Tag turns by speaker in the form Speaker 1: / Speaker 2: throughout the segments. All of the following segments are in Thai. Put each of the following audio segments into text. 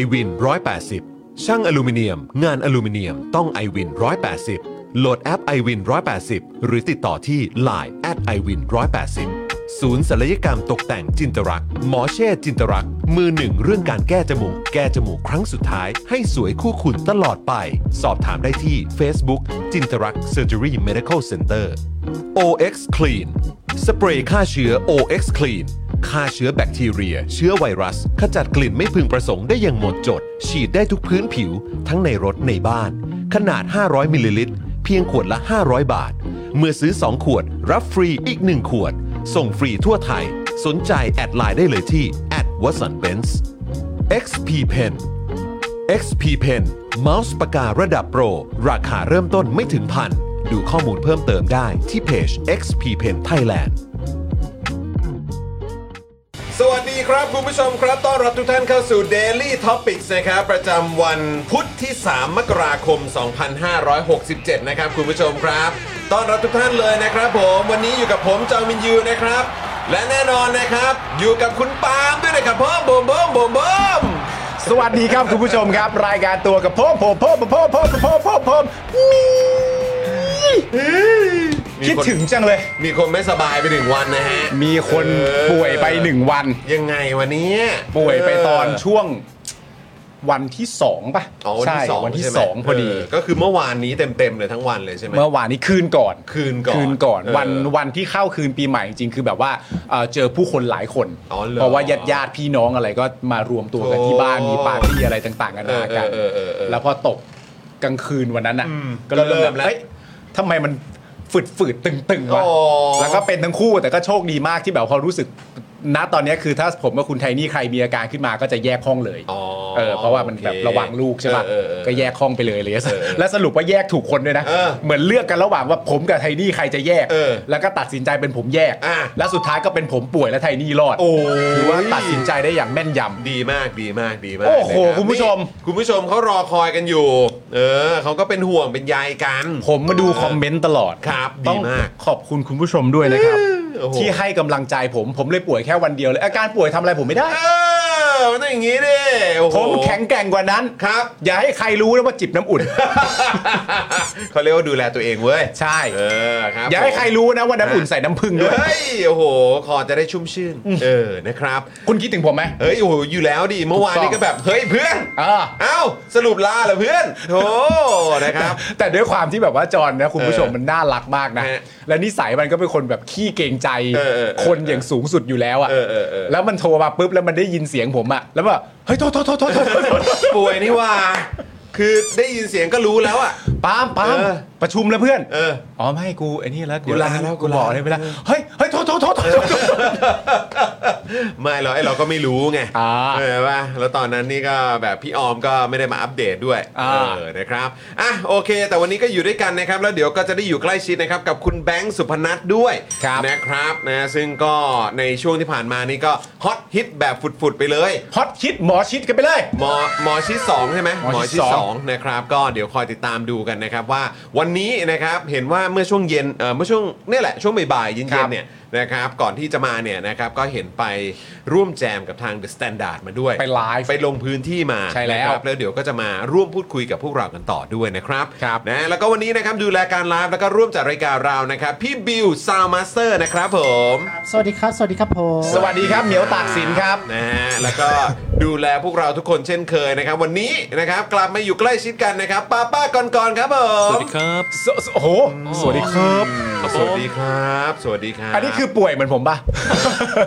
Speaker 1: i w วิน180 ช่างอลูมิเนียม งานอลูมิเนียมต้อง i w วิน180 โหลดแอป i w วิน180 หรือติดต่อที่ Line at i w วิน180 ศูนย์ศัลยกรรมตกแต่งจินตรัก หมอเช่จินตรัก มือหนึ่งเรื่องการแก้จมูก แก้จมูกครั้งสุดท้าย ให้สวยคู่คุณตลอดไป สอบถามได้ที่ Facebook จินตรัก Surgery Medical Center OX Clean สเปรย์ฆ่าเชื้อ OX Clean ฆ่าเชื้อแบคทีเรีย เชื้อไวรัส ขจัดกลิ่นไม่พึงประสงค์ได้อย่างหมดจด ฉีดได้ทุกพื้นผิว ทั้งในรถในบ้าน ขนาด 500 มิลลิลิตร เพียงขวดละ 500 บาท เมื่อซื้อ 2 ขวด รับฟรีอีก 1 ขวด ส่งฟรีทั่วไทย สนใจแอดไลน์ได้เลยที่ w a t s o n b e n z XP Pen XP Pen เมาส์ปากการะดับโปร ราคาเริ่มต้นไม่ถึงพัน ดูข้อมูลเพิ่มเติมได้ที่เพจ XP Pen Thailand
Speaker 2: สวัสดีครับ คุณผู้ชมครับต้อนรับทุกท่านเข้าสู่ Daily Topics นะครับ ประจำวันพุทธที่ 3 มกราคม 2567 นะครับ คุณผู้ชมครับต้อนรับทุกท่านเลยนะครับผมวันนี้อยู่กับผมจอมินยูนะครับ และแน่นอนนะครับ อยู่กับคุณปาล์มด้วยนะครับพ่อมบมบมบมบม
Speaker 3: สวัสดีครับ คุณผู้ชมครับ รายการตัวกับผมผมผมผมผมผมผมผมคิดถึงจังเลย
Speaker 2: มีคนไม่สบายไปหนึ่งวันนะฮะ
Speaker 3: มีคนป่วยไปหนึ่งวัน
Speaker 2: ยังไงวันนี้
Speaker 3: ป่วยไปตอนช่วงวันที่สองป่ะ
Speaker 2: อ๋อวัน
Speaker 3: ใช่
Speaker 2: ที่สอง
Speaker 3: วันที่
Speaker 2: ใช่ไหม
Speaker 3: สองพอดี
Speaker 2: เก็คือเมื่อวานนี้เต็มๆเลยทั้งวันเลยใช่ไหม
Speaker 3: เมื่อวานนี้คืนก่อน
Speaker 2: คืนก่อน
Speaker 3: คืนก่อน
Speaker 2: เออ
Speaker 3: วันวันที่เข้าคืนปีใหม่จริงๆคือแบบว่าเอ่อเจอผู้คนหลายคน
Speaker 2: อ๋อเหรอ
Speaker 3: เพราะว่าญาติญาติๆพี่น้องอะไรก็มารวมตัวกันที่บ้าน
Speaker 2: โอ้
Speaker 3: มีปาร์ตี้อะไรต่างๆกันนากัน
Speaker 2: เออเออเออเออ
Speaker 3: แล้วพอตกกลางคืนวันนั้นอ่ะก็
Speaker 2: ก็
Speaker 3: เริ่ม
Speaker 2: เริ่
Speaker 3: แบ
Speaker 2: ม
Speaker 3: บ
Speaker 2: แล้ว
Speaker 3: เฮ้ยทำไมมันฝืดฝืดๆตึงๆวะ
Speaker 2: อ๋อ
Speaker 3: แล้วก็เป็นทั้งคู่แต่ก็โชคดีมากที่แบบพอรู้สึกณตอนเนี้ยคือถ้าผมกับคุณไทนี่ใครมีอาการขึ้นมาก็จะแยกห้องเลย
Speaker 2: อ๋อ
Speaker 3: เออเพราะว่ามันแบบ
Speaker 2: โอค
Speaker 3: ระวังลูกใช่ป่ะ
Speaker 2: เออเออเออ
Speaker 3: ก็แยกห้องไปเลยเลย
Speaker 2: เออเออ
Speaker 3: แล้วสรุปว่าแยกถูกคนด้วยนะ
Speaker 2: เออ
Speaker 3: เหมือนเลือกกันระหว่างว่าผมกับไทนี่ใครจะแยก
Speaker 2: เออ
Speaker 3: แล้วก็ตัดสินใจเป็นผมแยก
Speaker 2: อ่ะ
Speaker 3: แล้วสุดท้ายก็เป็นผมป่วยและไทนี่รอด
Speaker 2: โอ้
Speaker 3: ถือว่าตัดสินใจได้อย่างแม่นยำ
Speaker 2: ดีมากดีมากดีมาก
Speaker 3: โอ้โห
Speaker 2: เลยรับ
Speaker 3: คุณผู้ชม
Speaker 2: นี่คุณผู้ชมเขารอคอยกันอยู่ เออเขาก็เป็นห่วงเป็นใยกัน
Speaker 3: ผมมาดูคอมเมนต์ตลอด
Speaker 2: ครับดี
Speaker 3: ต้อง
Speaker 2: มาก
Speaker 3: ขอบคุณคุณผู้ชมด้วยนะครับ
Speaker 2: โอ้โห
Speaker 3: ที่ให้กำลังใจผมผมเลยป่วยแค่วันเดียวเลยอาการป่วยทำอะไรผมไม่ได้
Speaker 2: เออมันต้องอย่างนี้ดิโอ้โห
Speaker 3: ผมแข็งแกร่งกว่านั้น
Speaker 2: ครับ
Speaker 3: อย่าให้ใครรู้นะว่าจิบน้ำอุ่น
Speaker 2: เขาเรียกว่าดูแลตัวเองเว้ย
Speaker 3: ใช่
Speaker 2: เออครับ
Speaker 3: อย่าให้ใครรู้นะว่าน้ำอุ่นใส่น้ำผึ้งด้วย
Speaker 2: เฮ้ยโอ้โหคอจะได้ชุ่มชื่นเออนะครับ
Speaker 3: คุณคิดถึงผมไหม
Speaker 2: เฮ้ยโอ้โหอยู่แล้วดิเมื่อวานนี้ก็แบบเฮ้ยเพื่อน
Speaker 3: เออ
Speaker 2: เอ้าสรุปลาเหรอเพื่อนโธ่นะครับ
Speaker 3: แต่ด้วยความที่แบบว่าจอนนะคุณผู้ชมมันน่ารักมากนะ
Speaker 2: ฮะ
Speaker 3: และนิสัยมันก็เป็นคนแบบขี้เกรงใจ
Speaker 2: เออเออเออ
Speaker 3: คนอย่างสูงสุดอยู่แล้วอะ
Speaker 2: เออเออเออ
Speaker 3: แล้วมันโทรมาปุ๊บแล้วมันได้ยินเสียงผมอะแล้ วแบบเฮ้ยโทษโทษโทษโทษโทษโทษ
Speaker 2: ป่วยนี่หว่า คือได้ยินเสียงก็รู้แล้วอ่ะ
Speaker 3: ปาล์มปาล์ม
Speaker 2: เออ
Speaker 3: ประชุมแล้วเพื่อน
Speaker 2: เออ
Speaker 3: อ๋อไม่กูไอ้นี่แล้ว
Speaker 2: กูลาแล้วกู
Speaker 3: กู
Speaker 2: ลา
Speaker 3: บอกเลยไม่ได้เฮ้ยเฮ้ยโทษโทษโทษโทษโทษ
Speaker 2: ไม่หรอกไอ้เราก็ไม่รู้ไง
Speaker 3: อ่า
Speaker 2: เออป่ะแล้วตอนนั้นนี่ก็แบบพี่ออมก็ไม่ได้มาอัปเดตด้วย
Speaker 3: อ่า
Speaker 2: เออนะครับอ่ะโอเค แต่วันนี้ก็อยู่ด้วยกันนะครับแล้วเดี๋ยวก็จะได้อยู่ใกล้ชิดนะครับกับคุณแบงค์สุพนัทด้วยนะครับนะซึ่งก็ในช่วงที่ผ่านมานี่ก็ฮอตฮิตแบบฝุดๆไปเลย
Speaker 3: ฮอตคิดหมอชิดกันไปเลย
Speaker 2: หมอหมอชิดสองใช่ไหม
Speaker 3: หมอชิดสอง
Speaker 2: สองนะครับก็เดี๋ยวคอยติดตามดูกันนะครับว่าวันนี้นะครับเห็นว่าเมื่อช่วงเย็นเอ่อเมื่อช่วงเนี่ยแหละช่วงบ่ายๆเย็
Speaker 3: ครั
Speaker 2: น
Speaker 3: บ
Speaker 2: ๆเนี่ย นะครับก่อนที่จะมาเนี่ยนะครับก็เห็นไปร่วมแจมกับทาง The Standard มาด้วย
Speaker 3: ไปไลฟ์
Speaker 2: ไปลงพื้นที่มา
Speaker 3: ใช่แล้
Speaker 2: นะ
Speaker 3: ว
Speaker 2: ครับแล้วเดี๋ยวก็จะมาร่วมพูดคุยกับพวกเรากันต่อด้วยนะครับ
Speaker 3: ครับ
Speaker 2: นะแล้วก็วันนี้นะครับดูแลการไลฟ์แล้วก็ร่วมจัดรายการเรานะครับ พี่บิวซาวมาสเตอร์นะครับผม
Speaker 4: สวัสดีครับ สวัสดีครับผม
Speaker 3: สวัสดีครับเหมียวตากสินครับ
Speaker 2: นะฮะแล้วก็ดูแลพวกเราทุกคนเช่นเคยนะครับ วันนี้นะครับกลับมาอยู่ใกล้ชิดกันนะครับป้าป้าก่อนก่อนๆครับผม
Speaker 1: สวัสดีครับ
Speaker 3: สสโอ้โหสวัสดีครับ
Speaker 2: สวัสดีครับ สวัสดีครับ
Speaker 3: อันนี้คือป่วยเหมือนผมป่ะ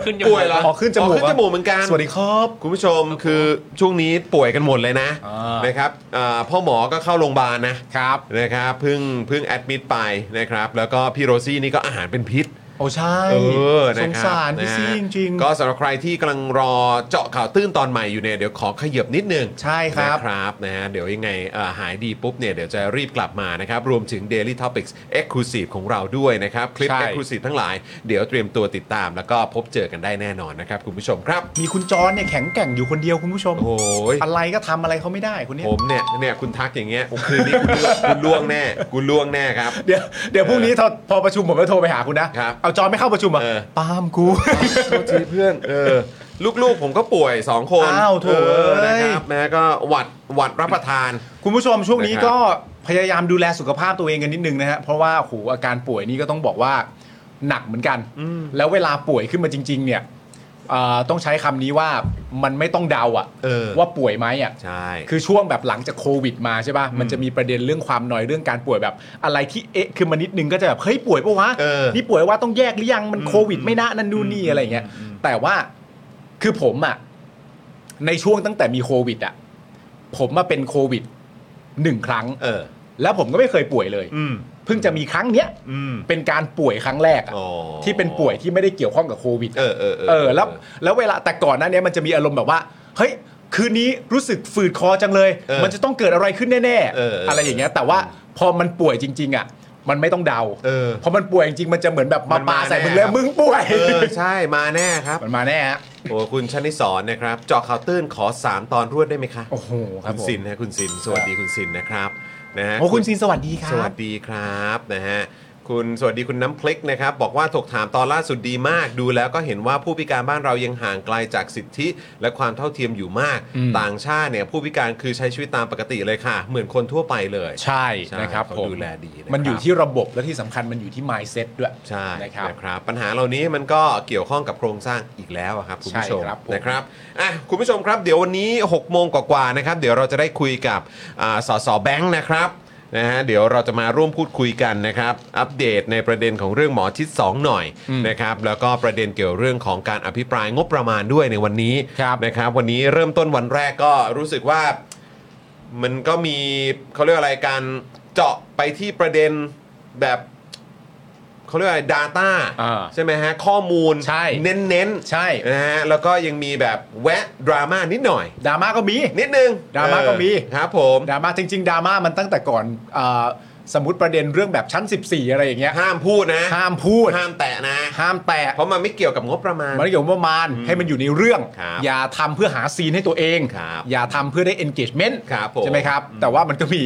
Speaker 5: ขึ้นจ
Speaker 2: ป่
Speaker 5: มู
Speaker 2: ว
Speaker 5: ก
Speaker 2: ยเหรอ
Speaker 3: อ๋อขึ้นจมูก
Speaker 2: ขึ้นจมูกเหมือนกัน
Speaker 3: สวัสดีครับ
Speaker 2: คุณผู้ชมคือช่วงนี้ป่วยกันหมดเลยนะ
Speaker 3: อ่าน
Speaker 2: นะครับอ่าพ่อหมอก็เข้าโรงพยาบาลนะครับ นะครับเพิ่งเพิ่งแอดมิดไปนะครับ แล้วก็พี่โรซี่นี่ก็อาหารเป็นพิษ
Speaker 3: โอ้ใช่
Speaker 2: เออ
Speaker 3: ส
Speaker 2: นะ
Speaker 3: ง
Speaker 2: คบ
Speaker 3: สารพี่
Speaker 2: นะฮะ
Speaker 3: ซี่จริงๆ
Speaker 2: ก็สำหรับใครที่กำลังรอเจาะข่าวตื้นตอนใหม่อยู่เนี่ยเดี๋ยวขอขยับนิดนึง
Speaker 3: ใช่ครับ
Speaker 2: นะครับนะฮะเดี๋ยวยังไงเอ่อหายดีปุ๊บเนี่ยเดี๋ยวจะรีบกลับมานะครับ รวมถึง Daily Topics Exclusive ของเราด้วยนะครับ คลิป
Speaker 3: ใช่
Speaker 2: Exclusive ทั้งหลาย เดี๋ยวเตรียมตัวติดตาม แล้วก็พบเจอกันได้แน่นอนนะครับคุณผู้ชมครับ
Speaker 3: มีคุณจอนเนี่ยแข็งแกร่งอยู่คนเดียวคุณผู้ชม
Speaker 2: โอ้ย
Speaker 3: อะไรก็ทำอะไรเขาไม่ได้คนเนี้ย
Speaker 2: ผมเนี่ยเนี่ยคุณทักอย่างเงี้ยคืนนี้คุณล่วงคุณล่วงแน่คุณล่วงแน่ครับ
Speaker 3: เดี๋ยวเดี๋ยวพรุ่งนี้ถ้าพอประชุมผมจะโทรไปหาคุณนะ
Speaker 2: ครับ
Speaker 3: เอาจอนไม่เข้าประชุมอ่ะ
Speaker 2: เออ
Speaker 3: ปาล์มกู
Speaker 2: โทษทีเพื่อนเออลูกๆผมก็ป่วย 2 คน
Speaker 3: อ้าวโถ่
Speaker 2: เออนะครับนะก็หวัดหวัดรับประทาน
Speaker 3: คุณผู้ชมช่วงนี้
Speaker 2: นะครับ
Speaker 3: ก็พยายามดูแลสุขภาพตัวเองกันนิดนึงนะฮะเพราะว่าโอ้โหอาการป่วยนี่ก็ต้องบอกว่าหนักเหมือนกัน แล้วเวลาป่วยขึ้นมาจริง ๆ เนี่ยเอ่อต้องใช้คำนี้ว่ามันไม่ต้องเดาอะ
Speaker 2: เออ
Speaker 3: ว่าป่วยไหมอะ
Speaker 2: ใช่
Speaker 3: คือช่วงแบบหลังจากโควิดมาใช่ป่ะ มันจะมีประเด็นเรื่องความหน่อยเรื่องการป่วยแบบ อะไรที่เอ๊ะคือมานิดนึงก็จะแบบ เฮ้ยป่วยปะวะ
Speaker 2: เออ
Speaker 3: นี่ป่วยว่าต้องแยกหรือยังมันโควิดไม่นะนั่นนู่นนี่อะไรเงี้ย แต่ว่าคือผมอะในช่วงตั้งแต่มีโควิดอะผมมาเป็นโควิดหนึ่งครั้ง
Speaker 2: เออ
Speaker 3: แล้วผมก็ไม่เคยป่วยเลย
Speaker 2: อืม
Speaker 3: เพิ่งจะมีครั้งเนี้ย
Speaker 2: อืม
Speaker 3: เป็นการป่วยครั้งแรกอะ
Speaker 2: อ๋อ
Speaker 3: ที่เป็นป่วยที่ไม่ได้เกี่ยวข้องกับโควิด
Speaker 2: เออเออ
Speaker 3: เออแล้วแล้วเวลาแต่ก่อนหน้าเนี้ยมันจะมีอารมณ์แบบว่า เฮ้ย คืนนี้รู้สึกฝืดคอจังเลย
Speaker 2: เออ
Speaker 3: มันจะต้องเกิดอะไรขึ้นแน่
Speaker 2: เออเออ
Speaker 3: อะไรอย่างเงี้ยแต่ว่าพอมันป่วยจริง ๆ อ่ะ มันไม่ต้องเดา
Speaker 2: เออ
Speaker 3: พอมันป่วยจริงๆมันจะเหมือนแบบ
Speaker 2: มั
Speaker 3: มาน ปา
Speaker 2: มา
Speaker 3: ใส่มึง
Speaker 2: แน่
Speaker 3: เลย
Speaker 2: ครับ
Speaker 3: มึงป่วย
Speaker 2: เออ ใช่มาแน่ครับ
Speaker 3: มันมาแน่ฮะ
Speaker 2: โอ้คุณชนิสอนนะครับเจาะข่าวตื้นขอ 3 ตอนรวดได้ไหมคะ
Speaker 3: โอ้โหค
Speaker 2: คุ
Speaker 3: รับ
Speaker 2: ณ
Speaker 3: ผม
Speaker 2: ซินนะคุณซิน สวัสดีคุณซินนะครับนะฮะ
Speaker 3: โอ้คุณซินสวัสดีครั
Speaker 2: สวั
Speaker 3: บ
Speaker 2: สดีครับนะฮะคุณสวัสดีคุณน้ำพลิกนะครับ บอกว่าถกถามตอนล่าสุดดีมาก ดูแล้วก็เห็นว่าผู้พิการบ้านเรายังห่างไกลจากสิทธิ และความเท่าเทียมอยู่มาก
Speaker 3: อืม
Speaker 2: ต่างชาติเนี่ยผู้พิการคือใช้ชีวิตตามปกติเลยค่ะ เหมือนคนทั่วไปเลย
Speaker 3: ใช่
Speaker 2: ใช่
Speaker 3: นะครับ
Speaker 2: เขา
Speaker 3: ผม
Speaker 2: ดูแลดีะครับ
Speaker 3: มันอยู่ที่ระบบและที่สำคัญมันอยู่ที่ mindset ด้วย
Speaker 2: ใช่
Speaker 3: นะ
Speaker 2: นะ
Speaker 3: ค
Speaker 2: ค
Speaker 3: รั
Speaker 2: รับ บปัญหาเหล่านี้มันก็เกี่ยวข้องกับโครงสร้างอีกแล้วอะครับคุณผู้ชม
Speaker 3: ใช่ครับผม
Speaker 2: นะครับอ่ะคุณผู้ชมครับเดี๋ยววันนี้6โมงกว่าๆนะครับเดี๋ยวเราจะได้คุยกับอ่าสสแบงค์นะครับ นะฮะเดี๋ยวเราจะมาร่วมพูดคุยกันนะครับ อัปเดตในประเด็นของเรื่องหมอชิด 2 หน่อยนะครับแล้วก็ประเด็นเกี่ยวเรื่องของการอภิปรายงบประมาณด้วยในวันนี้
Speaker 3: ครับ
Speaker 2: นะครับ วันนี้เริ่มต้นวันแรกก็รู้สึกว่ามันก็มีเขาเรียกอะไรการเจาะไปที่ประเด็นแบบเขาเรียกอะไร Data
Speaker 3: อ่า
Speaker 2: ใช่ไหมฮะข้อมูล
Speaker 3: ใช่
Speaker 2: เน้นๆ
Speaker 3: ใช่
Speaker 2: นะฮะแล้วก็ยังมีแบบแวะดราม่านิดหน่อย
Speaker 3: ดราม่าก็มี
Speaker 2: นิดนึง
Speaker 3: ดราม่าก็มี
Speaker 2: เออครับผม
Speaker 3: ดราม่าจริงๆดราม่ามันตั้งแต่ก่อนอ่าสมมติประเด็นเรื่องแบบชั้น 14 อะไรอย่างเงี้ย
Speaker 2: ห้ามพูดนะ
Speaker 3: ห้ามพูด
Speaker 2: ห้ามแตะนะ
Speaker 3: ห้ามแตะ
Speaker 2: เพราะมันไม่เกี่ยวกับงบประมาณ
Speaker 3: มันเกี่ยวกับงบประมาณให้มันอยู่ในเรื่อง
Speaker 2: ครับ
Speaker 3: อย่าทำเพื่อหาซีนให้ตัวเอง
Speaker 2: ครับ
Speaker 3: อย่าทำเพื่อได้ engagement
Speaker 2: ครับผม
Speaker 3: ใช่ไหมครับ แต่ว่ามันก็มี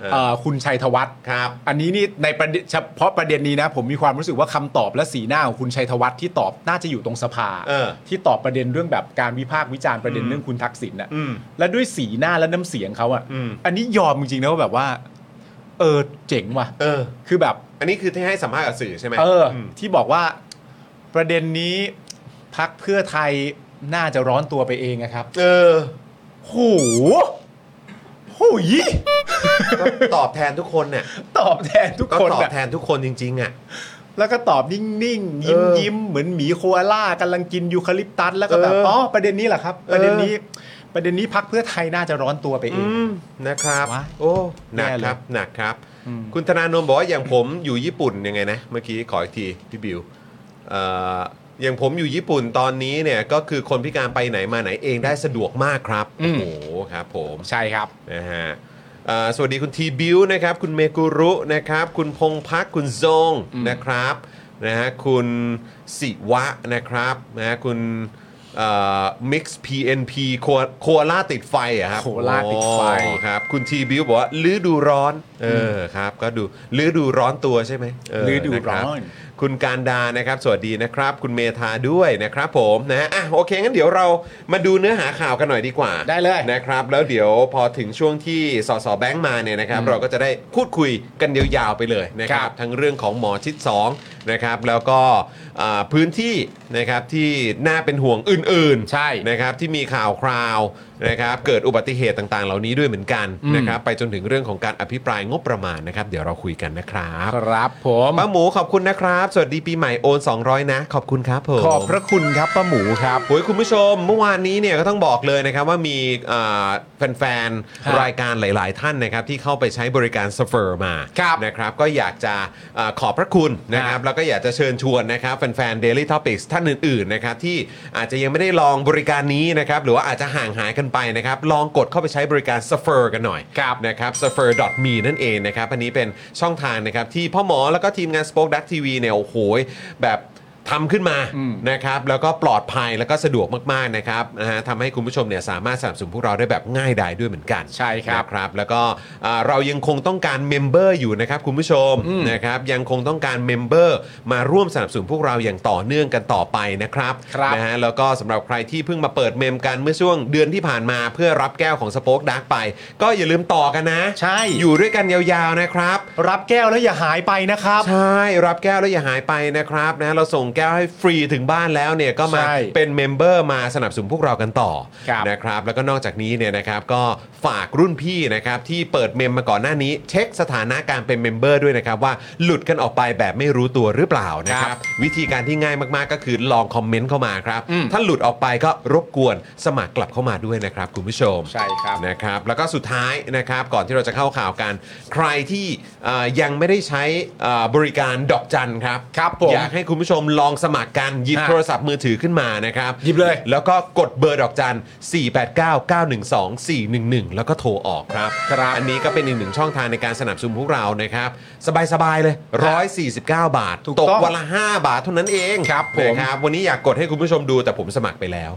Speaker 2: เออ
Speaker 3: เอ่อคุณชัยธวัฒน์
Speaker 2: ครับ
Speaker 3: อันนี้นี่ในประเด็นเฉพาะประเด็นนี้นะ ผมมีความรู้สึกว่าคำตอบและสีหน้าของคุณชัยธวัฒน์ที่ตอบน่าจะอยู่ตรงสภา
Speaker 2: เออ
Speaker 3: ที่ตอบประเด็นเรื่องแบบการวิพากษ์วิจารณ์ประเด็นเรื่องคุณทักษิณน่ะ
Speaker 2: อืม
Speaker 3: และด้วยสีหน้าและน้ำเสียงเขาอะ่ะ
Speaker 2: อืม
Speaker 3: อันนี้ยอมจริงๆนะว่าแบบว่า เออเจ๋งว่ะ
Speaker 2: เออ
Speaker 3: คือแบบ
Speaker 2: อันนี้คือที่ให้สัมภาษณ์กับสื่อใช่ไหม
Speaker 3: เอออ
Speaker 2: ม
Speaker 3: ที่บอกว่าประเด็นนี้พักเพื่อไทยน่าจะร้อนตัวไปเองนะครับ
Speaker 2: เออ
Speaker 3: โหโหูย
Speaker 2: ก็ตอบแทนทุกคนเนี่ย
Speaker 3: ตอบแทนทุก
Speaker 2: ก็
Speaker 3: คน
Speaker 2: ตอบ
Speaker 3: อะ
Speaker 2: แทนทุกคนจริง ๆ อ่ะ
Speaker 3: แล้วก็ตอบนิ่งๆ ยิ้ม
Speaker 2: เออ
Speaker 3: ยิ้มเหมือนหมีโคอาล่ากำลังกินยูคาลิปตัสแล้วก็แบบ
Speaker 2: เอออ๋
Speaker 3: อ๋อประเด็นนี้แหละครับ ประเด็นนี้ ประเด็นนี้พักเพื่อไทยน่าจะร้อนตัวไปเอ
Speaker 2: อื
Speaker 3: ง
Speaker 2: มนะครับ
Speaker 3: ว้าย
Speaker 2: โอ้หนัก
Speaker 3: แย่เลย
Speaker 2: ครับหนักครับ
Speaker 3: อืม
Speaker 2: คุณธนาโนมบอกว่าอย่างผมอยู่ญี่ปุ่นยังไงนะ เมื่อกี้ขออีกทีพี่บิวเอ่ออย่างผมอยู่ญี่ปุ่นตอนนี้เนี่ยก็คือคนพิการไปไหนมาไหนเองได้สะดวกมากครับโอ้โหครับผม
Speaker 3: ใช่ครับ
Speaker 2: นะฮะเอ่อสวัสดีคุณทีบิวนะครับ คุณเมกุรุนะครับ คุณพงพักคุณทรงนะครับนะฮะคุณสิวะนะครับนะฮะคุณมิกซ์พีเอ็นพีโคล่าติดไฟอะครับ
Speaker 3: โคอาล่าติดไฟ
Speaker 2: อ๋อครับ คุณทีบิวบอกว่าฤดูร้อนเออครับ ก็ดูฤดูร้อนตัวใช่ไหมเออ
Speaker 3: ฤดูร้อน
Speaker 2: นะคบคุณการดานะครับ สวัสดีนะครับ คุณเมธาด้วยนะครับผมนะฮะอ่ะโอเคงั้นเดี๋ยวเรามาดูเนื้อหาข่าวกันหน่อยดีกว่า
Speaker 3: ได้เลย
Speaker 2: นะครับ แล้วเดี๋ยวพอถึงช่วงที่สสแบงค์มาเนี่ยนะครับ เราก็จะได้พูดคุยกันยาวๆไปเลยนะครับ ทั้งเรื่องของหมอชิด2นะครับแล้วก็อ่าพื้นที่นะครับที่น่าเป็นห่วงอื่นๆ
Speaker 3: ใช่
Speaker 2: นะครับที่มีข่าวคราวนะครับเกิดอุบัติเหตุต่างๆ เหล่านี้ด้วยเหมือนกันนะครับไปจนถึงเรื่องของการอภิปรายงบประมาณนะครับเดี๋ยวเราคุยกันนะครับ
Speaker 3: ครับผม
Speaker 2: ป้าหมูขอบคุณนะครับ สวัสดีปีใหม่โอน 200 นะ ขอบคุณครับผม
Speaker 3: ขอบพระคุณครับป้าหมูครับ
Speaker 2: โอ้ยคุณผู้ชม เมื่อวานนี้เนี่ยก็ต้องบอกเลยนะครับว่ามีอ่าแฟน
Speaker 3: ครับ
Speaker 2: ๆ รายการหลาย ๆ ท่านนะครับที่เข้าไปใช้บริการสเฟอร์มา
Speaker 3: ครับ
Speaker 2: นะครับก็อยากจะอาขอบพระคุณนะครับแล้วก็อยากจะเชิญชวนนะครับแฟนๆ Daily Topics ท่านอื่นๆนะครับที่อาจจะยังไม่ได้ลองบริการนี้นะครับหรือว่าอาจจะห่างหายกันไปนะครับลองกดเข้าไปใช้บริการสเฟอร์กันหน่อย
Speaker 3: ครับ
Speaker 2: นะครับ s u f f e r m e นั่นเองนะครับอันนี้เป็นช่องทางนะครับที่พ่อหมอแล้วก็ทีมงาน Spoke Dark TV เนี่ยโอ้โหแบบทำขึ้นมานะครับแล้วก็ปลอดภัยแล้วก็สะดวกมากๆนะครับนะฮะทำให้คุณผู้ชมเนี่ยสามารถสนับสนุนพวกเราได้แบบง่ายดายด้วยเหมือนกัน
Speaker 3: ใช่ครับ
Speaker 2: นะครับแล้วก็อ่าเรายังคงต้องการเมมเบอร์อยู่นะครับคุณผู้ชมนะครับยังคงต้องการเมมเบอร์มาร่วมสนับสนุนพวกเราอย่างต่อเนื่องกันต่อไปนะครับ
Speaker 3: ครับ
Speaker 2: นะฮะแล้วก็สำหรับใครที่เพิ่งมาเปิดเมมกันเมื่อช่วงเดือนที่ผ่านมาเพื่อรับแก้วของสป o อ e ดักไป ก็อย่าลืมต่อกันนะ
Speaker 3: ใช่
Speaker 2: อยู่ด้วยกันยาวๆนะครับ
Speaker 3: รับแก้วแล้วอย่าหายไปนะครับ
Speaker 2: ใช่ รับแก้วแล้วอย่าหายไปนะครับนะเราส่งแก้วให้ฟรีถึงบ้านแล้วเนี่ยก็มา
Speaker 3: ใช่
Speaker 2: เป็นเมมเบอร์มาสนับสนุนพวกเรากันต่อ
Speaker 3: ครับ
Speaker 2: นะครับ แล้วก็นอกจากนี้เนี่ยนะครับก็ฝากรุ่นพี่นะครับที่เปิดเมมมาก่อนหน้านี้ เช็คสถานะการเป็นเมมเบอร์ด้วยนะครับ ว่าหลุดกันออกไปแบบไม่รู้ตัวหรือเปล่านะค
Speaker 3: ค
Speaker 2: รั
Speaker 3: รับ บ
Speaker 2: วิธีการที่ง่ายมากๆก็คือลองคอมเมนต์เข้ามาครับ ถ้าหลุดออกไปก็รบกวนสมัครกลับเข้ามาด้วยนะครับคุณผู้ชม
Speaker 3: ใช่ครับ
Speaker 2: นะครับแล้วก็สุดท้ายนะครับก่อนที่เราจะเข้าข่าวกัน ใครที่เอ่อยังไม่ได้ใช้เอ่อบริการดอกจันครับ
Speaker 3: ครับผม
Speaker 2: อยากให้คุณผู้ชมลองสมัครกันหยิบ
Speaker 3: ฮะ
Speaker 2: โทรศัพท์มือถือขึ้นมานะครับ
Speaker 3: หยิบเลย
Speaker 2: แล้วก็กดเบอร์ดอกจัน 489-912-411 แล้วก็โทรออกครับ
Speaker 3: ครับ
Speaker 2: อันนี้ก็เป็นอีกหนึ่งช่องทางในการสนับสนุนพวกเรานะครับ สบาย ๆ เลย 149 บาท
Speaker 3: ถูกต้อง
Speaker 2: วันละ 5 บาทเท่านั้นเอง
Speaker 3: ครับผม
Speaker 2: นะครับวันนี้อยากกดให้คุณผู้ชมดูแต่ผมสมัครไปแล้ว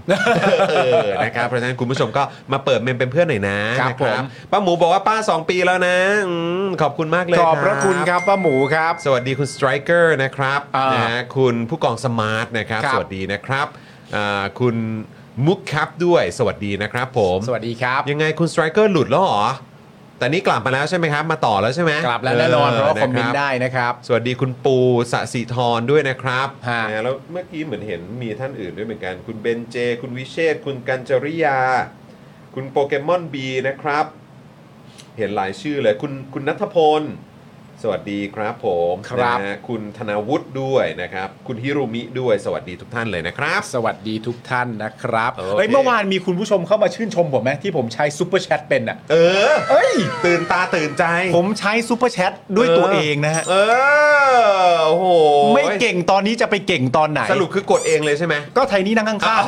Speaker 2: เออนะครับเพราะฉะนั้นคุณผู้ชมก็มาเปิดเมมเป็นเพื่อนหน่อยนะครับ นะ
Speaker 3: ผม
Speaker 2: ป้าหมูบอกว่าป้า 2 ปีแล้วนะอืมขอบคุณมากเลย
Speaker 3: ขอบพระคุณครับป้าหมูครับ
Speaker 2: สวัสดีคุณสไตรเกอร์นะครับ
Speaker 3: อ่าน
Speaker 2: นะฮะคุณผู้กองสมาร์ทนะครับ
Speaker 3: ครับ
Speaker 2: สวัสดีนะครับอ่าคุณมุกครับด้วยสวัสดีนะครับผม
Speaker 3: สวัสดีครับ
Speaker 2: ยังไงคุณสไตรเกอร์หลุดแล้วเหรอ แต่นี่กลับมาแล้วใช่ไหมครับ มาต่อแล้วใช่ไหม
Speaker 3: กลับแล้วแน่นอนเพราะว่าคอมเมน
Speaker 2: ะ
Speaker 3: ต์
Speaker 2: รับ
Speaker 3: ได้นะครับ
Speaker 2: สวัสดีคุณปูสสิธรด้วยนะครับ
Speaker 3: ฮะ
Speaker 2: นะแล้วเมื่อกี้เหมือนเห็นมีท่านอื่นด้วยเหมือนกัน คุณเบนเจ คุณวิเชษฐ์คุณกัญจริยา คุณโปเกมอนบีนะครับ เห็นหลายชื่อเลย คุณคุณนัทพล สวัสดีครับผม
Speaker 3: ครับ
Speaker 2: นะฮะคุณธนาวุฒิด้วยนะครับ คุณฮิรุมิด้วยสวัสดีทุกท่านเลยนะครับ
Speaker 3: สวัสดีทุกท่านนะครับ
Speaker 2: โอเค
Speaker 3: เฮ้ยเมื่อวานมีคุณผู้ชมเข้ามาชื่นชมผมไหมที่ผมใช้ซูเปอร์แชทเป็นอ่ะ
Speaker 2: เออ
Speaker 3: เอ้ย
Speaker 2: ตื่นตาตื่นใจ
Speaker 3: ผมใช้ซูเปอร์แชทด้วยตัวเองนะฮะ
Speaker 2: เออโอ้โห
Speaker 3: ไม่เก่งตอนนี้จะไปเก่งตอนไหน
Speaker 2: สรุปคือกดเองเลยใช่ไหม
Speaker 3: ก็ไทยนี่นั่งข้าง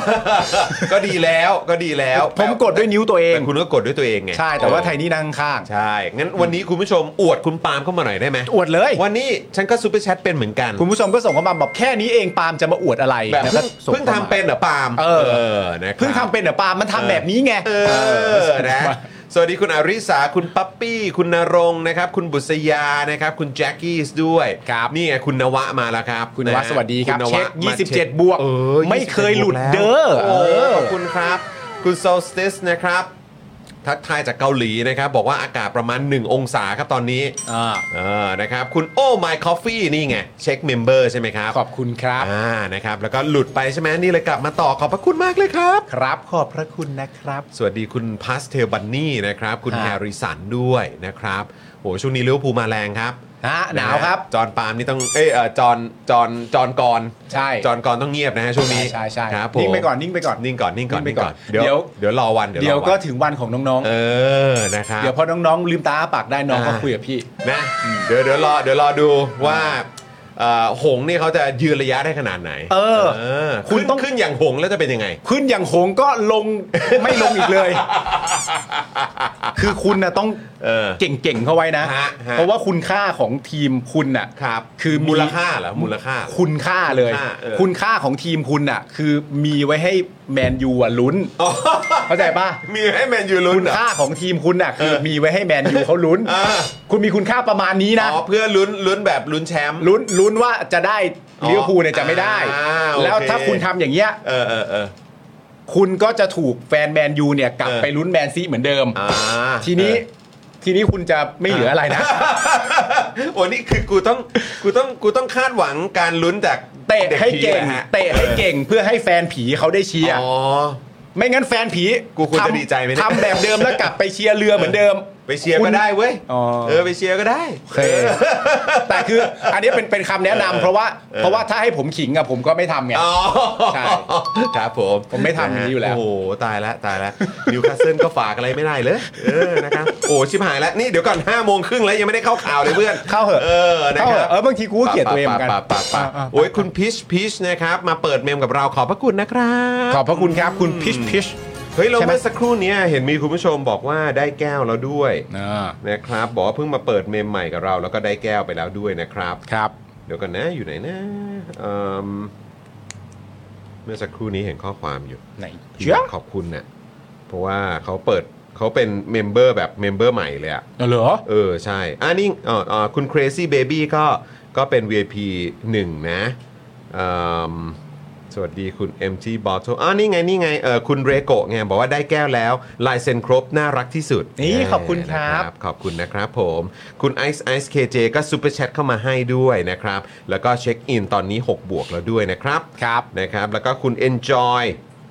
Speaker 2: ก็ดีแล้วก็ดีแล้ว
Speaker 3: ๆผมกดด้วยนิ้วตัวเอง
Speaker 2: แต่คุณก็กดด้วยตัวเองไง
Speaker 3: ใช่แต่ว่าไทยนี่นั่งข้าง
Speaker 2: ใช่ งั้นวันนี้คุณผู้ชมอวดคุณปาล์มเข้ามาหน่อยได้ไหม
Speaker 3: ๆอวดเลย
Speaker 2: วันนี้ฉันก็ซูเปอร์แชทเป็นเหมือนกัน
Speaker 3: คุณผู้ชมก็ส่งเข้ามาแบบแค่นี้เองปาล์มจะมาอวดอะไร
Speaker 2: แบบ
Speaker 3: นะครั
Speaker 2: เพิ่ง
Speaker 3: ส่
Speaker 2: เพิ่ง
Speaker 3: ข้ามา
Speaker 2: ทำเป็นเหรอปาล์ม
Speaker 3: เออ
Speaker 2: นะครับ
Speaker 3: เพิ่งทำเป็นเหรอปาล์มมันทำแบบนี้ไง
Speaker 2: เออ นะ สวัสดีคุณอาริสา คุณปั๊ปปี้ คุณนรงค์นะครับ คุณบุษยา นะครับ คุณแจ็คกี้ด้วย
Speaker 3: ครับ
Speaker 2: นี่ไงคุณนวะมาแล้วครับ
Speaker 3: คุณนวะ
Speaker 2: ฮ
Speaker 3: สวัสดีครับ
Speaker 2: ณนวะ
Speaker 3: เช็ค
Speaker 2: มา
Speaker 3: 27บวก
Speaker 2: เออ
Speaker 3: ไม่เคยหลุดเด้อ
Speaker 2: โอ้
Speaker 3: เออ
Speaker 2: ขอบคุณครับ คุณโซสติสนะครับ ทักทายจากเกาหลีนะครับ บอกว่าอากาศประมาณ 1 องศาครับตอนนี้
Speaker 3: อ่า
Speaker 2: เออนะครับ คุณโอ้ my coffee นี่ไง เช็คเมมเบอร์ใช่ไหมครับ
Speaker 3: ขอบคุณครับ
Speaker 2: อ่า นะครับ แล้วก็หลุดไปใช่ไหมนี่เลยกลับมาต่อขอบพระคุณมากเลยครับ
Speaker 3: ครับขอบพระคุณนะครับ
Speaker 2: สวัสดีคุณพาสเทลบันนี่นะครับ คุณ
Speaker 3: ครับ
Speaker 2: แฮร์ริสันด้วยนะครับโหช่วงนี้เลี้ยวภูลมาแรงครับ
Speaker 3: ฮะหนาวครับ
Speaker 2: จอนปาล์มนี่ต้องเอยเอ่อจอนจอนจอนกร
Speaker 3: ใช่
Speaker 2: จอนกรต้องเงียบนะฮะช่วงนี้
Speaker 3: ใช่ใช่
Speaker 2: ครับผม
Speaker 3: นิ่งไปก่อนนิ่งไปก่อน
Speaker 2: นิ่งก่อนนิ่งก่อน
Speaker 3: นิ่งไปก่อน
Speaker 2: เดี๋
Speaker 3: เดี๋
Speaker 2: ย
Speaker 3: ยวว
Speaker 2: เดี๋ยวรอวันเดี๋ยว
Speaker 3: เดี๋ย
Speaker 2: ร
Speaker 3: ว
Speaker 2: อ
Speaker 3: ก็
Speaker 2: วัน
Speaker 3: ถึงวันของน้อง
Speaker 2: เออนะครับ
Speaker 3: ๆ เดี๋ยวพอน้องๆลืมตาอ้าปากได้น้องก็
Speaker 2: อ่า
Speaker 3: คุยกับพี่
Speaker 2: นะเดี๋ยวเดี๋ยวรอเดี๋ยวรอดูว่าเอ่อหงส์นี่เขาจะยืนระยะได้ขนาดไหน
Speaker 3: เออคุ
Speaker 2: คุณ ณ
Speaker 3: ต้
Speaker 2: ต้อ
Speaker 3: องง
Speaker 2: ขึ้นอย่างหงส์แล้วจะเป็นยังไง
Speaker 3: ขึ้นอย่างโหงก็ล ง ไม่ลงอีกเลย คือคุณนะต้อง
Speaker 2: เออ
Speaker 3: เก่งๆเข้าไว้นะ
Speaker 2: ฮะฮะ
Speaker 3: เพราะว่าคุณค่าของทีมคุณน่ะ
Speaker 2: ครับ
Speaker 3: คือมี
Speaker 2: มูลค่าเหรอมูลค่า
Speaker 3: คุณค่าเลย
Speaker 2: คุณค่าเออ
Speaker 3: คุณค่าของทีมคุณน่ะ คือมีไว้ให้แมนยูอ่ะลุ้น
Speaker 2: อ๋ อ
Speaker 3: เข้าใจปะ
Speaker 2: มีให้แมนยูลุ้น
Speaker 3: คุณ
Speaker 2: เหรอ
Speaker 3: ค่าของทีมคุณน่ะ คือ
Speaker 2: เออ
Speaker 3: มีไว้ให้แมนยูเขาลุ้น
Speaker 2: เออ
Speaker 3: คุณมีคุณค่าประมาณนี้นะ
Speaker 2: อ๋อเพื่อลุ้นลุ้นแบบลุ้นแชมป์
Speaker 3: ลุ้นลุ้นว่าจะได้
Speaker 2: อ๋อ
Speaker 3: ลิเวอร์พูลเนี่ยจะไม่ได้
Speaker 2: อ่าโอเค
Speaker 3: แล้วถ้าคุณทำอย่างเงี้ย
Speaker 2: เออเออเออ
Speaker 3: คุณก็จะถูกแฟนแมนยูเนี่ยกลับ
Speaker 2: เออ
Speaker 3: ไปลุ้นแมนซีเหมือนเดิม
Speaker 2: อ่า
Speaker 3: ทีนี้ทีนี้คุณจะไม่เหลืออะไรนะ
Speaker 2: เออโอ้นี่คือกูต้องกูต้องกูต้องคาดหวังการลุ้นจาก
Speaker 3: เตะ
Speaker 2: ด็
Speaker 3: ให้เก่ง
Speaker 2: ผีรอฮะ
Speaker 3: เตะให้เก่งเพื่อให้แฟนผีเขาได้เชียร์
Speaker 2: อ๋อ
Speaker 3: ไม่งั้นแฟนผี
Speaker 2: กูควรจะ
Speaker 3: ทำ
Speaker 2: ดีใจไหมเนี่ย
Speaker 3: ทำแบบเดิมแล้วกลับไปเชียร์เรือเหมือนเดิม
Speaker 2: ไปเชียร์
Speaker 3: คุ
Speaker 2: ก็
Speaker 3: ณ
Speaker 2: ได้เว้ย
Speaker 3: อ๋อ
Speaker 2: เออไปเชียร์ก็ได้
Speaker 3: โอเคแต่คืออันนี้เป็นเป็นคำแนะนำเพราะว่าเพราะว่าถ้าให้ผมขิงอะผมก็ไม่ทำไง
Speaker 2: อ๋อ
Speaker 3: ใช่
Speaker 2: ครับผม
Speaker 3: ผมไม่ทำอย่างนี้อยู่แล้ว
Speaker 2: โอ้โหตายแล้วตายแล้วนิวคาสเซิลก็ฝากอะไรไม่ได้เลยเออนะครับโอ้ชิบหายแล้วนี่เดี๋ยวก่อน5้าโมงครึ่งแล้วยังไม่ได้เข้าข่าวเลยเพื่อน
Speaker 3: เข้าเหอะ
Speaker 2: เออนะ
Speaker 3: เข้า
Speaker 2: ค
Speaker 3: เห
Speaker 2: รั
Speaker 3: อะ
Speaker 2: บ
Speaker 3: เออบางทีกูก็เกลียดตัวเองเหมือนกัน
Speaker 2: ปะปะปะปะปะโอ้ยคุณพิชพิชนะครับมาเปิดเมมกับเราขอบพระคุณนะครับ
Speaker 3: ขอบพระคุณครับคุณพิชพิช
Speaker 2: เฮ้ยเรา
Speaker 3: ใช่ไหม
Speaker 2: เมื่อสักครู่เนี้ยเห็นมีคุณผู้ชมบอกว่าได้แก้วแล้วด้วยนะครับบอกว่าเพิ่งมาเปิดเมมใหม่กับเรา แล้วก็ได้แก้วไปแล้วด้วยนะครับ
Speaker 3: ครับ
Speaker 2: เดี๋ยวกันนะอยู่ไหนนะเอิ่มเมื่อสักครู่นี้เห็นข้อความอยู่
Speaker 3: ไหน
Speaker 2: เชื่อขอบคุณเนี่ยเพราะว่าเขาเปิดเขาเป็นเมมเบอร์แบบเมมเบอร์ใหม่เลยอะ
Speaker 3: เหรอ
Speaker 2: เออใช่อ่านี่อ๋ออ๋อคุณ Crazy Baby ก็ก็เป็น VIP 1 นะเอิ่มสวัสดีคุณ MG Bottle อ๋อนี่ไง นี่ไงเออคุณเรโกะไง บอกว่าได้แก้วแล้ว ลายเซ็นครบ น่ารักที่สุด
Speaker 3: นี่
Speaker 2: เ
Speaker 3: ขอบคุณครับ
Speaker 2: นะขอบคุณนะครับผม คุณ Ice Ice KJ ก็ซูเปอร์แชทเข้ามาให้ด้วยนะครับ แล้วก็เช็คอินตอนนี้ 6 บวกแล้วด้วยนะครับ
Speaker 3: ครับ
Speaker 2: นะครับแล้วก็คุณ Enjoy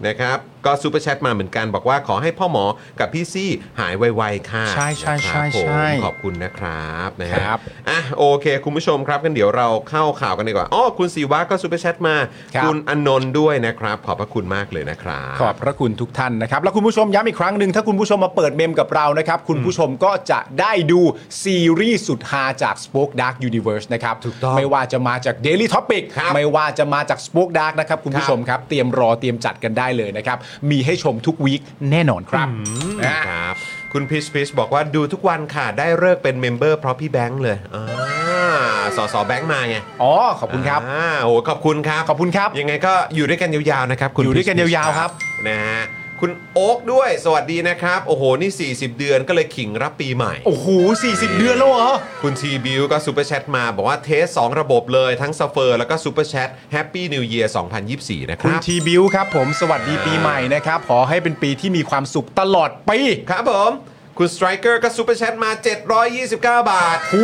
Speaker 2: นะครับก็ซูเปอร์แชทมาเหมือนกัน บอกว่าขอให้พ่อหมอกับพี่ซี่หายไวๆค่ะ
Speaker 3: ใช่ใช่ใช่
Speaker 2: นะครับผม
Speaker 3: ใช่
Speaker 2: ขอบคุณนะครับนะฮะ
Speaker 3: ครับ
Speaker 2: อ่ะโอเค คุณผู้ชมครับกันเดี๋ยวเราเข้าข่าวกันดีกว่าอ๋อคุณศิวะก็ซูเปอร์แชทมา
Speaker 3: ครับ
Speaker 2: ณอนนท์ด้วยนะครับ ขอบพระคุณมากเลยนะครับ
Speaker 3: ขอบพระคุณทุกท่านนะครับ แล้วคุณผู้ชมย้ำอีกครั้งหนึ่งถ้าคุณผู้ชมมาเปิดเมมกับเรานะครับ คุณผู้ชมก็จะได้ดูซีรีส์สุดฮาจาก Spoke Dark Universe นะครับ
Speaker 2: ถูกต้อง
Speaker 3: ไม่ว่าจะมาจาก Daily Topic
Speaker 2: ครับ
Speaker 3: ไม่ว่าจะมาจาก Spoke Dark นะครับ คุณ
Speaker 2: ค
Speaker 3: ผู้
Speaker 2: รับ
Speaker 3: ชมครับ เตรียมรอเตรียมจัดกันได้เลยนะครับ มีให้ชมทุกวีคแน่นอนครับนะฮะ
Speaker 2: ครับคุณพิชพิชบอกว่าดูทุกวันค่ะ ได้เลิกเป็นเมมเบอร์เพราะพี่แบงค์เลยอ่าสอสอแบงค์มาไง
Speaker 3: อ๋อ ขอบคุณครับ
Speaker 2: อ่าโอ้ขอบคุณครับ
Speaker 3: ขอบคุณครับ
Speaker 2: ยังไงก็อยู่ด้วยกันยาวๆนะครับคุณ
Speaker 3: อยู่ด้วยกัน
Speaker 2: พิชพิช
Speaker 3: ยาวๆครับ
Speaker 2: นะฮะคุณโอ๊กด้วยสวัสดีนะครับ โอ้โห นี่ 40 เดือนก็เลยขิงรับปีใหม่
Speaker 3: โอ้โห40 เดือนแล้วเหรอ
Speaker 2: คุณทีบิวก็ซูเปอร์แชทมาบอกว่าเทส 2 ระบบเลยทั้งซัฟเฟอร์แล้วก็ซูเปอร์แชทแฮปปี้นิวเยียร์2024 นะค
Speaker 3: คุณ
Speaker 2: รับ
Speaker 3: ทีบิวครับผมสวัสดีปีใหม่นะครับขอให้เป็นปีที่มีความสุขตลอดปี
Speaker 2: ครับผม คุณสไตรเกอร์ก็ซูเปอร์แชทมา 729 บาท
Speaker 3: หู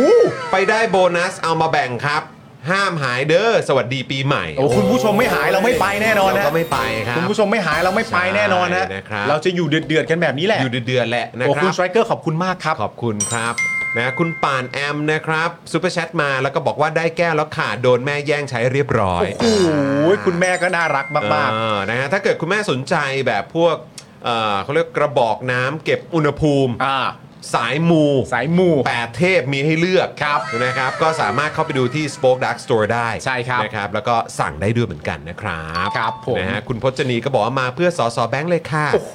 Speaker 2: ไปได้โบนัสเอามาแบ่งครับ ห้ามหายเด้อสวัสดีปีใหม่
Speaker 3: โอ้คุณผู้ชมไม่หายเราไม่ไปแน่นอนนะ
Speaker 2: เราก็ไม่ไปครับ
Speaker 3: คุณผู้ชมไม่หายเราไม่ไปแน่นอนนะ
Speaker 2: ใช่นะครับ
Speaker 3: เราจะอยู่เดือดๆกันแบบนี้แหละ
Speaker 2: อยู่เดือนๆแหละนะ
Speaker 3: โอ้
Speaker 2: ครั
Speaker 3: คุณ
Speaker 2: บ
Speaker 3: สไตรเกอร์ขอบคุณมากครับ
Speaker 2: ขอบคุณครับนะคุณป่านแอมนะครับซูเปอร์แชทมาแล้วก็บอกว่าได้แก้วแล้วขาดโดนแม่แย่งใช้เรียบร้อย
Speaker 3: โอ้โหคุณแม่ก็น่ารักมาก
Speaker 2: เออนะฮะถ้าเกิดคุณแม่สนใจแบบพวกเอ่อเขาเรียกกระบอกน้ำเก็บอุณหภูมิ
Speaker 3: ๆ อ่า
Speaker 2: สายมู
Speaker 3: สายมู
Speaker 2: แปดเทพมีให้เลือก
Speaker 3: ครับ
Speaker 2: นะครับ ก็สามารถเข้าไปดูที่ Spoke Dark Store ได้
Speaker 3: ใช่ครับ
Speaker 2: นะครับแล้วก็สั่งได้ด้วยเหมือนกันนะครับ
Speaker 3: ครับผม
Speaker 2: นะฮะคุณพจนีก็บอกว่ามาเพื่อสอสอแบงค์เลยค่ะ
Speaker 3: โอ้โห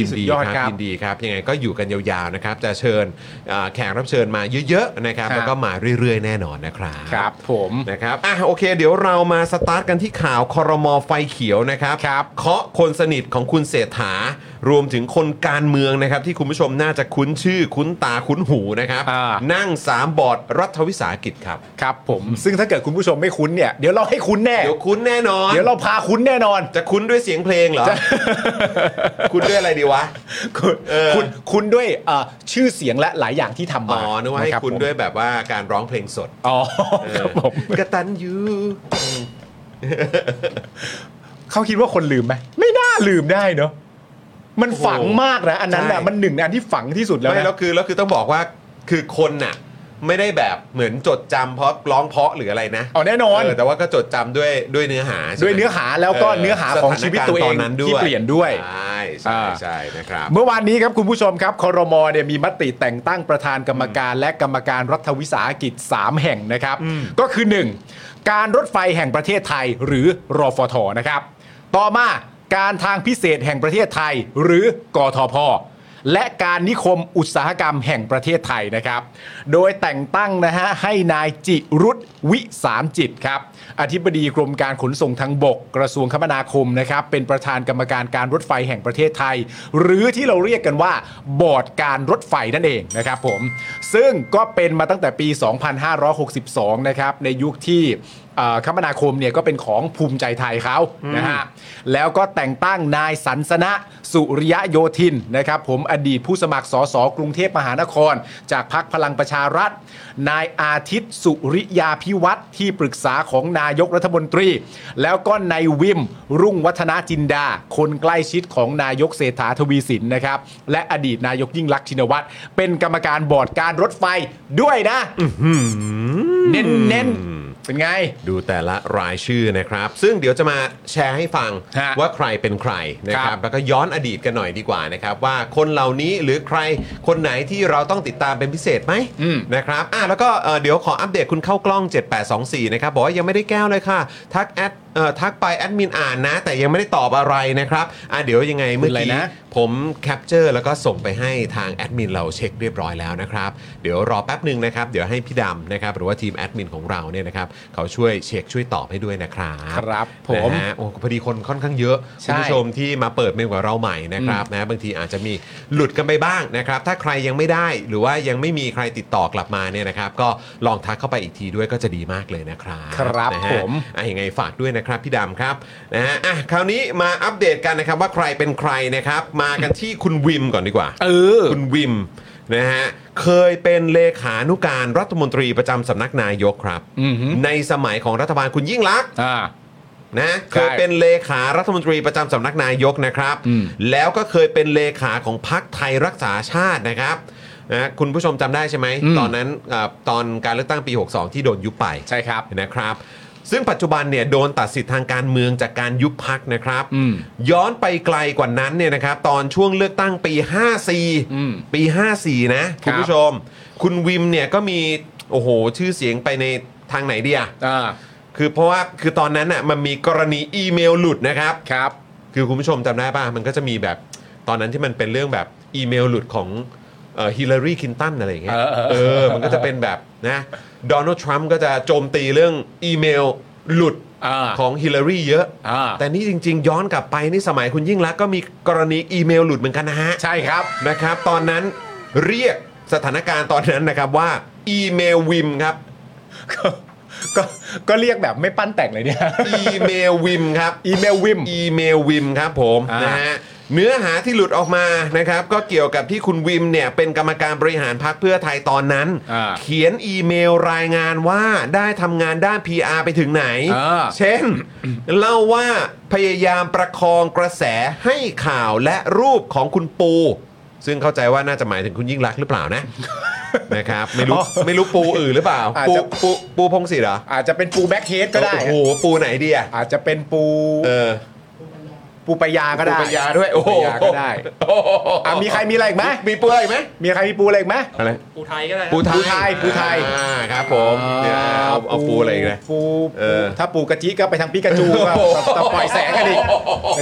Speaker 2: ยิน
Speaker 3: สุ
Speaker 2: ดี
Speaker 3: ดยอด
Speaker 2: ค
Speaker 3: ครั
Speaker 2: รับบ ยินดีครับ ยังไงก็อยู่กันยาวๆนะครับ จะเชิญเอ่อแขกรับเชิญมาเยอะๆนะครับ
Speaker 3: ครับ
Speaker 2: แล้วก็มาเรื่อยๆ แน่นอนนะครับ
Speaker 3: ครับผม
Speaker 2: นะครับอ่ะโอเคเดี๋ยวเรามาสตาร์ทกันที่ข่าวคอรมอไฟเขียวนะครับ
Speaker 3: ครับ
Speaker 2: เคาะคนสนิทของคุณเศรษฐารวมถึงคนการเมืองนะครับ ที่คุณผู้ชมน่าจะคุ้นชื่อ คุ้นตาคุ้นหูนะครับ
Speaker 3: อ่า
Speaker 2: นั่ง 3 บอร์ดรัฐวิสาหกิจครับ
Speaker 3: ครับผม ซึ่งถ้าเกิดคุณผู้ชมไม่คุ้นเนี่ยเดี๋ยวเราให้คุ้นแน่
Speaker 2: เดี๋ยวคุ้นแน่นอน
Speaker 3: เดี๋ยวเราพาคุ้นแน่นอน
Speaker 2: จะคุ้นด้วยเสียงเพลงเหรอ คุ้นด้วยอะไรดีวะ
Speaker 3: คุณ
Speaker 2: เออ
Speaker 3: คุณคุณด้วยเอ่อชื่อเสียงและหลายอย่างที่ทำ
Speaker 2: อ๋
Speaker 3: มา
Speaker 2: อนึกว่าให้
Speaker 3: ะรับ
Speaker 2: คุ้น
Speaker 3: ผม
Speaker 2: ด้วยแบบว่าการร้องเพลงสด
Speaker 3: อ๋อ
Speaker 2: เออ
Speaker 3: ครับผม
Speaker 2: กระตันยู
Speaker 3: เขาคิดว่าคนลืมไหมไม่น่าลืมได้เนอะมันฝังมากนะ อันนั้นน่ะ
Speaker 2: ใช่
Speaker 3: มันหนึ่งอันที่ฝังที่สุดแล้ว
Speaker 2: ไม่
Speaker 3: นะ
Speaker 2: แล้วคือแล้วคือต้องบอกว่าคือคนน่ะ ไม่ได้แบบเหมือนจดจำเพราะร้องเพราะหรืออะไรนะ
Speaker 3: เอาแน่นอน
Speaker 2: เแต่ว่าก็จดจำด้วยด้วยเนื้อหาใช่ไหม
Speaker 3: ด้วยเนื้อหาแล้วก็เนื้อหาของชีวิตตัวเอ
Speaker 2: ส
Speaker 3: ง
Speaker 2: ถานการณ์นนั้นด้วย
Speaker 3: ที่เปลี่ยนด้วย
Speaker 2: ใช่ใช่
Speaker 3: อ่า
Speaker 2: ใช่นะครับ
Speaker 3: เมื่อวานนี้ครับคุณผู้ชมครับคอรมอเนี่ยมีมติแต่งตั้งประธานกรรมการและกรรมการรัฐวิสาหกิจ 3 แห่งนะครับ ก็คือ 1. การรถไฟแห่งประเทศไทยหรือรอฟทนะครับ ต่อมาการทางพิเศษแห่งประเทศไทยหรือกทพ และการนิคมอุตสาหกรรมแห่งประเทศไทยนะครับ โดยแต่งตั้งนะฮะให้นายจิรุธวิสามจิตครับ อธิบดีกรมการขนส่งทางบก กระทรวงคมนาคมนะครับ เป็นประธานกรรมการการรถไฟแห่งประเทศไทย หรือที่เราเรียกกันว่าบอร์ดการรถไฟนั่นเองนะครับผม ซึ่งก็เป็นมาตั้งแต่ปี 2562 นะครับ ในยุคที่ เอ่อคมนาคมเนี่ยก็เป็นของภูมิใจไทยเขานะฮะแล้วก็แต่งตั้งนายสันสนะสุริยะโยธินนะครับ ผมอดีตผู้สมัครสสกรุงเทพมหานคร จากพักพลังประชารัฐ นายอาทิตย์สุริยาพิวัตรที่ปรึกษาของนายกรัฐมนตรี แล้วก็นายวิม รุ่งวัฒนาจินดา คนใกล้ชิดของนายกเศรษฐาทวีสินนะครับ และอดีตนายกยิ่งลักษณ์ชินวัตรเป็นกรรมการบอร์ดการรถไฟด้วยนะเน้นเน้นๆเป็นไง
Speaker 2: ดูแต่ละรายชื่อนะครับ ซึ่งเดี๋ยวจะมาแชร์ให้ฟัง
Speaker 3: ฮะ
Speaker 2: ว่าใครเป็นใครนะค
Speaker 3: ครั
Speaker 2: รับบ แล้วก็ย้อนอดีตกันหน่อยดีกว่านะครับ ว่าคนเหล่านี้หรือใครคนไหนที่เราต้องติดตามเป็นพิเศษไหม
Speaker 3: อืม
Speaker 2: นะครับอ่ะแล้วก็เอ่อเดี๋ยวขออัปเดตคุณเข้ากล้อง 7824 นะครับ บอกว่ายังไม่ได้แก้วเลยค่ะ ทักแอดเอ่อทักไปแอดมินอ่านนะ แต่ยังไม่ได้ตอบอะไรนะครับอ่ะเดี๋ยวยังไงเมื่อ
Speaker 3: คุณ
Speaker 2: กี้
Speaker 3: อะไรนะ
Speaker 2: ผมแคปเจอร์แล้วก็ส่งไปให้ทางแอดมินเราเช็คเรียบร้อยแล้วนะครับ เดี๋ยวรอแป๊บหนึ่งนะครับ เดี๋ยวให้พี่ดำนะครับ หรือว่าทีมแอดมินของเราเนี่ยนะครับ เขาช่วยเช็คช่วยตอบให้ด้วยนะครับ
Speaker 3: ครับผม
Speaker 2: นะฮะโอ้พอดีคนค่อนข้างเยอะ
Speaker 3: ใช่
Speaker 2: คุณผู้ชมที่มาเปิดเมลกว่าเราใหม่นะครับนะบางทีอาจจะมีหลุดกันไปบ้างนะครับ ถ้าใครยังไม่ได้หรือว่ายังไม่มีใครติดต่อกลับมาเนี่ยนะครับ ก็ลองทักเข้าไปอีกทีด้วยก็จะดีมากเลยนะครับ
Speaker 3: ครับ
Speaker 2: นะฮะ
Speaker 3: ผม
Speaker 2: อ่ะยังไงฝากด้วยนะครับพี่ดำครับนะฮะอ่ะคราวนี้มาอัปเดตกันนะครับว่าใครเป็นใครนะครับ มากันที่คุณวิมก่อนดีกว่า
Speaker 3: เออ
Speaker 2: คุณวิมนะฮะเคยเป็นเลขานุการรัฐมนตรีประจำสำนักนายกครับ
Speaker 3: อือหือ
Speaker 2: ในสมัยของรัฐบาลคุณยิ่งลักษณ์
Speaker 3: อ่า
Speaker 2: นะเคยเป็นเลขารัฐมนตรีประจำสำนักนายกนะครับ
Speaker 3: อืม
Speaker 2: แล้วก็เคยเป็นเลขาของพักไทยรักษาชาตินะครับนะคุณผู้ชมจำได้ใช่ไหม
Speaker 3: อืม
Speaker 2: ตอนนั้นเออตอนการเลือกตั้งปี 62 ที่โดนยุบไป
Speaker 3: ใช่ครับ
Speaker 2: นะครับ ซึ่งปัจจุบันเนี่ยโดนตัดสิทธิ์ทางการเมืองจากการยุบพักนะครับ
Speaker 3: อืม
Speaker 2: ย้อนไปไกลกว่านั้นเนี่ยนะครับตอนช่วงเลือกตั้งปี
Speaker 3: อืม
Speaker 2: 54 ปี 54 นะคุณผู้
Speaker 3: ครับ
Speaker 2: ชม คุณวิมเนี่ยก็มีโอ้โหชื่อเสียงไปในทางไหนดีอะ
Speaker 3: อ่า
Speaker 2: คือเพราะว่าคือตอนนั้นน่ะมันมีกรณีอีเมลหลุดนะครับ
Speaker 3: ครับ
Speaker 2: คือคุณผู้ชมจำได้ป่ะ มันก็จะมีแบบตอนนั้นที่มันเป็นเรื่องแบบอีเมลหลุดของฮิลลารีคินตันอะไรอย่างเงี้ย
Speaker 3: เออเออ
Speaker 2: เออ มันก็จะเป็นแบบนะโดนัลด์ทรัมป์ก็จะโจมตีเรื่องอีเมลหลุด
Speaker 3: อ่า
Speaker 2: ของฮิลลารีเยอะ
Speaker 3: อ่า
Speaker 2: แต่นี่จริง ๆ ย้อนกลับไปนี่สมัยคุณยิ่งรักษณ์ก็มีกรณีอีเมลหลุดเหมือนกันนะฮะ
Speaker 3: ใช่ครับ
Speaker 2: นะครับตอนนั้นเรียกสถานการณ์ตอนนั้นนะครับว่าอีเมลวิมครับ
Speaker 3: ก็ก็ก็เรียกแบบไม่ปั้นแต่งเลยเนี่ย
Speaker 2: อีเมลวิมครับ
Speaker 3: อีเมลวิม
Speaker 2: อีเมลวิมครับผม
Speaker 3: อ่า
Speaker 2: นะฮะเนื้อหาที่หลุดออกมานะครับ ก็เกี่ยวกับที่คุณวิมเนี่ยเป็นกรรมการบริหารพรรคเพื่อไทยตอนนั้น
Speaker 3: อ่า
Speaker 2: เขียนอีเมลรายงานว่าได้ทำงานด้าน PR ไปถึงไหน
Speaker 3: อ่า
Speaker 2: เช่น เล่าว่าพยายามประคองกระแสให้ข่าวและรูปของคุณปู ซึ่งเข้าใจว่าน่าจะหมายถึงคุณยิ่งรักษณ์หรือเปล่านะ นะครับไม่รู้ไม่รู้ปูอื่นหรือเปล่า
Speaker 3: อาจ
Speaker 2: ปู
Speaker 3: จะ
Speaker 2: ปูปูพงศิษฐ์เหรอ
Speaker 3: อาจจะเป็นปูแบ็คเฮดก็ได้
Speaker 2: โอ้โหปูไหนดีอะ
Speaker 3: อาจจะเป็นปู
Speaker 2: เออ
Speaker 3: ปูปายาก็ได้
Speaker 2: ปูปายาด้วยโอ้โห
Speaker 3: ปูปายาก็ได้อ่ะมีใครมีอะไรอีกไหม
Speaker 2: มีปูอะไรอีกไหม
Speaker 3: มีใครมีปูอะไรอีกไหม
Speaker 2: อะไร
Speaker 4: ปูไทยก็ได้ครับ
Speaker 2: ปูไทย
Speaker 3: ปูไทยปูไทย
Speaker 2: อ่าครับผมเนี่ยเอาเอาปูอะไรอีกนะ
Speaker 3: ปู
Speaker 2: เออ
Speaker 3: ถ้าปูกะจิก็ไปทางปิกาจูก็จะปล่อยแสงกันอีก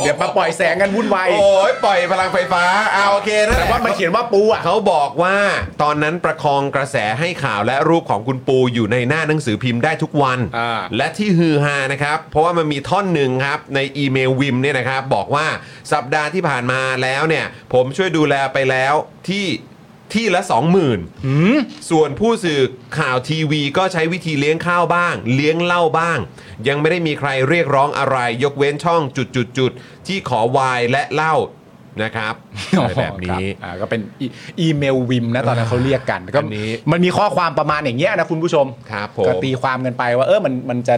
Speaker 3: เดี๋ยวมาปล่อยแสงกันวุ่นวาย
Speaker 2: โอ้ยปล่อยพลังไฟฟ้าเอาโอเคนะ
Speaker 3: แต่ว่ามันเขียนว่าปูอ่ะ
Speaker 2: เขาบอกว่าตอนนั้นประคองกระแสให้ข่าวและรูปของคุณปูอยู่ในหน้าหนังสือพิมพ์ได้ทุกวัน
Speaker 3: อ่า
Speaker 2: และที่ฮือฮานะครับ เพราะว่ามันมีท่อนหนึ่งครับ ในอีเมลวิมเนี่ยนะครับ บอกว่าสัปดาห์ที่ผ่านมาแล้วเนี่ย ผมช่วยดูแลไปแล้วที่ที่ละ 20,000
Speaker 3: หืม
Speaker 2: ส่วนผู้สื่อข่าวทีวีก็ใช้วิธีเลี้ยงข้าวบ้าง เลี้ยงเหล้าบ้าง ยังไม่ได้มีใครเรียกร้องอะไร ยกเว้นช่องจุดจุดจุดๆๆที่ขอวายและเหล้านะครับอะไรแบบนี้
Speaker 3: อ๋อครับอ่าก็เป็นอีอีเมลวิมนะตอนนั้นเขาเรียกกันก็
Speaker 2: อันนี้
Speaker 3: มันมีข้อความประมาณอย่างเงี้ยนะคุณผู้ชม
Speaker 2: ครับผม
Speaker 3: ก็ตีความกันไปว่า เออมันมันจะ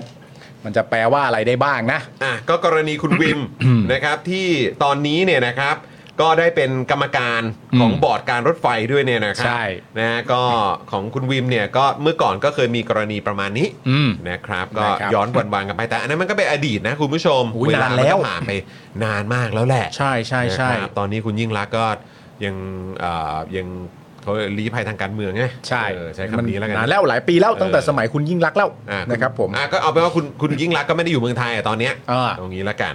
Speaker 3: มันจะแปลว่าอะไรได้บ้างนะ
Speaker 2: อ่ะก็กรณีคุณวิม นะครับที่ตอนนี้เนี่ยนะครับ ก็ได้เป็นกรรมการ
Speaker 3: อืม
Speaker 2: ของบอร์ดการรถไฟด้วยเนี่ยนะครั
Speaker 3: ใช่
Speaker 2: นะฮะก็ของคุณวิมเนี่ยก็เมื่อก่อนก็เคยมีกรณีประมาณนี้
Speaker 3: อืม
Speaker 2: นะครับก็
Speaker 3: นะครับ
Speaker 2: ย้อนวันวานๆกันไปแต่อันนั้นมันก็เป็นอดีตนะคุณผู้ชม
Speaker 3: อุ๊ย
Speaker 2: เวลาน
Speaker 3: าน
Speaker 2: มั
Speaker 3: แล้ว
Speaker 2: ก็ผ่านไปนานมากแล้วแหละ
Speaker 3: ใช่ใช่ใช่
Speaker 2: นะครับตอนนี้คุณยิ่งรักษณ์ก็ยังเอ่อยังเขาลี้ภัยทางการเมืองไง
Speaker 3: ใช่
Speaker 2: เออใช้คำนี้แล้วกัน
Speaker 3: นานแล้วหลายปีแล้วตั้งแต่สมัยคุณยิ่งรักษณ์แล้ว
Speaker 2: อ่ณ
Speaker 3: นะครับผม
Speaker 2: อ่ะก็เอาเป็นว่าคุณคุณยิ่งรักษณ์ก็ไม่ได้อยู่เมืองไทยอะตอนเนี้ย
Speaker 3: อ่า
Speaker 2: ตรงนี้แล้วกัน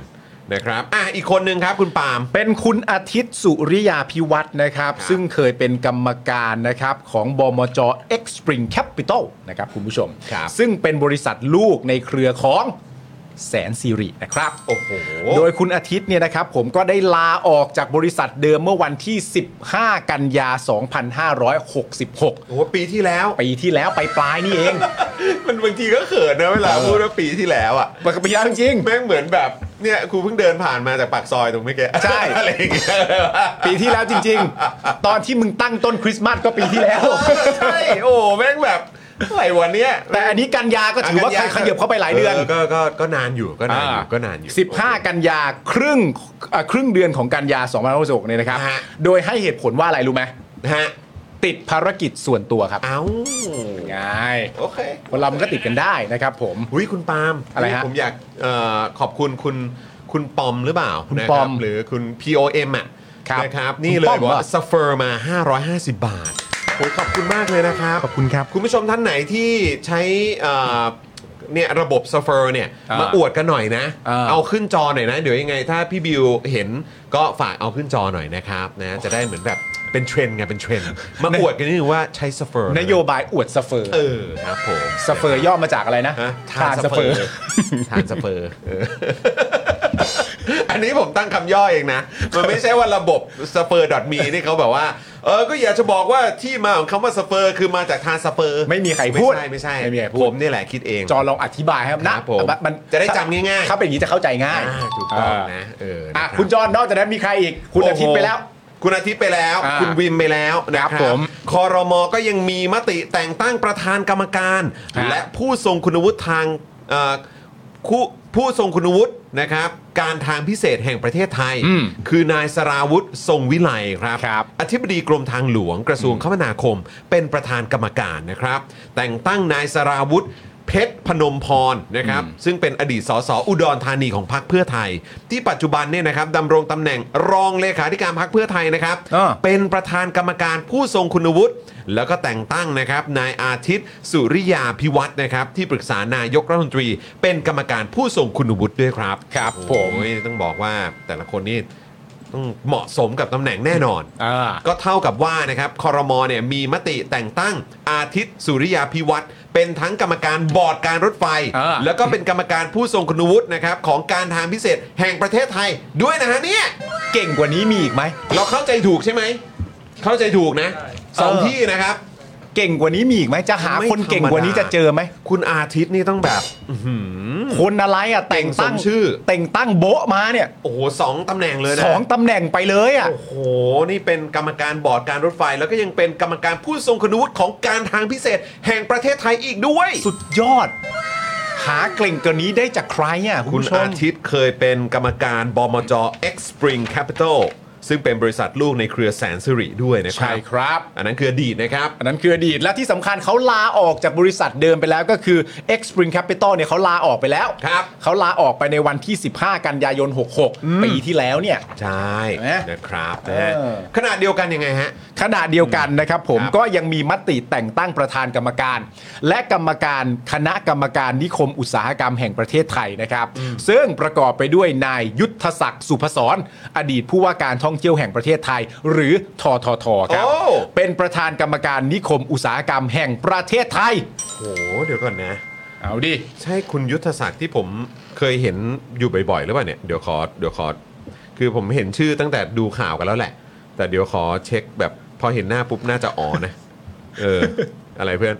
Speaker 2: นะครับอ่ะอีกคนนึงครับคุณปาล์ม
Speaker 3: เป็นคุณอาทิตย์สุริยาพิวัตรนะครับ
Speaker 2: ครับ
Speaker 3: ซึ่งเคยเป็นกรรมการนะครับของบมจ X Spring Capital นะครับคุณผู้ชม ซึ่งเป็นบริษัทลูกในเครือของแสนสิรินะครับ
Speaker 2: โอ้โห
Speaker 3: โดยคุณอาทิตย์เนี่ยนะครับผมก็ได้ลาออกจากบริษัทเดิมเมื่อวันที่ 15 กันยา 2566
Speaker 2: โอ้โหปีที่แล้ว
Speaker 3: ปีที่แล้วไปปลายๆนี่เอง
Speaker 2: มันบางทีก็เขินนะเวลา
Speaker 3: เออ
Speaker 2: พูดว่าปีที่แล้วอ่ะ
Speaker 3: มันก็ปีแล้วจริง
Speaker 2: แม่งเหมือนแบบเนี่ยกูเพิ่งเดินผ่านมาจากปากซอยตรงเมื่อกี้
Speaker 3: ใช่
Speaker 2: อะไรอย่างเงี้ย
Speaker 3: ปีที่แล้วจริง ๆ ตอนที่มึงตั้งต้นคริสต์มาสก็ปีที่ แล้ว
Speaker 2: ใช่ โอ้แม่งแบบอะไรวันเนี้ย
Speaker 3: แต่อันนี้กันยาก็ถือว่าขยับเข้าไปหลายเดือน
Speaker 2: ก็ก็ก็นานอยู่ก็นานอยู่ก็นานอยู่
Speaker 3: 15 กันยาครึ่งเอ่อครึ่งเดือนของกันยา2566เนี่ยนะครับ
Speaker 2: ฮะ
Speaker 3: โดยให้เหตุผลว่าอะไรรู้ไหม
Speaker 2: ฮะ
Speaker 3: ติดภารกิจส่วนตัวครับ
Speaker 2: เอ้า
Speaker 3: ง่าย
Speaker 2: โอเค
Speaker 3: คนเรามันก็ติดกันได้นะครับผม
Speaker 2: อุ้ยคุณปาล์ม
Speaker 3: อะไรฮะ
Speaker 2: ผมอยากเอ่อขอบคุณคุณคุณปอมหรือเปล่า
Speaker 3: คุณ
Speaker 2: นะ
Speaker 3: ปอ
Speaker 2: รับ
Speaker 3: ม
Speaker 2: หรือคุณ POM อ่ะ
Speaker 3: ครับ
Speaker 2: นะครับ
Speaker 3: คุณ
Speaker 2: นี่เล
Speaker 3: ปอย ม
Speaker 2: บอกว่า
Speaker 3: เหรอ
Speaker 2: สเฟอร์มา 550 บาทโอ้ยขอบคุณมากเลยนะครับ
Speaker 3: ขอบคุณครับ
Speaker 2: คุณผู้ชมท่านไหนที่ใช้เอ่อเนี่ยระบบซัฟเฟอร์เนี่ย
Speaker 3: อ่าม
Speaker 2: มาอวดกันหน่อยนะ
Speaker 3: อ่า
Speaker 2: เอาขึ้นจอหน่อยนะ เดี๋ยวยังไงถ้าพี่บิวเห็นก็ฝากเอาขึ้นจอหน่อยนะครับนะจะได้เหมือนแบบเป็นเทรนด์ไงเป็นเทรนด์มา
Speaker 3: ใน
Speaker 2: อวดกันนิดนึงว่าใช้ซัฟเฟอร์
Speaker 3: นโยบายอวดสเฟอร์
Speaker 2: เออครับผม
Speaker 3: สเฟอร์ย่อมาจากอะไรนะ
Speaker 2: ฮะ
Speaker 3: ทานสเฟอร์
Speaker 2: ทานซัฟเฟอร์เออ อันนี้ผมตั้งคำย่อเองนะ มันไม่ใช่ว่าระบบซัฟเฟอร์ดอทมีนี่เขาแบบว่าเออก็อยากจะบอกว่าที่มาของคำว่าซัฟเฟอร์คือมาจากทานซัฟเฟอร์
Speaker 3: ไม่มีใครพูด
Speaker 2: ไม่ใช่ไม่ใช่
Speaker 3: ไม่มีใครพู
Speaker 2: ผ
Speaker 3: ด
Speaker 2: มนี่แหละคิดเอง
Speaker 3: จอลองอธิบายครับ
Speaker 2: ค
Speaker 3: นะ
Speaker 2: รับผม
Speaker 3: มัน
Speaker 2: จะได้จำง่ายๆ
Speaker 3: ถ้าเป็นอย่างนี้จะเข้าใจง่าย
Speaker 2: อ่าถูกต้องนะเออนะ
Speaker 3: อ่ะ
Speaker 2: รับ
Speaker 3: คุณจอนนอกจากนั้นมีใครอีก คุณอาทิตย์ไปแล้ว
Speaker 2: โโหคุณอาทิตย์ไปแล้ว
Speaker 3: อ่า
Speaker 2: คุณวิมไปแล้วนะค
Speaker 3: ครั
Speaker 2: รับบ
Speaker 3: ผม
Speaker 2: คอรมอก็ยังมีมติแต่งตั้งประธานกรรมการ
Speaker 3: ครับ
Speaker 2: และผู้ทรงคุณวุฒิทางเอ่อผู้ผู้ทรงคุณวุฒินะครับ การทางพิเศษแห่งประเทศไทย
Speaker 3: อืม
Speaker 2: คือนายสราวุฒิทรงวิไลครับ
Speaker 3: ครับ
Speaker 2: อธิบดีกรมทางหลวงกระทรวงคมนาคม เป็นประธานกรรมการนะครับ แต่งตั้งนายสราวุธเพชรพนมพรนะครับ ซึ่งเป็นอดีตสสอุดรธานีของพรรคเพื่อไทย ที่ปัจจุบันเนี่ยนะครับดำรงตำแหน่งรองเลขาธิการพรรคเพื่อไทยนะครับ
Speaker 3: อ่า
Speaker 2: เป็นประธานกรรมการผู้ทรงคุณวุฒิแล้วก็แต่งตั้งนะครับนายอาทิตย์ สุริยาพิวัฒน์นะครับ ที่ปรึกษานายกรัฐมนตรี เป็นกรรมการผู้ทรงคุณวุฒิด้วยครับ
Speaker 3: ครับ
Speaker 2: โอ้โห
Speaker 3: ผม
Speaker 2: ต้องบอกว่าแต่ละคนนี่ต้องเหมาะสมกับตำแหน่งแน่นอน
Speaker 3: อ่า
Speaker 2: ก็เท่ากับว่านะครับคอรมอเนี่ยมีมติแต่งตั้งอาทิตย์สุริยาพิวัตรเป็นทั้งกรรมการบอร์ดการรถไฟ
Speaker 3: อ่า
Speaker 2: แล้วก็เป็นกรรมการผู้ทรงคุณวุฒินะครับของการทางพิเศษแห่งประเทศไทยด้วยนะฮะเนี่ย
Speaker 3: เก่งกว่านี้มีอีกไหม
Speaker 2: เราเข้าใจถูกใช่ไหม เข้าใจถูกนะสอง
Speaker 3: เออ
Speaker 2: ที่นะครับ
Speaker 3: เก่งกว่านี้มีอีกไหมจะหาคนเก่งกว่านี้จะเจอไหม
Speaker 2: คุณอาทิตย์นี่ต้องแบบ
Speaker 3: คนอะไรอ่ะแต่งตั้
Speaker 2: เก่ง
Speaker 3: ง
Speaker 2: สมชื่อ
Speaker 3: แต่งตั้งโบ๊ะมาเนี่ย
Speaker 2: โอ้โหสองตำแหน่งเลยนะ
Speaker 3: สองตำแหน่งไปเลยอ่ะ
Speaker 2: โอ้โห นี่เป็นกรรมการบอร์ดการรถไฟ แล้วก็ยังเป็นกรรมการผู้ทรงคุณวุฒิของการทางพิเศษ แห่งประเทศไทยอีกด้วย
Speaker 3: สุดยอด หาเก่งกว่านี้ได้จากใครอ่ะ คุ
Speaker 2: คุณ ณ
Speaker 3: ผู้ชม
Speaker 2: อาทิตย์เคยเป็นกรรมการบมจ X Spring Capital ซึ่งเป็นบริษัทลูกในเครือแสนสิริด้วยนะครั
Speaker 3: ใช่ครับ
Speaker 2: อันนั้นคืออดีตนะครับ
Speaker 3: อันนั้นคืออดีตและที่สำคัญเขาลาออกจากบริษัทเดิมไปแล้วก็คือ X Spring Capital เนี่ยเขาลาออกไปแล้ว
Speaker 2: ครับ
Speaker 3: เขาลาออกไปในวันที่ 15 กันยายน 66 ปีที่แล้วเนี่ย
Speaker 2: ใช่
Speaker 3: เห็นไหม
Speaker 2: นะครับนะฮะ
Speaker 3: เออ
Speaker 2: ขนาดเดียวกันยังไงฮะ
Speaker 3: ขณะเดียวกันนะครับผม
Speaker 2: ครับ
Speaker 3: ก็ยังมีมติแต่งตั้งประธานกรรมการ และกรรมการคณะกรรมการนิคมอุตสาหกรรมแห่งประเทศไทยนะครับ ซึ่งประกอบไปด้วยนายยุทธศักดิ์สุพศรอดีตผู้ว่าการท่องเที่ยวแห่งประเทศไทย หรือทอทอทอครับ
Speaker 2: โอ้
Speaker 3: เป็นประธานกรรมการนิคมอุตสาหกรรมแห่งประเทศไทย
Speaker 2: โอ้เดี๋ยวก่อนนะ
Speaker 3: เอาดิ
Speaker 2: ใช่คุณยุทธศักดิ์ที่ผมเคยเห็นอยู่บ่อยๆ หรือเปล่าเนี่ย เดี๋ยวขอเดี๋ยวขอ คือผมเห็นชื่อตั้งแต่ดูข่าวกันแล้วแหละ แต่เดี๋ยวขอเช็คแบบพอเห็นหน้าปุ๊บน่าจะอ๋อนะ เออ อะไรเพื่อน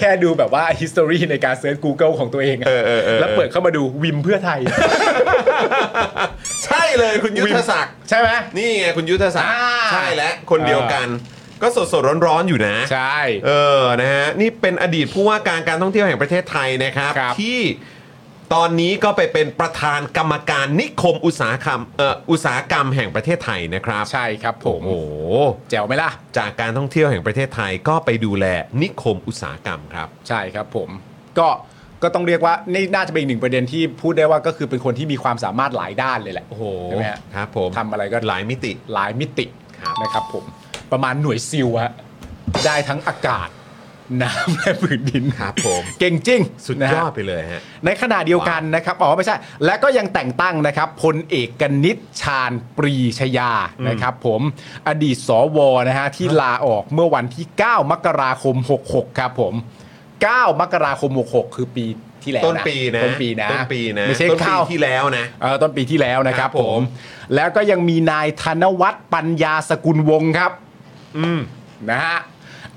Speaker 3: แค่ดูแบบว่า history ในการเซิร์ช Google ของตัวเองอะ
Speaker 2: เออเออเออ
Speaker 3: แล้วเปิดเข้ามาดูวิมเพื่อไทย
Speaker 2: ใช่เลยคุณยุทธศักดิ์
Speaker 3: ใช่ไหม
Speaker 2: นี่ไงคุณยุทธศักดิ์
Speaker 3: อ่า
Speaker 2: ใช่แล้วคนเดียวกัน ก็สดสดๆร้อนๆอยู่นะ
Speaker 3: ใช่
Speaker 2: เออนะฮะนี่เป็นอดีตผู้ว่าการการท่องเที่ยวแห่งประเทศไทยนะครับ
Speaker 3: ครับ
Speaker 2: ที่ ตอนนี้ก็ไปเป็นประธานกรรมการนิคมอุตสาหกรรมเอ่ออุตสาหกรรมแห่งประเทศไทยนะครับ
Speaker 3: ใช่ครับผ
Speaker 2: โอ้
Speaker 3: ม
Speaker 2: โห
Speaker 3: แจ๋วไหมล่ะ
Speaker 2: จากการท่องเที่ยวแห่งประเทศไทยก็ไปดูแลนิคมอุตสาหกรรมครับ
Speaker 3: ใช่ครับผมก็ก็ต้องเรียกว่านี่น่าจะเป็นอีกหนึ่งประเด็นที่พูดได้ว่าก็คือเป็นคนที่มีความสามารถหลายด้านเลยแหละ
Speaker 2: โอ้โห
Speaker 3: ใช่ไหมฮะ
Speaker 2: ครับผม
Speaker 3: ทำอะไรก็
Speaker 2: หลายมิติ
Speaker 3: หลายมิติ
Speaker 2: ครับ
Speaker 3: นะครับผมประมาณหน่วยซิลฮะได้ทั้งอากาศ น้ำและผืนดิน
Speaker 2: ครับผม
Speaker 3: เก่งจริง
Speaker 2: สุด
Speaker 3: นะ
Speaker 2: ย
Speaker 3: ฮะ
Speaker 2: อดไปเลยฮะ
Speaker 3: ในขณะเดียวกันนะครับอ๋อไม่ใช่ และก็ยังแต่งตั้งนะครับพลเอกกนิษฐ์ชาญปรีชยานะครับผมอดีตสวนะฮะที่ลาออกเมื่อวันที่ 9 มกราคม 66 ครับผม 9 มกราคม 66 คือปีที่แล้วนะ
Speaker 2: ต้นปีนะ
Speaker 3: ต้นปีนะ
Speaker 2: ต้นปีนะ
Speaker 3: ไม่ใช่
Speaker 2: ต้นปี
Speaker 3: ข้าว
Speaker 2: ที่แล้วนะ
Speaker 3: เอ่อต้นปีที่แล้วนะครั
Speaker 2: ค
Speaker 3: บ
Speaker 2: รับ
Speaker 3: ผ
Speaker 2: ผม
Speaker 3: ม แล้วก็ยังมีนายธนวัฒน์ปัญญาสกุลวงศ์ครับนะฮะ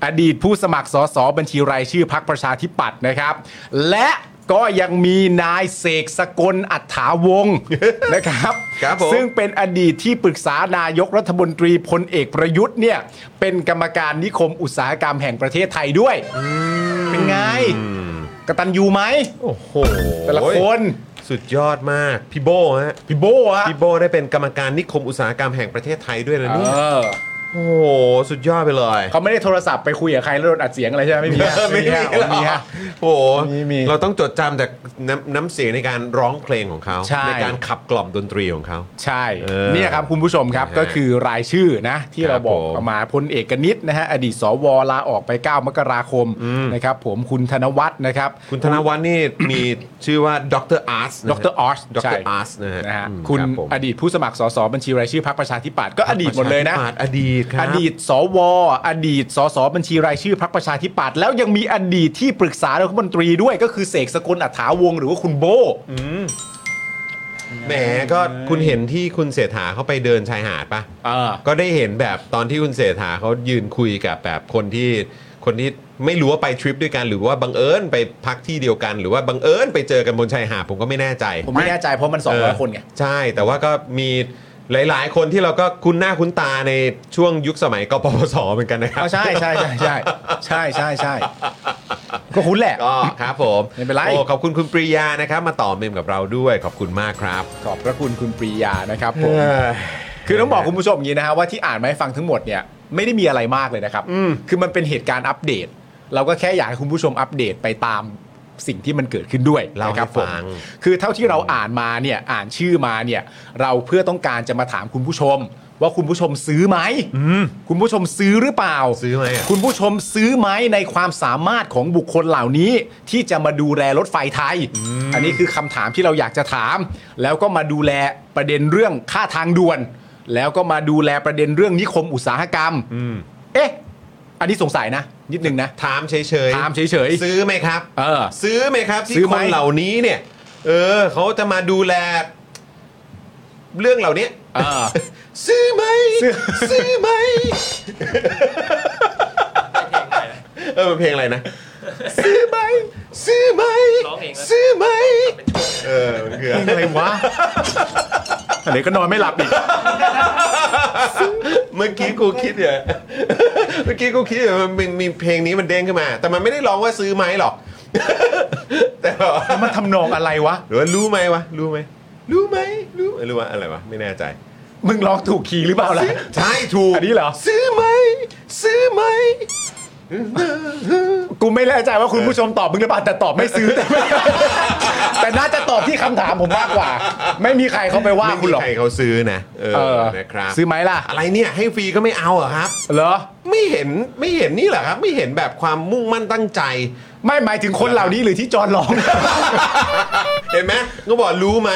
Speaker 3: อดีตผู้สมัครสสบัญชีรายชื่อพักประชาธิปัตย์นะครับ และก็ยังมีนายเสกสกลอัฏฐาว งศ์ นะครับ
Speaker 2: ครับผม
Speaker 3: ซึ่งเป็นอดีตที่ปรึกษานายกรัฐมนตรีพลเอกประยุทธ์เนี่ยเป็นกรรมการนิคมอุตสาหกรรมแห่งประเทศไทยด้วยเป็นไงกตันยูไหม
Speaker 2: โอ้โห
Speaker 3: แต่ละคน
Speaker 2: สุดยอดมาก พี่โบฮะ
Speaker 3: พี่โบฮะ
Speaker 2: พี่โบได้เป็นกรรมการนิคมอุตสาหกรรมแห่งประเทศไทยด้วยนะ
Speaker 3: เอ
Speaker 2: เนี่ย
Speaker 3: อ
Speaker 2: โอ้โหสุดยอดไปเลย
Speaker 3: เขาไม่ได้โทรศัพท์ไปคุยกับใครแล้วโดนอัดเสียงอะไรใช่ไหมไม่มีฮะฮะ
Speaker 2: หรอก
Speaker 3: ไม่มีฮะ
Speaker 2: โอ้โห
Speaker 3: มีมี
Speaker 2: เราต้องจดจำจากน้ำน้ำเสียงในการร้องเพลงของเขา
Speaker 3: ใช่
Speaker 2: การขับกล่อมดนตรีของเขา
Speaker 3: ใช่
Speaker 2: เออ
Speaker 3: เนี่ยครับคุณผู้ชมครับ
Speaker 2: นะฮะ
Speaker 3: ก็คือรายชื่อนะที่
Speaker 2: ครั
Speaker 3: เรา
Speaker 2: บ
Speaker 3: บอก
Speaker 2: ผม
Speaker 3: ออกมาพลเอกนิตนะฮะอดีตสวลาออกไป 9 มกราคมนะครับผมคุณธนวัฒน์นะครับ
Speaker 2: คุณธนวัฒน์นี่ มีชื่อว่าดรอาร์ต
Speaker 3: ดรออส
Speaker 2: ด
Speaker 3: ใช่
Speaker 2: รอาร์ตนะฮะ
Speaker 3: นะฮะ
Speaker 2: อืม
Speaker 3: คุณ
Speaker 2: รับผม
Speaker 3: อดีตผู้สมัครสสบัญชีรายชื่อพรรคประชาธิปัตย์ก็อดีตหมดเลยนะ
Speaker 2: ปรชาธิปัตอดีตครับ
Speaker 3: อดีต สว อดีต สส บัญชีรายชื่อพรรคประชาธิปัตย์แล้วยังมีอดีตที่ปรึกษารัฐมนตรีด้วยก็คือเสกสกลอัฏฐาวงศ์หรือว่าคุณโบ
Speaker 2: แหมก็คุณเห็นที่คุณเศรษฐาเขาไปเดินชายหาดปะ
Speaker 3: อ่า
Speaker 2: ก็ได้เห็นแบบตอนที่คุณเศรษฐาเขายืนคุยกับแบบคนที่คนที่ไม่รู้ว่าไปทริปด้วยกัน หรือว่าบังเอิญไปพักที่เดียวกัน หรือว่าบังเอิญไปเจอกันบนชายหาดผมก็ไม่แน่ใจ
Speaker 3: ผมไม่แน่ใจเพราะมัน 200 คนไง
Speaker 2: ใช่ แต่ว่าก็มีหลาย ๆ คนที่เราก็คุ้นหน้าคุ้นตาในช่วงยุคสมัยกปปสเหมือนกันนะครับ
Speaker 3: อ๋อใช่ใช่ใช่ใช่ใช่ใช่ ใช่ก็คุ้นแหละ
Speaker 2: ก็ครับผม
Speaker 3: ไม่เป็นไร
Speaker 2: โอ้ขอบคุณคุณปริยานะครับ มาต่อเมมกับเราด้วยขอบคุณมากครับ
Speaker 3: ขอบพระคุณคุณปรียานะครับผมคือต้องบอกคุณผู้ชมอย่างนี้นะฮะว่าที่อ่านมาให้ฟังทั้งหมดเนี่ยไม่ได้มีอะไรมากเลยนะครับ คือมันเป็นเหตุการณ์อัปเดต เราก็แค่อยากให้คุณผู้ชมอัปเดตไปตามสิ่งที่มันเกิดขึ้นด้วย
Speaker 2: เรา
Speaker 3: นะค
Speaker 2: ให้
Speaker 3: รัผม
Speaker 2: ฟัง
Speaker 3: คือเท่าที่เราอ่านมาเนี่ยอ่านชื่อมาเนี่ยเราเพื่อต้องการจะมาถามคุณผู้ชม ว่าคุณผู้ชมซื้อไหมคุณผู้ชมซื้อหรือเปล่า
Speaker 2: ซื้อไหมอะ
Speaker 3: คุณผู้ชมซื้อไหมในความสามารถของบุคคลเหล่านี้ ที่จะมาดูแลรถไฟไทย อันนี้คือคำถามที่เราอยากจะถาม แล้วก็มาดูแลประเด็นเรื่องค่าทางด่วน แล้วก็มาดูแลประเด็นเรื่องนิคมอุตสาหกรรมเอ๊ะ อันนี้สงสัยนะ นิดนึงนะ
Speaker 2: ถามเฉยๆ
Speaker 3: ถามเฉยๆ
Speaker 2: ซื้อไหมครับ
Speaker 3: เออ
Speaker 2: ซื้อไหมครับ
Speaker 3: ซื้
Speaker 2: ที่
Speaker 3: อ
Speaker 2: ค
Speaker 3: ไหม
Speaker 2: นเหล่านี้เนี่ย เออเขาจะมาดูแล เรื่องเหล่านี้
Speaker 3: เออ
Speaker 2: ซื้อไหม
Speaker 3: ซื้อ
Speaker 2: ซื้อไหมเออเป็นเพลงอะไรนะ ซื้อไหมซื้อไหม
Speaker 6: ร้องเองนะ
Speaker 2: ซื้อไหมเออมันคืออะไร
Speaker 3: อะไรวะอันนี้ก็นอนไม่หลับอีก
Speaker 2: เมื่อกี้กูคิดเนี่ยเมื่อกี้กูคิดเนี่ยมันมีเพลงนี้มันเด้งขึ้นมา แต่มันไม่ได้ร้องว่าซื้อไหมหรอก แต่แบบว่า
Speaker 3: มันทำนองอะไรวะ
Speaker 2: หรือว่ารู้ไหมวะ รู้ไหม รู้ไหม รู้หรือว่าอะไรวะ ไม่แน่ใจ
Speaker 3: มึงร้องถูกคีย์หรือเปล่าล่ะ
Speaker 2: ใช่ถูก
Speaker 3: อันนี้เหรอ
Speaker 2: ซื้อไหม ซื้อไหม
Speaker 3: กูไม่แน่ใจว่าคุณผู้ชมตอบมึงหรือเปล่าแต่ตอบไม่ซื้อ แต่ แต่น่าจะตอบที่คำถามผมมากกว่า ไม่มีใครเขาไปว่า
Speaker 2: ไม่
Speaker 3: คุ
Speaker 2: มี
Speaker 3: ณหรอก
Speaker 2: ใครเขาซื้อนะ เอ
Speaker 3: เอ
Speaker 2: อ
Speaker 3: อ
Speaker 2: นะครับ
Speaker 3: ซื้อไหมล่ะ
Speaker 2: อะไรเนี่ย ให้ฟรีก็ไม่เอาเหรอครับ
Speaker 3: เหรอ
Speaker 2: ไม่เห็น ไม่เห็นนี่เหรอครับ ไม่เห็นแบบความมุ่งมั่นตั้งใจ
Speaker 3: ไม่หมายถึงคนเหล่านี้หรือที่จอนร้อง
Speaker 2: เห็นไหมก็บอกรู้ไหม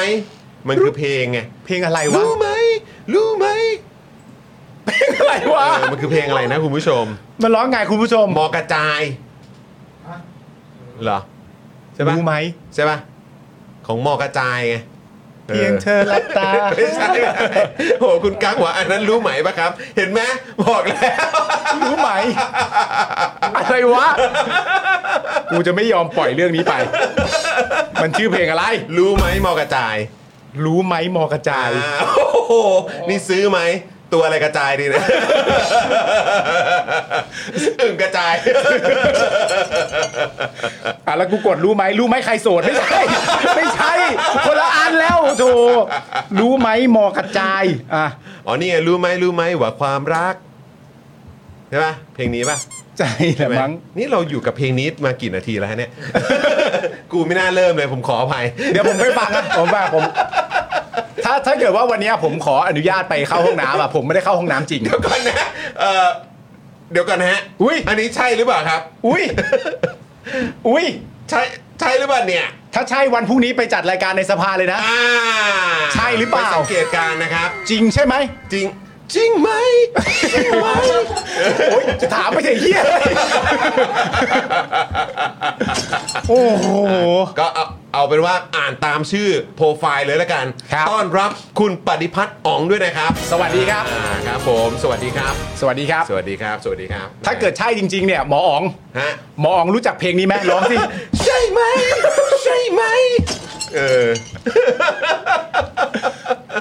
Speaker 2: มันคือเพลงไง
Speaker 3: เพลงอะไรวะ
Speaker 2: รู้ไหม รู้ไหม
Speaker 3: อะไรวะ
Speaker 2: เออมันคือเพลงอะไรนะคุณผู้ชม
Speaker 3: มันร้องไงคุณผู้ชม
Speaker 2: มอกระจายเหรอ ใช่ปะ
Speaker 3: รู้ไหม
Speaker 2: ใช่ป่ะ ของมอกระจายไง
Speaker 3: เพียงเธอหลับตา
Speaker 2: ไม่ใช่โอ้โหคุณกั๊กหัวาอันนั้นรู้ไหมปะครับ เห็นไหมบอกแล้ว
Speaker 3: รู้ไหม อะไรวะ กูจะไม่ยอมปล่อยเรื่องนี้ไป มันชื่อเพลงอะไร
Speaker 2: รู้ไหมมอกระจาย
Speaker 3: รู้ไหมมอกระจาย
Speaker 2: อ่าโอ้โหนี่ซื้อไหม ตัวอะไรกระจายดีนะ อึ่งกระจาย
Speaker 3: อ่ะแล้วกูกดรู้ไหมรู้ไหมใครโสดไม่ใช่ ไม่ใช่คนละอันแล้วโถรู้ไหมหมอกระจายอ่ะ
Speaker 2: อ๋อนี่ไงรู้ไหมรู้ไหมว่าความรักใช่ปะเพลงนี้ปะ
Speaker 3: ใจแหละ
Speaker 2: ใช่ไหม
Speaker 3: มั้ง
Speaker 2: นี่เราอยู่กับเพลงนี้มากี่นาทีแล้ว ฮะเนี่ย กูไม่น่าเริ่มเลยผมขออภัย
Speaker 3: เดี๋ยวผมไปฟังนะผมว่าผม ถ้าถ้าเกิดว่าวันเนี้ยผมขออนุญาตไปเข้าห้องน้ำอ่ะผมไม่ได้เข้าห้องน้ำจริง
Speaker 2: เดี๋ยวก่อนนะเออเดี๋ยวก่อนนะฮะ
Speaker 3: อุ๊ย
Speaker 2: อันนี้ใช่หรือเปล่าครับ
Speaker 3: อุ้ยอุ้ย
Speaker 2: ใช่ใช่หรือเปล่าเนี่ย
Speaker 3: ถ้าใช่วันพรุ่งนี้ไปจัดรายการในสภาเลยนะ
Speaker 2: อ่า
Speaker 3: ใช่หรือเปล่า
Speaker 2: ไปสังเกตการณ์นะครับ
Speaker 3: จริงใช่ไหม
Speaker 2: จริง จริงไหมจริงไหม
Speaker 3: โอ้ยจะถามไปเถอะเฮียโอ้โห
Speaker 2: ก็เอาเอาเป็นว่าอ่านตามชื่อโปรไฟล์เลยละกัน
Speaker 3: ครับ
Speaker 2: ต้อนรับคุณปฏิพัฒน์อ๋องด้วยนะครับ
Speaker 3: สวัสดีครับ
Speaker 2: อ่าครับผม สวัสดีครับ
Speaker 3: สวัสดีครับ
Speaker 2: สวัสดีครับ สวัสดีครับ
Speaker 3: ถ้าเกิดใช่จริง ๆ เนี่ยหมออ๋อง
Speaker 2: ฮะ
Speaker 3: หมออ๋องรู้จักเพลงนี้ไหมร้องสิ
Speaker 2: ใช่ไหมใช่ไหมเออ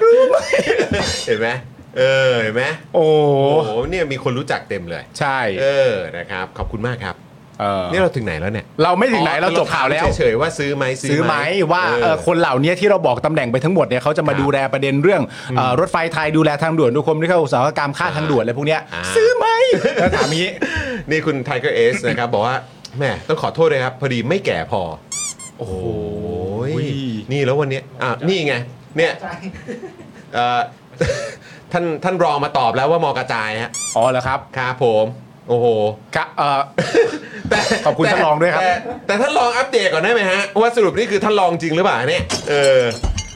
Speaker 2: รู้ไหมเห็นไหมเออเห็นไหม
Speaker 3: โอ้
Speaker 2: โอ้โหเนี่ยมีคนรู้จักเต็มเลย
Speaker 3: ใช่
Speaker 2: เออนะครับ ขอบคุณมากครับ
Speaker 3: เออ
Speaker 2: นี่เราถึงไหนแล้วเนี่ย
Speaker 3: เราไม่ถึงไหนเราจบข่าวแล้ว
Speaker 2: เฉยๆว่าซื้อไหม
Speaker 3: ซื้อไหมว่า
Speaker 2: เออ
Speaker 3: เอ่อคนเหล่านี้ที่เราบอกตำแหน่งไปทั้งหมดเนี่ยเขาจะมา
Speaker 2: ครับ
Speaker 3: ดูแลประเด็นเรื่องเอ่อรถไฟไทยดูแลทางด่วนดูคมที่เข้าอุตสาหกรรมค่าทางด่วนอะไรพวกเนี้ย
Speaker 2: อ่า
Speaker 3: ซื้อไหม แล้วถามอย่างนี้
Speaker 2: นี่คุณไทเกอร์เอสนะครับ บอกว่าแหม่ต้องขอโทษเลยครับ พอดีไม่แก่พอ โอ้โห
Speaker 3: อุ้ย
Speaker 2: นี่แล้ววันเนี้ยอ่ะนี่ไงเนี่ยเอ่อ ท่านท่านรองมาตอบแล้วว่ามอกระจายฮะ
Speaker 3: อ๋อเหรอครับ
Speaker 2: ครับผม โอ้โห
Speaker 3: ครับเอ่อ
Speaker 2: แต่
Speaker 3: ขอบคุณท่านรองด้วยครับ
Speaker 2: แต่แต่ท่านรองอัปเดตก่อนได้ไหมฮะ ว่าสรุปนี่คือท่านรองจริงหรือเปล่าเนี่ยเออ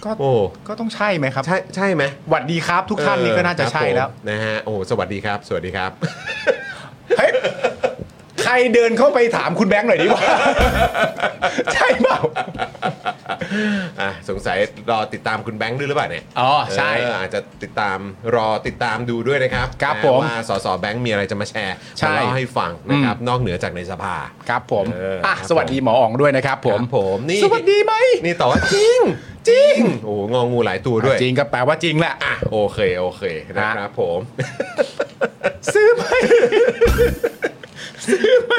Speaker 3: ก็
Speaker 2: โอ้
Speaker 3: ก็ต้องใช่ไหมครับ
Speaker 2: ใช่ใช่ไหม
Speaker 3: หวัดดีครับ ทุกท่านนี่ก็น่าจะ
Speaker 2: เออ
Speaker 3: ใช่
Speaker 2: ค
Speaker 3: แล้ว
Speaker 2: รับผมนะฮะโอ้โหสวัสดีครับ สวัสดีครับ
Speaker 3: เฮ้ยใครเดินเข้าไปถามคุณแบงค์หน่อย ดีกว่า ใช่เปล่า
Speaker 2: อ่ะสงสัยรอติดตามคุณแบงค์ด้วยหรือเปล่าเนี่ย
Speaker 3: อ๋อใช่
Speaker 2: เอออาจจะติดตามรอติดตามดูด้วยนะครับ
Speaker 3: ครับ
Speaker 2: นะ
Speaker 3: ผม
Speaker 2: ว่าสสแบงค์มีอะไรจะมาแชร์
Speaker 3: ใช่
Speaker 2: มาเล่าให้ฟังนะครับ
Speaker 3: อืม
Speaker 2: นอกเหนือจากในสภา
Speaker 3: ครับผม
Speaker 2: เอออ่
Speaker 3: อ่ะ
Speaker 2: ครับ
Speaker 3: สวัสดีหมออ๋องด้วยนะครับผม
Speaker 2: ครับผมนี่
Speaker 3: สวัสดีไหม
Speaker 2: นี่ต่อว่าจริง จริง โอ้โหงองูหลายตัวด้วย
Speaker 3: จริงก็แปลว่าจริงแหละ
Speaker 2: อ่ะโอเค โอเคนะครับผม
Speaker 3: ซื้อไหมซื้อไหม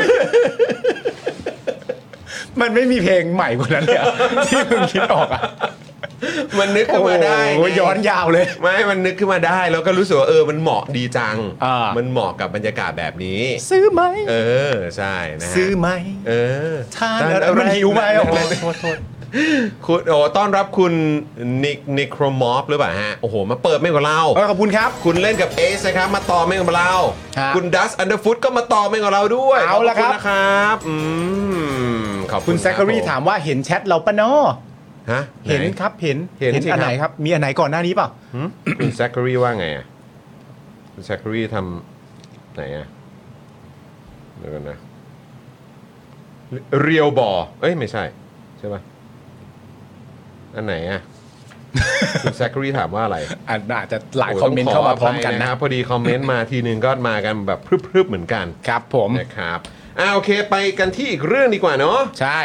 Speaker 3: มันไม่มีเพลงใหม่กว่านั้น เลยอะที่มึงคิดออกอ่ะ
Speaker 2: มันนึกขึ้นมาได้
Speaker 3: โอ้โห
Speaker 2: ไง
Speaker 3: ย้อนยาวเลย
Speaker 2: ไม่ มันนึกขึ้นมาได้ แล้วก็รู้สึกว่าเออ มันเหมาะดีจัง
Speaker 3: อ่ามั
Speaker 2: มันเหมาะกับบรรยากาศแบบนี้
Speaker 3: ซื้อไหม
Speaker 2: เออ ใช่นะฮะ
Speaker 3: ซื้อไหม
Speaker 2: เออ
Speaker 3: ทานอะไรมันหิวไหม
Speaker 2: โอ้
Speaker 3: โอ้โห
Speaker 2: โทษคุณโอ้ต้อนรับคุณนิกนิโครมอฟหรือเปล่าฮะ โอ้โห มาเปิดไม่กับเรา
Speaker 3: เออขอบคุณครับ
Speaker 2: คุณเล่นกับเอสนะครับ มาต่อไม่กับเรา
Speaker 3: ฮะ
Speaker 2: คุณดัสอันเดอร์ฟุตก็มาต่อไม่กับเราด้วย
Speaker 3: เอาละ
Speaker 2: ขอ
Speaker 3: ครับ บ
Speaker 2: ณนะครับอืมขอบคุ
Speaker 3: คุณ ณแซคคารี
Speaker 2: บผ
Speaker 3: ถามว่าเห็นแชทเราปะเนาะ
Speaker 2: ฮะ
Speaker 3: เห็น
Speaker 2: ไ
Speaker 3: ครับเห็น
Speaker 2: เห็นสิครับ
Speaker 3: อันไหนครับ มีอันไหนก่อนหน้านี้เปล่า
Speaker 2: หืมคุณแซคคารีว่าไงอ่ะคุณแซคคารีทำไหนอ่ะเดี๋ยวกันนะเรียวบอเอ้ยไม่ใช่ ใช่ปะอันไหนอ่ะ คุณแซคคารีถามว่าอะไร
Speaker 3: อันอาจจะหลาย
Speaker 2: โย
Speaker 3: คอมเมนต์
Speaker 2: ต้ง
Speaker 3: เข้ามาพร้อมกัน
Speaker 2: ภัย
Speaker 3: นะ
Speaker 2: ครับพอดีคอมเมนต์มาทีนึงก็มากันแบบพรึบๆเหมือนกัน
Speaker 3: ครับผม
Speaker 2: นะครับอ่าโอเค ไปกันที่อีกเรื่องดีกว่าเนาะ
Speaker 3: ใช่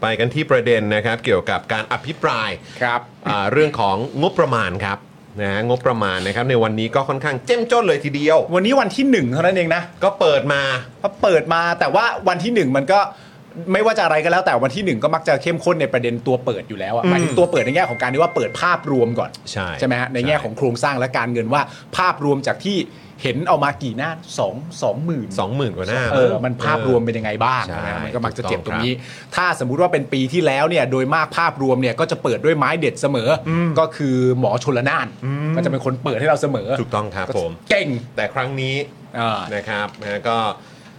Speaker 2: ไปกันที่ประเด็นนะครับ เกี่ยวกับการอภิปราย
Speaker 3: ครับ
Speaker 2: อ่าเรื่องของงบประมาณครับนะฮะงบประมาณนะครับในวันนี้ก็ค่อนข้างเจ้มจนเลยทีเดียว
Speaker 3: วันนี้วันที่หนึ่งเท่านั้นเองนะ
Speaker 2: ก็เปิดมา
Speaker 3: พอเปิดมาแต่ว่าวันที่หนึ่งมันก็ไม่ว่าจะอะไรก็แล้วแต่วันที่หนึ่งก็มักจะเข้มข้นในประเด็นตัวเปิดอยู่แล้วอะหมายถึงตัวเปิดในแง่ของการที่ว่าเปิดภาพรวมก่อน
Speaker 2: ใช่
Speaker 3: ไหมฮะในแง่ของโครงสร้างและการเงินว่าภาพรวมจากที่เห็นเอามากี่หน้าสองสองหมื่น
Speaker 2: 20,000กว่าหน้า
Speaker 3: เออมันภาพรวมเป็นยังไงบ้าง
Speaker 2: ใช่
Speaker 3: นะฮะมันก็มักจะ
Speaker 2: ถูกต้อง
Speaker 3: เจ็บตรงนี้ ถ้าสมมุติว่าเป็นปีที่แล้วเนี่ยโดยมากภาพรวมเนี่ยก็จะเปิดด้วยไม้เด็ดเสมออก็คือหมอชลนานก็จะเป็นคนเปิดให้เราเสมอ
Speaker 2: ถูกต้องครับผม
Speaker 3: เก่ง
Speaker 2: แต่ครั้งนี้
Speaker 3: อ่า
Speaker 2: นะครับนะฮะก็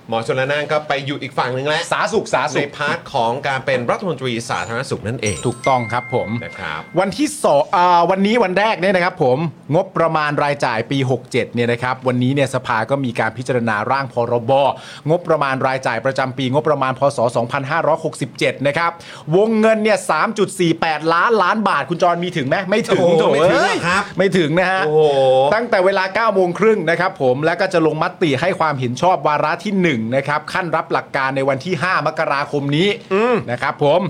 Speaker 2: หมอชนละนานก็ไปอยู่อีกฝั่งหนึ่งแล้ว
Speaker 3: สาสุขสา
Speaker 2: ใน
Speaker 3: สุข
Speaker 2: พาร์ทของการเป็นรัฐมนตรีสาธารณสุขนั่นเอง
Speaker 3: ถูกต้องครับผม
Speaker 2: นะครับ
Speaker 3: วันที่สองอ่าวันนี้วันแรกเนี่ยนะครับผมงบประมาณรายจ่ายปี 67เนี่ยนะครับวันนี้เนี่ยสภาก็มีการพิจารณาร่างพรบงบประมาณรายจ่ายประจำปีงบประมาณพศ 2567 นะครับวงเงินเนี่ย 3.48 ล้านล้านบาทคุณจรมีถึงไหมไม่ถึง
Speaker 2: โอ้โห
Speaker 3: โถ่
Speaker 2: ไม่ถึงหรอก
Speaker 3: เอ้ย
Speaker 2: ครับ
Speaker 3: ไม่ถึงนะฮะ
Speaker 2: โอ้โห
Speaker 3: ตั้งแต่เวลา9โมงครึ่งนะครับผมแล้วก็จะลงมติให้ความเห็นชอบวาระที่1นะครับขั้นรับหลักการในวันที่ 5 มกราคมนี้นะครับผม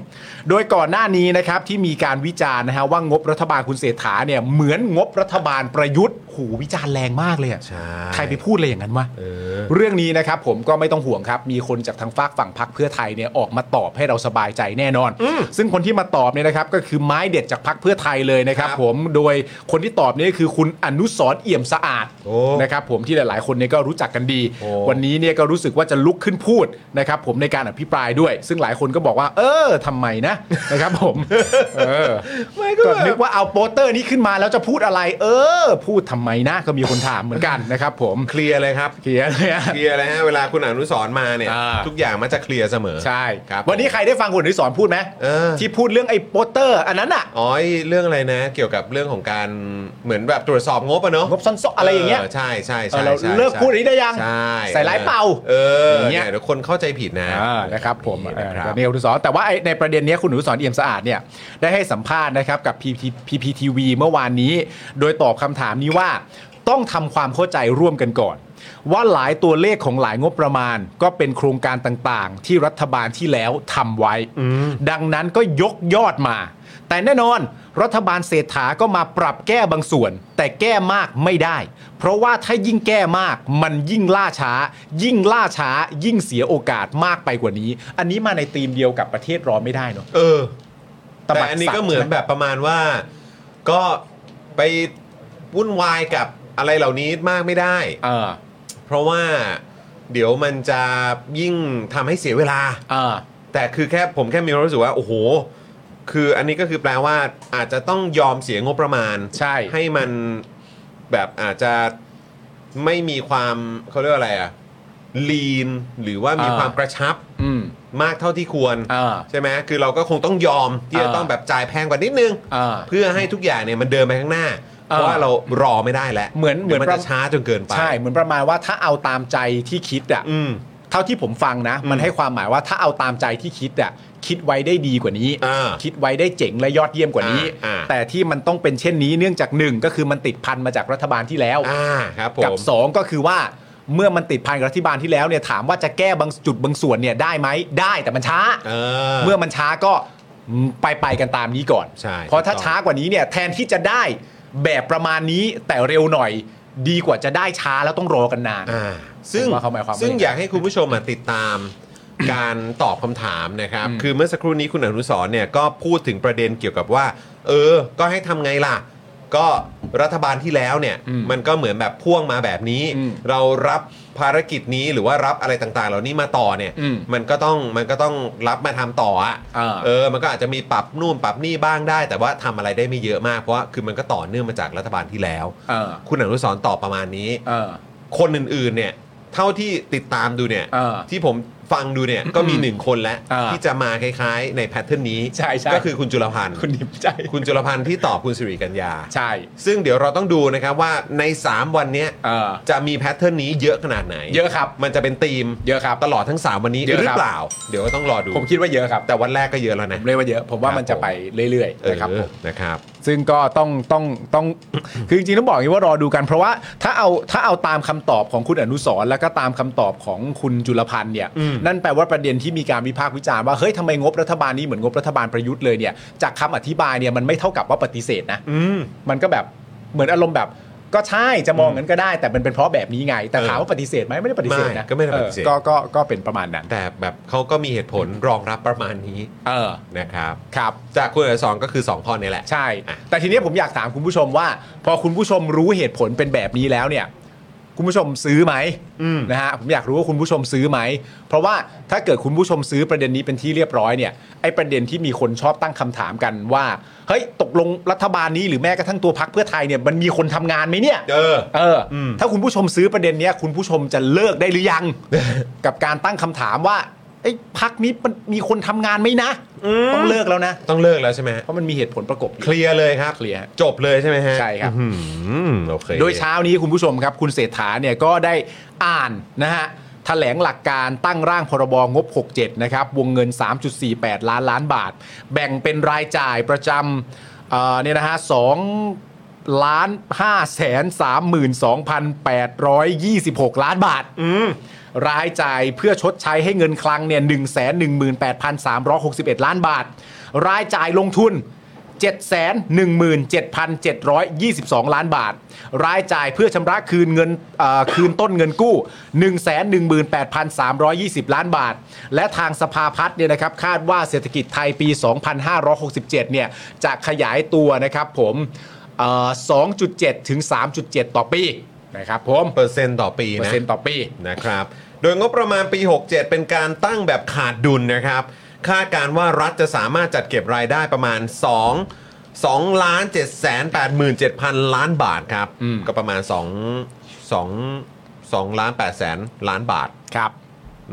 Speaker 3: โดยก่อนหน้านี้นะครับที่มีการวิจารณ์นะฮะว่างบรัฐบาลคุณเศรษฐาเนี่ยเหมือนงบรัฐบาลประยุทธ์ หูวิจารณ์แรงมากเลยอะ
Speaker 2: ใช่
Speaker 3: ใครไปพูดอะไรอย่างนั้นวะ เรื่องนี้นะครับผมก็ไม่ต้องห่วงครับ มีคนจากทางฝากฝั่งพักเพื่อไทยเนี่ยออกมาตอบให้เราสบายใจแน่นอน ซึ่งคนที่มาตอบเนี่ยนะครับก็คือไม้เด็ดจากพักเพื่อไทยเลยนะครับ
Speaker 2: ครับ
Speaker 3: ผมโดยคนที่ตอบเนี่ยก็คือคุณอนุสรณ์เอี่ยมสะอาด
Speaker 2: โอ้
Speaker 3: นะครับผมที่หลาย ๆ คนเนี่ยก็รู้จักกันดี
Speaker 2: โอ้
Speaker 3: วันนี้เนี่ยก็รู้สึกว่าจะลุกขึ้นพูดนะครับผมในการอภิปรายด้วย ซึ่งหลายคนก็บอกว่า เออทำไมนะนะครับ ผมเออ
Speaker 2: ไม่ก็
Speaker 3: ก็
Speaker 2: แบบ
Speaker 3: นึกว่าเอาโปสเตอร์นี้ขึ้นมาแล้วจะพูดอะไร เออ พูดทำไมนะก็มีคนถามเหมือนกันนะครับผม
Speaker 2: เคลียร์เลยครับ
Speaker 3: เขียนเลยอะ
Speaker 2: เคลียร์เลยฮะเวลาคุณอนุสรณ์มาเนี่ย
Speaker 3: อ่า
Speaker 2: ทุกอย่างมันจะเคลียร์เสมอ
Speaker 3: ใช่
Speaker 2: ครับ
Speaker 3: วันนี้ใครได้ฟังคุณอนุสรณ์พูดไหม
Speaker 2: เออ
Speaker 3: ที่พูดเรื่องไอ้โปสเตอร์อันนั้นอะ
Speaker 2: อ๋อไอ้เรื่องอะไรนะ เกี่ยวกับเรื่องของการเหมือนแบบตรวจสอบงบอะเนาะ
Speaker 3: งบซ่อนซอกอะไรอย่างเงี้ย
Speaker 2: ใช่ใช่
Speaker 3: เอ
Speaker 2: ใช่
Speaker 3: อเรา
Speaker 2: ใช่
Speaker 3: เลิกพูดอันนี้ได้ยัง
Speaker 2: ใช่
Speaker 3: ใส่ร้ายเปล่า
Speaker 2: เออ
Speaker 3: อย่างเงี้
Speaker 2: เนี่ย ยเดี๋ยวคนเข้าใจผิดนะ
Speaker 3: อ่านะครับผม
Speaker 2: นี่
Speaker 3: เออ
Speaker 2: นะครับ
Speaker 3: เนียอนุสรณ์แต่ว่าไอ้ในประเด็นเนี้ยคุณอนุสรณ์เอี่ยมสะอาดเนี่ยได้ให้สัมภาษณ์นะครับกับ PT PPTV เมื่อวานนี้ โดยตอบคำถามนี้ว่าต้องทำความเข้าใจร่วมกันก่อน ว่าหลายตัวเลขของหลายงบประมาณ ก็เป็นโครงการต่างๆ ที่รัฐบาลที่แล้วทำไว้ ดังนั้นก็ยกยอดมา แต่แน่นอนรัฐบาลเศรษฐาก็มาปรับแก้บางส่วน แต่แก้มากไม่ได้ เพราะว่าถ้ายิ่งแก้มากมันยิ่งล่าช้า ยิ่งล่าช้า ยิ่งเสียโอกาสมากไปกว่านี้ อันนี้มาในธีมเดียวกับประเทศรอไม่ได้เนอะ
Speaker 2: เออ
Speaker 3: ตะ
Speaker 2: แต่
Speaker 3: บัด
Speaker 2: อันนี้
Speaker 3: สัตว์
Speaker 2: ก็เหมือนแบบประมาณว่าก็ไปวุ่นวายกับอะไรเหล่านี้มากไม่ได้
Speaker 3: เออ
Speaker 2: เพราะว่าเดี๋ยวมันจะยิ่งทำให้เสียเวลา
Speaker 3: เออ
Speaker 2: แต่คือแค่ผมแค่มีความรู้สึกว่า โอ้โห คืออันนี้ก็คือแปลว่าอาจจะต้องยอมเสียงบประมาณ
Speaker 3: ใช่
Speaker 2: ให้มันแบบอาจจะไม่มีความเขาเรียกว่าอะไรอะลีนหรือว่ามีความกระชับ
Speaker 3: อืม
Speaker 2: มากเท่าที่ควร
Speaker 3: เออ
Speaker 2: ใช่ไหมคือเราก็คงต้องยอมที่จะ
Speaker 3: อ่า
Speaker 2: ต้องแบบจ่ายแพงกว่านิดนึง
Speaker 3: เออ
Speaker 2: เพื่อให้ทุกอย่างเนี่ยมันเดินไปข้างหน้า เพราะ
Speaker 3: อ่า
Speaker 2: ว่าเรารอไม่ได้แล้ว
Speaker 3: เหมือนเหมือ
Speaker 2: ดี๋ย
Speaker 3: น
Speaker 2: วมัน
Speaker 3: ประ
Speaker 2: จะช้าจนเกินไป
Speaker 3: ใช่เหมือนประมาณว่าถ้าเอาตามใจที่คิดอ่ะ
Speaker 2: อืม
Speaker 3: เท่าที่ผมฟังนะ มันให้ความหมายว่าถ้าเอาตามใจที่คิดอ่ะคิดไว้ได้ดีกว่านี้
Speaker 2: อ่า
Speaker 3: คิดไว้ได้เจ๋งและยอดเยี่ยมกว่านี้
Speaker 2: อ่าอ่า
Speaker 3: แต่ที่มันต้องเป็นเช่นนี้เนื่องจากหนึ่งก็คือมันติดพันมาจากรัฐบาลที่แล้ว
Speaker 2: อ่าครับผ
Speaker 3: กับ
Speaker 2: ม
Speaker 3: สองก็คือว่าเมื่อมันติดพันกับรัฐบาลที่แล้วเนี่ยถามว่าจะแก้บางจุดบางส่วนเนี่ยได้ไหมได้แต่มันช้า
Speaker 2: เออ
Speaker 3: เมื่อมันช้าก็ไปไปๆกันตามนี้ก่อน
Speaker 2: ใช่
Speaker 3: เพราะถ้า
Speaker 2: ถูกต้อง
Speaker 3: ช้ากว่านี้เนี่ยแทนที่จะได้แบบประมาณนี้แต่เร็วหน่อย ดีกว่าจะได้ช้าแล้วต้องรอกันนาน
Speaker 2: อ่าซึ่ง
Speaker 3: ผมว่าเขาหมายความว่า
Speaker 2: ซึ่ง
Speaker 3: อย่าง
Speaker 2: อ
Speaker 3: นั้น
Speaker 2: ยากให้คุณผู้ชมอ่ะติดตาม การ ตอบคำถามนะครับ คือเมื่อสักครู่นี้คุณอนุสรณ์เนี่ยก็พูดถึงประเด็นเกี่ยวกับว่า เออ ก็ให้ทำไงล่ะ ก็รัฐบาลที่แล้วเนี่ย
Speaker 3: อืม
Speaker 2: มันก็เหมือนแบบพ่วงมาแบบนี้
Speaker 3: อืม
Speaker 2: เรารับภารกิจนี้หรือว่ารับอะไรต่างๆ เหล่านี้มาต่อเนี่ย
Speaker 3: อืม
Speaker 2: นก็ต้องมันก็ต้องรับมาทำต่ออ่ะ
Speaker 3: อ่า
Speaker 2: เออ มันก็อาจจะมีปรับนู่นปรับนี่บ้างได้ แต่ว่าทำอะไรได้ไม่เยอะมากเพราะว่าคือมันก็ต่อเนื่องมาจากรัฐบาลที่แล้ว
Speaker 3: เออ
Speaker 2: คุณอนุสรณ์ตอบประมาณนี้
Speaker 3: เออ
Speaker 2: คนอื่นๆ เนี่ย เท่าที่ติดตามดูเนี่ย
Speaker 3: เออ
Speaker 2: ที่ผมฟังดูเนี่ย ก็มีหนึ่งคนแล้ว
Speaker 3: อ่า
Speaker 2: ที่จะมาคล้ายๆ ในแพทเทิร์นนี้
Speaker 3: ใช่ใช่
Speaker 2: ก็คือคุณจุลพันธ์
Speaker 3: คุณดิบใจ
Speaker 2: คุณจุลพันธ์ที่ตอบคุณสิริกัญญา
Speaker 3: ใช่
Speaker 2: ซึ่งเดี๋ยวเราต้องดูนะครับว่าใน 3 วันเนี้ย
Speaker 3: เออ
Speaker 2: จะมีแพทเทิร์นนี้เยอะขนาดไหน
Speaker 3: เยอะครับ
Speaker 2: มันจะเป็นธีม
Speaker 3: เยอะครับ
Speaker 2: ตลอดทั้ง 3 วันนี้
Speaker 3: เยอะ
Speaker 2: หรื
Speaker 3: ครั
Speaker 2: อบ เปล่า เดี๋ยวก็ต้องรอดู
Speaker 3: ผมคิดว่าเยอะครับ
Speaker 2: แต่วันแรกก็เยอะแล้วนะ
Speaker 3: ผมเรียกว่าเยอะ ผมว่ามันจะไปเรื่อย
Speaker 2: เออ
Speaker 3: ๆนะครับผม
Speaker 2: นะครับ
Speaker 3: ซึ่งก็ต้องต้องต้อง คือจริงๆต้องบอกอย่างนี้ว่ารอดูกันเพราะว่าถ้าเอาถ้าเอาตามคำตอบของคุณอนุสรณ์แล้วก็ตามคำตอบของคุณจุลพันธ์เนี่ย
Speaker 2: อืม
Speaker 3: นั่นแปลว่าประเด็นที่มีการวิพากษ์วิจารณ์ว่าเฮ้ยทำไมงบรัฐบาลนี้เหมือนงบรัฐบาลประยุทธ์เลยเนี่ยจากคำอธิบายเนี่ยมันไม่เท่ากับว่าปฏิเสธนะ
Speaker 2: อืม
Speaker 3: มันก็แบบเหมือนอารมณ์แบบก็ใช่จะมองงั้นก็ได้ แต่มันเป็นเพราะแบบนี้ไง แต่ถามว่าปฏิเสธไหมไม่ได้ปฏิเสธนะ
Speaker 2: ไม่ก็ไม่ได้ปฏิเสธ
Speaker 3: ออก็ก็ก็เป็นประมาณนั้น
Speaker 2: แต่แบบเขาก็มีเหตุผลรองรับประมาณนี้
Speaker 3: เออ
Speaker 2: นะครับ
Speaker 3: ครับ
Speaker 2: จากคุณอนุสรณ์ก็คือสองข้อนี้แหละ
Speaker 3: ใช่
Speaker 2: อ่ะ
Speaker 3: แต่ทีเนี้ยผมอยากถามคุณผู้ชมว่า พอคุณผู้ชมรู้เหตุผลเป็นแบบนี้แล้วเนี่ย คุณผู้ชมซื้อไหมนะฮะผมอยากรู้ว่าคุณผู้ชมซื้อไหม เพราะว่าถ้าเกิดคุณผู้ชมซื้อประเด็นนี้เป็นที่เรียบร้อยเนี่ยไอ้ประเด็นที่มีคนชอบตั้งคำถามกันว่าเฮ้ยตกลงรัฐบาลนี้หรือแม้กระทั่งตัวพักเพื่อไทยเนี่ยมันมีคนทำงานไหมเนี่ย
Speaker 2: เออ
Speaker 3: เอออ
Speaker 2: ม
Speaker 3: ถ้าคุณผู้ชมซื้อประเด็นเนี้ยคุณผู้ชมจะเลิกได้หรือยัง กับการตั้งคำถามว่าไอ้ยพักนี้มันมีคนทำงานไหมนะต้องเลิกแล้วนะ
Speaker 2: ต้องเลิกแล้วใช่ไหมฮะ
Speaker 3: เพราะมันมีเหตุผลประกบอยู่
Speaker 2: เคลียร์เลยครับ
Speaker 3: เคลียร์ฮะ
Speaker 2: จบเลยใช่ไหมฮะ
Speaker 3: ใช่ครับ
Speaker 2: อื้อหือโอเค
Speaker 3: โดยเช้านี้คุณผู้ชมครับ คุณเศรษฐาเนี่ยก็ได้อ่านนะฮะแถลงหลักการตั้งร่างพรบงบ 67 นะครับ วงเงิน 3.48 ล้านล้านบาท แบ่งเป็นรายจ่ายประจำเอ่อเนี่ยนะฮะ2ล้าน5แสน32,826 ล้านบาท รายจ่ายเพื่อชดใช้ให้เงินคลังเนี่ย1 1 8 3 6 1 ล้านบาท รายจ่ายลงทุน 717,722 ล้านบาท รายจ่ายเพื่อชำระคืนเงินเอ่อคืนต้นเงินกู้ 118,320 ล้านบาท และทางสภาพัฒน์เนี่ยนะครับคาดว่าเศรษฐกิจไทยปี 2567 เนี่ยจะขยายตัวนะครับผมเอ่อ2.7 ถึง 3.7 ต่อปีนะครับผม
Speaker 2: เปอร์เซ็นต์ต่อปี
Speaker 3: เปอร์
Speaker 2: นะ
Speaker 3: เซ็นต์ต่อปี
Speaker 2: นะครับ โดยงบประมาณปี 67 เป็นการตั้งแบบขาดดุลนะครับ คาดการณ์ว่ารัฐจะสามารถจัดเก็บรายได้ประมาณ 2 2ล้าน7 8 7 0 0 ล้านบาทครับ
Speaker 3: อืม
Speaker 2: ก็ประมาณ 2 2 2ล้าน8แสนล้านบาท
Speaker 3: ครับ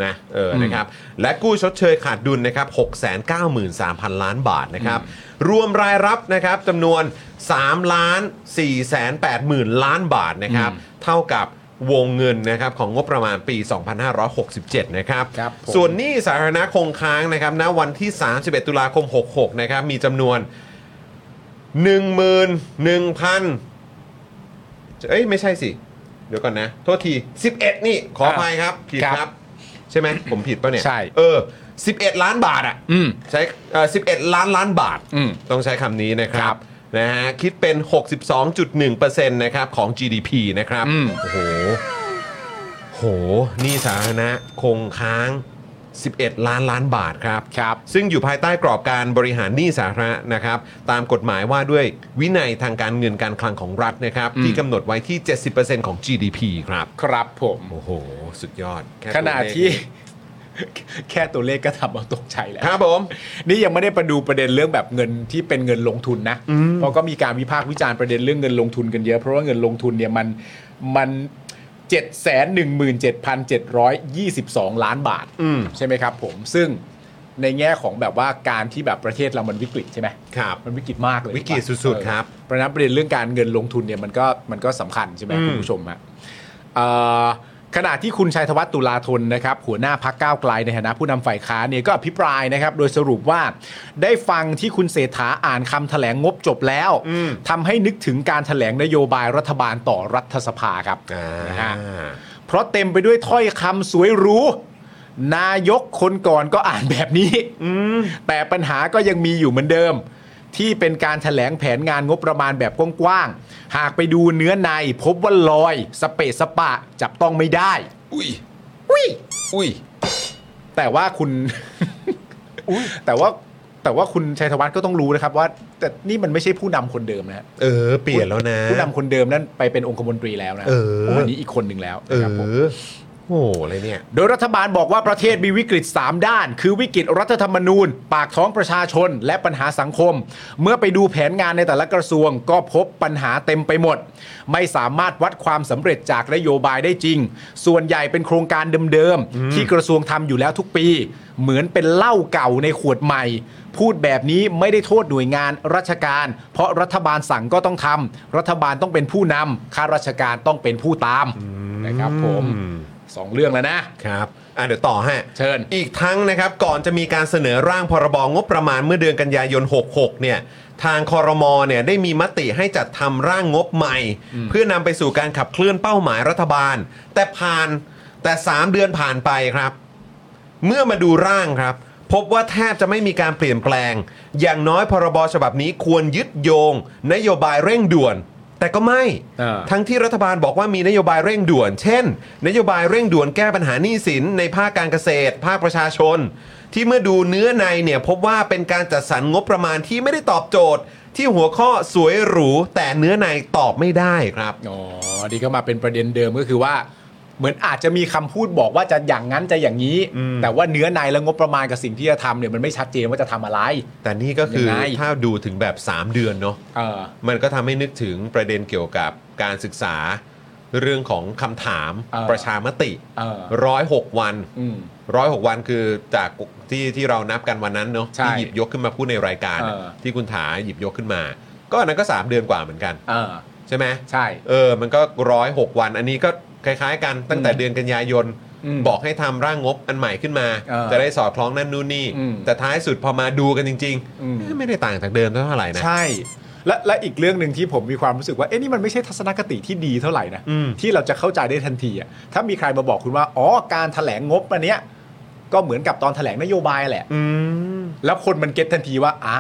Speaker 2: นะเอออ
Speaker 3: ม
Speaker 2: นะครับ และกู้ชดเชยขาดดุลนะครับ6 9 3 0 0 0 ล้านบาทนะครับ รวมรายรับนะครับจำนวน3ล้าน4 8 0 0 0 ล้านบาทนะครับ เท่ากับวงเงินนะครับของงบประมาณปี 2567 นะครับ
Speaker 3: ครับผม
Speaker 2: ส่วนหนี้สาธารณะคงค้างนะครับณวันที่ 31 ตุลาคม 66 นะครับ มีจำนวน 11,000เอ้ย ไม่ใช่สิ เดี๋ยวก่อนนะ โทษที 11 นี่ ขออภัยครับผิด
Speaker 3: ครับ
Speaker 2: ครับ ใช่ไหม ผมผิดป่ะเนี่ย
Speaker 3: ใช่
Speaker 2: เออ 11 ล้านบาทอ่ะ
Speaker 3: อืม
Speaker 2: ใช้เอ่อ11 ล้านล้านบาท
Speaker 3: อืม
Speaker 2: ต้องใช้คำนี้นะค
Speaker 3: ค
Speaker 2: รั
Speaker 3: รั
Speaker 2: บบ นะฮะคิดเป็น 62.1%นะครับของ GDP นะครับ
Speaker 3: อืม
Speaker 2: โอ้โห โหหนี่สาธารณะคงค้าง 11 ล้านล้านบาทครับ
Speaker 3: ครับ
Speaker 2: ซึ่งอยู่ภายใต้กรอบการบริหารหนี้สาธารณะนะครับ ตามกฎหมายว่าด้วยวินัยทางการเงินการคลังของรัฐนะครับ
Speaker 3: อืม
Speaker 2: ที่กำหนดไว้ที่ 70%ของ GDP ครับ
Speaker 3: ครับผม
Speaker 2: โอ้โห สุดยอดแค่
Speaker 3: ขณะที่
Speaker 2: ตัวเลข
Speaker 3: แค่ตัวเลขก็ทำเอาตกใจแล้ว
Speaker 2: ครับผม
Speaker 3: นี่ยังไม่ได้ประดูประเด็นเรื่องแบบเงินที่เป็นเงินลงทุนนะ เพราะก็มีการวิพากษ์วิจารณ์ประเด็นเรื่องเงินลงทุนกันเยอะ เพราะว่าเงินลงทุนเนี่ยมันมันเจ็ดแสนหนึ่งหมื่นเจ็ดพันเจ็ดร้อยยี่สิบสองล้านบาท
Speaker 2: อืม
Speaker 3: ใช่ไหมครับผมซึ่งในแง่ของแบบว่าการที่แบบประเทศเรามันวิกฤตใช่ไหม
Speaker 2: ครับ
Speaker 3: มันวิกฤตมากเลย
Speaker 2: วิกฤตสุดๆครับ
Speaker 3: เพราะฉะนั้นประเด็นเรื่องการเงินลงทุนเนี่ยมันก็มันก็สำคัญใช่ไหมคุณผู้ชมฮะ เอ่อขณะที่คุณชัยธวัฒน์ตุลาธนนะครับหัวหน้าพักก้าวไกลในฐานะผู้นำฝ่ายค้านเนี่ยก็อภิปรายนะครับ โดยสรุปว่าได้ฟังที่คุณเศรษฐาอ่านคำแถลงงบจบแล้วทำให้นึกถึงการแถลงนโยบายรัฐบาลต่อรัฐสภาครับ
Speaker 2: อ่า
Speaker 3: นะฮะเพราะเต็มไปด้วยถ้อยคำสวยหรูนายกคนก่อนก็อ่านแบบนี้แต่ปัญหาก็ยังมีอยู่เหมือนเดิม ที่เป็นการแถลงแผนงานงบประมาณแบบกว้างๆ หากไปดูเนื้อในพบว่าลอย สเปะสปะ จับต้องไม่ได้
Speaker 2: อุ้ย
Speaker 3: อุ้ย
Speaker 2: อุ้ย
Speaker 3: แต่ว่าคุณ แต่ว่าแต่ว่าคุณชัยธวัฒน์ก็ต้องรู้นะครับว่า แต่นี่มันไม่ใช่ผู้นำคนเดิมนะฮะ
Speaker 2: เออ เปลี่ยนแล้วนะ
Speaker 3: ผู้นำคนเดิมนั่นไปเป็นองคมนตรีแล้วนะ
Speaker 2: เออ
Speaker 3: โอันนี้อีกคนหนึ่งแล้ว
Speaker 2: เออ
Speaker 3: นะครับผม
Speaker 2: โอ้โหอะไรเนี่ย
Speaker 3: โดยรัฐบาลบอกว่าประเทศมีวิกฤต 3 ด้าน คือวิกฤตรัฐธรรมนูญ ปากท้องประชาชน และปัญหาสังคม เมื่อไปดูแผนงานในแต่ละกระทรวง ก็พบปัญหาเต็มไปหมด ไม่สามารถวัดความสำเร็จจากนโยบายได้จริง ส่วนใหญ่เป็นโครงการเดิมๆ ที่กระทรวงทำอยู่แล้วทุกปี เหมือนเป็นเหล้าเก่าในขวดใหม่ พูดแบบนี้ไม่ได้โทษหน่วยงานราชการ เพราะรัฐบาลสั่งก็ต้องทำรัฐบาลต้องเป็นผู้นำข้าราชการต้องเป็นผู้ตามนะครับผมสองเรื่องแล้วนะ
Speaker 2: ครับ อ่ะเดี๋ยวต่อฮะ
Speaker 3: เชิญ
Speaker 2: อีกทั้งนะครับ ก่อนจะมีการเสนอร่างพรบงบประมาณเมื่อเดือนกันยายน 66 เนี่ย ทางคอรมอเนี่ยได้มีมติให้จัดทำร่างงบใหม่ เพื่อนำไปสู่การขับเคลื่อนเป้าหมายรัฐบาล แต่ผ่านแต่ 3 เดือนผ่านไปครับ เมื่อมาดูร่างครับ พบว่าแทบจะไม่มีการเปลี่ยนแปลง อย่างน้อยพรบฉบับนี้ควรยึดโยง นโยบายเร่งด่วน แต่ก็ไม่
Speaker 3: อ่า
Speaker 2: ทั้งที่รัฐบาลบอกว่ามีนโยบายเร่งด่วน เช่น นโยบายเร่งด่วนแก้ปัญหาหนี้สินในภาคการเกษตร ภาคประชาชน ที่เมื่อดูเนื้อในเนี่ยพบว่าเป็นการจัดสรรงบประมาณที่ไม่ได้ตอบโจทย์ ที่หัวข้อสวยหรู แต่เนื้อในตอบไม่ได้ครับ
Speaker 3: อ๋อดีก็มาเป็นประเด็นเดิมก็คือว่า เหมือนอาจจะมีคำพูดบอกว่าจะอย่างนั้นจะอย่างนี้ แต่ว่าเนื้อในและงบประมาณกับสิ่งที่จะทำเนี่ยมันไม่ชัดเจนว่าจะทำอะไร
Speaker 2: แต่นี่ก็คือ
Speaker 3: ยังไง
Speaker 2: ถ้าดูถึงแบบ 3 เดือนเนาะ
Speaker 3: เออ
Speaker 2: มันก็ทำให้นึกถึงประเด็นเกี่ยวกับการศึกษาเรื่องของคำถาม
Speaker 3: เออ
Speaker 2: ประชามติ
Speaker 3: เออ
Speaker 2: ร้อยหกวัน
Speaker 3: อืม
Speaker 2: ร้อยหกวันคือจากที่ที่เรานับกันวันนั้นเนาะ
Speaker 3: ใช่
Speaker 2: ที่หยิบยกขึ้นมาพูดในรายการน่ะ
Speaker 3: เออ
Speaker 2: ที่คุณถาหยิบยกขึ้นมา ก็อันนั้นก็ 3 เดือนกว่าเหมือนกัน
Speaker 3: เออ
Speaker 2: ใช่ไหม
Speaker 3: ใช่
Speaker 2: เออมันก็ร้อยหกวัน อันนี้ก็คล้าย ๆ กันตั้งแต่เดือนกันยายน
Speaker 3: อืม
Speaker 2: บอกให้ทำร่างงบอันใหม่ขึ้นมา
Speaker 3: เออ
Speaker 2: จะได้สอดคล้องนั่นนู่นนี่
Speaker 3: อืม
Speaker 2: แต่ท้ายสุดพอมาดูกันจริง
Speaker 3: อืม
Speaker 2: ๆไม่ได้ต่างจากเดิมเท่าไหร่นะ
Speaker 3: ใช่ และและอีกเรื่องหนึ่งที่ผมมีความรู้สึกว่าเอ๊ะนี่มันไม่ใช่ทัศนคติที่ดีเท่าไหร่นะ
Speaker 2: อืม
Speaker 3: ที่เราจะเข้าใจได้ทันทีอะถ้ามีใครมาบอกคุณว่าอ๋อการแถลงงบอันเนี้ย ก็เหมือนกับตอนแถลงนโยบายแหละ
Speaker 2: อืม
Speaker 3: แล้วคนมันเก็ตทันทีว่า อ่า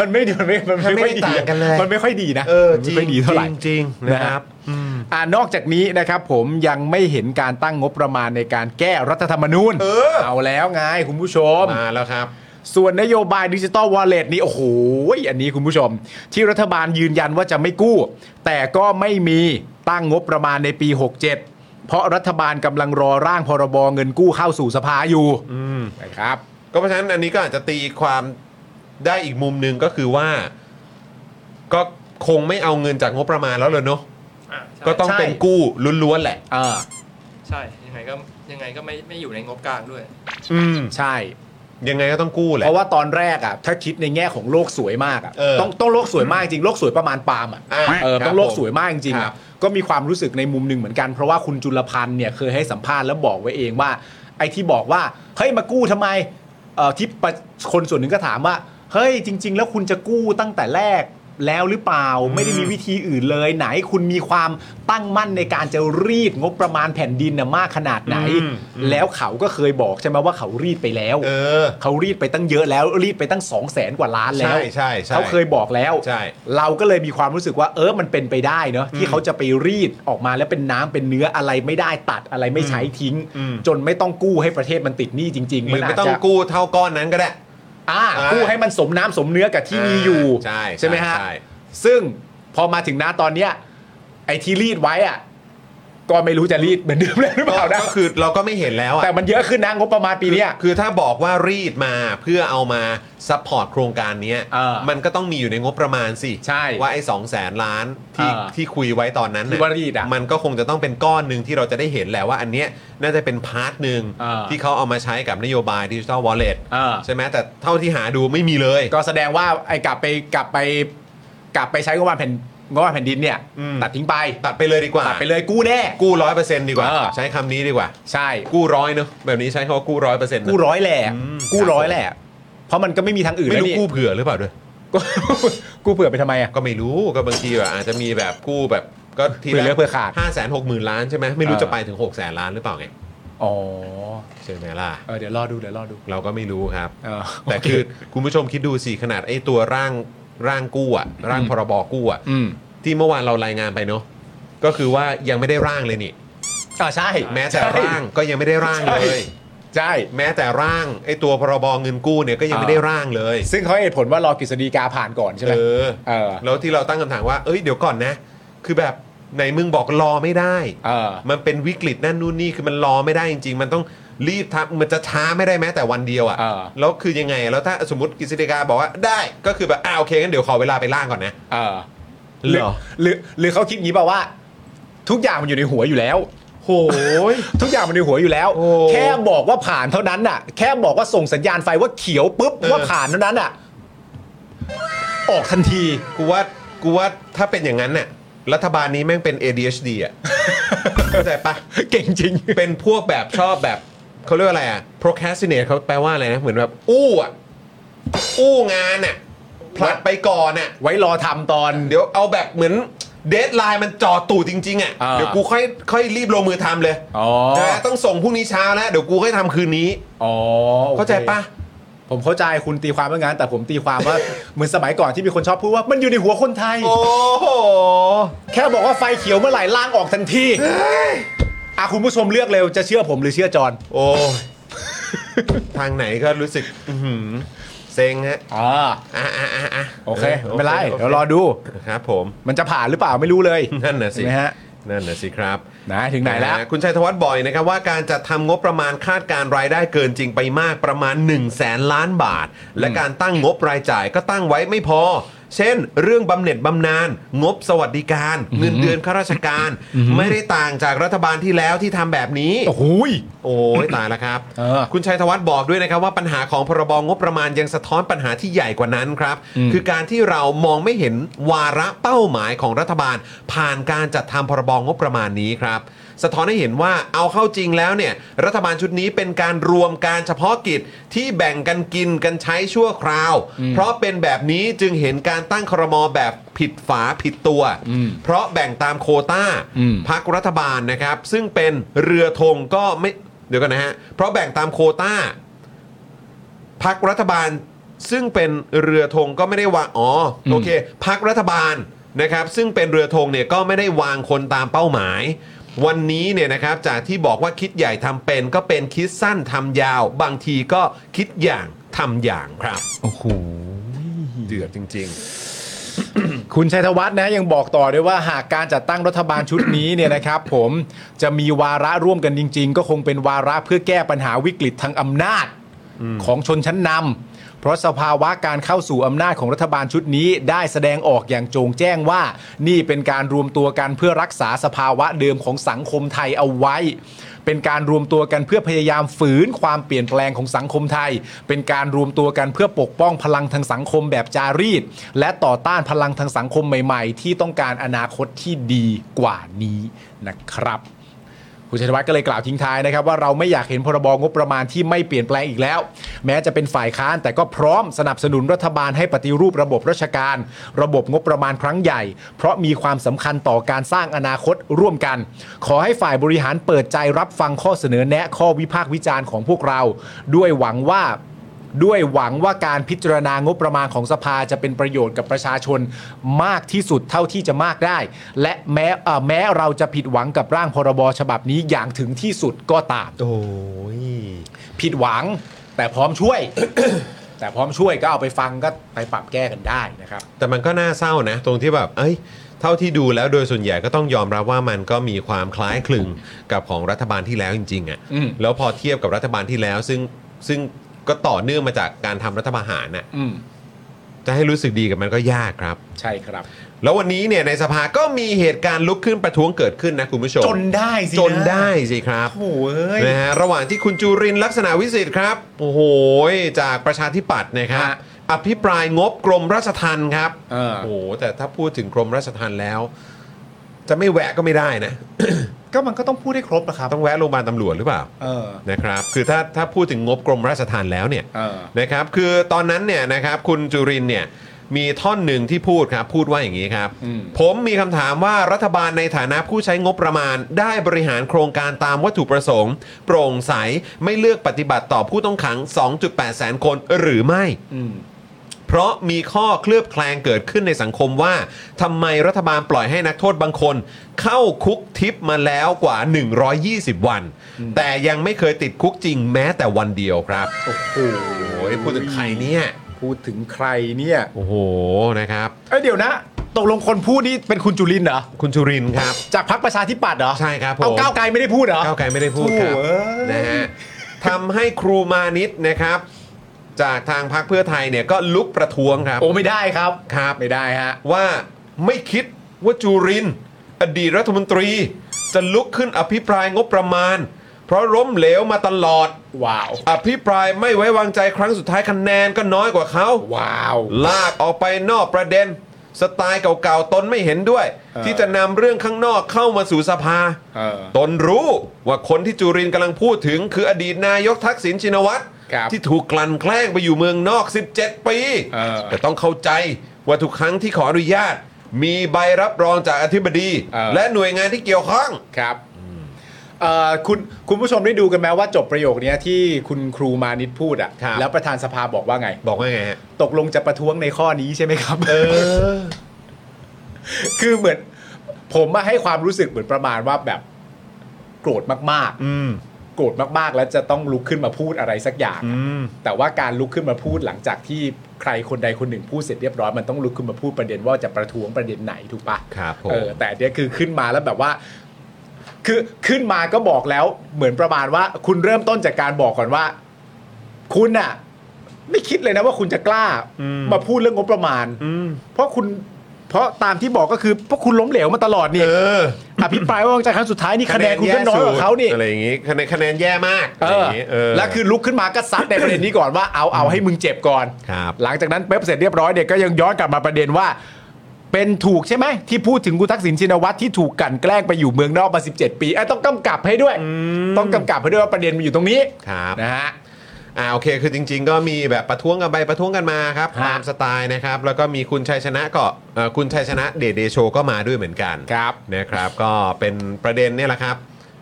Speaker 3: มันไม่ดีมันไม่มัน
Speaker 2: มันไม่
Speaker 3: ไม่ค่อย
Speaker 2: ได้
Speaker 3: ดี
Speaker 2: ต่างกันเลย
Speaker 3: มันไม่ค่อยดีนะ
Speaker 2: เออ
Speaker 3: มัน
Speaker 2: จริ
Speaker 3: ไม่
Speaker 2: ง
Speaker 3: ค่อยดีเท่าไหร่
Speaker 2: จริงๆนะครับอืม
Speaker 3: อ่านอกจากนี้นะครับผมยังไม่เห็นการตั้งงบประมาณในการแก้รัฐธรรมนูญ
Speaker 2: เออ
Speaker 3: เอาแล้วไงคุณผู้ชม
Speaker 2: มาแล้วครับ
Speaker 3: ส่วนนโยบายดิจิตอลวอลเล็ตนี่โอ้โหอันนี้คุณผู้ชม ที่รัฐบาลยืนยันว่าจะไม่กู้ แต่ก็ไม่มีตั้งงบประมาณในปี 67 เพราะรัฐบาลกำลังรอร่างพรบเงินกู้เข้าสู่สภาอยู่
Speaker 2: อืม
Speaker 3: นะครับ
Speaker 2: ก็เพราะฉะนั้นอันนี้ก็อาจจะตีความได้อีกมุมหนึ่งก็คือว่า ก็คงไม่เอาเงินจากงบประมาณแล้วเลยเนาะ
Speaker 4: อ่ะใช่
Speaker 2: ก็ต้อง
Speaker 3: ใช่
Speaker 2: เป็นกู้ล้วนๆแหละ
Speaker 3: อ่า
Speaker 4: ใช่ยังไงก็ยังไงก็ไม่ไม่อยู่ในงบกลางด้วย
Speaker 2: อืม
Speaker 3: ใช่
Speaker 2: ยังไงก็ต้องกู้แหละ
Speaker 3: เพราะว่าตอนแรกอ่ะถ้าคิดในแง่ของโลกสวยมากอ่ะ
Speaker 2: เออ
Speaker 3: ต้องต้องโลกสวยมากจริงโลกสวยประมาณปาล์มอ่ะ
Speaker 2: อ่า
Speaker 3: เออ
Speaker 2: ครับ
Speaker 3: ต้องโลกสวยมากจริง
Speaker 2: ครั
Speaker 3: อ่ะ
Speaker 2: บ
Speaker 3: ก็มีความรู้สึกในมุมหนึ่งเหมือนกัน เพราะว่าคุณจุลพันธ์เนี่ยเคยให้สัมภาษณ์แล้วบอกไว้เองว่า ไอ้ที่บอกว่าเฮ้ยมากู้ทำไมเอ่อที่ประคนส่วนหนึ่งก็ถามว่าเฮ้ยจริง ๆ แล้วคุณจะกู้ตั้งแต่แรกแล้วหรือเปล่าไม่ได้มีวิธีอื่นเลย ไหนคุณมีความตั้งมั่นในการจะรีดงบประมาณแผ่นดินน่ะมากขนาดไหน แล้วเขาก็เคยบอกใช่ไหมว่าเขารีดไปแล้ว
Speaker 2: เออ
Speaker 3: เขารีดไปตั้งเยอะแล้วรีดไปตั้ง2องแสนกว่าล้านแล้ว
Speaker 2: ใช่ใช่ใช่
Speaker 3: เขาเคยบอกแล้ว
Speaker 2: ใช่
Speaker 3: เราก็เลยมีความรู้สึกว่าเออมันเป็นไปได้เนอะที่เขาจะไปรีดออกมาแล้วเป็นน้ำเป็นเนื้ออะไรไม่ได้ตัดอะไรไม่ใช้ทิ้ง
Speaker 2: อืม
Speaker 3: จนไม่ต้องกู้ให้ประเทศมันติดหนี้จริง
Speaker 2: ห
Speaker 3: ๆ มั
Speaker 2: รือ
Speaker 3: นอา
Speaker 2: ไม่
Speaker 3: จ
Speaker 2: ต้อง
Speaker 3: จะ
Speaker 2: กู้เท่าก้อนนั้นก็ได้
Speaker 3: อ่า
Speaker 2: อ่ากู้
Speaker 3: กู้ให้มันสมน้ำสมเนื้อกับที่มีอยู่
Speaker 2: ใช่ใช่
Speaker 3: ไหมฮะ
Speaker 2: ใช่
Speaker 3: ซึ่งพอมาถึงน้าตอนเนี้ยไอ้ที่รีดไว้อ่ะก็ไม่รู้จะรีดเหมือนเดิมเลยหรือเปล่านะ
Speaker 2: ก็คือเราก็ไม่เห็นแล้วอะ
Speaker 3: แต่มันเยอะขึ้นนะงบประมาณปีเนี้ย
Speaker 2: คือถ้าบอกว่ารีดมาเพื่อเอามาซัพพอร์ตโครงการเนี้ย
Speaker 3: เออ
Speaker 2: มันก็ต้องมีอยู่ในงบประมาณสิ
Speaker 3: ใช่
Speaker 2: ว่าไอ้สองแสนล้านที่
Speaker 3: เออ
Speaker 2: ที่คุยไว้ตอนนั้นน่ะ
Speaker 3: ที่ว่ารีดอะ
Speaker 2: มันก็คงจะต้องเป็นก้อนหนึ่งที่เราจะได้เห็นแหละว่าอันเนี้ยน่าจะเป็นพาร์ทหนึ่ง
Speaker 3: เออ
Speaker 2: ที่เขาเอามาใช้กับนโยบายดิจิทัลวอลเล็ต
Speaker 3: เออ
Speaker 2: ใช่ไหมแต่เท่าที่หาดูไม่มีเลยก็
Speaker 3: ก็แสดงว่าไอ้กลับไปกลับไป กลับไปใช้งบประมาณแผ่นงบประมาณแผ่นดินเนี่ย
Speaker 2: อืม
Speaker 3: ตัดทิ้งไป
Speaker 2: ตัดไปเลยดีกว่า
Speaker 3: ตัดไปเลยกู้แน่
Speaker 2: กู้ร้อยเปอร์เซ็นต์ดีกว่า
Speaker 3: เออ
Speaker 2: ใช้คำนี้ดีกว่า
Speaker 3: ใช่
Speaker 2: กู้ร้อยเนอะแบบนี้ใช้คำว่ากู้ร้อยเปอร์เซ็นต์
Speaker 3: กู้ร้อยแหละ
Speaker 2: อืม
Speaker 3: กู้ร้อยแหละเพราะมันก็ไม่มีทางอื่น
Speaker 2: ไม่
Speaker 3: แล้ว
Speaker 2: รู้
Speaker 3: นี่
Speaker 2: กู้เผื่อหรือเปล่าด้วย
Speaker 3: กู้ กู้เผื่อไปทำไมอ่ะ
Speaker 2: ก็ไม่รู้ก็บางทีแบบอาจจะมีแบบกู้แบบก็ที
Speaker 3: เผื่อเลือกเผื่อขาด
Speaker 2: ห้าแสนหกหมื่นล้านใช่ไหมไม่รู้
Speaker 3: เออ
Speaker 2: จะไปถึงหกแสนล้านหรือเปล่าไง
Speaker 3: อ๋อ
Speaker 2: ใช่ไหมล่ะ
Speaker 3: เออเดี๋ยวรอดูเดี๋ยวรอดู
Speaker 2: เราก็ไม่รู้ครับ
Speaker 3: เออ
Speaker 2: แต่คือคุณผู้ชมคิดดูสิขนาดไอ้ตัวร่างร่างกู้อะร่าง
Speaker 3: อืม
Speaker 2: พรบกู้อะ
Speaker 3: อืม
Speaker 2: ที่เมื่อวานเรารายงานไปเนอะก็คือว่ายังไม่ได้ร่างเลยนี่
Speaker 3: อ่าใช่
Speaker 2: แม้แต่
Speaker 3: ใช่
Speaker 2: ร่างก็ยังไม่ได้ร่าง
Speaker 3: ใช่
Speaker 2: เลย
Speaker 3: ใช่
Speaker 2: แม้แต่ร่างไอ้ตัวพรบเงินกู้เนี่ยก็ยังไม่ได้
Speaker 3: เออ
Speaker 2: ร่างเลย
Speaker 3: ซึ่งเขาให้เหตุผลว่ารอกฤษฎีกาผ่านก่อนใช่ไหม
Speaker 2: เออ
Speaker 3: เออ
Speaker 2: แล้วที่เราตั้งคำถามว่า เอ้ย เดี๋ยวก่อนนะ คือแบบไหนมึงบอกรอไม่ได้
Speaker 3: เออ
Speaker 2: มันเป็นวิกฤตนั่นนู่นนี่คือมันรอไม่ได้จริง ๆ มันต้องรีบทำมันจะช้าไม่ได้แม้แต่วันเดียว
Speaker 3: เออ
Speaker 2: อะ่ะแล้วคือยังไงแล้วถ้าสมมติกิจกาบอกว่าได้ก็คือแบบอ่าโอเคงั้นเดี๋ยวขอเวลาไปล่างก่อนนะ
Speaker 3: เออ
Speaker 2: เหรอ
Speaker 3: หรือหรือเขาคิดงี้เปล่าว่า ทุกอย่างมันอยู่ในหัวอยู่แล้ว
Speaker 2: โอ้ย
Speaker 3: ทุกอย่างมันในหัวอยู่แล้ว
Speaker 2: โอ้
Speaker 3: แค่บอกว่าผ่านเท่านั้นน่ะ แค่บอกว่าส่งสัญญาณไฟว่าเขียวปุ๊บ
Speaker 2: เออ
Speaker 3: ว่าผ่านเท่านั้นน่ะ ออกทันที
Speaker 2: กูว่ากูว่าถ้าเป็นอย่างนั้นน่ะรัฐบาลนี้แม่งเป็น ADHD อ่ะ เข้าใจปะ
Speaker 3: เก่งจริง
Speaker 2: เป็นพวกแบบชอบแบบเขาเรียกว่าอะไรอ่ะ procrastinate เขาแปลว่าอะไรนะเหมือนแบบอู้อ่ะอู้งานอ่ะผลัดไปก่อนอ่ะ
Speaker 3: ไว้รอทำตอน
Speaker 2: เดี๋ยวเอาแบบเหมือนเดทไลน์มันจ่อตู่จริง ๆ อ่ะ
Speaker 3: อ่า
Speaker 2: เดี๋ยวกูค่อยค่อยรีบลงมือทำเลย
Speaker 3: อ๋อ
Speaker 2: นะต้องส่งพรุ่งนี้เช้าแล้ว เดี๋ยวกูค่อยทำคืนนี้
Speaker 3: อ๋อโอค
Speaker 2: เข้าใจปะ
Speaker 3: ผมเข้าใจคุณตีความ ว่างั้นแต่ผมตีความว่า เหมือนสมัยก่อนที่มีคนชอบพูดว่ามันอยู่ในหัวคนไทย
Speaker 2: โอ้โห
Speaker 3: แค่บอกว่าไฟเขียวเมื่อไหร่ล่างออกทันทีอ่ะคุณผู้ชมเลือกเร็วจะเชื่อผมหรือเชื่อจอน
Speaker 2: โอ้ยทางไหนก็รู้สึก อื้อหือเซ็งฮะ
Speaker 3: อ่า
Speaker 2: อ่ะอ่ะอ่ะอ่ะ
Speaker 3: โอเคไม่เป็นไร
Speaker 2: โอค
Speaker 3: เดี๋ยวรอดู
Speaker 2: ครับผม
Speaker 3: มันจะผ่านหรือเปล่าไม่รู้ เลย
Speaker 2: นั่นน่ะสิ
Speaker 3: ใช่ไหมฮะ
Speaker 2: นั่นน่ะสิครับ
Speaker 3: นะถึงไหนแล้ว
Speaker 2: นะฮะคุณชัยธวัฒน์บ่อยนะครับว่าการจัดทำงบประมาณคาดการรายได้เกินจริงไปมากประมาณ 1 0 0 0 0แสนล้านบาท และการตั้งงบรายจ่ายก็ตั้งไว้ไม่พอ เช่น เรื่องบำเหน็จบำนาญงบสวัสดิการ เงินเดือนข้าราชการ ไม่ได้ต่างจากรัฐบาลที่แล้วที่ทำแบบนี้
Speaker 3: โอ้โหย
Speaker 2: โอ้ยตายแล้วครับ
Speaker 3: เออ
Speaker 2: คุณชัยธวัฒน์บอกด้วยนะครับว่าปัญหาของพรบงบประมาณยังสะท้อนปัญหาที่ใหญ่กว่านั้นครับ
Speaker 3: อืม
Speaker 2: คือการที่เรามองไม่เห็นวาระเป้าหมายของรัฐบาล ผ่านการจัดทำพรบงบประมาณนี้ครับ สะท้อนให้เห็นว่าเอาเข้าจริงแล้วเนี่ยรัฐบาลชุดนี้เป็นการรวมการเฉพาะกิจที่แบ่งกันกินกันใช้ชั่วคราว เพราะเป็นแบบนี้จึงเห็นการตั้งครมแบบผิดฝาผิดตัว เพราะแบ่งตามโควต้า
Speaker 3: อืม
Speaker 2: พักรัฐบาลนะครับ ซึ่งเป็นเรือธงก็ไม่ เดี๋ยวกันนะฮะ เพราะแบ่งตามโควต้า พักรัฐบาลซึ่งเป็นเรือธงก็ไม่ได้วางอ๋ออ
Speaker 3: ม
Speaker 2: โอเคพักรัฐบาลนะครับ ซึ่งเป็นเรือธงเนี่ยก็ไม่ได้วางคนตามเป้าหมาย วันนี้เนี่ยนะครับจากที่บอกว่าคิดใหญ่ทำเป็น ก็เป็นคิดสั้นทำยาว บางทีก็คิดอย่างทำอย่างครับ
Speaker 3: โอ้โห
Speaker 2: เดือดจริง
Speaker 3: คุณชัยธวัฒน์นะยังบอกต่อด้วยว่าหากการจัดตั้งรัฐบาลชุดนี้เนี่ยนะครับ ผมจะมีวาระร่วมกันจริง ๆ ก็คงเป็นวาระเพื่อแก้ปัญหาวิกฤตทางอำนาจของชนชั้นนำเพราะสภาวะการเข้าสู่อำนาจของรัฐบาลชุดนี้ ได้แสดงออกอย่างโจงแจ้งว่า นี่เป็นการรวมตัวกันเพื่อรักษาสภาวะเดิมของสังคมไทยเอาไว้ เป็นการรวมตัวกันเพื่อพยายามฝืนความเปลี่ยนแปลงของสังคมไทย เป็นการรวมตัวกันเพื่อปกป้องพลังทางสังคมแบบจารีต และต่อต้านพลังทางสังคมใหม่ๆ ที่ต้องการอนาคตที่ดีกว่านี้นะครับ คุณชัยวัฒน์ก็เลยกล่าวทิ้งท้ายนะครับว่าเราไม่อยากเห็นพรบงบประมาณที่ไม่เปลี่ยนแปลงอีกแล้ว แม้จะเป็นฝ่ายค้านแต่ก็พร้อมสนับสนุนรัฐบาลให้ปฏิรูประบบราชการ ระบบงบประมาณครั้งใหญ่ เพราะมีความสำคัญต่อการสร้างอนาคตร่วมกัน ขอให้ฝ่ายบริหารเปิดใจรับฟังข้อเสนอแนะข้อวิพากษ์วิจารณ์ของพวกเรา ด้วยหวังว่า ด้วยหวังว่าการพิจารณางบประมาณของสภาจะเป็นประโยชน์กับประชาชนมากที่สุดเท่าที่จะมากได้ และแม้เอ่อแม้เราจะผิดหวังกับร่างพรบฉบับนี้อย่างถึงที่สุดก็ตาม
Speaker 2: ๆ โอ้ย
Speaker 3: ผิดหวังแต่พร้อมช่วย แต่พร้อมช่วยก็เอาไปฟังก็ไปปรับแก้กันได้นะครับ
Speaker 2: แต่มันก็น่าเศร้านะ ตรงที่แบบ เอ้ย เท่าที่ดูแล้วโดยส่วนใหญ่ก็ต้องยอมรับว่ามันก็มีความคล้ายคลึงกับของรัฐบาลที่แล้วจริง ๆอะ่ะ
Speaker 3: อืม
Speaker 2: แล้วพอเทียบกับรัฐบาลที่แล้ว ซึ่งซึ่งก็ต่อเนื่องมาจากการทำรัฐประหารน่ะ
Speaker 3: อืม
Speaker 2: จะให้รู้สึกดีกับมันก็ยากครับ
Speaker 3: ใช่ครับ
Speaker 2: แล้ววันนี้เนี่ยในสภาก็มีเหตุการณ์ลุกขึ้นประท้วงเกิดขึ้นนะคุณผู้ชม
Speaker 3: จนได้สิะ
Speaker 2: จนได้สิครับ
Speaker 3: โอ้โหเอ้ย
Speaker 2: นะฮะระหว่างที่คุณจูรินทร์ลักษณะวิสิทธิ์ครับ โอ้โหจากประชาธิปัตย์นะครับ
Speaker 3: ฮะ
Speaker 2: อภิปรายงบกรมราชทัณฑ์ครับ
Speaker 3: เออ
Speaker 2: โอ้โหแต่ถ้าพูดถึงกรมราชทัณฑ์แล้ว จะไม่แวะก็ไม่ได้นะ
Speaker 3: ก็มันก็ต้องพูดให้ครบนะครับ
Speaker 2: ต้องแวะโรงพยาบาลตำรวจหรือเปล่า
Speaker 3: เออ
Speaker 2: นะครับคือถ้าถ้าพูดถึงงบกรมราชทัณฑ์แล้วเนี่ย
Speaker 3: เออ
Speaker 2: นะครับคือตอนนั้นเนี่ยนะครับคุณจุรินทร์เนี่ยมีท่อนหนึ่งที่พูดครับพูดว่าอย่างนี้ครับ
Speaker 3: อืม
Speaker 2: ผมมีคำถามว่ารัฐบาลในฐานะผู้ใช้งบประมาณ ได้บริหารโครงการตามวัตถุประสงค์ โปร่งใสไม่เลือกปฏิบัติต่อผู้ต้องขัง 2.8 แสนคนหรือไม่
Speaker 3: อืม
Speaker 2: เพราะมีข้อเคลือบแคลงเกิดขึ้นในสังคมว่าทำไมรัฐบาลปล่อยให้นักโทษบางคน เข้าคุกทิพย์มาแล้วกว่า 120 วัน แต่ยังไม่เคยติดคุกจริงแม้แต่วันเดียวครับ
Speaker 3: โอ้โห
Speaker 2: โอ้ยพูดถึงใครเนี่ย
Speaker 3: พูดถึงใครเนี่ย
Speaker 2: โอ้โหนะครับ
Speaker 3: เอ้ยเดี๋ยวนะ ตกลงคนพูดนี่เป็นคุณจุลินทร์เหรอ
Speaker 2: คุณจุรินทร์ครับ
Speaker 3: จากพรรคประชาธิปัตย์เหรอ
Speaker 2: ใช่ครับผม
Speaker 3: เอาก้าวไกลไม่ได้พูดเหรอ
Speaker 2: ก้าวไกลไม่ได้พูดครับ
Speaker 3: โอ้ย
Speaker 2: นะฮะทำให้ครูมานิตนะครับ จากทางพรรคเพื่อไทยเนี่ยก็ลุกประท้วงครับ
Speaker 3: โอ้ไม่ได้ครับ
Speaker 2: ครับ
Speaker 3: ไม่ได้ฮะ
Speaker 2: ว่าไม่คิดว่าจุรินทร์อดีตรัฐมนตรี จะลุกขึ้นอภิปรายงบประมาณ เพราะล้มเหลวมาตลอด
Speaker 3: ว้าว
Speaker 2: อภิปรายไม่ไว้วางใจครั้งสุดท้ายคะแนนก็น้อยกว่าเขา
Speaker 3: ว้าว
Speaker 2: ลากออกไปนอกประเด็น สไตล์เก่าๆ ตนไม่เห็นด้วย
Speaker 3: เออ
Speaker 2: ที่จะนำเรื่องข้างนอกเข้ามาสู่สภา
Speaker 3: เออ
Speaker 2: ตนรู้ว่าคนที่จุรินทร์กำลังพูดถึง คืออดีตนายกทักษิณชินวัตร
Speaker 3: ครับ
Speaker 2: ที่ถูกกลั่นแกล้งไปอยู่เมืองนอก 17 ปี
Speaker 3: เออ
Speaker 2: แต่ต้องเข้าใจว่าทุกครั้งที่ขออนุญาต มีใบรับรองจากอธิบดี
Speaker 3: เออ
Speaker 2: และหน่วยงานที่เกี่ยวข้อง
Speaker 3: ครับเอ่อคุณคุณผู้ชมได้ดูกันไหมว่าจบประโยคเนี้ยที่คุณครูมานิดพูด
Speaker 2: ครั
Speaker 3: อะ่ะ
Speaker 2: บ
Speaker 3: แล้วประธานสภาบอกว่าไง
Speaker 2: บอกว่าไงฮะ
Speaker 3: ตกลงจะประท้วงในข้อนี้ใช่ไหมครับ
Speaker 2: เออ
Speaker 3: คือเหมือน ผมมาให้ความรู้สึกเหมือนประมาณว่าแบบโกรธมาก
Speaker 2: อืม
Speaker 3: ๆ โกรธมากๆ แล้วจะต้องลุกขึ้นมาพูดอะไรสักอย่างอะ
Speaker 2: อืม
Speaker 3: แต่ว่าการลุกขึ้นมาพูดหลังจากที่ใครคนใดคนหนึ่งพูดเสร็จเรียบร้อยมันต้องลุกขึ้นมาพูดประเด็นว่าจะประท้วงประเด็นไหนถูกปะ
Speaker 2: ครับผม
Speaker 3: เออแต่อันเนี้ยคือขึ้นมาแล้วแบบว่า คือขึ้นมาก็บอกแล้ว เหมือนประมาณว่า คุณเริ่มต้นจากการบอกก่อนว่า คุณน่ะ ไม่คิดเลยนะว่าคุณจะกล้ามาพูดเรื่องงบประมาณเพราะคุณ เพราะตามที่บอกก็คือเพราะคุณล้มเหลวมาตลอดนี่
Speaker 2: เออ
Speaker 3: อภิปรายว่าจากครั้งสุดท้ายนี่คะแนนคุณก็
Speaker 2: แย่
Speaker 3: น้อยกว่าเขานี่
Speaker 2: อะไรอย่างงี้คะแนนคะแนนแย่มาก
Speaker 3: เอ
Speaker 2: ไร
Speaker 3: อย่าง
Speaker 2: งี้เ
Speaker 3: แล้วคือลุกขึ้นมาก็ซัดในประเด็นนี้ก่อนว่าเอาเอาให้มึงเจ็บก่อน
Speaker 2: ครับ
Speaker 3: หลังจากนั้นเป๊บเสร็จเรียบร้อยเนี่ยก็ยังย้อนกลับมาประเด็นว่า เป็นถูกใช่ไหมที่พูดถึงคุณทักษิณชินวัตรที่ถูกกลันแกล้งไปอยู่เมืองนอกมา 17 ปีเอ้ยต้องกำกับให้ด้วย ต้องกำกับให้ด้วยว่าประเด็นมันอยู่ตรงนี้
Speaker 2: ครับ
Speaker 3: นะฮะ
Speaker 2: อ่าโอเคคือจริง ๆ ก็มีแบบประท้วงกันไปประท้วงกันมาครับ
Speaker 3: ฮะ
Speaker 2: ตามสไตล์นะครับ แล้วก็มีคุณชัยชนะก็เอ่อคุณชัยชนะเดชเดโชก็มาด้วยเหมือนกัน
Speaker 3: ครับ
Speaker 2: นะครับ ก็เป็นประเด็นเนี่ยแหละครับ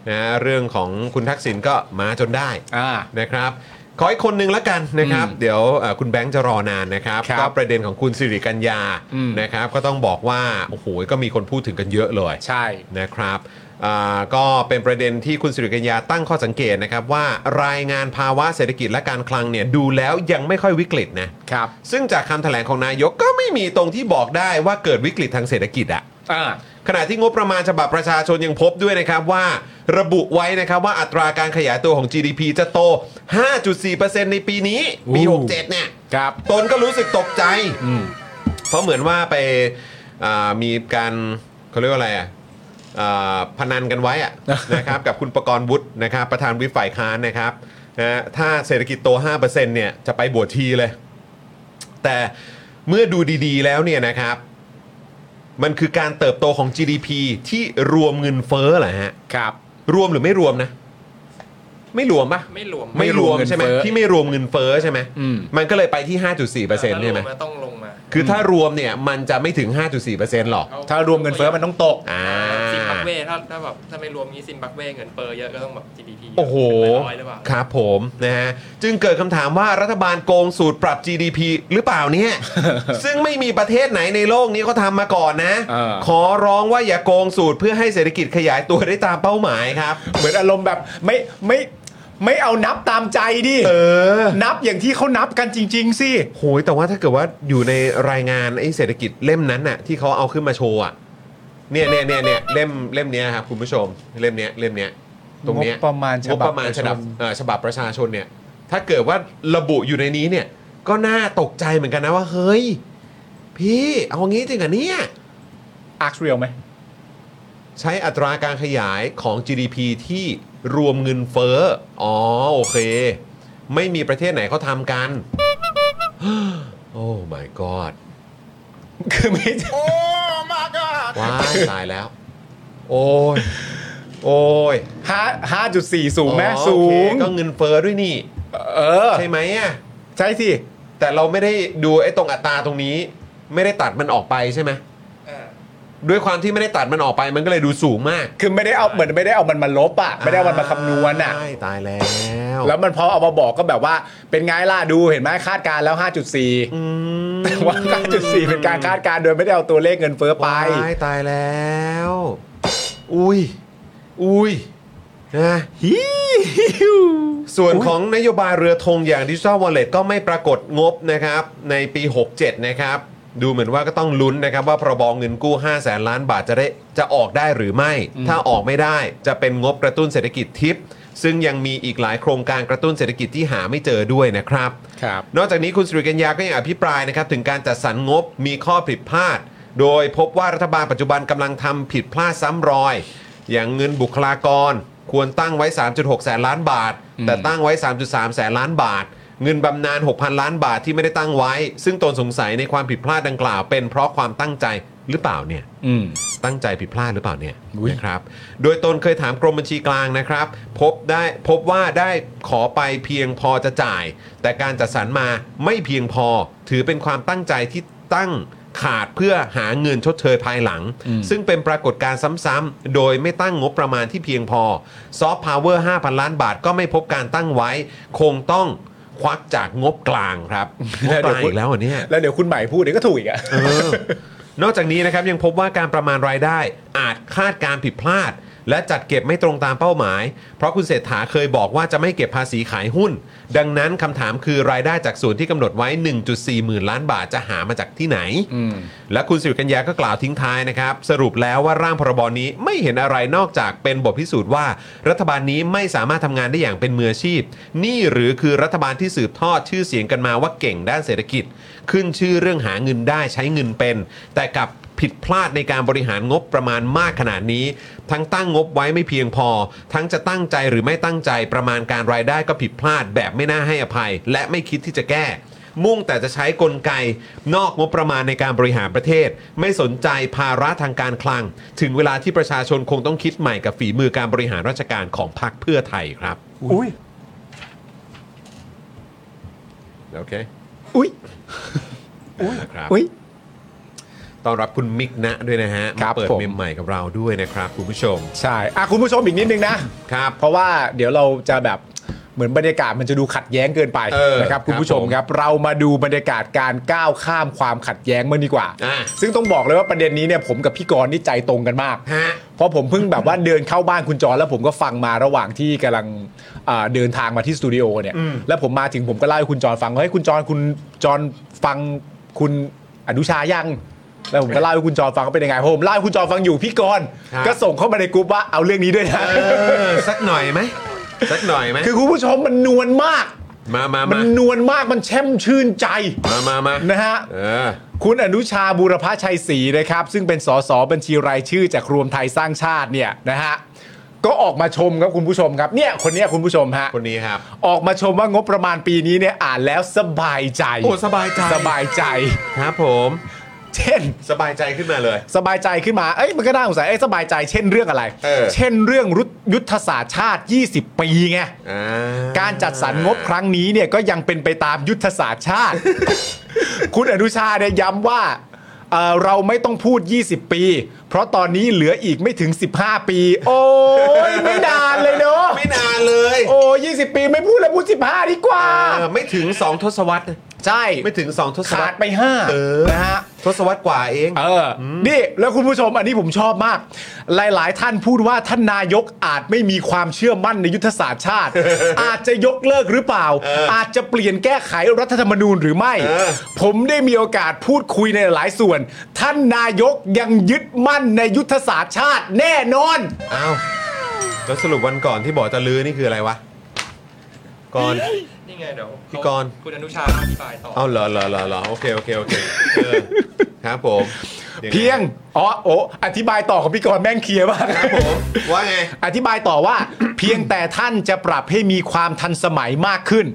Speaker 2: นะฮะเรื่องของคุณทักษิณก็มาจนได้
Speaker 3: อ่า
Speaker 2: นะครับขออีกคนหนึ่งละกันนะครับ
Speaker 3: อืม
Speaker 2: เดี๋ยวเอ่อคุณแบงค์จะรอนานนะครับ
Speaker 3: ครับ
Speaker 2: ก็ประเด็นของคุณสิริกัญญา
Speaker 3: อืม
Speaker 2: นะครับ ก็ต้องบอกว่าโอ้โหก็มีคนพูดถึงกันเยอะเลย
Speaker 3: ใช่
Speaker 2: นะครับอ่าก็เป็นประเด็นที่คุณสิริกัญญาตั้งข้อสังเกตนะครับ ว่ารายงานภาวะเศรษฐกิจและการคลังเนี่ยดูแล้วยังไม่ค่อยวิกฤตนะครับ ซึ่งจากคำแถลงของนายกก็ไม่มีตรงที่บอกได้ว่าเกิดวิกฤตทางเศรษฐกิจอะ
Speaker 3: อ่า
Speaker 2: ขณะที่งบประมาณฉบับประชาชนยังพบด้วยนะครับว่า ระบุไว้นะครับว่าอัตราการขยายตัวของ GDP จะโต 5.4%ในปีนี้ปี
Speaker 3: อู้
Speaker 2: 67 เนี่ย
Speaker 3: ครับ
Speaker 2: ตนก็รู้สึกตกใจ
Speaker 3: อืม
Speaker 2: เพราะเหมือนว่าไปอ่ามีการเขาเรียกว่าอะไรอ่ะอ่าพนันกันไว้อะ นะครับกับคุณประกรณ์วุฒินะครับประธานวิปฝ่ายค้านนะครับนะฮะถ้าเศรษฐกิจโต 5%เนี่ยจะไปบวชทีเลย แต่เมื่อดูดีๆแล้วเนี่ยนะครับ มันคือการเติบโตของ GDP ที่รวมเงินเฟ้อเหรอฮะ
Speaker 3: ครับ
Speaker 2: รวมหรือไม่รวมนะ ไม่รวมปะ
Speaker 4: ไม่รวม
Speaker 3: ไม่รวม
Speaker 2: ใช่ไหม
Speaker 3: เงินเฟ้อ
Speaker 2: พี่ไม่รวมเงินเฟ้อใช่ไหม
Speaker 3: อืม
Speaker 2: มันก็เลยไปที่ 5.4%
Speaker 4: ถ้า
Speaker 2: ใช่ไหม
Speaker 4: วาต้องลงมา
Speaker 2: คือถ้ารวมเนี่ยมันจะไม่ถึง 5.4%หรอก
Speaker 3: ถ้ารวมเงินเฟ้อมันต้องตก
Speaker 2: อ่า
Speaker 4: ซิมบับเวถ้าถ้าแบบถ้าไม่รวมนี้ซิมบับเวเงินเปอร์เยอะก็ต้องแบบ GDP
Speaker 2: โอ้โห
Speaker 4: เป็นร้อยหรือเปล่า
Speaker 2: ครับผมนะฮะ จึงเกิดคำถามว่ารัฐบาลโกงสูตรปรับ GDP หรือเปล่า เนี่ย ซึ่งไม่มีประเทศไหนในโลกนี้เขาทำมาก่อนนะ
Speaker 3: เออ
Speaker 2: ขอร้องว่าอย่าโกงสูตรเพื่อให้เศรษฐกิจขยายตัวได้ตามเป้าหมายครับ
Speaker 3: เหมือนอารมณ์แบบไม่ไม่ไม่เอานับตามใจดิ
Speaker 2: เออ
Speaker 3: นับอย่างที่เขานับกันจริง ๆ สิ
Speaker 2: โหยแต่ว่าถ้าเกิดว่าอยู่ในรายงานไอ้เศรษฐกิจเล่มนั้นน่ะที่เขาเอาขึ้นมาโชว์อ่ะเนี่ยเนี่ยเนี่ยเนี่ยเล่มเล่มเนี้ยครับคุณผู้ชมเล่มเนี้ยเล่มเนี้ยตรงเนี้ย
Speaker 3: งบประมาณฉ
Speaker 2: ง
Speaker 3: บั
Speaker 2: บบ ประมาณฉบับ
Speaker 3: ประชาชน
Speaker 2: เอ่อฉบับประชาชนเนี่ยถ้าเกิดว่าระบุอยู่ในนี้เนี่ย ก็น่าตกใจเหมือนกันนะว่า เฮ้ย พี่เอางี้จริงเหรอเนี่ย
Speaker 3: อาร์คเรียลไหม
Speaker 2: ใช้อัตราการขยายของ GDP ที่รวมเงินเฟ้อ อ๋อ โอเค ไม่มีประเทศไหนเขาทำกัน โอ้ my god
Speaker 3: คือไม่
Speaker 2: ว้ายตายแล้ว โอ้ย โอ้ย
Speaker 3: ห้าห้าจุดสี่สูงไหม
Speaker 2: อ๋อ
Speaker 3: สู
Speaker 2: โอเค
Speaker 3: ง
Speaker 2: ก็เงินเฟ้อด้วยนี่
Speaker 3: เออ
Speaker 2: ใช่ไหมอ่ะ
Speaker 3: ใช่สิ
Speaker 2: แต่เราไม่ได้ดูไอ้ตรงอัตราตรงนี้ ไม่ได้ตัดมันออกไปใช่ไหมด้วยความที่ไม่ได้ตัดมันออกไปมันก็เลยดูสูงมาก
Speaker 3: คือไม่ได้เอาเหมือนไม่ได้เอามันมาลบอ่ะ ไม่ได้เอามันมาคำนวณอ่ะ
Speaker 2: ใช่ตายแล้ว
Speaker 3: แล้วมันพอเอามาบอกก็แบบว่าเป็นไงล่ะดูเห็นไหมคาดการณ์แล้ว 5.4 แต่ว่า 5.4 เป็นการคาดการณ์โดยไม่ได้เอาตัวเลขเงินเฟ้อไป
Speaker 2: ตายตายแล้ว อุ้ย อุ้ย นะฮิส่วนของนโยบายเรือธงอย่างดิจิ t a ลวอลเล็ก็ไม่ปรากฏงบนะครับ ในปี 67 นะครับ ดูเหมือนว่าก็ต้องลุ้นนะครับ ว่าพรบเงินกู้ 5 0 0แสนล้านบาทจะได้จะออกได้หรือไม่ ถ้าออกไม่ได้จะเป็นงบกระตุ้นเศรษฐกิจทิพย์ซึ่งยังมีอีกหลายโครงการกระตุ้นเศรษฐกิจที่หาไม่เจอด้วยนะครับ
Speaker 3: ครับ
Speaker 2: นอกจากนี้คุณสุริกัญญาก็ยังอภิปรายนะครับถึงการจัดสรรงบมีข้อผิดพลาด โดยพบว่ารัฐบาลปัจจุบันกำลังทำผิดพลาดซ้ำรอย อย่างเงินบุคลากร ควรตั้งไว้ 3.6 แสนล้านบาท แต่ตั้งไว้ 3.3 แสนล้านบาท เงินบำนาญ6,000 ล้านบาทที่ไม่ได้ตั้งไว้ ซึ่งตนสงสัยในความผิดพลาดดังกล่าว เป็นเพราะความตั้งใจหรือเปล่าเนี่ย
Speaker 3: อืม
Speaker 2: ตั้งใจผิดพลาดหรือเปล่าเนี่ย
Speaker 3: อุ๊ย
Speaker 2: นะครับ โดยตนเคยถามกรมบัญชีกลางนะครับ พบได้พบว่าได้ขอไปเพียงพอจะจ่าย แต่การจัดสรรมาไม่เพียงพอ ถือเป็นความตั้งใจที่ตั้งขาดเพื่อหาเงินชดเชยภายหลัง ซึ่งเป็นปรากฏการณ์ซ้ำๆ โดยไม่ตั้งงบประมาณที่เพียงพอซอฟต์พาวเวอร์5,000 ล้านบาทก็ไม่พบการตั้งไว้ คงต้องควักจากงบกลาง ครับงบกลางอีกแล้วเหรอเนี่ย
Speaker 3: แล้วเดี๋ยวคุณใหม่พูดเดี๋ยวก็ถูกอีกอ่ะ
Speaker 2: เออนอกจากนี้นะครับยังพบว่าการประมาณรายได้อาจคาดการผิดพลาด และจัดเก็บไม่ตรงตามเป้าหมาย เพราะคุณเศรษฐาเคยบอกว่าจะไม่เก็บภาษีขายหุ้น ดังนั้นคำถามคือรายได้จากส่วนที่กำหนดไว้ 1.4 หมื่นล้านบาทจะหามาจากที่ไหน และคุณสิริกัญญาก็กล่าวทิ้งท้ายนะครับ สรุปแล้วว่าร่างพรบนี้ไม่เห็นอะไรนอกจากเป็นบทพิสูจน์ว่า รัฐบาลนี้ไม่สามารถทำงานได้อย่างเป็นมืออาชีพ นี่หรือคือรัฐบาลที่สืบทอดชื่อเสียงกันมาว่าเก่งด้านเศรษฐกิจ ขึ้นชื่อเรื่องหาเงินได้ใช้เงินเป็น แต่กลับผิดพลาดในการบริหารงบประมาณมากขนาดนี้ ทั้งตั้งงบไว้ไม่เพียงพอ ทั้งจะตั้งใจหรือไม่ตั้งใจประมาณการรายได้ก็ผิดพลาดแบบไม่น่าให้อภัย และไม่คิดที่จะแก้ มุ่งแต่จะใช้กลไก นอกงบประมาณในการบริหารประเทศ ไม่สนใจภาระทางการคลัง ถึงเวลาที่ประชาชนคงต้องคิดใหม่กับฝีมือการบริหารราชการของพรรคเพื่อไทยครับ
Speaker 3: อุ้ย
Speaker 2: โอเค
Speaker 3: อุ้ย
Speaker 2: ครับ
Speaker 3: อุ้ย
Speaker 2: ต้อนรับคุณมิกนะด้วยนะฮะ
Speaker 3: ครั
Speaker 2: มา
Speaker 3: บ
Speaker 2: เปิด
Speaker 3: ผม
Speaker 2: เมมใหม่กับเราด้วยนะครับคุณผู้ชม
Speaker 3: ใช่อ่ะคุณผู้ชมอีกนิดนึงนะ
Speaker 2: ครับ
Speaker 3: เพราะว่าเดี๋ยวเราจะแบบเหมือนบรรยากาศมันจะดูขัดแย้งเกินไป
Speaker 2: เออ
Speaker 3: นะครับคุณผู้ชม
Speaker 2: ครับผม
Speaker 3: ครับ เรามาดูบรรยากาศการก้าวข้ามความขัดแย้งมันดีกว่า
Speaker 2: อ่ะ
Speaker 3: ซึ่งต้องบอกเลยว่าประเด็นนี้เนี่ยผมกับพี่กรณ์นี่ใจตรงกันมาก
Speaker 2: ฮะ
Speaker 3: เพราะผมเพิ่งแบบว่าเดินเข้าบ้านคุณจรแล้วผมก็ฟังมาระหว่างที่กำลังอ่าเดินทางมาที่สตูดิโอเนี่ยแล้วผมมาถึงผมก็เล่าให้คุณจรฟังว่าเฮ้ยคุณจรคุณจรฟังคุณอนุชายังแล้วผมก็เล่าให้คุณจรฟังว่าเป็นยังไงผมเล่าให้คุณจรฟังอยู่พี่กรณ์
Speaker 2: ครับ
Speaker 3: ก็ส่งเข้ามาในกลุ่มว่าเอาเรื่องนี้ด้วยนะ
Speaker 2: เออ สักหน่อยไหมสักหน่อยไหม
Speaker 3: คือคุณผู้ชมมันนวลมาก
Speaker 2: มามา
Speaker 3: มั
Speaker 2: มาน
Speaker 3: นวลมาก มันแช่มชื่นใจ
Speaker 2: มามามา
Speaker 3: นะฮะ
Speaker 2: เออ
Speaker 3: คุณอนุชาบูรพชัยศรีนะครับ ซึ่งเป็นสสบัญชีรายชื่อจากรวมไทยสร้างชาติเนี่ยนะฮะ ก็ออกมาชมครับคุณผู้ชมครับ เนี่ยคนเนี้ยคุณผู้ชมฮะ
Speaker 2: คนนี้ครับ
Speaker 3: ออกมาชมว่างบประมาณปีนี้เนี่ยอ่านแล้วสบายใจ
Speaker 2: โอ้สบายใจ
Speaker 3: สบายใจ
Speaker 2: ครับผม
Speaker 3: เช่น
Speaker 2: สบายใจขึ้นมาเลย
Speaker 3: สบายใจขึ้นมา เอ้ยมันก็น่าสงสัย เอ้ยสบายใจ เช่นเรื่องอะไร
Speaker 2: เออ
Speaker 3: นเรื่องรุยุทธศาสตร์ชาติ 20 ปีไง
Speaker 2: อ่า
Speaker 3: การจัดสรรงบครั้งนี้เนี่ยก็ยังเป็นไปตามยุทธศาสตร์ ชาติ คุณอนุชาเนี่ยย้ำว่าเอ่อเราไม่ต้องพูด 20 ปี เพราะตอนนี้เหลืออีกไม่ถึง 15 ปี โอ้ยไม่นานเลยเนาะ
Speaker 2: ไม่นานเลย
Speaker 3: โอ้ย20 ปีไม่พูดแล้วพูด 15 ดีกว่า
Speaker 2: เออไม่ถึง 2 ทศวรรษนะ
Speaker 3: ใช่
Speaker 2: ไม่ถึง 2 ทศว
Speaker 3: ขา
Speaker 2: ร
Speaker 3: ด
Speaker 2: รษ
Speaker 3: ไป
Speaker 2: เออ
Speaker 3: 5 นะฮะ
Speaker 2: ทศวรรษกว่าเอง
Speaker 3: เอออนี่แล้วคุณผู้ชมอันนี้ผมชอบมาก หลายๆ ท่านพูดว่าท่านนายกอาจไม่มีความเชื่อมั่นในยุทธศาสตร์ชาติ อาจจะยกเลิกหรือเปล่า อาจจะเปลี่ยนแก้ไขรัฐธรรมนูญหรือไม่
Speaker 2: เออ
Speaker 3: ผมได้มีโอกาสพูดคุยในหลายส่วน ท่านนายกยังยึดมั่นในยุทธศาสตร์ชาติแน่นอน
Speaker 2: อ้าวแล้วสรุปวันก่อนที่บอกจะลื้อนี่คืออะไรวะ ก่อน
Speaker 4: นี่ไงเดี๋ยว
Speaker 2: พี่กรณ์
Speaker 4: คุณอนุชาอธิบายต่อ
Speaker 2: เอาเหรอเหรอเหรอเหรอโอเคโอเคโอเคเออครับผม
Speaker 3: เพีย งอ๋อโอ้อธิบายต่อของพี่กรณ์แม่งเคลียร์มาก
Speaker 2: ครับผมว่าไง
Speaker 3: อธิบายต่อ ว่า เพียงแต่ท่านจะปรับให้มีความทันสมัยมากขึ้น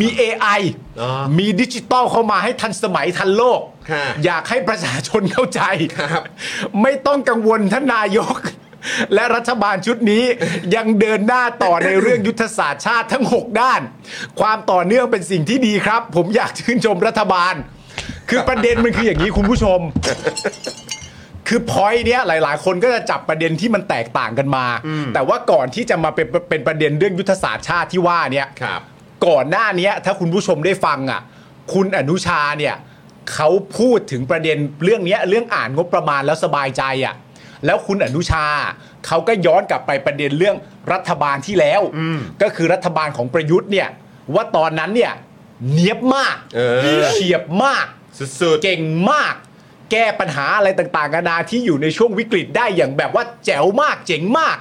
Speaker 3: มี AI
Speaker 2: อ๋อ
Speaker 3: มีดิจิตอลเข้ามาให้ทันสมัยทันโลก
Speaker 2: ค่ะ
Speaker 3: อยากให้ประชาชนเข้าใจ
Speaker 2: ครับ
Speaker 3: ไม่ต้องกังวลท่านนายก และรัฐบาลชุด นี้ ยังเดินหน้าต่อในเรื่องยุทธศาสตร์ชาติทั้ง 6 ด้าน ความต่อเนื่องเป็นสิ่งที่ดีครับ ผมอยากชื่นชมรัฐบาล คือประเด็นมันคืออย่างนี้คุณผู้ชม คือพอยเนี้ยหลาย ๆ คนก็จะจับประเด็นที่มันแตกต่างกันมา แต่ว่าก่อนที่จะมาเป็นเป็นประเด็นเรื่องยุทธศาสตร์ชาติที่ว่าเนี่ย
Speaker 2: ครับ
Speaker 3: ก่อนหน้าเนี้ยถ้าคุณผู้ชมได้ฟังอ่ะ คุณอนุชาเนี่ยเขาพูดถึงประเด็นเรื่องเนี้ยเรื่องอ่านงบประมาณแล้วสบายใจอ่ะแล้วคุณอนุชาเขาก็ย้อนกลับไปประเด็นเรื่องรัฐบาลที่แล้วก็คือรัฐบาลของประยุทธ์เนี่ยว่าตอนนั้นเนี่ยเนียบมาก
Speaker 2: เออ
Speaker 3: เฉียบมาก
Speaker 2: สุด
Speaker 3: เก่งมาก แก้ปัญหาอะไรต่างๆนานาที่อยู่ในช่วงวิกฤตได้อย่างแบบว่าแจ๋วมากเจ๋งมาก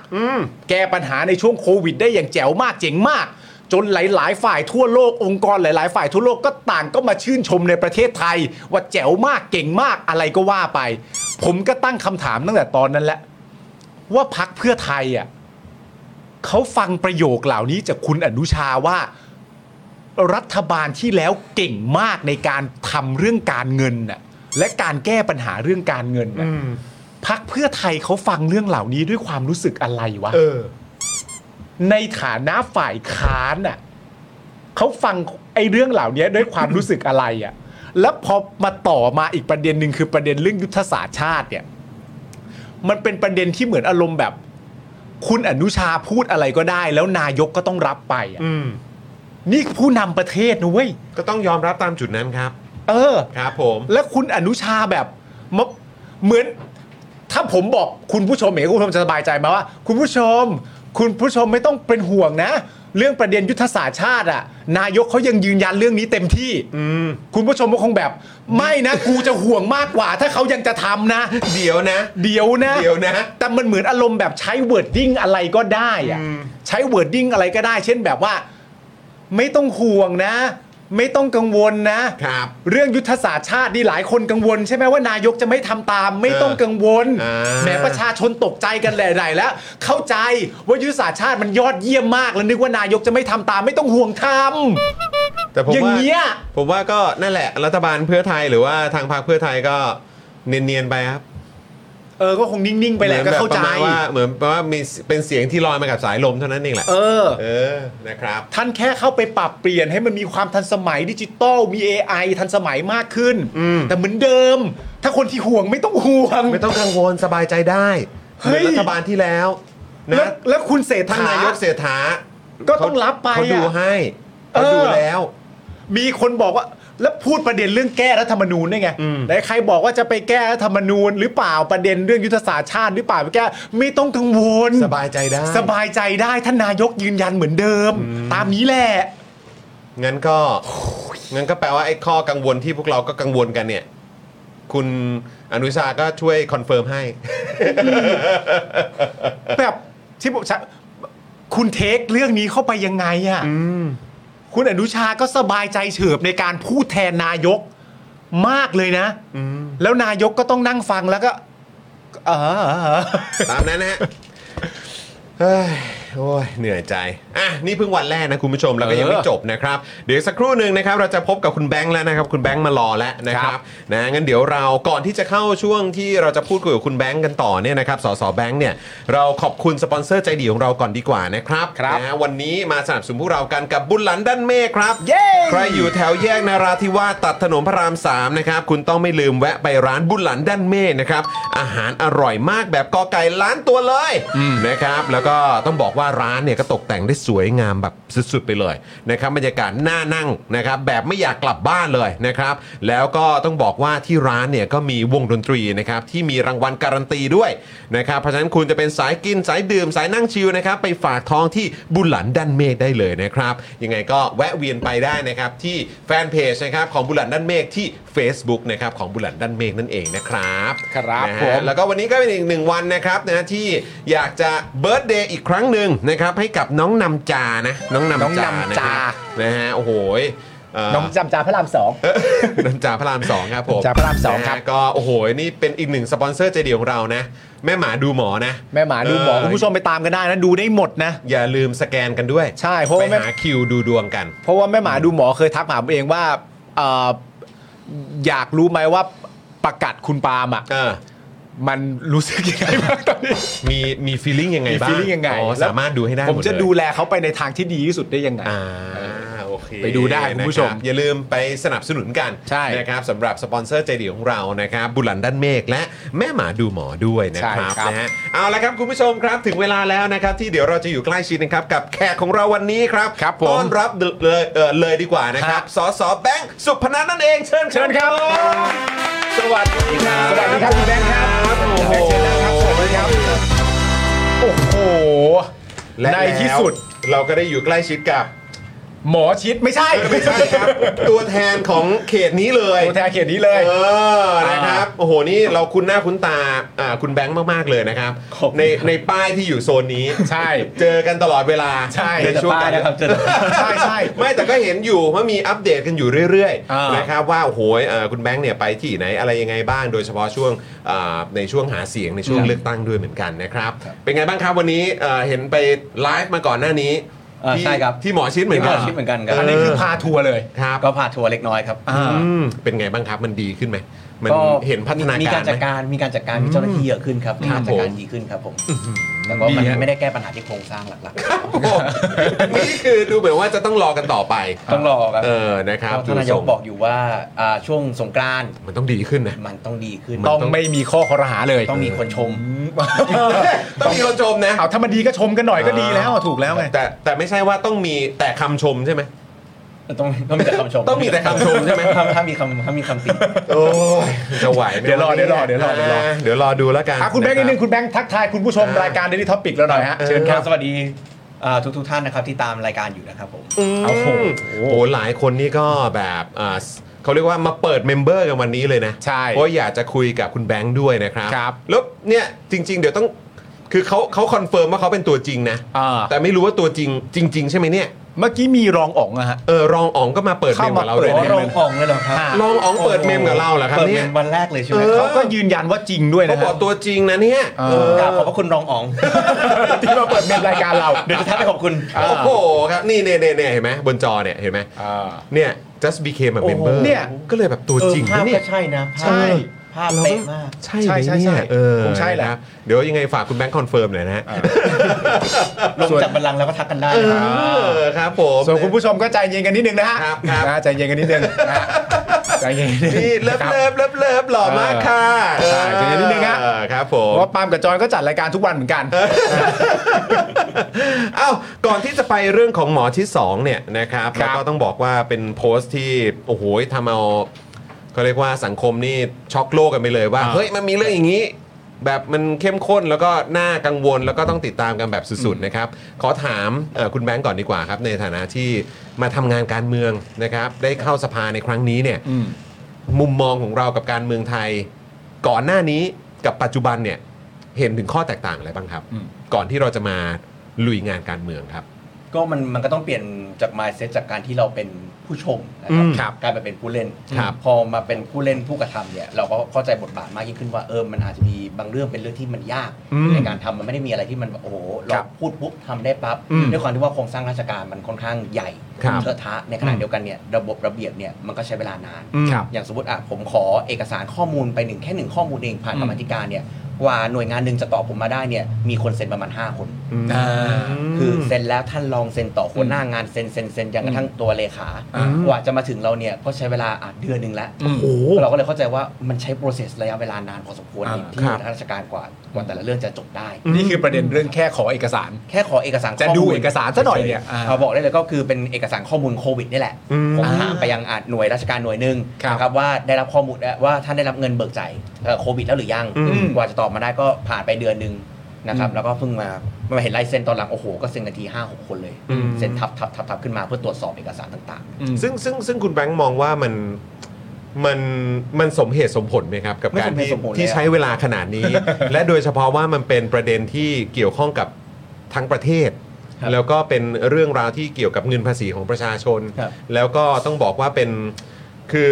Speaker 3: แก้ปัญหาในช่วงโควิดได้อย่างแจ๋วมากเจ๋งมาก จนหลาย ๆ ฝ่ายทั่วโลกองค์กรหลาย ๆ ฝ่ายทั่วโลกก็ต่างก็มาชื่นชมในประเทศไทย ว่าแจ๋วมากเก่งมากอะไรก็ว่าไป ผมก็ตั้งคำถามตั้งแต่ตอนนั้นแหละว่าพักเพื่อไทยอ่ะเขาฟังประโยคเหล่านี้จากคุณอนุชาว่า รัฐบาลที่แล้วเก่งมากในการทำเรื่องการเงินน่ะและการแก้ปัญหาเรื่องการเงินน่ะพักเพื่อไทยเขาฟังเรื่องเหล่านี้ด้วยความรู้สึกอะไรวะ
Speaker 2: เออ
Speaker 3: ในฐานะฝ่ายค้านน่ะเขาฟังไอ้เรื่องเหล่านี้ด้วยความรู้สึกอะไรอ่ะ แล้วพอมาต่อมาอีกประเด็นหนึ่งคือประเด็นเรื่องยุทธศาสตร์ชาติเนี่ย มันเป็นประเด็นที่เหมือนอารมณ์แบบ คุณอนุชาพูดอะไรก็ได้ แล้วนายกก็ต้องรับไปอ่ะ
Speaker 2: อืม
Speaker 3: นี่ผู้นำประเทศนะเว้ย
Speaker 2: ก็ต้องยอมรับตามจุดนั้นครับ
Speaker 3: เออ
Speaker 2: ครับผม
Speaker 3: แล้วคุณอนุชาแบบมะเหมือน ถ้าผมบอกคุณผู้ชมเองคุณผู้ชมจะสบายใจไหมาว่า คุณผู้ชม คุณผู้ชมไม่ต้องเป็นห่วงนะ เรื่องประเด็นยุทธศาสตร์ชาติอ่ะ นายกเขายังยืนยันเรื่องนี้เต็มที่คุณผู้ชมก็คงแบบ ไม่นะ กูจะห่วงมากกว่า ถ้าเขายังจะทำนะ
Speaker 2: เดี๋ยวนะ
Speaker 3: เดี๋ยวนะ
Speaker 2: เดี๋ยวนะ
Speaker 3: แต่มันเหมือนอารมณ์แบบใช้เวิร์ดดิ้งอะไรก็ได้อะใช้เวิร์ดดิ้งอะไรก็ได้ เช่นแบบว่า ไม่ต้องห่วงนะ ไม่ต้องกังวลนะ
Speaker 2: ครับ
Speaker 3: เรื่องยุทธศาสตร์ชาตินี่หลายคนกังวล ใช่ไหมว่านายกจะไม่ทำตามไม่ต้องกังวล
Speaker 2: อ่า
Speaker 3: แหมประชาชนตกใจกันหลายๆแล้ว เข้าใจว่ายุทธศาสตร์ชาติมันยอดเยี่ยมมากแล้วนึกว่านายกจะไม่ทำตามไม่ต้องห่วงท
Speaker 2: แต่ผ
Speaker 3: ำ
Speaker 2: ม
Speaker 3: อย่าง
Speaker 2: ว่า
Speaker 3: เงี้ย
Speaker 2: ผมว่าก็นั่นแหละ รัฐบาลเพื่อไทยหรือว่าทางพรรคเพื่อไทยก็เนียนๆไปครับ
Speaker 3: เออก็คงนิ่งๆไปแห
Speaker 2: มื
Speaker 3: ละ
Speaker 2: อน
Speaker 3: ก็
Speaker 2: บบ
Speaker 3: เข้า
Speaker 2: ป
Speaker 3: ใจ
Speaker 2: ระมณว่าเหมือนประมาณว่ามีเป็นเสียงที่ลอยมากับสายลมเท่านั้นเองแหละ
Speaker 3: เออ
Speaker 2: เออนะครับ
Speaker 3: ท่านแค่เข้าไปปรับเปลี่ยนให้มันมีความทันสมัยดิจิตอลมี AI ทันสมัยมากขึ้น แต่เหมือนเดิม ถ้าคนที่ห่วงไม่ต้องห่วง
Speaker 2: ไม่ต้องกังวลสบายใจได้เห
Speaker 3: เฮ้
Speaker 2: มือย นรัฐบาลที่แล้ว
Speaker 3: แล้ว
Speaker 2: นะ
Speaker 3: แล้วคุณเศรษ
Speaker 2: ท่าน
Speaker 3: ฐา
Speaker 2: นายกเศรษฐา
Speaker 3: ก็ต้องรับไป
Speaker 2: เขาดู
Speaker 3: อะ
Speaker 2: ให้
Speaker 3: เอ
Speaker 2: เขา
Speaker 3: อ
Speaker 2: ดูแล้ว
Speaker 3: มีคนบอกว่าแล้วพูดประเด็นเรื่องแก้รัฐธรรมนูญได้ไง
Speaker 2: อืม
Speaker 3: ไหนใครบอกว่าจะไปแก้รัฐธรรมนูญหรือเปล่าประเด็นเรื่องยุทธศาสตร์ชาติหรือเปล่าไปแก้ไม่ต้องกังวล
Speaker 2: สบายใจได้
Speaker 3: สบายใจได้ท่านนายกยืนยันเหมือนเดิม ตามนี้แหละ
Speaker 2: งั้นก็งั้นก็แปลว่าไอ้ข้อกังวลที่พวกเราก็กังวลกันเนี่ย คุณอนุชาก็ช่วยคอนเฟิร์มให้
Speaker 3: แบบที่ผมคุณเทคเรื่องนี้เข้าไปยังไงอะ่ะคุณอนุชาก็สบายใจเฉิบในการพูดแทนนายกมากเลยนะแล้วนายกก็ต้องนั่งฟังแล้วก็ เออ
Speaker 2: ตามนั้นนะฮะเฮ้ยโอ้ยเหนื่อยใจ อ่ะ นี่เพิ่งวันแรกนะคุณผู้ชม แล้วก็ยังไม่
Speaker 3: เออ
Speaker 2: จบนะครับ เดี๋ยวสักครู่หนึ่งนะครับ เราจะพบกับคุณแบงค์แล้วนะครับ คุณแบงค์มารอแล้วนะครับนะงั้นเดี๋ยวเราก่อนที่จะเข้าช่วงที่เราจะพูดคุยกับคุณแบงค์กันต่อเนี่ยนะครับสสแบงค์เนี่ยเราขอบคุณสปอนเซอร์ใจดีของเราก่อนดีกว่านะครับ
Speaker 3: ครับ
Speaker 2: นะฮะวันนี้มาสนับสนุนพวกเรากันกับบุญหลันด้านเมฆครับ
Speaker 3: เย้
Speaker 2: ใครอยู่แถวแยกนาราธิวาสตัดถนนพระราม 3 นะครับ คุณต้องไม่ลืมแวะไปร้านบุญหลันด้านเมฆนะครับ อาหารอร่อยมากแบบกอไก่ล้านตัวเลยนะครับ แล้วก็ต้องบอกว่าร้านเนี่ยก็ตกแต่งได้สวยงามแบบสุดๆไปเลยนะครับบรรยากาศน่านั่งนะครับแบบไม่อยากกลับบ้านเลยนะครับ แล้วก็ต้องบอกว่าที่ร้านเนี่ยก็มีวงดนตรีนะครับที่มีรางวัลการันตีด้วยนะครับเพราะฉะนั้นคุณจะเป็นสายกินสายดื่มสายนั่งชิลนะครับไปฝากท้องที่บุญหลันด้านเมฆได้เลยนะครับ ยังไงก็แวะเวียนไปได้นะครับที่แฟนเพจนะครับของบุญหลันด้านเมฆที่ Facebook นะครับของบุญหลันด้านเมฆนั่นเองนะครับ
Speaker 3: ครับ
Speaker 2: นะ
Speaker 3: ผ
Speaker 2: ฮะ
Speaker 3: ม
Speaker 2: แล้วก็วันนี้ก็เป็นอีกหนึ่งวันนะครับนะที่อยากจะเบิร์ตเดย์อีกครั้งหนึ่งนะครับให้กับน้องนำจานะน้องนำจานะครับนะฮะโอ้โหเอ่อ
Speaker 3: น้องจำจาพระรามสอง
Speaker 2: น้ำจ่าพระรามสองครับผม
Speaker 3: น้ำจ่าพระรามสองครับ
Speaker 2: นะฮะก็โอ้โห นี่เป็นอีกหนึ่งสปอนเซอร์ใจเดียวของเรานะ แม่หมาดูหมอนะ
Speaker 3: แม่หมาดูหมอ
Speaker 2: เ
Speaker 3: คุณผู้ชมไปตามกันได้นะดูได้หมดนะ
Speaker 2: อย่าลืมสแกนกันด้วย
Speaker 3: ใช่เพราะ
Speaker 2: ไป
Speaker 3: ว่าแม่
Speaker 2: หาคิวดูดวงกัน
Speaker 3: เพราะว่าแม่หมาดูหมอเคยทักหาผมเองว่าเอ่ออยากรู้ไหมว่าประกัดคุณปาล์มอ่ะ
Speaker 2: เออ
Speaker 3: มันรู้สึกยังไงบ้างตอนนี้
Speaker 2: มีมีฟีลิ่งยังไง
Speaker 3: มี
Speaker 2: บ้าง
Speaker 3: feeling ยังไง
Speaker 2: อ๋อ
Speaker 3: แล้ว
Speaker 2: สามารถดูให้ได้ห
Speaker 3: ผม
Speaker 2: ดเลย
Speaker 3: จะดูแลเขาไปในทางที่ดีที่สุดได้ยังไง
Speaker 2: อ่าโอเค
Speaker 3: ไปดูได้คุณผู้ชม
Speaker 2: นะครับอย่าลืมไปสนับสนุนกัน
Speaker 3: ใช่
Speaker 2: นะครับสำหรับสปอนเซอร์ใจเดียวของเรานะครับบุหลันด้านเมฆและแม่หมาดูหมอด้วยนะครับ
Speaker 3: ใช่ครับ
Speaker 2: นะฮะเอาละครับคุณผู้ชมครับถึงเวลาแล้วนะครับที่เดี๋ยวเราจะอยู่ใกล้ชิดนะครับกับแขกของเราวันนี้ครับ
Speaker 3: ครับผม
Speaker 2: ต้อนรับเลยเอ่อเลยดีกว่านะครับ สสแบงค์สุพนัทนั่นเอง เชิญ
Speaker 3: เชิญครับ
Speaker 2: สวัสดีครับ
Speaker 3: สวัสดีครับคุณแบงค์ครับ
Speaker 2: โอ้โห
Speaker 3: แบงค์เชิญนะครับสวัสดีครับโอ้โห
Speaker 2: และ
Speaker 3: ในที่สุด
Speaker 2: แล้วเราก็ได้อยู่ใกล้ชิดกับ
Speaker 3: หมอชิดไม่ใช่
Speaker 2: ไม่ใช่ครับ ตัวแทนของเขตนี้เลย
Speaker 3: ตัวแทนเขตนี้เลย
Speaker 2: เออ นะครับ โอ้โห นี่เราคุ้นหน้าคุ้นตาอ่าคุณแบงค์มาก ๆ เลยนะครับ
Speaker 3: ขอบคุณ
Speaker 2: ในในป้ายที่อยู่โซนนี้
Speaker 3: ใช่
Speaker 2: เจอกันตลอดเวลา
Speaker 3: ใช่
Speaker 2: ในช่วงการ
Speaker 5: เจอแต่ป้ายนะครับเจอแต่
Speaker 3: ใช่ใช่
Speaker 2: ไม่แต่ก็เห็นอยู่ว่ามีอัปเดตกันอยู่เรื่อย
Speaker 3: อ่าน
Speaker 2: นะครับว่า โอ้โหเอ่อคุณแบงค์เนี่ยไปที่ไหนอะไรยังไงบ้าง โดยเฉพาะช่วงอ่าในช่วงหาเสียงในช่วงเลือกตั้งด้วยเหมือนกันนะครับ เป็นไงบ้างครับวันนี้เอ่อเห็นไปไลฟ์มาก่อนหน้านี้
Speaker 5: เออ
Speaker 2: ที่
Speaker 5: ใช่ครับ
Speaker 2: ที่หมอชิดเหมือนกัน
Speaker 5: ที่หมอชิดเหมือนกันครับ
Speaker 3: อันนี้คือพาทัวร์เลย
Speaker 2: ครับ
Speaker 5: ก็พาทัวร์เล็กน้อยครับ
Speaker 3: อ่า
Speaker 2: อืมเป็นไงบ้างครับมันดีขึ้นไหมมัน
Speaker 5: ก็
Speaker 2: เห็นพัฒนากา
Speaker 5: มี
Speaker 2: ร
Speaker 5: การจัด
Speaker 2: ไหม
Speaker 5: การมีการจัดการมีเจ้าหน้าที่เยอะขึ้นครับมีการจัดการดีขึ้นครับผมแล้วก็มัน
Speaker 3: ดีฮะ
Speaker 5: ไม่ได้แก้ปัญหาที่โครงสร้างหลัก
Speaker 2: ครับผมนี่คือดูเหมือนว่าจะต้องรอกันต่อไป
Speaker 5: ๆ ต้องรอครับ
Speaker 2: เออนะครับ
Speaker 5: ก็ท่านนายกบอกอยู่ว่าอ่าช่วงสงกรานต์
Speaker 2: มันต้องดีขึ้นนะ
Speaker 5: มันต้องดีขึ้น
Speaker 2: มันต้
Speaker 3: ต้
Speaker 2: อ
Speaker 3: อง งไม่มีข้อคอรหาเลย
Speaker 5: ต้องมีคนชม
Speaker 2: ต้องมีคนชมนะ
Speaker 3: เอาถ้ามันดีก็ชมกันหน่อยก็ดีแล้วอ่ะถูกแล้วไง
Speaker 2: แต่แต่ไม่ใช่ว่าต้องมีแต่คำชมใช่ไหม
Speaker 5: ต้องต้องมีแต่คำชม
Speaker 2: ต้องมีแต่คำชมใช่ไหม
Speaker 5: ถ้าถ้ามีคำถ้ามีคำติ
Speaker 2: โอ้ยจะไหวไหม
Speaker 3: เดี๋ยวรอเดี๋ยวรอเดี๋ยวรอเดี๋ยวรอ
Speaker 2: าเดี๋ยวรอดูแล้วกัน
Speaker 3: อ่ะคุณแบงค์นิดนึง
Speaker 2: ะ
Speaker 3: คุณแบงค์ทักทายคุณผู้ชม
Speaker 2: อ่าร
Speaker 3: รายการ Daily Topic เราหน่อยฮะเชิญครับ
Speaker 5: สวัสดีอ่าทุกๆท่านนะครับที่ตามรายการอยู่นะครับผม
Speaker 2: ครับอืมโอ้โหหลายคนนี่ก็แบบอ่าเขาเรียกว่ามาเปิดเมมเบอร์กันวันนี้เลยนะ
Speaker 3: ใช่
Speaker 2: เพราะอยากจะคุยกับคุณแบงค์ด้วยนะครับ
Speaker 3: ครับ
Speaker 2: แล้วเนี่ยจริง ๆ เดี๋ยวต้องคือเขาเขาคอนเฟิร์มว่าเขาเป็นตัวจริงนะ
Speaker 3: อ่า
Speaker 2: แต่ไม่รู้ว่าตัวจริงจริง ๆ ใช่ไหมเนี่ย
Speaker 3: เมื่อกี้มีรองอ๋องอะฮะ
Speaker 2: เออรองอ๋องก็มาเปิดเมมกับเรา
Speaker 3: เข้ามาเปิ
Speaker 2: ด้วย
Speaker 5: อ๋
Speaker 3: ด
Speaker 5: อ
Speaker 2: นะ
Speaker 5: รองอ่องเลยเหรอครับ
Speaker 2: รองอ๋องเปิดเมมกับเราเหรอครับ
Speaker 5: เปิด
Speaker 2: เนี่
Speaker 5: เป็
Speaker 2: ย
Speaker 5: นวันแรกเลยใช่ไหม
Speaker 2: เออ
Speaker 5: ครับ
Speaker 3: เขาก็ยืนยันว่าจริงด้วย
Speaker 2: เขา
Speaker 3: นะ
Speaker 2: บอกตัวจริงนะเนี่ยเออก
Speaker 5: ราบขอบพระคุณรองอ่อง
Speaker 3: ที่มาเปิดเป็นรายการเรา
Speaker 5: เดี๋ยวจะทักไปขอบคุณ
Speaker 2: โอ้โหครับนี่เนี่ยเนี่ยเนี่ยเห็นไหมบนจอเนี่ยเห็นไหมเนี่ย just became a member
Speaker 3: เนี่ย
Speaker 2: ก็เลยแบบตัวจริง
Speaker 5: ภา
Speaker 2: นะ
Speaker 5: พ
Speaker 2: เนี่ย
Speaker 5: ก็ใช่นะภาพ
Speaker 3: ใช่
Speaker 5: ภ ภาพเป๊ะมาก
Speaker 2: ใช่ไหม
Speaker 3: ใช่ใช่
Speaker 2: เนี่ย
Speaker 3: ใช่
Speaker 2: เออ
Speaker 3: คงใช่แหละ
Speaker 2: นครับเดี๋ยวยังไงฝากคุณแบงค์คอนเฟิร์มหน่อยนะฮะ
Speaker 5: ลงจากบัลลังก์แล้วก็ทักกันได้
Speaker 2: เอ
Speaker 5: นะครับ
Speaker 2: อครับผม
Speaker 3: ส่วนคุณผู้ชมก็ใจเย็นกันนิดนึงนะฮะ
Speaker 2: ครับครับ
Speaker 3: นะใจเย็นกันนิดนึงนะฮะใจเย็นนิดนึง
Speaker 2: นี่เลิฟ
Speaker 3: นะครับ
Speaker 2: เลิฟเลิฟเลิฟหล่อมากค่ะ
Speaker 3: ใช่เดี๋ยวนิดนึงฮะ
Speaker 2: เออครับผม
Speaker 3: เพราะว่าปาล์มกับจอยก็จัดรายการทุกวันเหมือนกัน
Speaker 2: เอ้าก่อนที่จะไปเรื่องของหมอที่สองเนี่ยนะครับ
Speaker 3: ครับ
Speaker 2: แล้วก็ต้องบอกว่าเป็นโพสต์ที่โอ้โหทำเอาเขาเรียกว่าสังคมนี่ช็อกโลกกันไปเลยว่า
Speaker 3: อ่า
Speaker 2: เฮ้ยมันมีเรื่องอย่างนี้ แบบมันเข้มข้นแล้วก็น่ากังวลแล้วก็ต้องติดตามกันแบบสุดๆนะครับขอถามเอ่อคุณแบงก์ก่อนดีกว่าครับ ในฐานะที่มาทำงานการเมืองนะครับได้เข้าสภาในครั้งนี้เนี่ย
Speaker 3: อืม
Speaker 2: มุมมองของเรากับการเมืองไทย ก่อนหน้านี้กับปัจจุบันเนี่ยเห็นถึงข้อแตกต่างอะไรบ้างครับ
Speaker 3: อืม
Speaker 2: ก่อนที่เราจะมาลุยงานการเมืองครับ
Speaker 5: ก็มันมันก็ต้องเปลี่ยนจาก mindset จากการที่เราเป็นผู้ชมนะครับ
Speaker 2: อืมครับ
Speaker 5: กลายมาเป็นผู้เล่น
Speaker 2: ครับ
Speaker 5: พอมาเป็นผู้เล่นผู้กระทำเนี่ยเราก็เข้าใจบทบาทมากยิ่งขึ้นว่าเออมันอาจจะมีบางเรื่องเป็นเรื่องที่มันยาก
Speaker 2: อืม
Speaker 5: ในการทำมันไม่ได้มีอะไรที่มันแบบโอ้โห
Speaker 3: ครั
Speaker 5: เรา
Speaker 3: บ
Speaker 5: พูดปุ๊บทำได้ปั๊บ
Speaker 2: อืม
Speaker 5: ด้วยความที่ว่าโครงสร้างราชการมันค่อนข้างใหญ่
Speaker 2: ครับ
Speaker 5: เทอะทะในขณะเดียวกันเนี่ยระบบระเบียบเนี่ยมันก็ใช้เวลานาน
Speaker 2: อืม
Speaker 3: ครับ
Speaker 5: อย่างสมมติอ่ะผมขอเอกสารข้อมูลไปหนึ่งแค่หนึ่งข้อมูลเองผ่าน
Speaker 3: อืม
Speaker 5: กรรมาธิการเนี่ยกว่าหน่วยงานหนึ่งจะตอบผมมาได้เนี่ยมีคนเซ็นประมาณห้าคน
Speaker 3: อ่า
Speaker 5: คือเซ็นแล้วท่านลองเซ็นต่อหัวหน้างานเซ็นเซ็นเซ็นอย่างกระทั่งตัวเลขา
Speaker 3: อืม
Speaker 5: กว่าจะมาถึงเราเนี่ยก็ใช้เวลาอ่ะเดือนหนึ่งแล้ว
Speaker 3: อืม
Speaker 5: เราก็เลยเข้าใจว่ามันใช้โปรเซสระยะเวลานานพอสมควร
Speaker 3: อ่า
Speaker 5: ที่
Speaker 2: ครับ
Speaker 5: ทางราชการกว่ากว่าแต่ละเรื่องจะจบได้
Speaker 3: นี่คือประเด็นเรื่องแค่ขอเอกสาร
Speaker 5: แค่ขอเอกสาร
Speaker 3: จะ
Speaker 5: ข้มูล
Speaker 3: ดูเอกสารซะหน่อยเนี่ยอ่า
Speaker 5: เอาบอกได้เลยก็คือเป็นเอกสารข้อมูลโควิดนี่แหละ
Speaker 2: อืม
Speaker 5: ผมถามไปยังอาจหน่วยราชการหน่วยหนึ่ง
Speaker 3: ครับ
Speaker 5: นะครับว่าได้รับข้อมูลว่าท่านได้รับเงินเบิกจ่ายเอ่อโควิดแล้วหรือยังกว่าจะตอบมาได้ก็ผ่านไปเดือนหนึ่งนะครับแล้วก็เพิ่งมามาเห็นลายเซ็นตอนหลังโอ้โหก็เซ็นกันทีห้าหกคนเลย
Speaker 2: อืม
Speaker 5: เซ็นทับทับทับทับขึ้นมาเพื่อตรวจสอบเอกสารต่าง
Speaker 3: อืม
Speaker 2: ซึ่งซึ่งซึ่งคุณแบงค์มองว่ามันมันมันสมเหตุสมผลไหมครับ กับ
Speaker 5: ไม่
Speaker 2: การ
Speaker 5: สมเหตุ
Speaker 2: ที่
Speaker 5: สมผลเลย
Speaker 2: ที่
Speaker 5: อะ
Speaker 2: ใช้เวลาขนาด นี้ และโดยเฉพาะว่ามันเป็นประเด็นที่เกี่ยวข้องกับทั้งประเทศ
Speaker 5: ครับ
Speaker 2: แล้วก็เป็นเรื่องราวที่เกี่ยวกับเงินภาษีของประชาชน
Speaker 5: ครับ
Speaker 2: แล้วก็ต้องบอกว่าเป็นคือ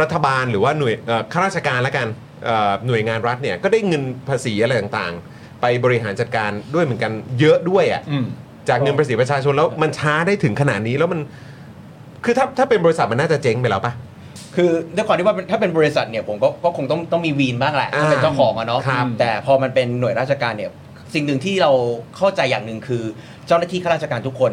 Speaker 2: รัฐบาลหรือว่าหน่วยเอ่อข้าราชการละกันเอ่อหน่วยงานรัฐเนี่ยก็ได้เงินภาษีอะไรต่างๆ ไปบริหารจัดการด้วยเหมือนกันเยอะด้วยอ่ะ
Speaker 3: อืม
Speaker 2: จากเงินภาษีประชาชนแล้วมันช้าได้ถึงขนาดนี้แล้วมัน คือถ้าถ้าเป็นบริษัทมันน่าจะเจ๊งไปแล้วปะ
Speaker 5: ๆ คือด้วยความที่ว่าเป็นถ้าเป็นบริษัทเนี่ยผมก็ก็คงต้องต้องมีวีนบ้างแหละ
Speaker 2: อ่า
Speaker 5: เป็นเจ้าของอะเนาะ
Speaker 2: ครับ
Speaker 5: แต่พอมันเป็นหน่วยราชการเนี่ยสิ่งหนึ่งที่เราเข้าใจอย่างหนึ่งคือ เจ้าหน้าที่ข้าราชการทุกคน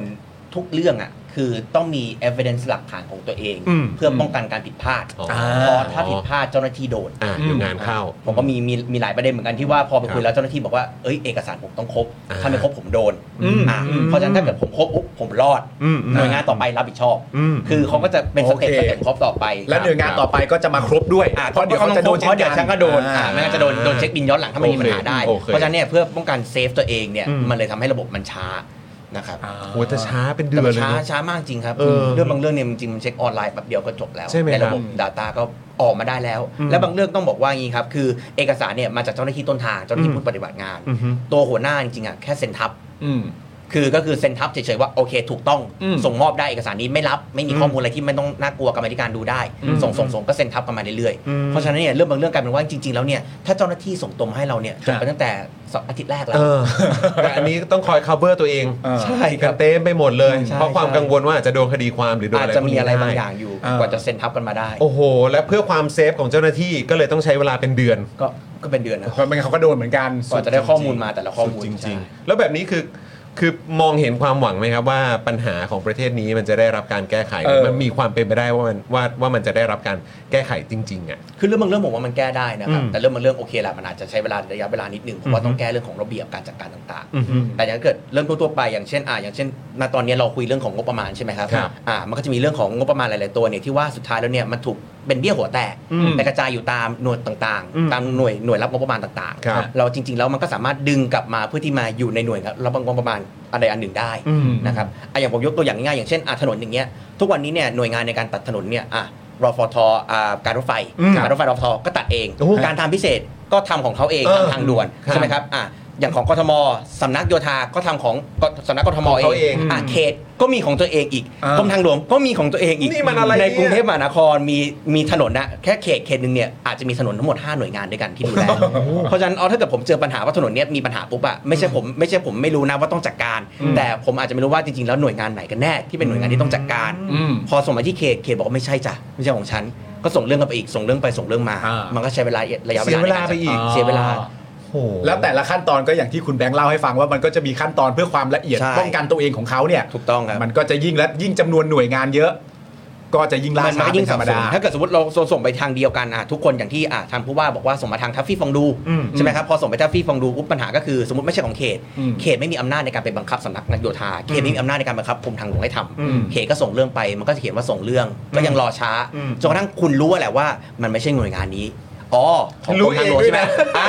Speaker 5: ทุกเรื่องอะคือต้องมี evidence หลักฐานของตัวเอง
Speaker 2: อืม
Speaker 5: เพื่อป้องกันการผิดพลาด
Speaker 2: อ๋อ
Speaker 5: เพราะถ้าผิดพลาดเจ้าหน้าที่โดน
Speaker 2: อ่ะเดี๋ยวงานเข้า
Speaker 5: ผมก็มีมีมีหลายประเด็นเหมือนกันที่ว่าพอไปคุ
Speaker 2: ครับ
Speaker 5: ยแล้วเจ้าหน้าที่บอกว่าเอ้ยเอกสารผมต้องครบ
Speaker 2: อ่า
Speaker 5: ถ้าไม่ครบผมโดน
Speaker 3: อืม
Speaker 5: อ่า
Speaker 3: อืม
Speaker 5: เพราะฉะนั้นถ้าเกิดผมครบปุ๊บผมรอด
Speaker 2: อืมอืม
Speaker 5: หน่วยงานต่อไปรับผิดชอบ
Speaker 2: อืม
Speaker 5: คือเขาก็จะเป็นสเต็ป
Speaker 3: โอเค
Speaker 5: สเต็ปครบต่อไป
Speaker 3: และหน่วยงานต่อไปก็จะมาครบด้วย
Speaker 5: อ่
Speaker 3: เพราะเดี๋ยวเขาจะโดน
Speaker 5: เพราะเดี๋ยวฉันก็โดน
Speaker 3: อ่า
Speaker 5: อ่าไม่งั้นจะโดนโดนเช็คบินย้อนหลังถ้าไม่มีปัญหาได้
Speaker 2: โอเค
Speaker 5: เพราะฉะนั้นเนี่ยเพื่อป้องกันเซฟตัวเองเนี่ย
Speaker 2: อืม
Speaker 5: มันเลยทำให้ระบบมันช้านะครับ
Speaker 2: โหแต่ช้าเป็นเดื
Speaker 5: แต่
Speaker 2: อ
Speaker 5: มัน น
Speaker 2: เลย
Speaker 5: ช้า
Speaker 2: เนอะ
Speaker 5: ช้ามากจริงครับ
Speaker 2: เออ
Speaker 5: เรื่องบางเรื่องเนี่ยจริงๆมันเช็คออนไลน์แป๊บเดียวก็จบแล้ว
Speaker 2: ใช่ไหมครับ
Speaker 5: ระบบ Data ก็ออกมาได้แล้ว และบางเรื่องต้องบอกว่างี้ครับคือเอกสารเนี่ยมาจากเจ้าหน้าที่ต้นทางเจ้าหน้าที่ผู้ปฏิบัติงาน
Speaker 2: อือฮึ
Speaker 5: ตัวหัวหน้าจริงๆอ่ะแค่เซ็นทับ
Speaker 3: อืม
Speaker 5: คือก็คือเซ็นทับเฉยๆว่าโอเคถูกต้อง
Speaker 3: อืม
Speaker 5: ส่งมอบได้เอกสารนี้ไม่รับ ไม่มีข้อมูลอะไรที่ไม่ต้องน่ากลัวกรรมาธิการดูได้ ส่งส่งส่งก็เซ็นทับกันมาเรื่อย
Speaker 2: อืม
Speaker 5: ๆเพราะฉะนั้นเนี่ยเรื่องบางเรื่องกลายเป็นว่าจริงๆแล้วเนี่ยถ้าเจ้าหน้าที่ส่งตรงมาให้เราเนี่ยจบ
Speaker 3: ครั
Speaker 5: ไป
Speaker 3: บ
Speaker 5: ตั้งแต่สัปอาทิตย์แรกแล้ว
Speaker 2: เออ แต่อันนี้ต้องคอย cover ตัวเอง
Speaker 3: เออ
Speaker 5: ใช่ค
Speaker 2: กั
Speaker 5: รั
Speaker 2: น
Speaker 5: บ
Speaker 2: เต็มไปหมดเลย
Speaker 5: ใช่
Speaker 2: เพราะความ
Speaker 5: ใช่
Speaker 2: กังวลว่าอาจจะโดนคดีความหรือโดน
Speaker 5: อา
Speaker 2: อะ
Speaker 5: จ
Speaker 2: ไร
Speaker 5: จะ
Speaker 2: พวก
Speaker 5: มี
Speaker 2: นี้
Speaker 5: อะไรบางอ
Speaker 2: ได้
Speaker 5: ย่างอยู่
Speaker 3: อ่าก ก
Speaker 5: ว่าจะเซ็นทับกันมาได้
Speaker 2: โอ้โห และเพื่อความเซฟของเจ้าหน้าที่ก็เลยต้องใช้เวลาเป็นเดือน
Speaker 5: ก็ก็เป็นเดือนนะ
Speaker 3: เพราะไม่งั้นเขาก็โดนเหมือนกัน
Speaker 5: กว่าจะได้ข้อมูลมาแต่ละข้อมูล
Speaker 2: จริง
Speaker 5: ใช่
Speaker 2: ๆ แล้วแบบนี้คือคือมองเห็นความหวังไหมครับว่าปัญหาของประเทศนี้มันจะได้รับการแก้ไข
Speaker 3: เออ
Speaker 2: มันมีความเป็นไปได้ว่ามันว่าว่ามันจะได้รับการแก้ไขจริง ๆ อ่ะ
Speaker 5: คือเรื่องบางเรื่องผมว่ามันแก้ได้นะครับ
Speaker 2: อืม
Speaker 5: แต่เรื่องบางเรื่องโอเคแหละมันอาจจะใช้เวลาระยะเวลานิดหนึงเพราะว่าต้องแก้เรื่องของระเบียบการจัดการต่าง
Speaker 2: อือฮึ
Speaker 5: ๆ แต่อย่างเกิดเรื่องทั่วๆไปอย่างเช่นอ่าอย่างเช่นณตอนนี้เราคุยเรื่องของงบประมาณใช่ไหมครับ
Speaker 2: ครับ
Speaker 5: อ่ามันก็จะมีเรื่องของงบประมาณหลายๆตัวเนี่ยที่ว่าสุดท้ายแล้วเนี่ยมันถูกเป็นเบี้ยหัวแตก
Speaker 2: อืม
Speaker 5: ไปกระจายอยู่ตามหน่วยต่าง
Speaker 2: อืม
Speaker 5: ๆ ตามหน่วยหน่วยรับงบประมาณต่าง
Speaker 2: ครับ
Speaker 5: เราจริงๆแล้วมันก็สามารถดึงกลับมาเพื่อที่มาอยู่ในหน่วยรับงบประมาณอะไรอันหนึ่งได้
Speaker 2: อืม
Speaker 5: นะครับอ่ะอย่างผมยกตัวอย่างง่ายๆอย่างเช่นอ่ะถนนอย่างเงี้ยทุกวันนี้เนี่ยหน่วยงานในการตัดถนนเนี่ยอ่ะรฟทอ่าการรถไฟ
Speaker 2: อืม
Speaker 5: การรถไฟรอฟทอก็ตัดเอง
Speaker 2: โอ้โห
Speaker 5: การทางพิเศษก็ทำของเขาเอง
Speaker 2: เออ
Speaker 5: ทำทางด่วน
Speaker 2: ครับ
Speaker 5: ใช่ไหมครับอ่ะอย่างของกทมสำนักโยธาก็ทำของกสำนักกทม
Speaker 2: ของเขาเอง
Speaker 5: อ่ะเขตก็มีของตัวเองอีก
Speaker 3: อ่าก ก
Speaker 5: รมทางหลวงก็มีของตัวเองอีก
Speaker 2: นี่มันอะไรเนี่
Speaker 5: ใน
Speaker 2: ย
Speaker 5: กรุงเทพมหานครมีมีถนนนะแค่เขตเขตหนึ่งเนี่ยอาจจะมีถนนทั้งหมด 5 หน่วยงานด้วยกันที่ดูแลเพราะฉะนั้นเอาถ้าเกิดผมเจอปัญหาว่าถนนเนี้ยมีปัญหาปุ๊บอะไม่ใช่ผมไม่ใช่ผมไม่รู้นะว่าต้องจัดการ
Speaker 3: อืม
Speaker 5: แต่ผมอาจจะไม่รู้ว่าจริงๆแล้วหน่วยงานไหนกันแน่ที่เป็นหน่วยงานที่ต้องจัดการ
Speaker 3: อืม
Speaker 5: พอส่งมาที่เขตเขตบอกว่าไม่ใช่จ้ะไม่ใช่ของฉัน ก็ส่งเรื่องกันไปอีกส่งเรื่องไปส่งเรื่องมา
Speaker 3: อ่ามั
Speaker 5: มันก็ใช้เวลาระยะเว
Speaker 3: เสี
Speaker 5: ลาย
Speaker 3: เวลาไปอีก
Speaker 5: เสียเวลา
Speaker 7: โอ้โห
Speaker 3: แล้วแต่ละขั้นตอนก็อย่างที่คุณแบงค์เล่าให้ฟังว่ามันก็จะมีขั้นตอนเพื่อความละเอียด
Speaker 5: ใช่
Speaker 3: ป้องกันตัวเองของเขาเนี่ย
Speaker 5: ถูกต้องครับ
Speaker 3: มันก็จะยิ่งและยิ่งจำนวนหน่วยงานเยอะ ก็จะยิ่งล่า
Speaker 5: มัน
Speaker 3: ช้า
Speaker 5: ก็
Speaker 3: เป็
Speaker 5: ยิ่ง
Speaker 3: นธร
Speaker 5: สับ
Speaker 3: รม
Speaker 5: สน
Speaker 3: ดา
Speaker 5: ถ้าเกิดสมมติเราส่งไปทางเดียวกันอ่ะทุกคนอย่างที่อ่ะทางผู้ว่าบอกว่าส่งมาทางทัฟฟี่ฟองดูใช่ไหมครับพอส่งไปทัฟฟี่ฟองดูปุ๊บปัญหาก็คือสมมติไม่ใช่ของเขต
Speaker 3: อืม
Speaker 5: เขตไม่มีอำนาจในการไปบังคับสำนักนายโยธาเขตไม่มีอำนาจในการบังคับกรมทางหลวงให้ท
Speaker 3: อืม
Speaker 5: ำเขตก็ส่งเรื่องไปมันก็จะเขียนว่าส่งเรื่องก็ยังรอช้าจนกระทั่งคุณรู้ว่าแหละว่ามันไม่ใช่หน่วยงานนี้อ๋อของกรมทางหลวงใช่ไหมอ่ะ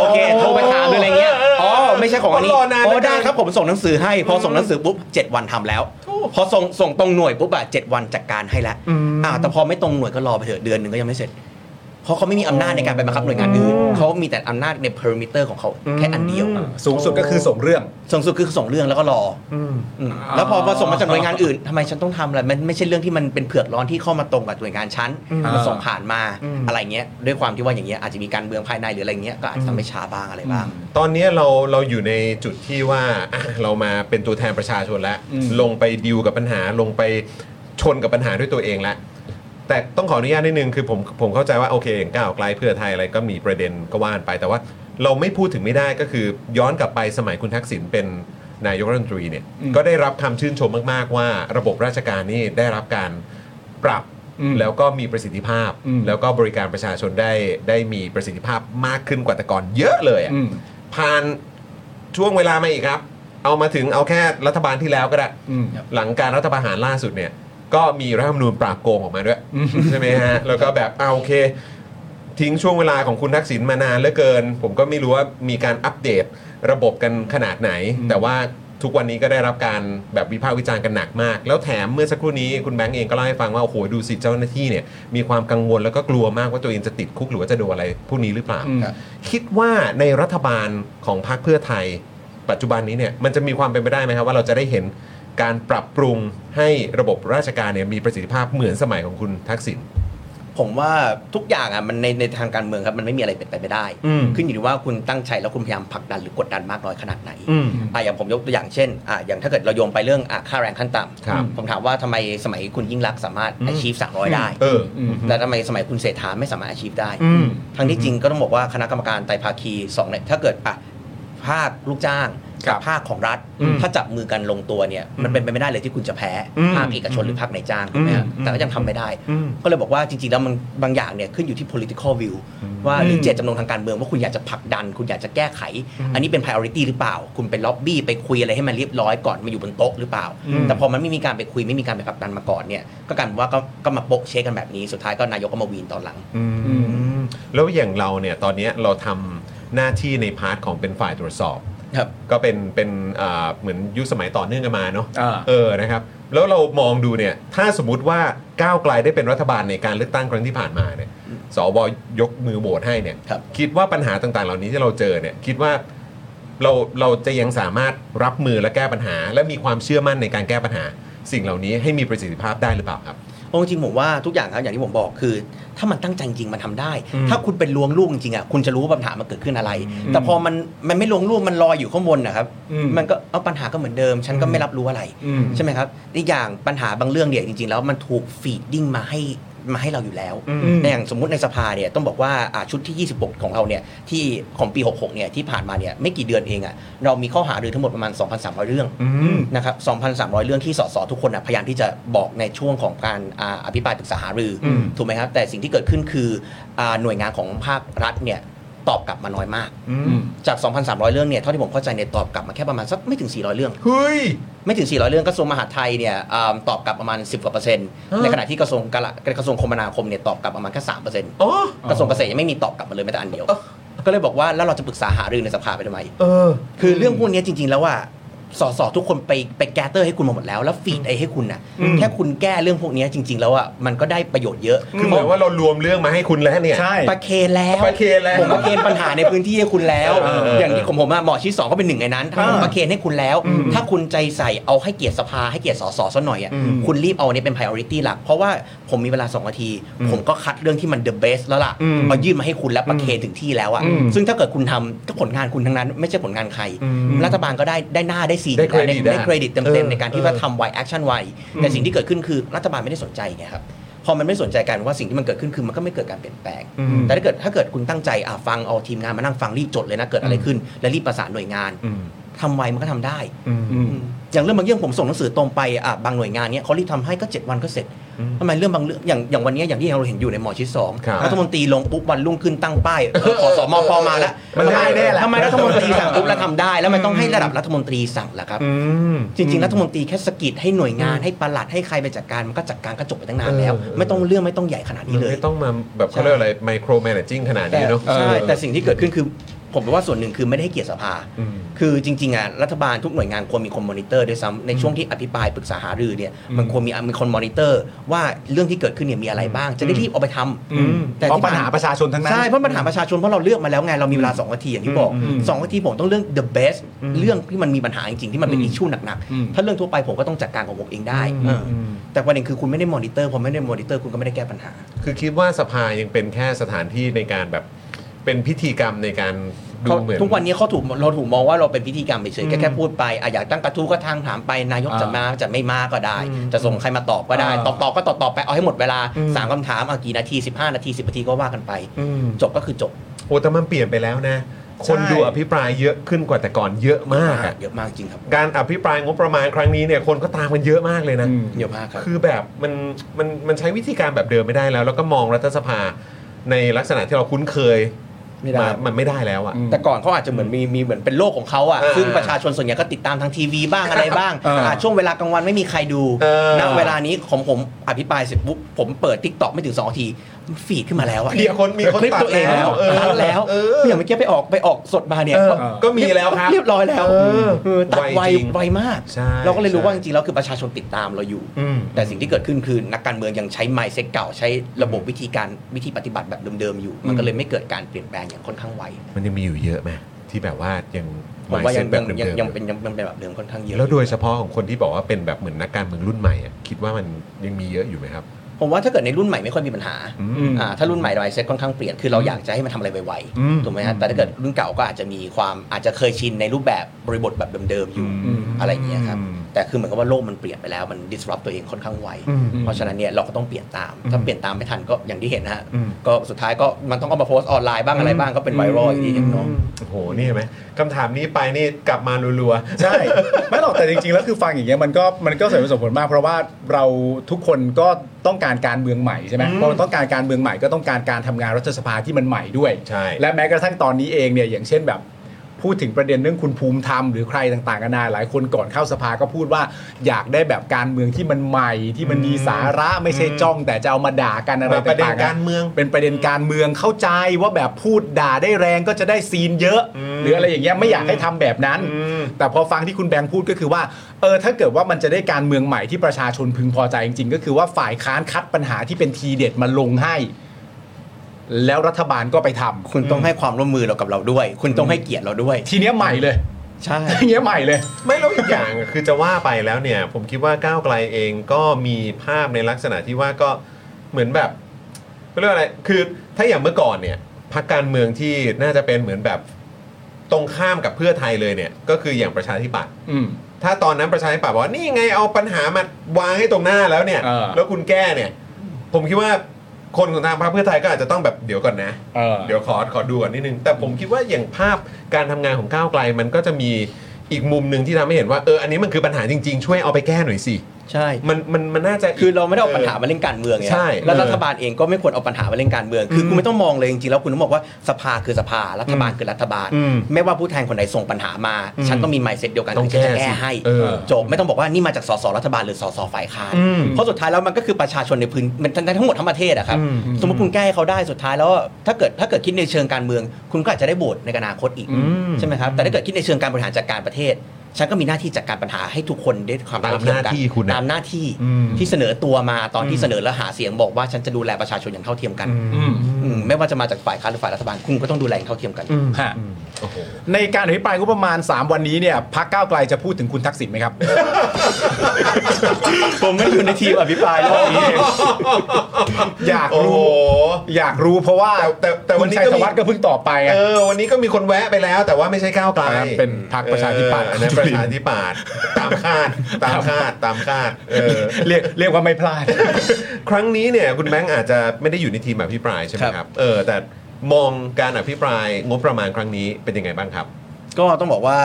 Speaker 5: โอเคโทรไปถามหรืออะไรเงี้ยอ๋อไม่ใช่ของอันนี้
Speaker 2: ก็รอนานเหลื
Speaker 5: อ๋
Speaker 2: อ
Speaker 5: อ
Speaker 2: เกิน
Speaker 5: ได้ครับผมส่งหนังสือให้พอส่งหนังสือปุ๊บ7วันทำแล้ว พอส่งส่งตรงหน่วยปุ๊บอะเจ็ดวันจัดการให้แล้วอ่าแต่พอไม่ตรงหน่วยก็รอไปเถอะเดือนหนึ่งก็ยังไม่เสร็จ เพราะเขาไม่มีอำนาจในการไปบังคับหน่วยงานอื่นเขามีแต่อำนาจใน perimeter ของเขาแค่อันเดียว
Speaker 3: สูงสุดก็คือส่งเรื่อง
Speaker 5: ส่งสุดคือส่งเรื่องแล้วก็รอออืมแล้วพอพอส่งมาจากหน่วยงานอื่นทำไมฉันต้องทำล่ะมันไม่ใช่เรื่องที่มันเป็นเผือกร้อนที่เข้ามาตรงกับหน่วยงานฉันมันส่งผ่านมาอะไรเงี้ยด้วยความที่ว่าอย่างเงี้ยอาจจะมีการเมืองภายในหรืออะไรเงี้ยก็อาจจะทำให้ช้าบ้างอะไรบ้าง
Speaker 2: ตอนนี้เราเราอยู่ในจุดที่ว่าอ่ะเรามาเป็นตัวแทนประชาชนแล้ว
Speaker 3: อืม
Speaker 2: ลงไปดิวกับปัญหาลงไปชนกับปัญหาด้วยตัวเองแล้ว แต่ต้องขออนุญาตนิดนึงคือผมผมเข้าใจว่าโอเคอย่างก้าวไกลเพื่อไทยอะไรก็มีประเด็นก็ว่านไป แต่ว่าเราไม่พูดถึงไม่ได้ก็คือย้อนกลับไปสมัยคุณทักษิณเป็นนายกรัฐมนตรีเนี่ย
Speaker 3: อืม
Speaker 2: ก็ได้รับคำชื่นชมมากๆ ว่าระบบราชการนี่ได้รับการปรับ
Speaker 3: อืม
Speaker 2: แล้วก็มีประสิทธิภาพ
Speaker 3: อืม
Speaker 2: แล้วก็บริการประชาชนได้ได้มีประสิทธิภาพมากขึ้นกว่าแต่ก่อนเยอะเลยอะ
Speaker 3: อืม
Speaker 2: ผ่านช่วงเวลามาอีกครับ เอามาถึงเอาแค่รัฐบาลที่แล้วก็ได้
Speaker 3: อืม
Speaker 2: หลังการรัฐประหารล่าสุดเนี่ย ก็มีรัฐธรรมนูญปราบโกงออกมาด้วย
Speaker 3: อืม
Speaker 2: ใช่ไหมฮะ แล้วก็แบบเอาโอเค ทิ้งช่วงเวลาของคุณทักษิณมานานเหลือเกิน ผมก็ไม่รู้ว่ามีการอัปเดตระบบกันขนาดไหน แต่ว่าทุกวันนี้ก็ได้รับการแบบวิพากษ์วิจารณ์กันหนักมาก แล้วแถมเมื่อสักครู่นี้คุณแบงก์เองก็เล่าให้ฟังว่าโอ้โหดูสิเจ้าหน้าที่เนี่ยมีความกังวลแล้วก็กลัวมากว่าตัวเองจะติดคุกหรือว่าจะโดนอะไรพวกนี้หรือเปล่า
Speaker 3: อืม
Speaker 2: คิดว่าในรัฐบาลของพรรคเพื่อไทย ปัจจุบันนี้เนี่ยมันจะมีความเป็นไปได้ไหมครับว่าเราจะได้เห็นการปรับปรุงให้ระบบราชการเนี่ยมีประสิทธิภาพเหมือนสมัยของคุณทักษิณ
Speaker 5: ผมว่าทุกอย่างอ่ะมันในในทางการเมืองครับมันไม่มีอะไรเป็นไปไม่ได้
Speaker 2: อืม
Speaker 5: ขึ้นอยู่ที่ว่าคุณตั้งใจแล้วคุณพยายามผลักดันหรือกดดันมากน้อยขนาดไหน
Speaker 2: อืม
Speaker 5: อ่ะอย่างผมยกตัวอย่างเช่นอ่ะอย่างถ้าเกิดเราโยงไปเรื่องอ่ะค่าแรงขั้นต่
Speaker 2: ครับ
Speaker 5: ำผมถามว่าทำไมสมัยคุณยิ่งรักษณ์สามารถอาชีพสามร้อยได้
Speaker 2: เออ
Speaker 5: แล้วทำไมสมัยคุณเศรษฐาไม่สามารถอาชีพได้
Speaker 2: อืม
Speaker 5: ทั้งที่จริงก็ต้องบอกว่าคณะกรรมการไตรภาคีสองเนี่ยถ้าเกิดอ่ะภาคลูกจ้าง
Speaker 3: ครั
Speaker 5: กับ ภาคของรัฐ
Speaker 2: อืม
Speaker 5: ถ้าจับมือกันลงตัวเนี่ยมันเป็นไปไม่ได้เลยที่คุณจะแพ้
Speaker 2: อืม
Speaker 5: ภาคเอกชนหรือภาคในายจ้างถูกไหมฮะ
Speaker 2: อืม
Speaker 5: แต่ก็ยังทำไม่ได้
Speaker 2: อืม
Speaker 5: ก็เลยบอกว่าจริงๆ แล้วมันบางอย่างเนี่ยขึ้นอยู่ที่ political view ว่าหรือเจตจำนงทางการเมืองว่าคุณอยากจะผลักดัน คุณอยากจะแก้ไข อันนี้เป็น priority หรือเปล่า คุณไปล็อบบี้ไปคุยอะไรให้มันเรียบร้อยก่อนมาอยู่บนโต๊ะหรือเปล่า แต่พอมันไม่มีการไปคุยไม่มีการไปผลักดันมาก่อนเนี่ยก็กลายเป็นว่าก็ก็มาโปะเช็คกันแบบนี้สุดท้ายก็นายกก็มาวีนตอนหลัง
Speaker 2: อืมแล้วอย่างเราเนี่ยตอนเนี้ยเราทำหน้าที่ในพาร์ทของเป็นฝ่ายตรวจสอบ
Speaker 5: ครับ
Speaker 2: ก็เป็นเป็นอ่าเหมือนยุคสมัยต่อเนื่องกันมาเนาะ
Speaker 3: อ่า
Speaker 2: เออนะครับ แล้วเรามองดูเนี่ยถ้าสมมติว่าก้าวไกลได้เป็นรัฐบาลในการเลือกตั้งครั้งที่ผ่านมาเนี่ยสวยกมือโหวตให้เนี่ย
Speaker 5: ครับ
Speaker 2: ดว่าปัญหาต่างๆ เหล่านี้ที่เราเจอเนี่ยคิดว่าเราเราจะยังสามารถรับมือและแก้ปัญหา และมีความเชื่อมั่นในการแก้ปัญหา สิ่งเหล่านี้ให้มีประสิทธิภาพได้หรือเปล่าครับ
Speaker 5: เพราะจริงๆผมว่าทุกอย่างครับอย่างที่ผมบอกคือ ถ้ามันตั้งใจจริงมันทำได้ ถ้าคุณเป็นลวงลูกจริงๆอ่ะคุณจะรู้ว่าปัญหามันเกิดขึ้นอะไร แต่พอมันมันไม่ลวงลูกมันลอยอยู่ข้างบนนะครับ
Speaker 3: อืม
Speaker 5: มันก็เอาปัญหาก็เหมือนเดิม ฉันก็ไม่รับรู้อะไร
Speaker 3: อืม
Speaker 5: ใช่ไหมครับอีกอย่างปัญหาบางเรื่องเนี่ยจริงๆ แล้วมันถูกฟีดดิ้งมาให้มาให้เราอยู่แล้ว
Speaker 3: ม
Speaker 5: ในอย่างสมมุติในสภาเนี่ยต้องบอกว่าอ่าชุดที่ 26 ของเราเนี่ยที่ของปี 66 เนี่ยที่ผ่านมาเนี่ยไม่กี่เดือนเองอะ่ะเรามีข้อหารือทั้งหมดประมาณ 2,300 เรื่อง
Speaker 3: ม
Speaker 5: นะครับ2,300 เรื่องที่สสทุกคนอ่ะพยายามที่จะบอกในช่วงของการอ่าอภิปรายปรึกษาหารืออถูกไหมครับแต่สิ่งที่เกิดขึ้นคืออาหน่วยงานของภาครัฐเนี่ยตอบกลับมาน้อยมาก จาก 2,300 เรื่องเนี่ยเท่าที่ผมเข้าใจเนี่ยตอบกลับมาแค่ประมาณสักไม่ถึง 400 เรื่อง
Speaker 2: เฮ้ย
Speaker 5: ไม่ถึง 400 เรื่องกระทรวงมหาดไทยเนี่ยอ่าตอบกลับประมาณ 10กว่าเปอร์เซ็นต์ ในขณะที่กระทรวงกลากระทรวงคมนาคมเนี่ยตอบกลับประมาณแค่3เปอร์เซ็นต์
Speaker 2: อ๋อ
Speaker 5: กระทรวงเกษตรยังไม่มีตอบกลับมาเลยแม้แต่อันเดียว ก็เลยบอกว่าแล้วเราจะปรึกษาหารือในสภาไปทำไม
Speaker 2: เออ
Speaker 5: คือเรื่องพวกเนี้ยจริง ๆ แล้วว่าสสทุกคนไปไปแกเตอร์ให้คุณมาหมดแล้ว แล้วฟีดไอให้คุณนะแค่คุณแก้เรื่องพวกเนี้ยจริง ๆ แล้วอ่ะมันก็ได้ประโยชน์เยอะ
Speaker 2: คือเหมือนว่าเรารวมเรื่องมาให้คุณแล้วเนี่ย
Speaker 3: ใช่
Speaker 5: ประเคนแล้ว
Speaker 2: ประเคนแล้ว
Speaker 5: ผมประเคนปัญหาในพื้นที่ให้คุณแล้ว
Speaker 2: เออเออ
Speaker 5: อย่างที่ผมผมอะหมอชิดสองก็เป็นหนึ่งในนั้นถ้าผม
Speaker 3: อ่า
Speaker 5: ประเคนให้คุณแล้ว ถ้าคุณใจใส่เอาให้เกียรติสภาให้เกียรติสสซะหน่อยอ่ะคุณรีบเอาอันนี้เป็น priority หลัก เพราะว่าผมมีเวลา 2 นาที ผมก็คัดเรื่องที่มัน the best แล้วล่ะเอายื่นมาให้คุณแล้วประเคนถึงที่แล้วอ่ะซึ่งถ้าเกิดคุณทำก็ผลงานคุณทั้งนั้น ไม่ใช่ผลงานใคร รัฐบาลก็ได้ได้หน้าได้สี
Speaker 2: ได้เครดิต
Speaker 5: ได้เครดิตเต็ม
Speaker 2: เออ
Speaker 5: ๆในการที่ว่า
Speaker 2: เออ
Speaker 5: ทำไวแอคชั่นไวแต่สิ่งที่เกิดขึ้นคือรัฐบาลไม่ได้สนใจไงครับ พอมันไม่สนใจกันว่าสิ่งที่มันเกิดขึ้นคือมันก็ไม่เกิดการเปลี่ยนแปลง
Speaker 3: อืม
Speaker 5: แต่ถ้าเกิดถ้าเกิดคุณตั้งใจอ่ะฟังเอาทีมงานมานั่งฟังรีบจดเลยนะเกิดอะไรขึ้น และรีบประสานหน่วยงานทำไวมันก็ทำได้
Speaker 3: อืม
Speaker 5: อย่างเรื่องบางเรื่องผมส่งหนังสือตรงไปอ่ะบางหน่วยงานเนี้ยเขารีบทำให้ก็ 7 วันก็เสร็จทำไมเรื่องบางเรื่องอย่างอย่างวันเนี้ยอย่างที่เราเห็นอยู่ในหมอชิดสอง
Speaker 2: ครับ
Speaker 5: รัฐมนตรีลงปุ๊บวันรุ่งขึ้นตั้งป้ายเออขอสมพมาแล้ว
Speaker 3: มันได้แน่แหละ
Speaker 5: ทำไมรัฐมนตรีสั่งปุ๊บแล้วทำได้ แล้วมันต้องให้ระดับรัฐมนตรีสั่งล่ะครับ
Speaker 3: อืม
Speaker 5: จริงๆรัฐมนตรีแค่สะกิดให้หน่วยงานให้ประหลัดให้ใครไปจัดการมันก็จัดการก็จบไปตั้งนานแล้ว ไม่ต้องเรื่องไม่ต้องใหญ่ขนาดนี้
Speaker 2: มัน
Speaker 5: เลย
Speaker 2: ไม่ต้องมาแบบเขาเรียกอะไรไมโครแมเนจิ้งขนาด
Speaker 5: แต่
Speaker 2: นี้เนอะ
Speaker 5: ใช่แต่สิ่งที่เกิดขึ้นคือผมว่าส่วนหนึ่งคือไม่ได้ให้เกียรติสภา คือจริงๆอ่ะรัฐบาลทุกหน่วยงานควรมีคนมอนิเตอร์ด้วยซ้ำในช่วงที่อภิปรายปรึกษาหารือเนี่ยมันควรมีมีคนมอนิเตอร์ ว่าเรื่องที่เกิดขึ้นเนี่ยมีอะไรบ้าง จะได้รีบเอาไปท
Speaker 3: อืม
Speaker 5: ำ
Speaker 3: เพราะ
Speaker 5: ที่
Speaker 3: ปัญหาประชาชนทั้งนั้น
Speaker 5: ใช่เพราะปัญหาประชาชนเพราะเราเลือกมาแล้วไงเรามีเวลา 2 นาทีอย่างที่บอก
Speaker 3: อืม
Speaker 5: 2 นาทีผมต้องเลือก the best เรื่องที่มันมีปัญหาจริงๆที่มันเป็น
Speaker 3: อืม
Speaker 5: อิชชูหนัก
Speaker 3: อืม
Speaker 5: ๆถ้าเรื่องทั่วไปผมก็ต้องจัดการของผมเองได้เอออ
Speaker 3: อืม
Speaker 5: แต่ประเด็นคือคุณไม่ได้มอนิเตอร์พอไม่ได้มอนิเตอร์คุณก็ไม่ได้แก้ปัญหา
Speaker 2: คือคิดว่าสภายังเป็นแค่สถานที่ในการแบบเป็นพิธีกรรมในการดู
Speaker 5: เขา
Speaker 2: เหมือน
Speaker 5: ทุกวันนี้เขาถูกเราถูกมองว่าเราเป็นพิธีกรรมเฉยๆแค่
Speaker 3: อืม
Speaker 5: แค่พูดไปอ่ะอยากตั้งกระทู้ก็ทางถามไปนายก
Speaker 3: อ่า
Speaker 5: จะมาจะไม่มาก็ได้ จะส่งใครมาตอบก็ได้
Speaker 3: อ่า
Speaker 5: ตอบตอบก็ตอบตอบไปเอาให้หมดเวลา
Speaker 3: อืม
Speaker 5: สามคำถามอ่ะกี่นาที 15 นาที 10 นาทีก็ว่ากันไป
Speaker 3: อืม
Speaker 5: จบก็คือจบ
Speaker 2: โอ้แต่มันเปลี่ยนไปแล้วนะ คน
Speaker 3: ใช่
Speaker 2: ดูอภิปรายเยอะขึ้นกว่าแต่ก่อนเยอะมากอะ
Speaker 5: เยอะมากจริงครับ
Speaker 2: การอภิปรายงบประมาณครั้งนี้เนี่ยคนก็ตามกันเยอะมากเลยนะ
Speaker 3: อืม
Speaker 5: เยอะมากครับ
Speaker 2: คือแบบมันมันมันใช้วิธีการแบบเดิมไม่ได้แล้ว แล้วก็มองรัฐสภาในลักษณะที่เราคุ้นเคย
Speaker 5: ไม่ได้
Speaker 2: ามันไม่ได้แล้วอะ
Speaker 3: อืม
Speaker 5: แต่ก่อนเขาอาจจะเหมือนมีมีเหมือนเป็นโลกของเขาอ่ะ
Speaker 2: อ่า
Speaker 5: ซึ่งประชาชนส่วนใหญ่ก็ติดตามทางทีวีบ้างอะไรบ้าง
Speaker 3: อ่า
Speaker 5: อ่ะช่วงเวลากลางวันไม่มีใครดู
Speaker 2: เออ
Speaker 5: ณเวลานี้ของผมอภิปรายเสร็จปุ๊บผมเปิดทิกตอกไม่ถึงสองนาทีมันฟีดขึ้นมาแล้วอะ
Speaker 2: มีคนมีคน
Speaker 5: คลิป
Speaker 2: ตัด
Speaker 5: ตัวเองแล้ว
Speaker 2: เออ
Speaker 5: ตัดแล้ว
Speaker 2: เออ
Speaker 5: อย่างเมื่อกี้ไปออกไปออกสดมาเนี่ย
Speaker 2: เออ
Speaker 5: ก็
Speaker 2: ก็มีแล้วครับ
Speaker 5: เรียบร้อยแล้ว
Speaker 2: เออ
Speaker 5: เออตัดไว
Speaker 2: ไวจริง
Speaker 5: ไวมาก
Speaker 2: ใช่
Speaker 5: เราก็เลยรู้ว่า
Speaker 2: ใช่
Speaker 5: จริงๆแล้วคือประชาชนติดตามเราอยู่
Speaker 3: อืม
Speaker 5: แต่สิ่งที่เกิดขึ้นคือนักการเมืองยังใช้ไมเซ็ตเก่าใช้ระบบวิธีการวิธีปฏิบัติแบบเดิมๆอยู่ มันก็เลยไม่เกิดการเปลี่ยนแปลงอย่างค่อนข้างไว
Speaker 2: มันยังมีอยู่เยอะไหมที่แบบว่ายัง
Speaker 5: ผมว่ายัง
Speaker 2: แบบ
Speaker 5: ยัง
Speaker 2: เดิมๆ
Speaker 5: ยัง
Speaker 2: อ
Speaker 5: ยังเป็นยังยังเป็นแบบเดิมค่อนข้างเยอะ
Speaker 2: แล้วโดยเฉพาะของคนที่บอกว่าเป็นแบบเหมือนนักการเมืองรุ่นใหม่อะคิดว่ามันยังมีเยอะอยู่ไหมครับ
Speaker 5: ผมว่าถ้าเกิดในรุ่นใหม่ไม่ค่อยมีปัญหา
Speaker 3: อืม
Speaker 5: อ่าถ้ารุ่นใหม่ไมเซ็ตค่อนข้างเปลี่ยนคือเราอยากจะให้มันทำอะไรไว
Speaker 3: อืม
Speaker 5: ๆถูกไหมฮะแต่ถ้าเกิดรุ่นเก่าก็อาจจะมีความอาจจะเคยชินในรูปแบบบริบทแบบเดิมๆอยู่
Speaker 3: อืม
Speaker 5: อะไรอย่างเงี้ยครับ แต่คือเหมือนกับว่าโลกมันเปลี่ยนไปแล้ว มัน disrupt ตัวเองค่อนข้างไว
Speaker 3: อืม
Speaker 5: เพราะฉะนั้นเนี่ยเราก็ต้องเปลี่ยนตาม ถ้าเปลี่ยนตามไม่ทันก็อย่างที่เห็นนะฮะ
Speaker 3: อืม
Speaker 5: ก็สุดท้ายก็มันต้องเอามาโพสต์ออนไลน์บ้างอะไรบ้างก็เป็นไวรัลอย่างนี้เนาะ
Speaker 2: โอ้โห นี่เห็นไหมคำถามนี้ไปนี่กลับมารัว
Speaker 3: ใช่ ไม่หรอกแต่จริงๆ แล้วคือฟังอย่างเงี้ยมันก็มันก็สมเหตุสมผลมาก เพราะว่าเราทุกคนก็ต้องการการเมืองใหม่ใช่ไหมเพราะมันต้องการการเมืองใหม่ก็ต้องการการทำงานรัฐสภาที่มันใหม่ด้วย
Speaker 2: ใช่
Speaker 3: และแม้กระทั่งตอนนี้เองเนี่ยอย่างเช่นแบบพูดถึงประเด็นเรื่องคุณภูมิธรรมหรือใครต่างๆกันานาหลายคนก่อนเข้าสภาก็พูดว่าอยากได้แบบการเมืองที่มันใหม่ที่มันมีสาระไม่ใช่จ้อง แต่จะเอามาด่ากัน
Speaker 2: ๆ
Speaker 3: อะไร
Speaker 2: แบบป
Speaker 3: ต่างๆ
Speaker 2: ระเด็นการเมือง
Speaker 3: เป็นประเด็นการเมืองเข้าใจว่าแบบพูดด่าได้แรงก็จะได้ซีนเยอะ หรืออะไรอย่างเงี้ยไม่อยากให้ทำแบบนั้น แต่พอฟังที่คุณแบงค์พูดก็คือว่าเออถ้าเกิดว่ามันจะได้การเมืองใหม่ที่ประชาชนพึงพอใจจริงๆ ก็คือว่าฝ่ายค้านคัดปัญหาที่เป็นทีเด็ดมาลงให้ แล้วรัฐบาลก็ไปทำ
Speaker 5: คุณต้องให้ความร่วมมือเรากับเราด้วย คุณต้องให้เกียรติเราด้วย
Speaker 3: ทีเนี้ยใหม่เลย
Speaker 5: ใช่
Speaker 3: ทีเนี้ยใหม่เลย
Speaker 2: ไม่แล้วอีกอย่างอะคือจะว่าไปแล้วเนี่ย ผมคิดว่าก้าวไกลเองก็มีภาพในลักษณะที่ว่าก็เหมือนแบบเขาเรียกว่าอะไรคือถ้าอย่างเมื่อก่อนเนี่ยพรรคการเมืองที่น่าจะเป็นเหมือนแบบตรงข้ามกับเพื่อไทยเลยเนี่ย ก็คืออย่างประชาธิปัตย์
Speaker 3: อืม
Speaker 2: ถ้าตอนนั้นประชาธิปัตย์บอกว่านี่ไงเอาปัญหามาวางให้ตรงหน้าแล้วเนี่ย
Speaker 3: เออ
Speaker 2: แล้วคุณแก้เนี่ย ผมคิดว่าคนของทางพรรคเพื่อไทยก็อาจจะต้องแบบเดี๋ยวก่อนนะ
Speaker 3: เออ
Speaker 2: เดี๋ยวขอขอดูก่อนนิดนึง แต่ผมคิดว่าอย่างภาพการทำงานของก้าวไกลมันก็จะมีอีกมุมหนึ่งที่ทำให้เห็นว่าเอออันนี้มันคือปัญหาจริงๆ ช่วยเอาไปแก้หน่อยสิ
Speaker 5: ใช่
Speaker 2: มันมันมันน่าจะ
Speaker 5: คือเราไม่ได้เอาปัญหามาเล่นการเมืองไง
Speaker 2: ใช่
Speaker 5: แล้วรัฐบาลเองก็ไม่ควรเอาปัญหามาเล่นการเมือง คือคุณไม่ต้องมองเลยจริงๆแล้วคุณต้องบอกว่าสภาคือสภา รัฐบาลคือรัฐบาล
Speaker 2: อืม
Speaker 5: ไม่ว่าผู้แทนคนไหนส่งปัญหามา ฉันต้องมีไมเซ็ตเดียวกัน
Speaker 2: ต้อง
Speaker 5: คือฉันจะ
Speaker 2: แก้
Speaker 5: แก้
Speaker 2: สิ
Speaker 5: ให้
Speaker 2: เออ
Speaker 5: จบไม่ต้องบอกว่านี่มาจากสสรัฐบาลหรือสสฝ่ายค้าน
Speaker 2: อืม
Speaker 5: เพราะสุดท้ายแล้วมันก็คือประชาชนในพื้นมันทั้งทั้งหมดทั้งประเทศอะครับ
Speaker 2: อืม
Speaker 5: สมมติคุณแก้ให้เขาได้สุดท้ายแล้ว ถ้าเกิดถ้าเกิดคิดในเชิงการเมือง คุณก็อาจจะได้โบทในอนาคตอีก
Speaker 2: ม
Speaker 5: ใช่ไหมครับ แต่ถ้าเกิดคิดในเชิงการบริหารจัดการประเทศ ฉันก็มีหน้าที่จัดการปัญหาให้ทุกคนได้ความเท่เทียมกั
Speaker 2: ตามหน้าที่คุณนะ
Speaker 5: ตามหน้าที่ที่เสนอตัวมาตอนที่เสนอแล้วหาเสียงบอกว่าฉันจะดูแลประชาชนอย่างเท่าเทียมกันอืมไม่ว่าจะมาจากฝ่ายค้านหรือฝ่ายรัฐบาลคุณก็ต้องดูแลอย่างเท่าเทียมกัน
Speaker 3: ฮะในการอภิปรายงบประมาณ 3 วันนี้เนี่ยพักก้าวไกลจะพูดถึงคุณทักษิณไหมครับ
Speaker 5: ผมไม่อยู่ในทีมอภิปรายรอบนี้
Speaker 3: อยาก
Speaker 2: โอ้โห
Speaker 3: รู้ อยากรู้เพราะว่า
Speaker 2: แต่แต่แต่วันนี้
Speaker 3: คุณชัย
Speaker 2: ก็มี
Speaker 3: ธวัฒน์ก็เพิ่งตอบไปอะ
Speaker 2: เออวันนี้ก็มีคนแวะไปแล้ว แต่ว่าไม่ใช่ก้าวไกล
Speaker 3: อันนั้นเป็นพรรคประชาธิปัตย์
Speaker 2: เอออันนั้นประ ประชาธิปัตย์ตามคาดตามคาดตามคาดเออ
Speaker 3: เรียกเรียกว่าไม่พลาด
Speaker 2: ครั้งนี้เนี่ยคุณแบงค์อาจจะไม่ได้อยู่ในทีมอภิปรายใช่ไหมครับเออแต่มองการอภิปรายงบประมาณครั้งนี้เป็นยังไงบ้างครับ
Speaker 5: ก็ต้องบอกว่า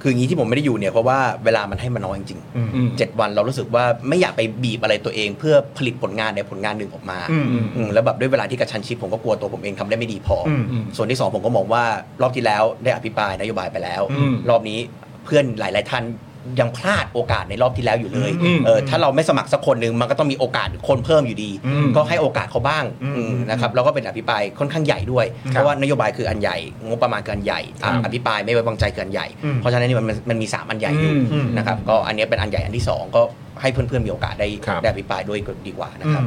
Speaker 5: คืออย่างนี้ที่ผมไม่ได้อยู่เนี่ยเพราะว่าเวลามันให้มันน้อยจริง
Speaker 2: อืม
Speaker 3: อืม
Speaker 5: ๆเจ็ดวันเรารู้สึกว่าไม่อยากไปบีบอะไรตัวเอง เพื่อผลิตผลงานในผลงานหนึ่งออกมา
Speaker 3: อืมอืม
Speaker 5: อืมแล้วแบบด้วยเวลาที่กระชันชิดผมก็กลัวตัวผมเองทำได้ไม่ดีพออ
Speaker 3: มอืม
Speaker 5: ส่วนที่สองผมก็มองว่ารอบที่แล้วได้อภิปรายนโยบายไปแล้ว
Speaker 3: อืม
Speaker 5: รอบนี้เพื่อนหลาย ๆ ท่านยังพลาดโอกาสในรอบที่แล้วอยู่เลย
Speaker 3: อืม
Speaker 5: เออถ้าเราไม่สมัครสักคนหนึ่งมันก็ต้องมีโอกาสคนเพิ่มอยู่ดี
Speaker 3: อืม
Speaker 5: ก็ให้โอกาสเขาบ้างอืมนะครับแล้วก็เป็นอภิปรายค่อนข้างใหญ่ด้วย เพราะว่านโยบายคืออันใหญ่งบประมาณคืออันใหญ่อ่ะอภิปรายไม่ไว้วางใจคืออันใหญ่ เพราะฉะนั้นนี่มันมันมันมี 3 อันใหญ่อยู่
Speaker 3: อืม
Speaker 5: นะครับก็อันเนี้ยเป็นอันใหญ่อันที่ 2 ก็ให้เพื่อนๆมีโอกาสได้
Speaker 2: ครับ
Speaker 5: ได้อภิปรายด้วยก็ดีกว่านะครับ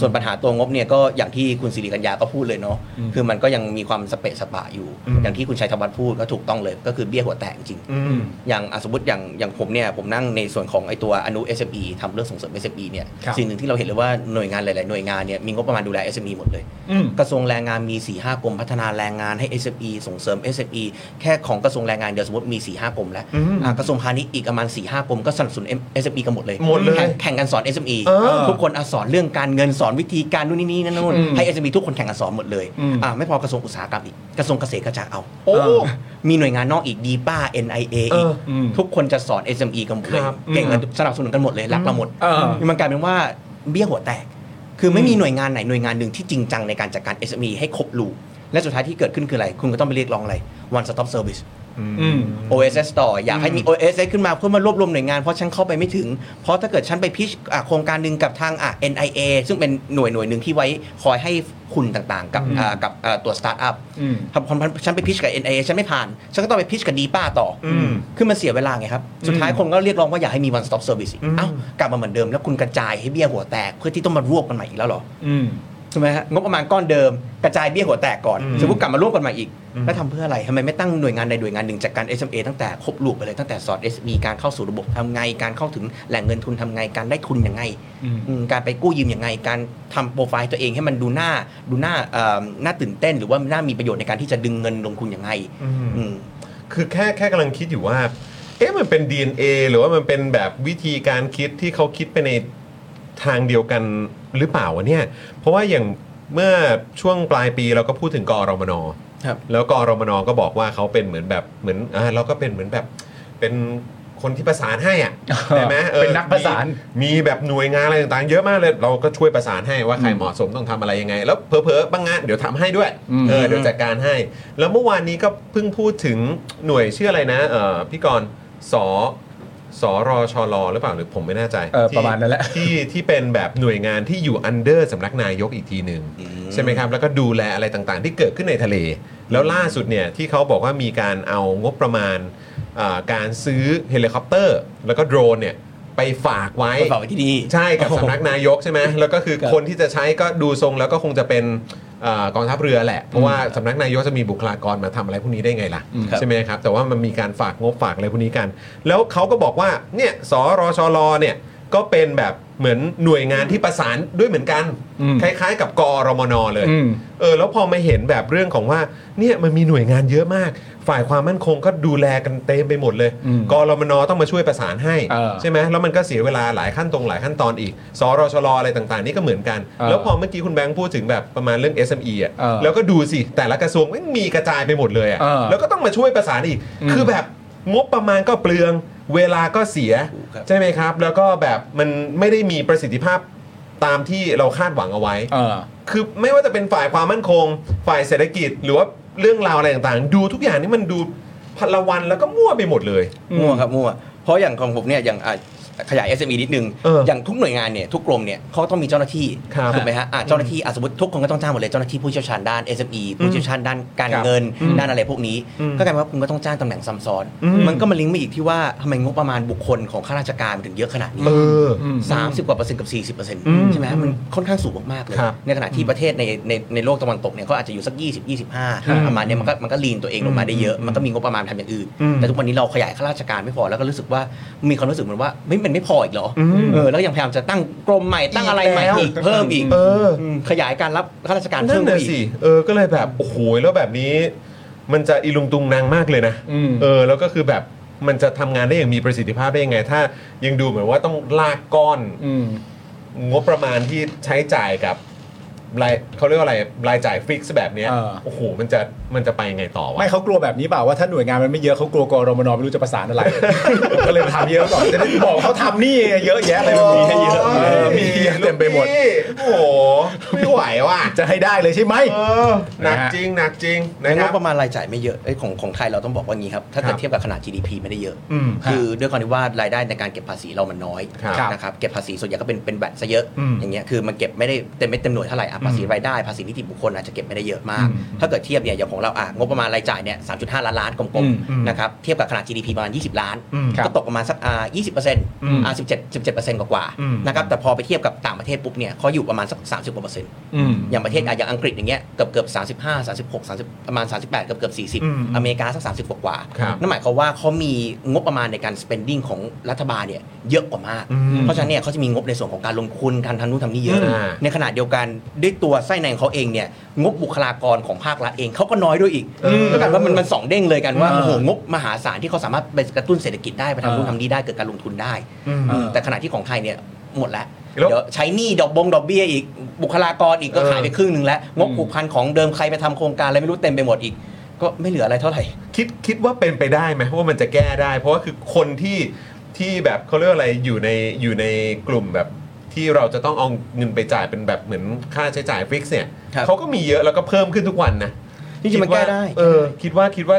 Speaker 5: ส่วนปัญหาตัวงบเนี่ยก็อย่างที่คุณสิริกัญญาก็พูดเลยเนาะคือมันก็ยังมีความสเปะสปะอยู่ อย่างที่คุณชัยธวัฒน์พูดก็ถูกต้องเลยก็คือเบี้ยหัวแตกจริง อย่างอ่ะสมมติอย่างอย่างผมเนี่ยผมนั่งในส่วนของไอตัวอนุ SME ทำเรื่องส่งเสริม SME เนี่ย
Speaker 3: ครับ
Speaker 5: สิ่งหนึ่งที่เราเห็นเลยว่าหน่วยงานหลาย ๆ หน่วยงานเนี่ยมีงบประมาณดูแล SME หมดเลย
Speaker 3: อืม
Speaker 5: กระทรวงแรงงานมี4ีหกรมพัฒนาแรงงานให้ SME ส่งเสริม SME แค่ของกระทรวงแรงงานเดี๋ยวสมมติมี4ีหกรมแล้วอ่ะกระทรวงพาณิชย์อีกประมาณ4ีหกรมก็สนับสนุน SME กันหมดเลย
Speaker 2: หมดเลย
Speaker 5: แข่งแข่งกันสอน SME
Speaker 2: เออ
Speaker 5: ทุกคนอะสอนเรื่องการเงินสอนวิธีการนู่นนี่นี่นั่นนู่น
Speaker 3: อืม
Speaker 5: ให้ SME ทุกคนแข่งกันสอนหมดเลย
Speaker 3: อืม
Speaker 5: อ่ะไม่พอกระทรวงอุตสาหกรรมอีกกระทรวงเกษตรกระจากเอา
Speaker 3: โอ้
Speaker 5: มีหน่วยงานนอกอีกดีป้า NIA อีก
Speaker 3: อืม
Speaker 5: ทุกคนจะสอน SME กันหมดเลย
Speaker 2: ครับ
Speaker 5: เก่งกันสนับสนุนกันหมดเลยรักเราหมด
Speaker 3: เออ
Speaker 5: มันกลายเป็นว่าเบี้ยหัวแตก คือไม่มีหน่วยงานไหนหน่วยงานหนึ่งที่จริงจังในการจัดการ SME ให้ครบรูและสุดท้ายที่เกิดขึ้นคืออะไร คุณก็ต้องไปเรียกร้องอะไร one stop service
Speaker 3: อืม
Speaker 5: OSS ต่ออยากให้มี OSS ขึ้นมาเพื่อมารวบรวมหน่วยงานเพราะฉันเข้าไปไม่ถึง เพราะถ้าเกิดฉันไปพิชอ่ะโครงการหนึ่งกับทางอ่ะ NIA ซึ่งเป็นหน่วยหน่วยหนึ่งที่ไว้คอยให้คุณต่างๆ กับอ่ากับอ่าตัวสตาร์ทอัพ
Speaker 3: อืม
Speaker 5: ทำความฉันไปพิชกับ NIA ฉันไม่ผ่าน ฉันก็ต้องไปพิชกับดีป้าต่ออ
Speaker 3: ม
Speaker 5: คือมันเสียเวลาไงครับ สุดท้ายคนก็เรียกร้องว่าอยากให้มี one stop service อีกเอ้า กลับมาเหมือนเดิมแล้วคุณกระจายให้เบี้ยหัวแตก เพื่อที่ต้องมารวบกันใหม่อีกแล้วเหรอ
Speaker 3: อืม
Speaker 5: ใช่ไหมฮะ งบประมาณก้อนเดิม กระจายเบี้ยหัวแตกก่อน สมมติกลับมารวบกันใหม่อีก แล้วทำเพื่ออะไรทำไมไม่ตั้งหน่วยงานใดหน่วยงานหนึ่งจากการ SMA ตั้งแต่ครบลูปไปเลยตั้งแต่สอด SME การเข้าสู่ระบบทำไง การเข้าถึงแหล่งเงินทุนทำไง การได้ทุนยังไง
Speaker 3: อืม
Speaker 5: อืมการไปกู้ยืมยังไง การทำโปรไฟล์ตัวเองให้มันดูหน้าดูหน้าเอ่อหน้าตื่นเต้น หรือว่าหน้ามีประโยชน์ในการที่จะดึงเงินลงทุนยังไงอืม
Speaker 2: คือแค่แค่กำลังคิดอยู่ว่า เอ๊ะมันเป็น DNA หรือว่ามันเป็นแบบวิธีการคิดที่เขาคิดไปในทางเดียวกันหรือเปล่าวะเนี่ย เพราะว่าอย่างเมื่อช่วงปลายปีเราก็พูดถึงกอรมน
Speaker 5: ครับ
Speaker 2: แล้วกอรมนก็บอกว่าเขาเป็นเหมือนแบบเหมือนอ่าเราก็เป็นเหมือนแบบเป็นคนที่ประสานให้อ่ะ ใช่ไหมออ
Speaker 3: เป็นนักประสาน
Speaker 2: มีมีแบบหน่วยงานอะไรต่างๆ เยอะมากเลย เราก็ช่วยประสานให้ว่าใครเหมาะสมต้องทำอะไรยังไง แล้วเพอเพอบางงานเดี๋ยวทำให้ด้วย
Speaker 3: อืม
Speaker 2: เออเดี๋ยวจัดการให้ แล้วเมื่อวานนี้ก็เพิ่งพูดถึงหน่วยชื่ออะไรนะเออพี่กรณ์สอสอรอชอลอหรือเปล่าหรือผมไม่แน่ใจ
Speaker 3: เออ
Speaker 2: ที่
Speaker 3: ประมาณนั้นแหละ
Speaker 2: ที่ที่เป็นแบบหน่วยงานที่อยู่อันเดอร์สำนักนายกอีกทีหนึ่งใช่ไหมครับ แล้วก็ดูแลอะไรต่างๆ ที่เกิดขึ้นในทะเล แล้วล่าสุดเนี่ยที่เขาบอกว่ามีการเอางบประมาณเอ่อการซื้อเฮลิคอปเตอร์ แล้วก็โดรนเนี่ยไปฝากไว้
Speaker 5: ไปฝากไว้ที่นี่
Speaker 2: ใช่กับสำนักนายกใช่ไหมแล้วก็คือคนที่จะใช้ก็ดูทรงแล้วก็คงจะเป็นเอ่อกองทัพเรือแหละ เพราะว่าสำนักนายกจะมีบุคลากรมาทำอะไรพวกนี้ได้ไงล่ะ ใช่ไหมครับ แต่ว่ามันมีการฝากงบฝากอะไรพวกนี้กัน แล้วเขาก็บอกว่าเนี่ยสรชลเนี่ยก็เป็นแบบเหมือนหน่วยงานที่ประสานด้วยเหมือนกัน
Speaker 3: อืม
Speaker 2: คล้ายๆ กับกอรมนเลย
Speaker 3: อืม
Speaker 2: เออแล้วพอมาเห็นแบบเรื่องของว่าเนี่ยมันมีหน่วยงานเยอะมาก ฝ่ายความมั่นคงก็ดูแลกันเต็มไปหมดเลยกอรมนต้องมาช่วยประสานให้
Speaker 3: เออ
Speaker 2: ใช่ไหมแล้วมันก็เสียเวลาหลายขั้นตรงหลายขั้นตอนอีกสรชลอะไรต่างๆ นี่ก็เหมือนกัน
Speaker 3: เออ
Speaker 2: แล้วพอเมื่อกี้คุณแบงค์พูดถึงแบบประมาณเรื่อง SME อ่ะ
Speaker 3: เออ
Speaker 2: แล้วก็ดูสิ แต่ละกระทรวงมันมีกระจายไปหมดเลยอ่ะ
Speaker 3: เออ
Speaker 2: แล้วก็ต้องมาช่วยประสานอีก
Speaker 3: อืม
Speaker 2: คือแบบงบประมาณก็เปลือง เวลาก็เสีย
Speaker 5: ถูกครับ
Speaker 2: ใช่ไหมครับ แล้วก็แบบมันไม่ได้มีประสิทธิภาพตามที่เราคาดหวังเอาไว้
Speaker 3: เออ
Speaker 2: คือไม่ว่าจะเป็นฝ่ายความมั่นคง ฝ่ายเศรษฐกิจ หรือว่าเรื่องราวอะไรต่างๆ ดูทุกอย่างนี่มันดูพลวันแล้วก็มั่วไปหมดเลย
Speaker 5: มั่วครับมั่วเพราะอย่างของผมเนี่ยอย่างอ่ะขยาย SME นิดนึง
Speaker 2: เอออย่าง
Speaker 5: ทุกหน่วยงานเนี่ยทุกกรมเนี่ยเขาต้องมีเจ้าหน้าที่
Speaker 2: ครับ
Speaker 5: ถูกไหมฮะอ่ะเจ้าหน้าที่อ่ะสมมติทุกคนก็ต้องจ้างหมดเลยเจ้าหน้าที่ผู้เชี่ยวชาญด้าน SME ผู้เชี่ยวชาญด้านการ
Speaker 2: ครับ
Speaker 5: เงิน ด้านอะไรพวกนี้ ก็กลายเป็นว่าคุณก็ต้องจ้างตำแหน่งซ้ำซ้อน
Speaker 2: อืม
Speaker 5: มันก็มาลิงก์มาอีกที่ว่าทำไมงบประมาณบุคคลของข้าราชการมันถึงเยอะขนาดนี้
Speaker 2: เออ
Speaker 3: อืม
Speaker 5: สามสิบกว่าเปอร์เซ็นต์กับสี่สิบเปอร์เซ็นต์ใช่ไหมมันค่อนข้างสูงมากๆเลย
Speaker 2: ครับ
Speaker 5: ในขณะที่ประเทศในในในโลกตะวันตกเนี่ยเขาอาจจะอยู่สัก 20 25ประมาณเนี้ยมันก็มันก็ลีนตัวเองลงมาได้เยอะ มันก็มีงบประมาณทำอย่างอื่น แต่ทุกวันนี้เราขยายข้าราชการไม่พอแล้วก็รู้สึกว่ามีความรู้สึกเหมือนว่าไม่มันไม่พออีกเหรออเออแล้วยังพยายามจะตั้งกรมใหม่ตั้งอะไรใหม่อีกเพิ่มอีก
Speaker 2: เออ
Speaker 5: มขยายการรับข้าราชการ
Speaker 2: นั่
Speaker 5: เพิ่ม
Speaker 2: น
Speaker 5: ขึ้
Speaker 2: น่ะ
Speaker 5: นอีก
Speaker 2: สิเออก็เลยแบบโอ้โหแล้วแบบนี้ มันจะอีลุงตุงนางมากเลยนะ
Speaker 3: อืม
Speaker 2: เออแล้วก็คือแบบ มันจะทำงานได้อย่างมีประสิทธิภาพได้ยังไง ถ้ายังดูเหมือนว่าต้องลากก้อน
Speaker 3: อืม
Speaker 2: งบประมาณที่ใช้จ่ายกับรายเขาเรียกว่าอะไรรายจ่ายฟิกซ์แบบเนี้ย
Speaker 3: เออ
Speaker 2: โอ้โหมันจะมันจะไปยังไงต่อวะ
Speaker 3: ไม่เขากลัวแบบนี้เปล่าว่าถ้าหน่วยงานมันไม่เยอะเขากลัวกรมนไม่รู้จะประส านอะไร ก็เลยทำเยอะก่อนจะได้บอกเขาทำนี่เยอะแยะเลยมันมีให้เยอะเออมีให้เยอะเต็มไปหมด
Speaker 2: โอ้โห ไม่ไหวว่ะ
Speaker 3: จะให้ได้เลยใช่ไหม
Speaker 2: เออหนักจริงหนักจริงนะค
Speaker 5: ง
Speaker 2: รั
Speaker 5: บบ ประมาณรายจ่ายไม่เยอะเอ้ยของของไทยเราต้องบอกว่างี้ครับ ถ้าเกิดเทียบกับขนาด GDP ไม่ได้เยอะ
Speaker 3: อืม
Speaker 5: คือด้วยความที่ว่ารายได้ในการเก็บภาษีเรามันน้อย
Speaker 2: ครับ
Speaker 5: นะครับเก็บภาษีส่วนใหญ่ก็เป็นเป็นแวดซะเยอะ
Speaker 3: อืม
Speaker 5: อย่างเงี้ยคือมันเก็บไม่ได้เต็มไม่เต็มหน่วยเท่าไหร่อ่ะภาษีรายได้ภาษีนิติบุคคลอาจจะเก็บไม่ได้เยอะมาก
Speaker 3: อืม
Speaker 5: ถ้าเกิดเทียบเนี่ยอย่างของเราอ่ะงบประมาณรายจ่ายเนี่ย 3.5 ล้านล้านกล
Speaker 3: อื
Speaker 5: ม
Speaker 3: มอืม
Speaker 5: ๆนะครับเทียบกับขนาด GDP ประมาณ 20 ล้าน
Speaker 3: อืมครับ
Speaker 5: ก็ตกประมาณสักอ่า20%
Speaker 3: อืม
Speaker 5: อ่า17 17%กว่า
Speaker 3: อืม
Speaker 5: ๆนะครับแต่พอไปเทียบกับต่างประเทศปุ๊บเนี่ยเขาอยู่ประมาณสัก30กว่าเปอร์เซ็นต์
Speaker 3: อืม
Speaker 5: อย่างประเทศอ่ะอย่างอังกฤษอย่างเงี้ยเกือบเกือบ35 36 30 ประมาณ 38 เกือบเกือบ
Speaker 3: อืม
Speaker 5: 40 อเมริกาสัก30 กว่ากว่า
Speaker 2: ครับ
Speaker 5: นั่นหมายความว่าเขามีงบประมาณในการ spending ของรัฐบาลเนี่ยเยอะกว่ามาก
Speaker 3: ม
Speaker 5: เพราะฉะนั้นเนี่ยเขาจะมีงบในส่วนของการลงทุนการทำนู่นทำนี่เยอะ
Speaker 2: อ่า
Speaker 5: ในขณะเดียวกันด้วยตัวไส้ในของเขาเองเนี่ยงบบุคลากรของภาครัฐเองเขาก็น้อยด้วยอีกเท่ากันว่ามันมันสองเด้งเลยกันว่า
Speaker 3: อ่า
Speaker 5: โอ้โหงบมหาศาลที่เขาสามารถไปกระตุ้นเศรษฐกิจได้ไปทำนู่น
Speaker 3: อ่า
Speaker 5: ทำนี่ได้เกิดการลงทุนได้
Speaker 3: อืม
Speaker 5: อืมแต่ขณะที่ของไทยเนี่ยหมดแล้ว
Speaker 2: แล้ว
Speaker 5: เดี๋ยวใช้หนี้ดอกบงดอกเบี้ยอีกบุคลากรอีกก็
Speaker 2: เออ
Speaker 5: หายไปครึ่งหนึ่งแล้วงบ
Speaker 3: อืม
Speaker 5: ผูกพันของเดิมใครไปทำโครงการอะไรไม่รู้เต็มไปหมดอีก ก็ไม่เหลืออะไรเท่าไหร่
Speaker 2: คิดคิดว่าเป็นไปได้ไหมว่ามันจะแก้ได้ เพราะว่าคือคนที่ที่แบบเขาเรียกว่าอะไรอยู่ในอยู่ในกลุ่มแบบที่เราจะต้องเอาเงินไปจ่ายเป็นแบบเหมือนค่าใช้จ่ายฟิกซ์เนี่ย
Speaker 5: ครับ
Speaker 2: เขาก็มีเยอะแล้วก็เพิ่มขึ้นทุกวันนะ
Speaker 5: จริงๆมันแก้ได้
Speaker 2: คิว่าเออคิดว่าคิดว่า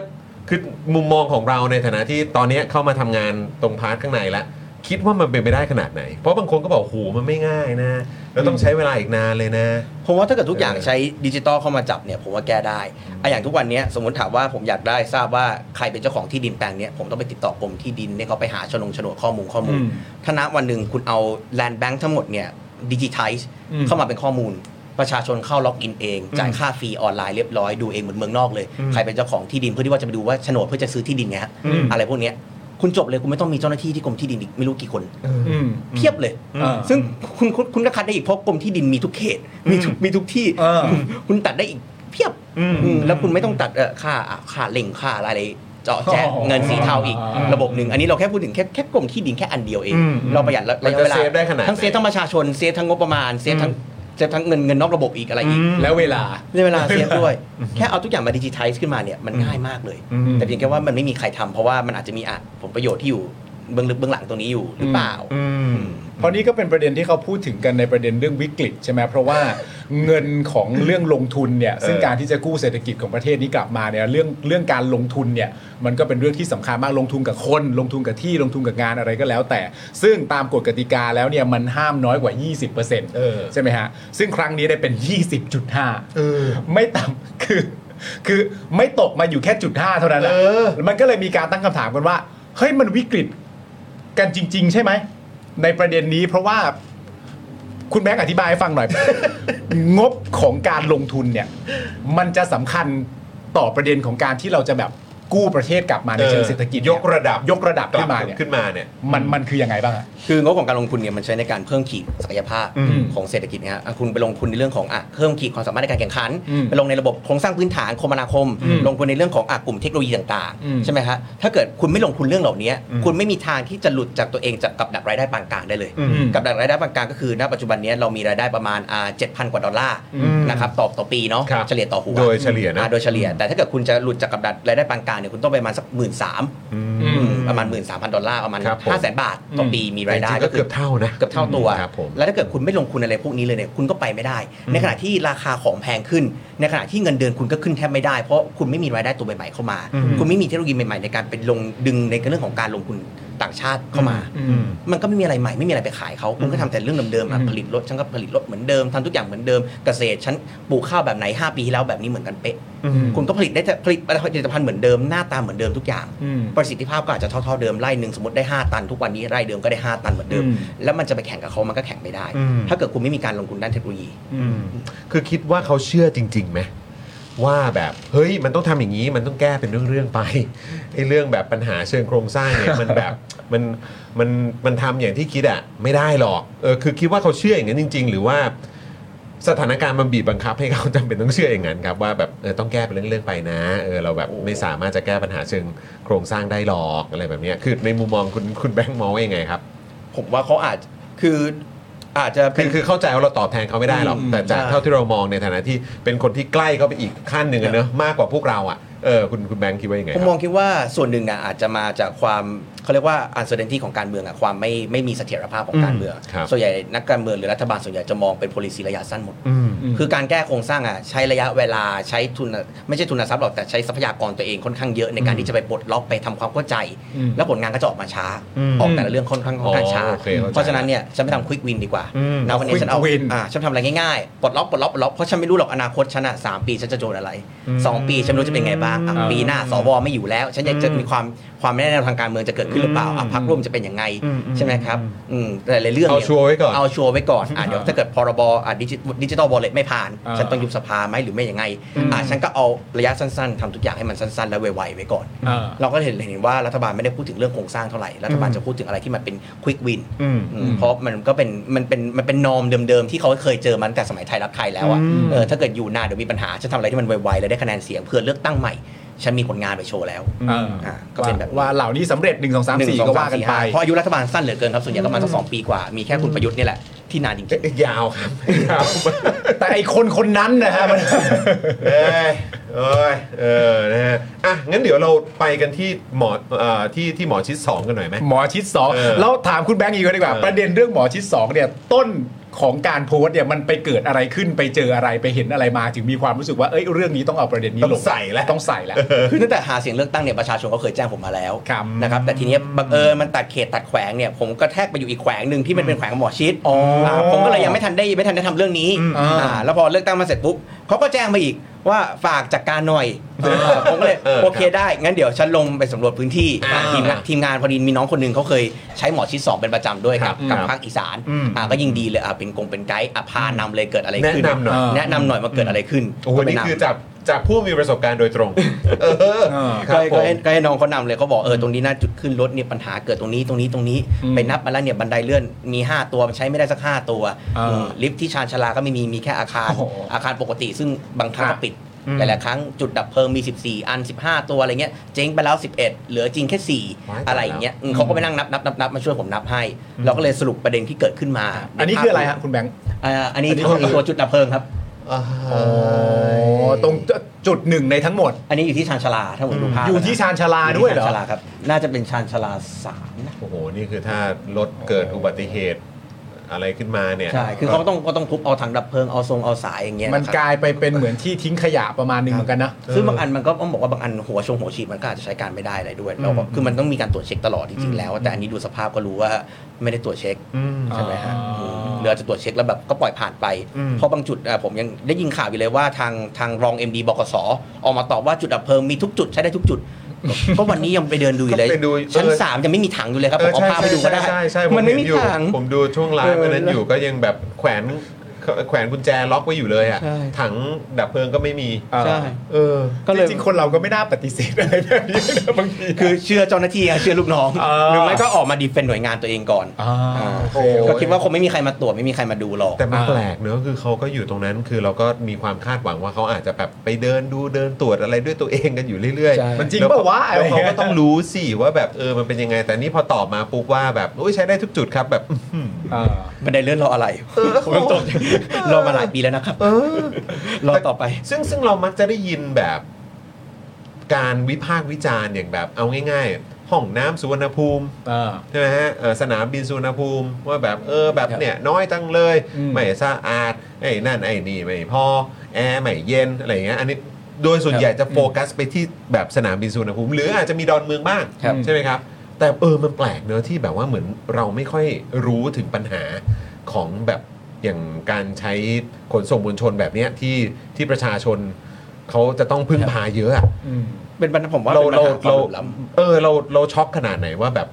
Speaker 2: คือมุมมองของเราในฐานะที่ตอนเนี้ยเข้ามาทำงานตรงพาร์ทข้างในละคิดว่ามันเป็นไปได้ขนาดไหน เพราะบางคนก็บอกโหมันไม่ง่ายนะ แล้วต้องใช้เวลาอีกนานเลยนะ
Speaker 5: ผมว่าถ้าเกิดทุกอย่าง
Speaker 2: เออ
Speaker 5: ใช้ดิจิตอลเข้ามาจับเนี่ยผมว่าแก้ได้อะอย่างทุกวันเนี้ยสมมติถามว่าผมอยากได้ทราบว่าใครเป็นเจ้าของที่ดินแปลงเนี้ยผมต้องไปติดต่อกรมที่ดินเนี่ยเขาไปหาชนงโฉนดข้อมูลข้อมูล
Speaker 3: อืม
Speaker 5: ถ้าณวันหนึ่งคุณเอาแลนด์แบงค์ทั้งหมดเนี่ยดิจิทัล
Speaker 3: อืม
Speaker 5: เข้ามาเป็นข้อมูล ประชาชนเข้าล็อกอินเอง จ่ายค่าฟรีออนไลน์เรียบร้อยดูเองเหมือนเมืองนอกเลย ใครเป็นเจ้าของที่ดินเพื่อที่ว่าจะไปดูว่าโฉนดเพื่อจะซื้อที่ดินไงฮะ
Speaker 3: อืม
Speaker 5: อะไรพวกเนี้ยคุณจบเลยคุณไม่ต้องมีเจ้าหน้าที่ที่กรมที่ดินอีกไม่รู้กี่คน
Speaker 3: อืม
Speaker 5: เพียบเลย
Speaker 3: อืม
Speaker 5: ซึ่งคุณคุณคุณก็คัดได้อีกเพราะกรมที่ดินมีทุกเขต มีทุกมีทุกที่
Speaker 3: เออ
Speaker 5: คุณตัดได้อีกเพียบอืมแล้วคุณไม่ต้องตัดเอ่อค่าอ่ะค่าเล่งค่าอะไรเจาะแจ๊ะ
Speaker 3: อ๋อ
Speaker 5: เงินสีเทาอีก
Speaker 3: อ่า
Speaker 5: ระบบหนึ่ง อันนี้เราแค่พูดถึงแค่แค่กรมที่ดินแค่อันเดียวเอง
Speaker 3: อืม
Speaker 5: เราประหยัดระ
Speaker 2: มัน
Speaker 5: ยะ
Speaker 2: จะ
Speaker 5: เวลา
Speaker 2: เซฟได้ขนาด
Speaker 5: ทั้งเซฟ
Speaker 2: ไหน
Speaker 5: ทั้งประชาชนเซฟทั้งงบประมาณเซฟทั้งเซฟทั้งเงินเงินนอกระบบอีกอะไรอีก
Speaker 3: แล้วเวลา
Speaker 5: ในเวลาเซฟด้วย แค่เอาทุกอย่างมาดิจิทัลขึ้นมาเนี่ยมันง่ายมากเลย
Speaker 3: อืม
Speaker 5: แต่เพียงแค่ว่ามันไม่มีใครทำเพราะว่ามันอาจจะมีอ่ะผลประโยชน์ที่อยู่เบื้องลึกเบื้องหลังตรงนี้อยู่หรือเปล่า
Speaker 3: อื เพราะนี่ก็เป็นประเด็นที่เขาพูดถึงกันในประเด็นเรื่องวิกฤตใช่ไหมเพราะว่าเงินของเรื่องลงทุนเนี่ยซึ่งการที่จะกู้เศรษฐกิจของประเทศนี้กลับมาเนี่ยเรื่องเรื่องการลงทุนเนี่ยมันก็เป็นเรื่องที่สำคัญมากลงทุนกับคน ลงทุนกับที่ลงทุนกับงานอะไรก็แล้ว แต่ ซึ่งตามกฎกติกาแล้วเนี่ยมันห้ามน้อยกว่า 20%ใช่ไหมฮะซึ่งครั้งนี้ได้เป็น 20.5 ไม่ต่ำคือ คือไม่ตกมาอยู่แค่จุดห้าเท่านั้นแหละ
Speaker 2: เออ
Speaker 3: มันก็เลยมีการตั้งคำถามกันว่าเฮ้ยมันวิกฤต กันจริง ๆ ใช่ไหม ในประเด็นนี้เพราะว่าคุณแบงค์อธิบายให้ฟังหน่อย งบของการลงทุนเนี่ย มันจะสำคัญต่อประเด็นของการที่เราจะแบบกู้ประเทศกลับมาในเชิงเศรษฐกิจ
Speaker 2: ยกระดับ
Speaker 3: ยกระดับ
Speaker 2: กลั
Speaker 3: ขึ้นมาเนี่ย
Speaker 2: ขึ้นมาเนี่ย
Speaker 3: มันมันคือยังไงบ้างอะ
Speaker 5: คืองบของการลงทุนเนี่ยมันใช้ในการเพิ่มขีดศักยภาพ
Speaker 3: อืม
Speaker 5: ของเศรษฐกิจนะฮะอ่ะคุณไปลงทุนในเรื่องของอ่ะเพิ่มขีดความสามารถในการแข่งขัน
Speaker 3: อืม
Speaker 5: ไปลงในระบบโครงสร้างพื้นฐานคมนาคม
Speaker 3: อืม
Speaker 5: ลงทุนในเรื่องของอ่ะกลุ่มเทคโนโลยีต่าง
Speaker 3: อืม
Speaker 5: ๆ ใช่ไหมฮะถ้าเกิดคุณไม่ลงทุนเรื่องเหล่านี้คุณไม่มีทางที่จะหลุดจากตัวเองจากกับดักรายได้ปานกลางได้เลย กับดักรายได้ปานกลางก็คือณปัจจุบันเนี้ยเรามีรายได้ประมาณอ่า7,000 กว่าดอลลาร์นะครับต่อต่อปีเนาะ
Speaker 2: ครับ
Speaker 5: เฉลี่ยต่อหัว
Speaker 2: โดยเฉลี่ยนะ
Speaker 5: อ่าโดยเฉลี่ย แต่ถ้าเกิดคุณจะหลุดจากกับดักรายได้ปานกลางเนี่ยคุณต้องไปประมาณสักหมื่นสาม
Speaker 3: อืม
Speaker 5: ประมาณ 1 3 0 0 0 ดอลลาร์ประมาณ
Speaker 2: ครับผม
Speaker 5: 5 0 0แสนบาท ต่อปีมีรายได้
Speaker 2: จงๆก็เกือบเท่านะ
Speaker 5: เกือบเท่าตัว
Speaker 2: ครับผม
Speaker 5: แล้วถ้าเกิดคุณไม่ลงทุนอะไรพวกนี้เลยเนี่ยคุณก็ไปไม่ได้ ในขณะที่ราคาของแพงขึ้น ในขณะที่เงินเดือนคุณก็ขึ้นแทบไม่ได้ เพราะคุณไม่มีรายได้ตัวใหม่ๆเข้ามา คุณไม่มีเทคโนโลยีใหม่ๆในการเป็นลงดึงในเรื่องของการลงทุนต่างชาติเข้ามา มันก็ไม่มีอะไรใหม่ไม่มีอะไรไปขายเขาคุณก็ทำแต่เรื่องเดิมๆอ่ะผลิตรถฉันก็ผลิตรถเหมือนเดิมทำทุกอย่างเหมือนเดิมเกษตรฉันปลูกข้าวแบบไหน 5 ปีที่แล้วแบบนี้เหมือนกันเป๊ะคุณก็ผลิตได้แต่ผลิตผลิตภัณฑ์เหมือนเดิมหน้าตาเหมือนเดิมทุกอย่าง
Speaker 3: อืม
Speaker 5: ประสิทธิภาพก็อาจจะเท่าๆเดิมไร่หนึ่งสมมติได้ 5 ตัน ทุกวันนี้ไร่เดิมก็ได้ 5 ตันเหมือนเดิม
Speaker 3: อืม
Speaker 5: แล้วมันจะไปแข่งกับเขามันก็แข่งไม่ได้ ถ้าเกิดคุณไม่มีการลงทุนด้านเทคโนโลยี
Speaker 2: คือคิดว่าเขาเชื่อจริงๆไหมว่าแบบเฮ้ยมันต้องทำอย่างนี้มันต้องแก้เป็นเรื่องๆไป ไอ้เรื่องแบบปัญหาเชิงโครงสร้างเนี่ย มันแบบมันมันมันทำอย่างที่คิดอะไม่ได้หรอกเออคือคิดว่าเขาเชื่ออย่างนั้นจริง ๆ หรือว่า สถานการณ์มันบีบบังคับให้เขา จำเป็นต้องเชื่ออย่างนั้นครับว่าแบบเออต้องแก้เป็นเรื่องๆไปนะเออเราแบบไม่สามารถจะแก้ปัญหาเชิงโครงสร้างได้หรอกอะไรแบบเนี้ยคือในมุมมองคุณคุณแบงค์มองว่ายังไงครับ
Speaker 5: ผมว่าเขาอาจคืออาจจะ
Speaker 2: คื
Speaker 5: เป็น
Speaker 2: อคือเข้าใจว่าเราตอบแทนเขาไม่ได้หรอก
Speaker 5: อืม
Speaker 2: แต่จาก
Speaker 5: ใช่
Speaker 2: เท่าที่เรามองในฐานะที่เป็นคนที่ใกล้เข้าไปอีกขั้นหนึ่งอะเนอะมากกว่าพวกเราอ่ะเออคุณคุณแบงค์คิดว่ายังไงค
Speaker 5: ผ
Speaker 2: รั
Speaker 5: ม
Speaker 2: บ
Speaker 5: มองคิดว่าส่วนหนึ่งอ่ะอาจจะมาจากความเขาเรียกว่า uncertainty ของการเมืองอ่ะความไม่ไม่มีเสถียรภาพของการเมือง
Speaker 2: ครับ
Speaker 5: ส่วนใหญ่นักการเมืองหรือรัฐบาลส่วนใหญ่จะมองเป็น policy ระยะสั้นหมด
Speaker 2: อืม
Speaker 5: คือการแก้โครงสร้างอ่ะใช้ระยะเวลาใช้ทุนไม่ใช่ทุนทรัพย์หรอกแต่ใช้ทรัพยากรตัวเองค่อนข้างเยอะในการที่จะไปปลดล็อกไปทำความเข้าใจ
Speaker 3: อืม
Speaker 5: แล้วผลงานก็จะออกมาช้า
Speaker 2: อืม
Speaker 5: ออกแต่ละเรื่องค่อนข้างค่อนข้างช้า
Speaker 2: อ๋อโอเคเข้าใจ
Speaker 5: เพราะฉะนั้นเนี่ยฉันไม่ทำควิกวินดีกว่า
Speaker 2: อืม
Speaker 5: ณวันนี้ฉันเอา
Speaker 3: quick win
Speaker 5: อ่าฉันทำอะไรง่ายๆปลดล็อกปลดล็อกปลดล็อกเพราะฉันไม่รู้หรอกอนาคตฉันอ่ะสามปีฉันจะโดนอะไรสองปีฉันไม่รู้จะเป็นไงบ้างอ่ะ
Speaker 3: อ่า
Speaker 5: ปีหน้าสวไม่อยู่แล้ว ฉันอยากจะมีความความไม่แน่นอนทางการเมืองจะเกิดขึ้นหรือเปล่าอ่ะพรรคร่วมจะเป็นยังไงใช่ไหมครับอืมแต่หลายๆเรื่องนี่ย
Speaker 2: เอาชัวร์ไว้ก่อน
Speaker 5: เอาชัวร์ไว้ก่อนอ่ะเดี๋ยวถ้าเกิดพรบอ่ะดิจิทัลวอลเล็ตไม่ผ่าน
Speaker 3: อ่า
Speaker 5: ฉันต้องยุบสภาไหมหรือไม่ยังไงอ่ะฉันก็เอาระยะสั้นๆทำทุกอย่างให้มันสั้นๆ และไวๆไว้ก่อน
Speaker 3: อ่า
Speaker 5: เราก็เห็นเห็นว่ารัฐบาลไม่ได้พูดถึงเรื่องโครงสร้างเท่าไหร่ รัฐบาลจะพูดถึงอะไรที่มันเป็นควิกวิน
Speaker 2: อืม
Speaker 5: เพราะมันก็เป็นมันเป็นมันเป็นนอมเดิมๆ ที่เขาเคยเจอมาตั้งแต่สมัยไทยรักไทยแล้วอ่ะเออถ้าเกิดอยู่นานเดี๋ยวมีปัญหาฉันทำอะไรที่มันไวๆแล้วได้คะแนนเสียงเพื่อเลือกตั้งใหม่ ฉันมีผลงานไปโชว์แล้ว
Speaker 3: เออ
Speaker 5: อ่าก็เป็นแบบนี้
Speaker 3: ว่าเหล่านี้สำเร็จหนึ่งสองสามสี่ก็ว่ากันไป
Speaker 5: ห้เพราะอายุรัฐบาลสั้นเหลือเกินครับส่วนใหญ่ประมาณสักสองปีกว่ามีแค่คุณประยุทธ์นี่แหละที่นานจริงๆ
Speaker 2: ยาว ครับยาวมาก
Speaker 3: แต่ไอคนคนนั้นนะฮะมัน
Speaker 2: เอ้ยเอ้ยเออนะฮะอ่ะงั้นเดี๋ยวเราไปกันที่หมอเอ่อที่ที่หมอชิดสองกันหน่อยไหม
Speaker 3: หมอชิดสอง
Speaker 2: เออ
Speaker 3: แล้วถามคุณแบงค์อีกคนดีกว่า
Speaker 2: เออ
Speaker 3: ประเด็นเรื่องหมอชิดสองเนี่ยต้นของการโพสต์เนี่ยมันไปเกิดอะไรขึ้นไปเจออะไรไปเห็นอะไรมาถึงมีความรู้สึกว่าเอ้ยเรื่องนี้ต้องเอาประเด็นนี้
Speaker 2: ต้อ
Speaker 3: ล
Speaker 2: ง
Speaker 3: ง
Speaker 2: ใส่แล้ว
Speaker 3: ต้องใส่แล้ว
Speaker 5: คือตั้งแต่หาเสียงเลือกตั้งเนี่ยประชาชนก็เคยแจ้งผมมาแล้ว
Speaker 3: ครับ
Speaker 5: นะครับแต่ทีเนี้ยบังเอิญมันตัดเขตตัดแขวงเนี่ยผมก็แทรกไปอยู่อีกแขวงหนึ่งที่มันเป็นแขวงหมอชิด
Speaker 3: อ๋ออ่
Speaker 5: าผมก็เลยยังไม่ทันได้ไม่ทันได้ทำเรื่องนี้
Speaker 3: อ่า
Speaker 5: อ่าแล้วพอเลือกตั้งมาเสร็จปุ๊บเขาก็แจ้งมาอีกว่าฝากจัดการหน่อยเออผมก็เลย
Speaker 2: เออ
Speaker 5: โอเคได้งั้นเดี๋ยวฉันลงไปสำรวจพื้นที่
Speaker 2: อ่า
Speaker 5: ทีมงานทีมงานพอดีมีน้องคนหนึ่งเขาเคยใช้หมอชิดสองเป็นประจำด้วยครับ
Speaker 2: ครั
Speaker 5: กั
Speaker 2: บบ
Speaker 5: ภาคอีสาน
Speaker 2: อืม
Speaker 5: อ่าก็ยิงดีเลยอ่าเป็นกงเป็นไกด์อ่ะพานำเลยเกิดอะไรขึ้น
Speaker 2: แนะนำหน่อย
Speaker 5: แนะนำหน่อยว่าเกิดอะไรขึ้น
Speaker 2: โอ้โห
Speaker 5: ก็ไป
Speaker 2: นี่
Speaker 5: นำ
Speaker 2: คือจากจากผู้มีประสบการณ์โดยตรง เออ
Speaker 3: เออ
Speaker 2: ค
Speaker 5: ก็
Speaker 2: รับ
Speaker 5: ให้
Speaker 2: ผ
Speaker 5: ก็
Speaker 2: ม
Speaker 5: ให้ก็ให้น้องเขานำเลยเขาบอกเออตรงนี้น่าจุดขึ้นรถเนี่ยปัญหาเกิดตรงนี้ตรงนี้ตรงนี้
Speaker 3: อืม
Speaker 5: ไปนับมาแล้วเนี่ยบันไดเลื่อนมี 5 ตัวมันใช้ไม่ได้สัก 5 ตัว
Speaker 3: อ่า
Speaker 5: อืมลิฟท์ที่ชานชาลาก็ไม่มีมีแค่อาคาร
Speaker 3: โอ้โห
Speaker 5: อาคารปกติ ซึ่งบางครั้ง
Speaker 3: ครั
Speaker 5: ก็
Speaker 3: บ
Speaker 5: ปิดหลายๆครั้งจุดดับเพลิงมี 14 อัน 15 ตัวอะไรเงี้ยเจ๊งไปแล้ว 11 เหลือจริงแค่
Speaker 2: ว้าย
Speaker 5: 4
Speaker 2: ตายแล้ว
Speaker 5: อะไรอย่างเงี้ยอืมเขาก็ไปนั่งนับนับนับนับมาช่วยผมนับให้ เราก็เลยสรุปประเด็นที่เกิดขึ้นมา
Speaker 3: อันนี้คืออะไรฮะคุณแบงค์
Speaker 5: อ่าอันนี้คือตัวจุดดับเพลิงครับ
Speaker 2: อ่า
Speaker 3: ตรงจุดหนึ่งในทั้งหมด
Speaker 5: อันนี้อยู่ที่ชานชาลาถ้าผมดูภาพ
Speaker 3: อยู่ที่ชานชาลา
Speaker 5: ที่
Speaker 3: ด้วยเหรอ
Speaker 5: ชนชาลาครับน่าจะเป็นชานชาลาสามนะ
Speaker 2: โอ้โห นี่คือถ้ารถเกิดอุบัติเหตุอะไรขึ้นมาเนี่ย
Speaker 5: ใช่ คือเขาก็ต้องก็ต้องทุบเอาถังดับเพลิง เอาทรงเอาสายอย่างเงี้ย
Speaker 3: มัน
Speaker 5: นะครับ
Speaker 3: กลายไปเป็นเหมือนที่ทิ้งขยะประมาณหนึ่งเหมือนกันนะ
Speaker 5: ซึ่งบางอันมันก็ต้องบอกว่าบางอันหัวชงหัวฉีดมันก็อาจจะใช้การไม่ได้อะไรด้วยแล้วก็คือมันต้องมีการตรวจเช็คตลอดจริงๆแล้ว แต่อันนี้ดูสภาพก็รู้ว่าไม่ได้ตรวจเช็ค
Speaker 2: อืม
Speaker 5: ใช่ไหมฮะ
Speaker 3: อ๋ออื
Speaker 5: มหรืออาจจะตรวจเช็คแล้วแบบก็ปล่อยผ่านไป
Speaker 2: อืม
Speaker 5: เพราะบางจุดอ่ะผมยังได้ยินข่าวอยู่เลยว่าทางทางรอง MD บกสออกมาตอบว่าจุดดับเพลิงมีทุกจุดใช้ได้ทุกจุด ก็วันนี้ยังไปเดินดูอยู่เลย
Speaker 2: ก็ไปดู
Speaker 5: ชั้น
Speaker 2: เออ
Speaker 5: สามยังไม่มีถังอยู่เลยครับผมเอาภาพไปดูก็ได้
Speaker 2: ใช่ใช่ใช่ผ
Speaker 5: มันไม่มี
Speaker 2: เห็อยู่
Speaker 5: ถัง
Speaker 2: ผมดูช่วงไลฟ์
Speaker 5: เออ
Speaker 2: วันนั้นอยู่ก็ยังแบบแขวนแขวนกุญแจล็อกไว้อยู่เลยอ่ะ
Speaker 5: ใช่
Speaker 2: ถังดับเพลิงก็ไม่มี
Speaker 5: ใช่
Speaker 2: เออ
Speaker 5: ก็เลย
Speaker 3: จริงๆคนเราก็ไม่น่าปฏิเสธอะไรแบบนี้นะบางที
Speaker 5: คือเชื่อเจ้าหน้าที่อะเชื่อลูกน้อง
Speaker 3: อ่า
Speaker 5: หรือไม่ก็ออกมาดีเฟนต์หน่วยงานตัวเองก่อน
Speaker 3: อ่าโอ
Speaker 5: อ่าก็
Speaker 3: เค
Speaker 5: คิดว่าคงไม่มีใครมาตรวจไม่มีใครมาดูหรอก
Speaker 2: แต่มัน
Speaker 3: อ่า
Speaker 2: แปลกเนอะคือเขาก็อยู่ตรงนั้นคือเราก็มีความคาดหวังว่าเขาอาจจะแบบไปเดินดูเดินตรวจอะไรด้วยตัวเองกันอยู่เรื่อย
Speaker 5: ใช่
Speaker 2: ๆ
Speaker 3: มันจริงเปล่าวะ
Speaker 2: แล้วเขาก็ต้องรู้สิว่าแบบเออมันเป็นยังไง แต่นี่พอตอบมาปุ๊บว่าแบบอุ้ยใช้ได้ทุกจุดครับแบบอื้อหือ
Speaker 3: อ่า
Speaker 5: บันไดเลื่อนรออะไรผมตรงๆรอมาหลายปีแล้วนะครับรอต่อไป
Speaker 2: ซึ่งซึ่งเรามักจะได้ยินแบบการวิพากษ์วิจารณ์อย่างแบบเอาง่ายๆ ห้องน้ำสุวรรณภูมิ
Speaker 3: อ่า
Speaker 2: ใช่ไหมฮะเอ่อสนามบินสุวรรณภูมิว่าแบบเออแบบเนี่ยน้อยจังเลย
Speaker 3: อืม
Speaker 2: ไม่สะอาดไอ้นั่นไอ้นี่ไม่พอแอร์ไม่เย็นอะไรอย่างเงี้ยอันนี้โดยส่วนใหญ่จะโฟกัสไปที่แบบสนามบินสุวรรณภูมิ หรืออาจจะมีดอนเมืองบ้าง
Speaker 3: ครับ
Speaker 2: ใช่ไหมครับ แต่เออมันแปลกเนอะที่แบบว่าเหมือนเราไม่ค่อยรู้ถึงปัญหาของแบบอย่างการใช้ขนส่งมวลชนแบบเนี้ยที่ที่ประชาชนเขาจะต้องพึ่งพาเยอะอะ
Speaker 3: อืม
Speaker 5: เป็นปัญหาผมว่า
Speaker 2: เรา
Speaker 5: เป็นปัญ
Speaker 2: เรา
Speaker 5: หาความ
Speaker 2: เรา
Speaker 5: เหลื่อมล้ำ
Speaker 2: เออเราเราช็อกขนาดไหนว่าแบบ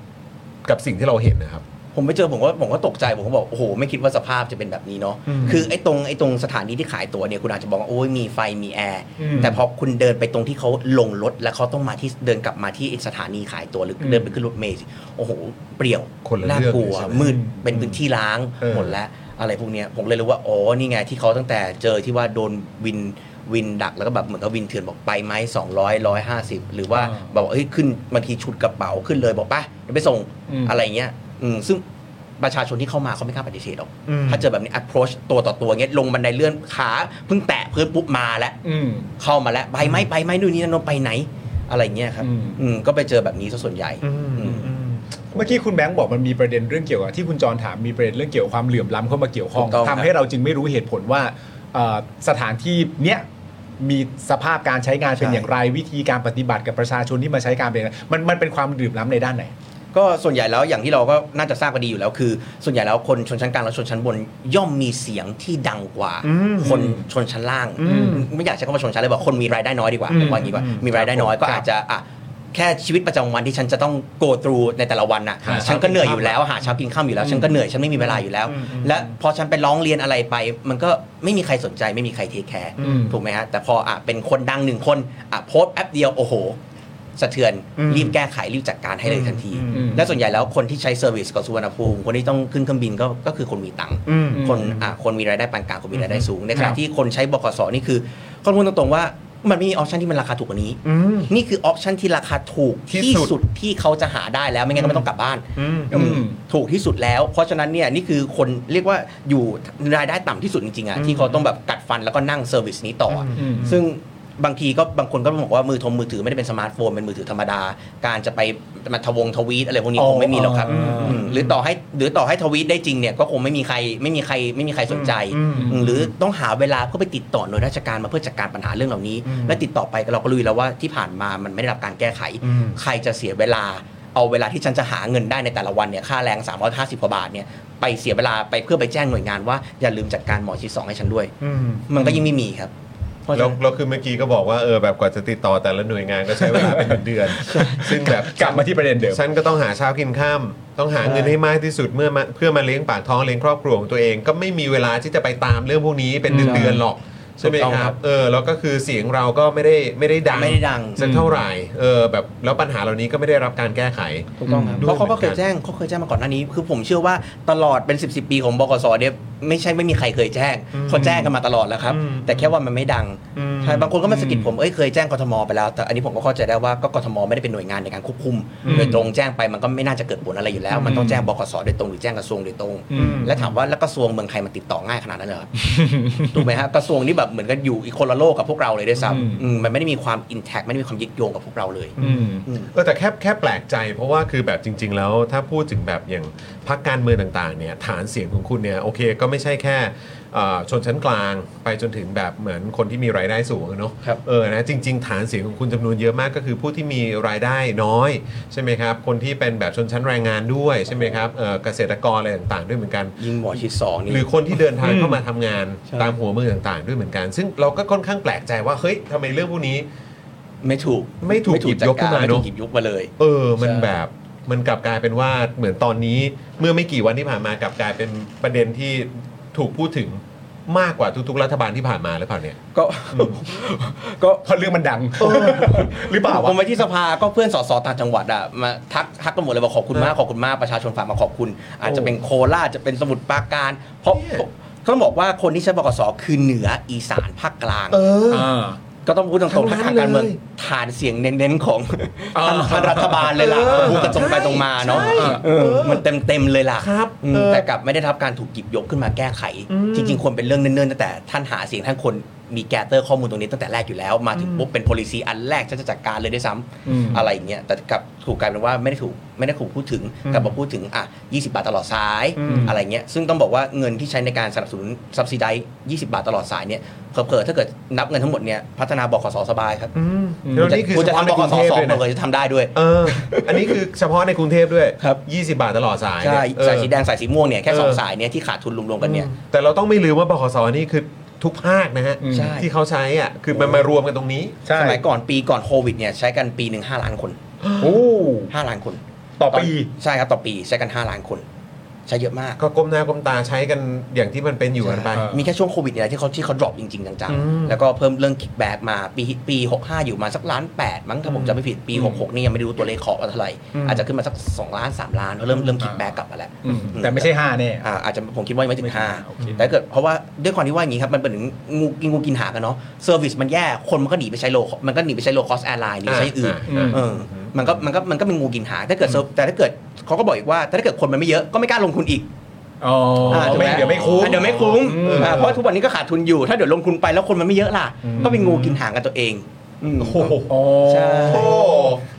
Speaker 2: กับสิ่งที่เราเห็นนะครับ
Speaker 5: ผมไปเจอผมก็ผมก็ตกใจผมก็บอกโอ้โหไม่คิดว่าสภาพจะเป็นแบบนี้เนาะคือไอ้ตรงไอ้ตรงสถานีที่ขายตั๋วเนี่ยคุณอาจจะบอกว่าโอ้ยมีไฟมีแอร์
Speaker 3: อืม
Speaker 5: แต่พอคุณเดินไปตรงที่เขาลงรถแล้วเขาต้องมาที่เดินกลับมาที่สถานีขายตั๋วหรืออ
Speaker 3: ม
Speaker 5: เดินไปขึ้นรถเมล์สิโอ้โหเปรี่ยว
Speaker 2: คนละ
Speaker 5: น่า
Speaker 2: เรื่อง
Speaker 5: กลัว
Speaker 2: เลยใช่ไหม
Speaker 5: มืดเป็นพื้นที่ล้าง
Speaker 3: เออ
Speaker 5: หมดแล้วอะไรพวกเนี้ยผมเลยรู้ว่าอ๋อนี่ไงที่เขาตั้งแต่เจอที่ว่าโดนวินวินดักแล้วก็แบบเหมือนกับวินเถื่อนบอกไปไหมสองร้อยร้อยห้าสิบหรือว่า
Speaker 3: อ่า
Speaker 5: บอกว่าเอ้ยขึ้นบางทีชุดกระเป๋าขึ้นเลยบอกไป่ะเดี๋ยวไปส่ง
Speaker 3: อืม
Speaker 5: อะไรเงี้ยอืมซึ่งประชาชนที่เข้ามาเขาไม่กล้าปฏิเสธหรอก
Speaker 3: อืม
Speaker 5: ถ้าเจอแบบนี้ approach ตัวต่อตัวเงี้ยลงบันไดเลื่อนขาเพิ่งแตะพื้นปุ๊บมาแล้ว
Speaker 3: อืม
Speaker 5: เข้ามาแล้วไปไหมไปไหมนู่นนี่นั่นโน้นไปไหน อะไรเงี้ยครับ
Speaker 3: อืม
Speaker 5: อืมก็ไปเจอแบบนี้ซะส่วนใหญ่อืม
Speaker 3: เมื่อกี้คุณแบงค์บอกมันมีประเด็นเรื่องเกี่ยวกับที่คุณจรถามมีประเด็นเรื่องเกี่ยวกับความเหลื่อมล้ำเข้ามาเกี่ยวข้อง
Speaker 5: ถูกต้องครั
Speaker 3: ทำ
Speaker 5: บ
Speaker 3: ให้เราจึงไม่รู้เหตุผลว่าเอ่อสถานที่เนี้ยมีสภาพการใช้งานเป็นอย่างไรวิธีการปฏิบัติกับประชาชนที่มาใช้การเป็นยังไงมันมันเป็นความเหลื่อมล้ำในด้านไหน
Speaker 5: ก็ส่วนใหญ่แล้วอย่างที่เราก็น่าจะทราบกันดีอยู่แล้วคือ ส่วนใหญ่แล้วคนชนชั้นกลางและชนชั้นบนย่อมมีเสียงที่ดังกว่า คนชนชั้นล่าง ไม่อยากใช้คำว่าชนชั้นเลยบอกคนมีรายได้น้อยดีกว่า
Speaker 3: อืม
Speaker 5: ว่าอย่างนี้ดีกว่า
Speaker 3: อืม
Speaker 5: มีรายได้น้อย
Speaker 3: ครับ
Speaker 5: ก็อาจจะอ่ะแค่ชีวิตประจำวันที่ฉันจะต้อง go through ในแต่ละวันน่ะ
Speaker 3: หาเช้า
Speaker 5: ฉันก็เหนื่อยอยู่
Speaker 3: กินค่ำ
Speaker 5: แล้วหาเช้ากินข้ามอยู่แล้ว ฉันก็เหนื่อยฉันไม่มีเวลาอยู่แล้ว
Speaker 3: อืมอืม
Speaker 5: และพอฉันไปร้องเรียนอะไรไป มันก็ไม่มีใครสนใจไม่มีใครเทคแคร์
Speaker 3: อืม
Speaker 5: ถูกไหมฮะแต่พออ่ะเป็นคนดังหนึ่งคนอ่ะโพสต์แอปเดียวโอ้โห สะเทือนรีบแก้ไขรีบจัดการให้เลยทันที
Speaker 3: อืม
Speaker 5: และส่วนใหญ่แล้วคนที่ใช้เซอร์วิสกับสุวรรณภูมิคนที่ต้องขึ้นเครื่องบินก็ก็คือคนมีตังค์คนอ่ะคนมีรายได้ปานกลางคนมีรายได้สูงในข
Speaker 3: ครั
Speaker 5: ณะ
Speaker 3: บ
Speaker 5: ที่คนใช้บขสนี่คือข้อมูลตรงๆว่ามันไม่มีออปชันที่มันราคาถูกกว่านี้ นี่คือออปชันที่ราคาถูก
Speaker 2: ที่
Speaker 5: ที่
Speaker 2: สุด
Speaker 5: สุดที่เขาจะหาได้แล้วไม่งั้นก็ไม่ต้องกลับบ้าน
Speaker 3: อืม
Speaker 5: ถูกที่สุดแล้ว เพราะฉะนั้นเนี่ยนี่คือคนเรียกว่าอยู่รายได้ต่ำที่สุดจริงๆอ่ะที่เขาต้องแบบกัดฟันแล้วก็นั่งเซอร์วิสนี้ต่ออ่ะ
Speaker 3: อืม
Speaker 5: ซึ่งบางทีก็บางคนก็บอกว่ามือทงมือถือไม่ได้เป็นสมาร์ทโฟนเป็นมือถือธรรมดา การจะไปมาทวงทวีตอะไรพวกนี้คงไม่มีหรอกครับอืมหรือต่อให้หรือต่อให้ทวีตได้จริงเนี่ยก็คงไม่มีใครไม่มีใครไม่มีใครสนใจ หรือต้องหาเวลาเพื่อไปติดต่อหน่วยราชการมาเพื่อจัดการปัญหาเรื่องเหล่านี้ และติดต่อไปก็เราก็รู้อยู่แล้วว่าที่ผ่านมามันไม่ได้รับการแก้ไข ใครจะเสียเวลาเอาเวลาที่ฉันจะหาเงินได้ในแต่ละวันเนี่ยค่าแรง 350กว่าบาทเนี่ยไปเสียเวลาไปเพื่อไปแจ้งหน่วยงานว่าอย่าลืมจัดการหมอชิดสองให้ฉันด้วย มันก็ยิ่งไม่มีครับ เพราะฉะ
Speaker 2: แล้ว
Speaker 5: นั้น
Speaker 2: แล้วคือเมื่อกี้ก็บอกว่าเออแบบกว่าจะติดต่อแต่ละหน่วยงานก็ใช้เวลาเป็นเดือนๆซึ่งแบบ
Speaker 3: กลับมาที่ประเด็นเดิม
Speaker 2: ฉันก็ต้องหาเช้ากินข้ามต้องหาเงินให้มากที่สุดเมื่อมาเพื่อมาเลี้ยงปากท้องเลี้ยงครอบครัวของตัวเองก็ไม่มีเวลาที่จะไปตามเรื่องพวกนี้เป็นเดือนๆหรอกใช่ไหม
Speaker 5: ถูกต้อง
Speaker 2: ค
Speaker 5: ค
Speaker 2: รั
Speaker 5: รั
Speaker 2: บบ เออแล้วก็คือเสียงเราก็ไม่ได้ไม่ได้ดัง
Speaker 5: ไม่ได้ดัง
Speaker 2: สักเท่าไหร่เออแบบแล้วปัญหาเหล่านี้ก็ไม่ได้รับการแก้ไข
Speaker 5: ถูกต้องครับ
Speaker 2: ด้วย
Speaker 5: เพราะเขาก็
Speaker 2: เหมือ
Speaker 5: เค
Speaker 2: น
Speaker 5: ย
Speaker 2: กัน
Speaker 5: แจ้งเขาเคยแจ้งมาก่อนหน้านี้ คือผมเชื่อว่าตลอดเป็น 10บสปีของบกสเนี่ยไม่ใช่ไม่มีใครเคยแจ้งเขาแจ้งกันมาตลอดแล้วครับ แต่แค่ว่ามันไม่ดังใช่บางคนก็มาสะกิดผมเอ้ยเคยแจ้งกทมไปแล้ว แต่อันนี้ผมก็เข้าใจได้ว่าก็กทมไม่ได้เป็นหน่วยงานในการควบคุมโดยตรงแจ้งไปมันก็ไม่น่าจะเกิดผลอะไรอยู่แล้ว มันต้องแจ้งบกสโดยตรงหรือแจ้งกระทรวงโดยตรง และถามว่าแล้วกระทรวงเมืองไทยมันติดต่อง่ายขนาดนั้นเหรอ ครับ ถูกไหมฮะกระทรวงนี่แบบเหมือนกันอยู่อีกคนละโลกกับพวกเราเลยด้วยซ้ำอืมมันไม่ได้มีความอินแทกไม่ได้มีความยึดโยงกับพวกเราเลย อืม
Speaker 2: เออแต่แค่แค่แปลกใจ เพราะว่าคือแบบจริง ๆ แล้วถ้าพูดถึงแบบอย่างพรรคการเมืองต่างๆเนี่ยฐานเสียงของคุณเนี่ยโอเคก็ไม่ใช่แค่เอ่อชนชั้นกลางไปจนถึงแบบเหมือนคนที่มีรายได้สูงอะเนาะ
Speaker 5: ครับ
Speaker 2: เออนะจริง ๆ ฐานเสียงของคุณจำนวนเยอะมากก็คือผู้ที่มีรายได้น้อยใช่ไหมครับคนที่เป็นแบบชนชั้นแรงงานด้วยใช่ไหมครับเอ่อเกษตรกรอะไรต่างๆ ด้วยเหมือนกัน
Speaker 5: ยิงหมอชิดสองนี่
Speaker 2: หรือคนที่เดินทางเข้ามาทำงานตามหัวเมืองต่างๆ ด้วยเหมือนกัน ซึ่งเราก็ค่อนข้างแปลกใจว่าเฮ้ยทำไมเรื่องพวกนี้
Speaker 5: ไม่ถูก
Speaker 2: ไม่ถูกหยิบยกขึ้นมา
Speaker 5: ไม่
Speaker 2: เน
Speaker 5: ถู
Speaker 2: อะ
Speaker 5: กหยิบยกมาเลย
Speaker 2: เออ มัน
Speaker 3: ใช่
Speaker 2: แบบมันกลับกลายเป็นว่าเหมือนตอนนี้เมื่อไม่กี่วันที่ผ่านมากลับกลายเป็นประเด็นที่ถูกพูดถึงมากกว่าทุกๆ รัฐบาลที่ผ่านมาหรือเปล่าเนี่ย
Speaker 5: ก็ ก็
Speaker 3: เพราะเรื่องมันดัง หรือเปล่า
Speaker 5: ผ
Speaker 3: วะ
Speaker 5: มไปที่สภาก็เพื่อนสสต่างจังหวัดอะมาทักทักกันหมดเลยบอกขอบคุณมากขอบคุณมากประชาชนฝากมาขอบคุณ อาจจะเป็นโคราชจะเป็นสมุทรปราการ เพราะ
Speaker 2: เนี่ย
Speaker 5: เขาต้องบอกว่าคนที่ใช้บกสคือเหนืออีสานภาคกลาง
Speaker 2: เออ
Speaker 5: ก็ต้องพูดตรงๆ
Speaker 2: ทั้
Speaker 5: ทางง
Speaker 2: นั้น
Speaker 5: การเมือง
Speaker 2: เลย
Speaker 5: ฐานเสียงเน้นๆของ
Speaker 3: อ่า
Speaker 5: ท่านรัฐบาลเลยล่ะ
Speaker 2: เออ
Speaker 5: พูดกันตรงไปตรงมาเนาะ
Speaker 2: ใช่
Speaker 5: เออมันเต็มๆเลยล่ะ
Speaker 2: ครับ
Speaker 5: อืม
Speaker 2: เออ
Speaker 5: แต่กลับไม่ได้รับการถูกหยิบยกขึ้นมาแก้ไข จริง ๆ ควรเป็นเรื่องเนิ่นๆตั้งแต่ท่านหาเสียงท่านคนมีแกเตอร์ข้อมูลตรงนี้ตั้งแต่แรกอยู่แล้วมาถึงปุ๊บเป็น policy อันแรกฉันจะจัดการเลยด้วยซ้ำ
Speaker 3: อืม
Speaker 5: อะไรอย่างเงี้ยแต่กลับถูกกลายเป็นว่าไม่ได้ถูกไม่ได้ถูกพูดถึงกลับมาพูดถึงอ่ะ20 บาทตลอดสายอะไรเงี้ยซึ่งต้องบอกว่าเงินที่ใช้ในการสนับสนุน subsidize 20 บาทตลอดสายเนี่ยเผลอๆถ้าเกิดนับเงินทั้งหมดเนี่ยพัฒนาบขสสบายครับ
Speaker 2: แล้วนี่คือ
Speaker 5: กู
Speaker 2: เฉ
Speaker 5: จะ
Speaker 2: พาะ
Speaker 5: ทำ
Speaker 2: ใน
Speaker 5: บ
Speaker 2: ก
Speaker 5: ก
Speaker 2: รุง
Speaker 5: ส
Speaker 2: เทพ
Speaker 5: สอ
Speaker 2: ด้ว
Speaker 5: ง
Speaker 2: ย
Speaker 5: หมดเล
Speaker 2: นะ
Speaker 5: ยจะทำได้ด้วย
Speaker 2: เออ อันนี้คือเฉพาะในกรุงเทพด้วย
Speaker 5: ครับ
Speaker 2: 20 บาทตลอดสายเนี่
Speaker 5: ใช่
Speaker 2: ยเออ
Speaker 5: สายสีแดงสายสีม่วงเนี่ยแค่
Speaker 2: เออ
Speaker 5: สองสายเนี่ยที่ขาดทุนรวมๆกันเนี่ย
Speaker 2: แต่เราต้องไม่ลืมว่าบขสนี่คือทุกภาคนะฮะ
Speaker 5: ใช่
Speaker 2: ที่เขาใช้อ่ะคือมันมารวมกันตรงนี้
Speaker 3: ใช่
Speaker 5: สมัยก่อนปีก่อนโควิดเนี่ยใช้กันปีหนึ่งห้าล้านคน
Speaker 3: โอ้
Speaker 5: ห้าล้านคน
Speaker 3: ต่อปี
Speaker 5: ใช่ครับต่อปีใช้กันห้าล้านคน ใช้เยอะมาก
Speaker 2: ก็ก้มหน้าก้มตาใช้กันอย่างที่มันเป็นอยู่กันไป
Speaker 3: ใช่
Speaker 5: มีแค่ช่วงโควิดเนี่ยแหละที่เขาที่เขาดรอปจริง ๆ จัง ๆ แล้วก็เพิ่มเรื่อง kickback มาปีปี 65 อยู่มาสักล้าน 8 มั้งถ้าผมจำไม่ผิดปี 66 นี่ยังไม่ได้รู้ตัวเลขขอว่าเท่าไหร่ อาจจะขึ้นมาสัก 2 ล้าน 3 ล้านเพราะเริ่มเริ่ม kickback กลับมาแล้ว
Speaker 3: อืมแต่ไม่ใช่ห้าแน่
Speaker 5: อ่าอาจจะผมคิดว่ายังไม่ถึง
Speaker 3: โอเค
Speaker 5: 5 แต่เกิดเพราะว่าด้วยความที่ว่าอย่างนี้ครับ มันเป็นถึงงูกินงูกินหางกันเนาะเซอร์วิสมันแย่คนมันก็หนีไปใช้โลมันก็หนีไปใช้โลคอสแอร์ไลน์หรือใช้อื่น
Speaker 3: อืม
Speaker 5: เออมันก็มันก็มันก็เป็นงูกินหางถ้าเกิดเซิร์ฟแต่ถ้าเกิดเขาก็บอกอีกว่าแต่ถ้าเกิดคนมันไม่เยอะก็ไม่กล้าลงทุนอีก
Speaker 3: อ๋ออา
Speaker 5: ถูกห
Speaker 3: ไม่เดี๋ยวไม่คุ้ม
Speaker 5: อ่ะเดี๋ยวไม่คุ้ม
Speaker 3: อืม
Speaker 5: อ่าเพราะทุกวันนี้ก็ขาดทุนอยู่ ถ้าเดี๋ยวลงทุนไปแล้วคนมันไม่เยอะล่ะ
Speaker 3: อืม
Speaker 5: ก็เป็นงูกินหางกันตัวเองอืม
Speaker 3: โอ้โห
Speaker 5: ใช่
Speaker 2: โอ้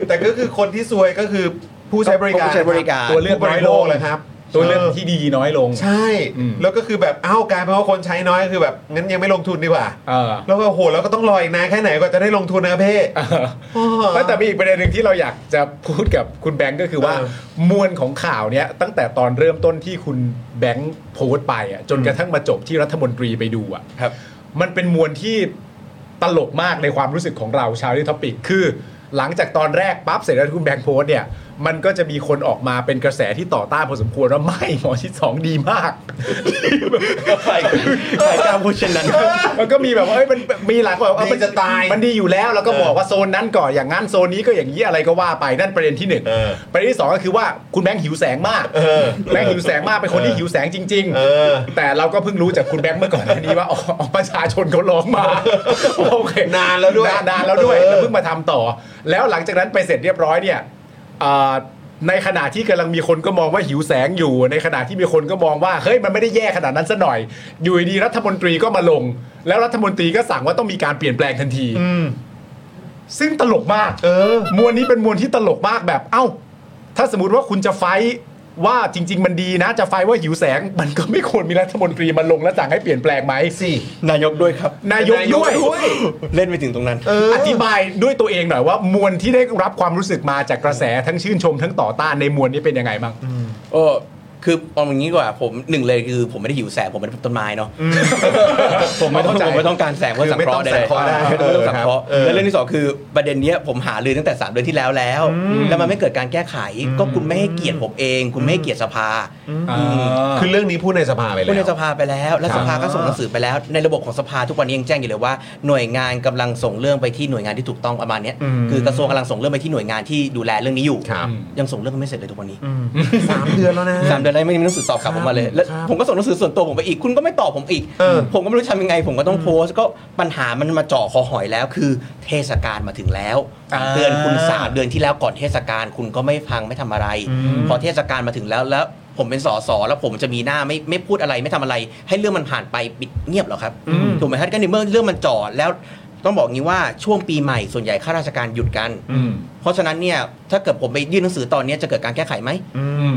Speaker 2: แต่ก็คือคนที่ซวยก็คือผู้ใช้บริการ
Speaker 5: ผู้ใช้บริการ
Speaker 3: ตัวเลือก
Speaker 2: ผู้บ
Speaker 3: น้อ
Speaker 2: ริ
Speaker 3: ย
Speaker 2: โภ
Speaker 3: ล
Speaker 2: ค
Speaker 3: ง
Speaker 2: เลยครับ
Speaker 3: ตัวเลือกที่ดีน้อยลง
Speaker 2: ใช่
Speaker 3: อืม
Speaker 2: แล้วก็คือแบบอ้าวกลายเป็นว่าคนใช้น้อยก็คือแบบงั้นยังไม่ลงทุนดีกว่า
Speaker 3: เออ
Speaker 2: แล้วก็โอ้โหแล้วก็ต้องรออีกนานแค่ไหนกว่าจะได้ลงทุนนะเพ่
Speaker 3: เออแต่มีอีกประเด็นหนึ่งที่เราอยากจะพูดกับคุณแบงค์ก็คือว่า
Speaker 2: เออ
Speaker 3: มวลของข่าวเนี้ยตั้งแต่ตอนเริ่มต้นที่คุณแบงค์โพสต์ไปอ่ะจนกระทั่งมาจบที่รัฐมนตรีไปดูอ่ะ
Speaker 2: ครับ
Speaker 3: มันเป็นมวลที่ตลกมากในความรู้สึกของเราชาวดิทอปิกคือ หลังจากตอนแรกปั๊บเสร็จแล้วที่คุณแบงค์โพสต์เนี่ยมันก็จะมีคนออกมาเป็นกระแสที่ต่อต้านพอสมควรว่าไม่หมอชิดสองดีมาก
Speaker 5: ใครใครกล้าพูดเช่นนั้น
Speaker 3: มันก็มีแบบว่าเอ้ยมันมีหลายคนบอกว่า
Speaker 2: ดีจะตาย
Speaker 3: มันดีอยู่แล้วแล้วก็บอกว่าโซนนั้นก่อนอย่างนั้นโซนนี้ก็อย่างนี้อะไรก็ว่าไปนั่นประเด็นที่หนึ่ง
Speaker 2: เออ
Speaker 3: ประเด็นที่สองก็คือว่าคุณแบงค์หิวแสงมาก
Speaker 2: เออ
Speaker 3: แบงค์หิวแสงมากเป็นคนที่
Speaker 2: เออ
Speaker 3: หิวแสงจริง
Speaker 2: เออ
Speaker 3: ๆ แต่เราก็เพิ่งรู้จากคุณแบงค์เมื่อก่อนหน้านี้ว่าอ๋อ อ๋อประชาชนเขาร้องมา โอเคน
Speaker 2: านแล้วด้วย
Speaker 3: นานแล้วด้วย
Speaker 2: เออ
Speaker 3: แล้วเพิ่งมาทำต่อ แล้วหลังจากนั้นไปเสร็จเรียบร้อยเนี่ยเอ่อในขณะที่กำลังมีคนก็มองว่าหิวแสงอยู่ ในขณะที่มีคนก็มองว่าเฮ้ยมันไม่ได้แย่ขนาดนั้นซะหน่อย อยู่ดีๆรัฐมนตรีก็มาลง แล้วรัฐมนตรีก็สั่งว่าต้องมีการเปลี่ยนแปลงทันที ซึ่งตลกมาก
Speaker 2: เออ
Speaker 3: มวลนี้เป็นมวลที่ตลกมากแบบ เอ้า ถ้าสมมติว่าคุณจะไฟท์ว่าจริง ๆ มันดีนะ จะไฟท์ว่าหิวแสง มันก็ไม่ควรมีรัฐมนตรีมาลงและสั่งให้เปลี่ยนแปลงไหมสิ
Speaker 5: นายกด้วยครับ
Speaker 3: นายกด้วย
Speaker 5: เล่นไปถึงตรงนั้น
Speaker 3: อธิบายด้วยตัวเองหน่อยว่ามวลที่ได้รับความรู้สึกมาจากกระแสทั้งชื่นชมทั้งต่อต้านในมวลนี้เป็นยังไงบ้าง
Speaker 5: โอ้คือเอาอย่างนี้ดีกว่าผมหนึ่งเลยคือผมไม่ได้หิวแสงผมเป็นต้นไม้เนาะผมไม่ต้อง
Speaker 3: เข้าใจ
Speaker 5: ผมไม่ต้องการแสงเพื่อสังเคราะห์
Speaker 2: คือไม่
Speaker 5: ใด
Speaker 2: ต้องสังเคราะห์ได้
Speaker 5: ๆไม่ต้องสังเคราะห์
Speaker 2: เออครับ
Speaker 5: และเรื่องที่สองคือประเด็นเนี้ยผมหาลือตั้งแต่สามเดือนที่แล้วแล้ว แล้วมันไม่เกิดการแก้ไข ก็คุณไม่ให้เกียรติผมเอง คุณไม่ให้เกียรติสภา
Speaker 2: คือเรื่องนี้พูดในสภาไปแล้ว
Speaker 5: คุณในสภาไปแล้ว และ
Speaker 3: ครับ
Speaker 5: สภาก็ส่งหนังสือไปแล้ว ในระบบของสภาทุกวันนี้ยังแจ้งอยู่เลยว่าหน่วยงานกำลังส่งเรื่องไปที่หน่วยงานที่ถูกต้องประมาณเนี้ยคือกระทรวงกำลังส่งเรื่องไปที่หน่วยงานที่ดูแลเรื่องนี้อยู่
Speaker 2: ครับ
Speaker 5: ยังส่งเรื่องไม่เสร็จเลยทุกวันนี้
Speaker 2: สามเดือนแล้วนะ
Speaker 5: สามเดือนแล้วไม่มีหนังสือตอบกลับผมมาเลยแล้ว
Speaker 2: ครับ
Speaker 5: ผมก็ส่งหนังสือส่วนตัวผมไปอีกคุณก็ไม่ตอบผมอีก
Speaker 2: เออ
Speaker 5: ผมก็ไม่รู้จะทำยังไง ผมก็ต้องโพสต์ก็ปัญหามันมาเจ่อคอหอยแล้ว คือเทศกาลมาถึงแล้ว
Speaker 3: อ่า
Speaker 5: เตือนคุณสามเดือนที่แล้วก่อนเทศกาลคุณก็ไม่ฟังไม่ทำอะไร พอเทศกาลมาถึงแล้วแล้วผมเป็นสสแล้วผมจะมีหน้าไม่ไม่พูดอะไรไม่ทำอะไร ให้เรื่องมันผ่านไปปิดเงียบเหรอครับถูกไหมครับก็ในเมื่อเรื่องมันเจ่อแล้วต้องบอกงี้ว่าช่วงปีใหม่ส่วนใหญ่ข้าราชการหยุดกัน เพราะฉะนั้นเนี่ยถ้าเกิดผมไปยื่นหนังสือตอนเนี้ยจะเกิดการแก้ไขไหม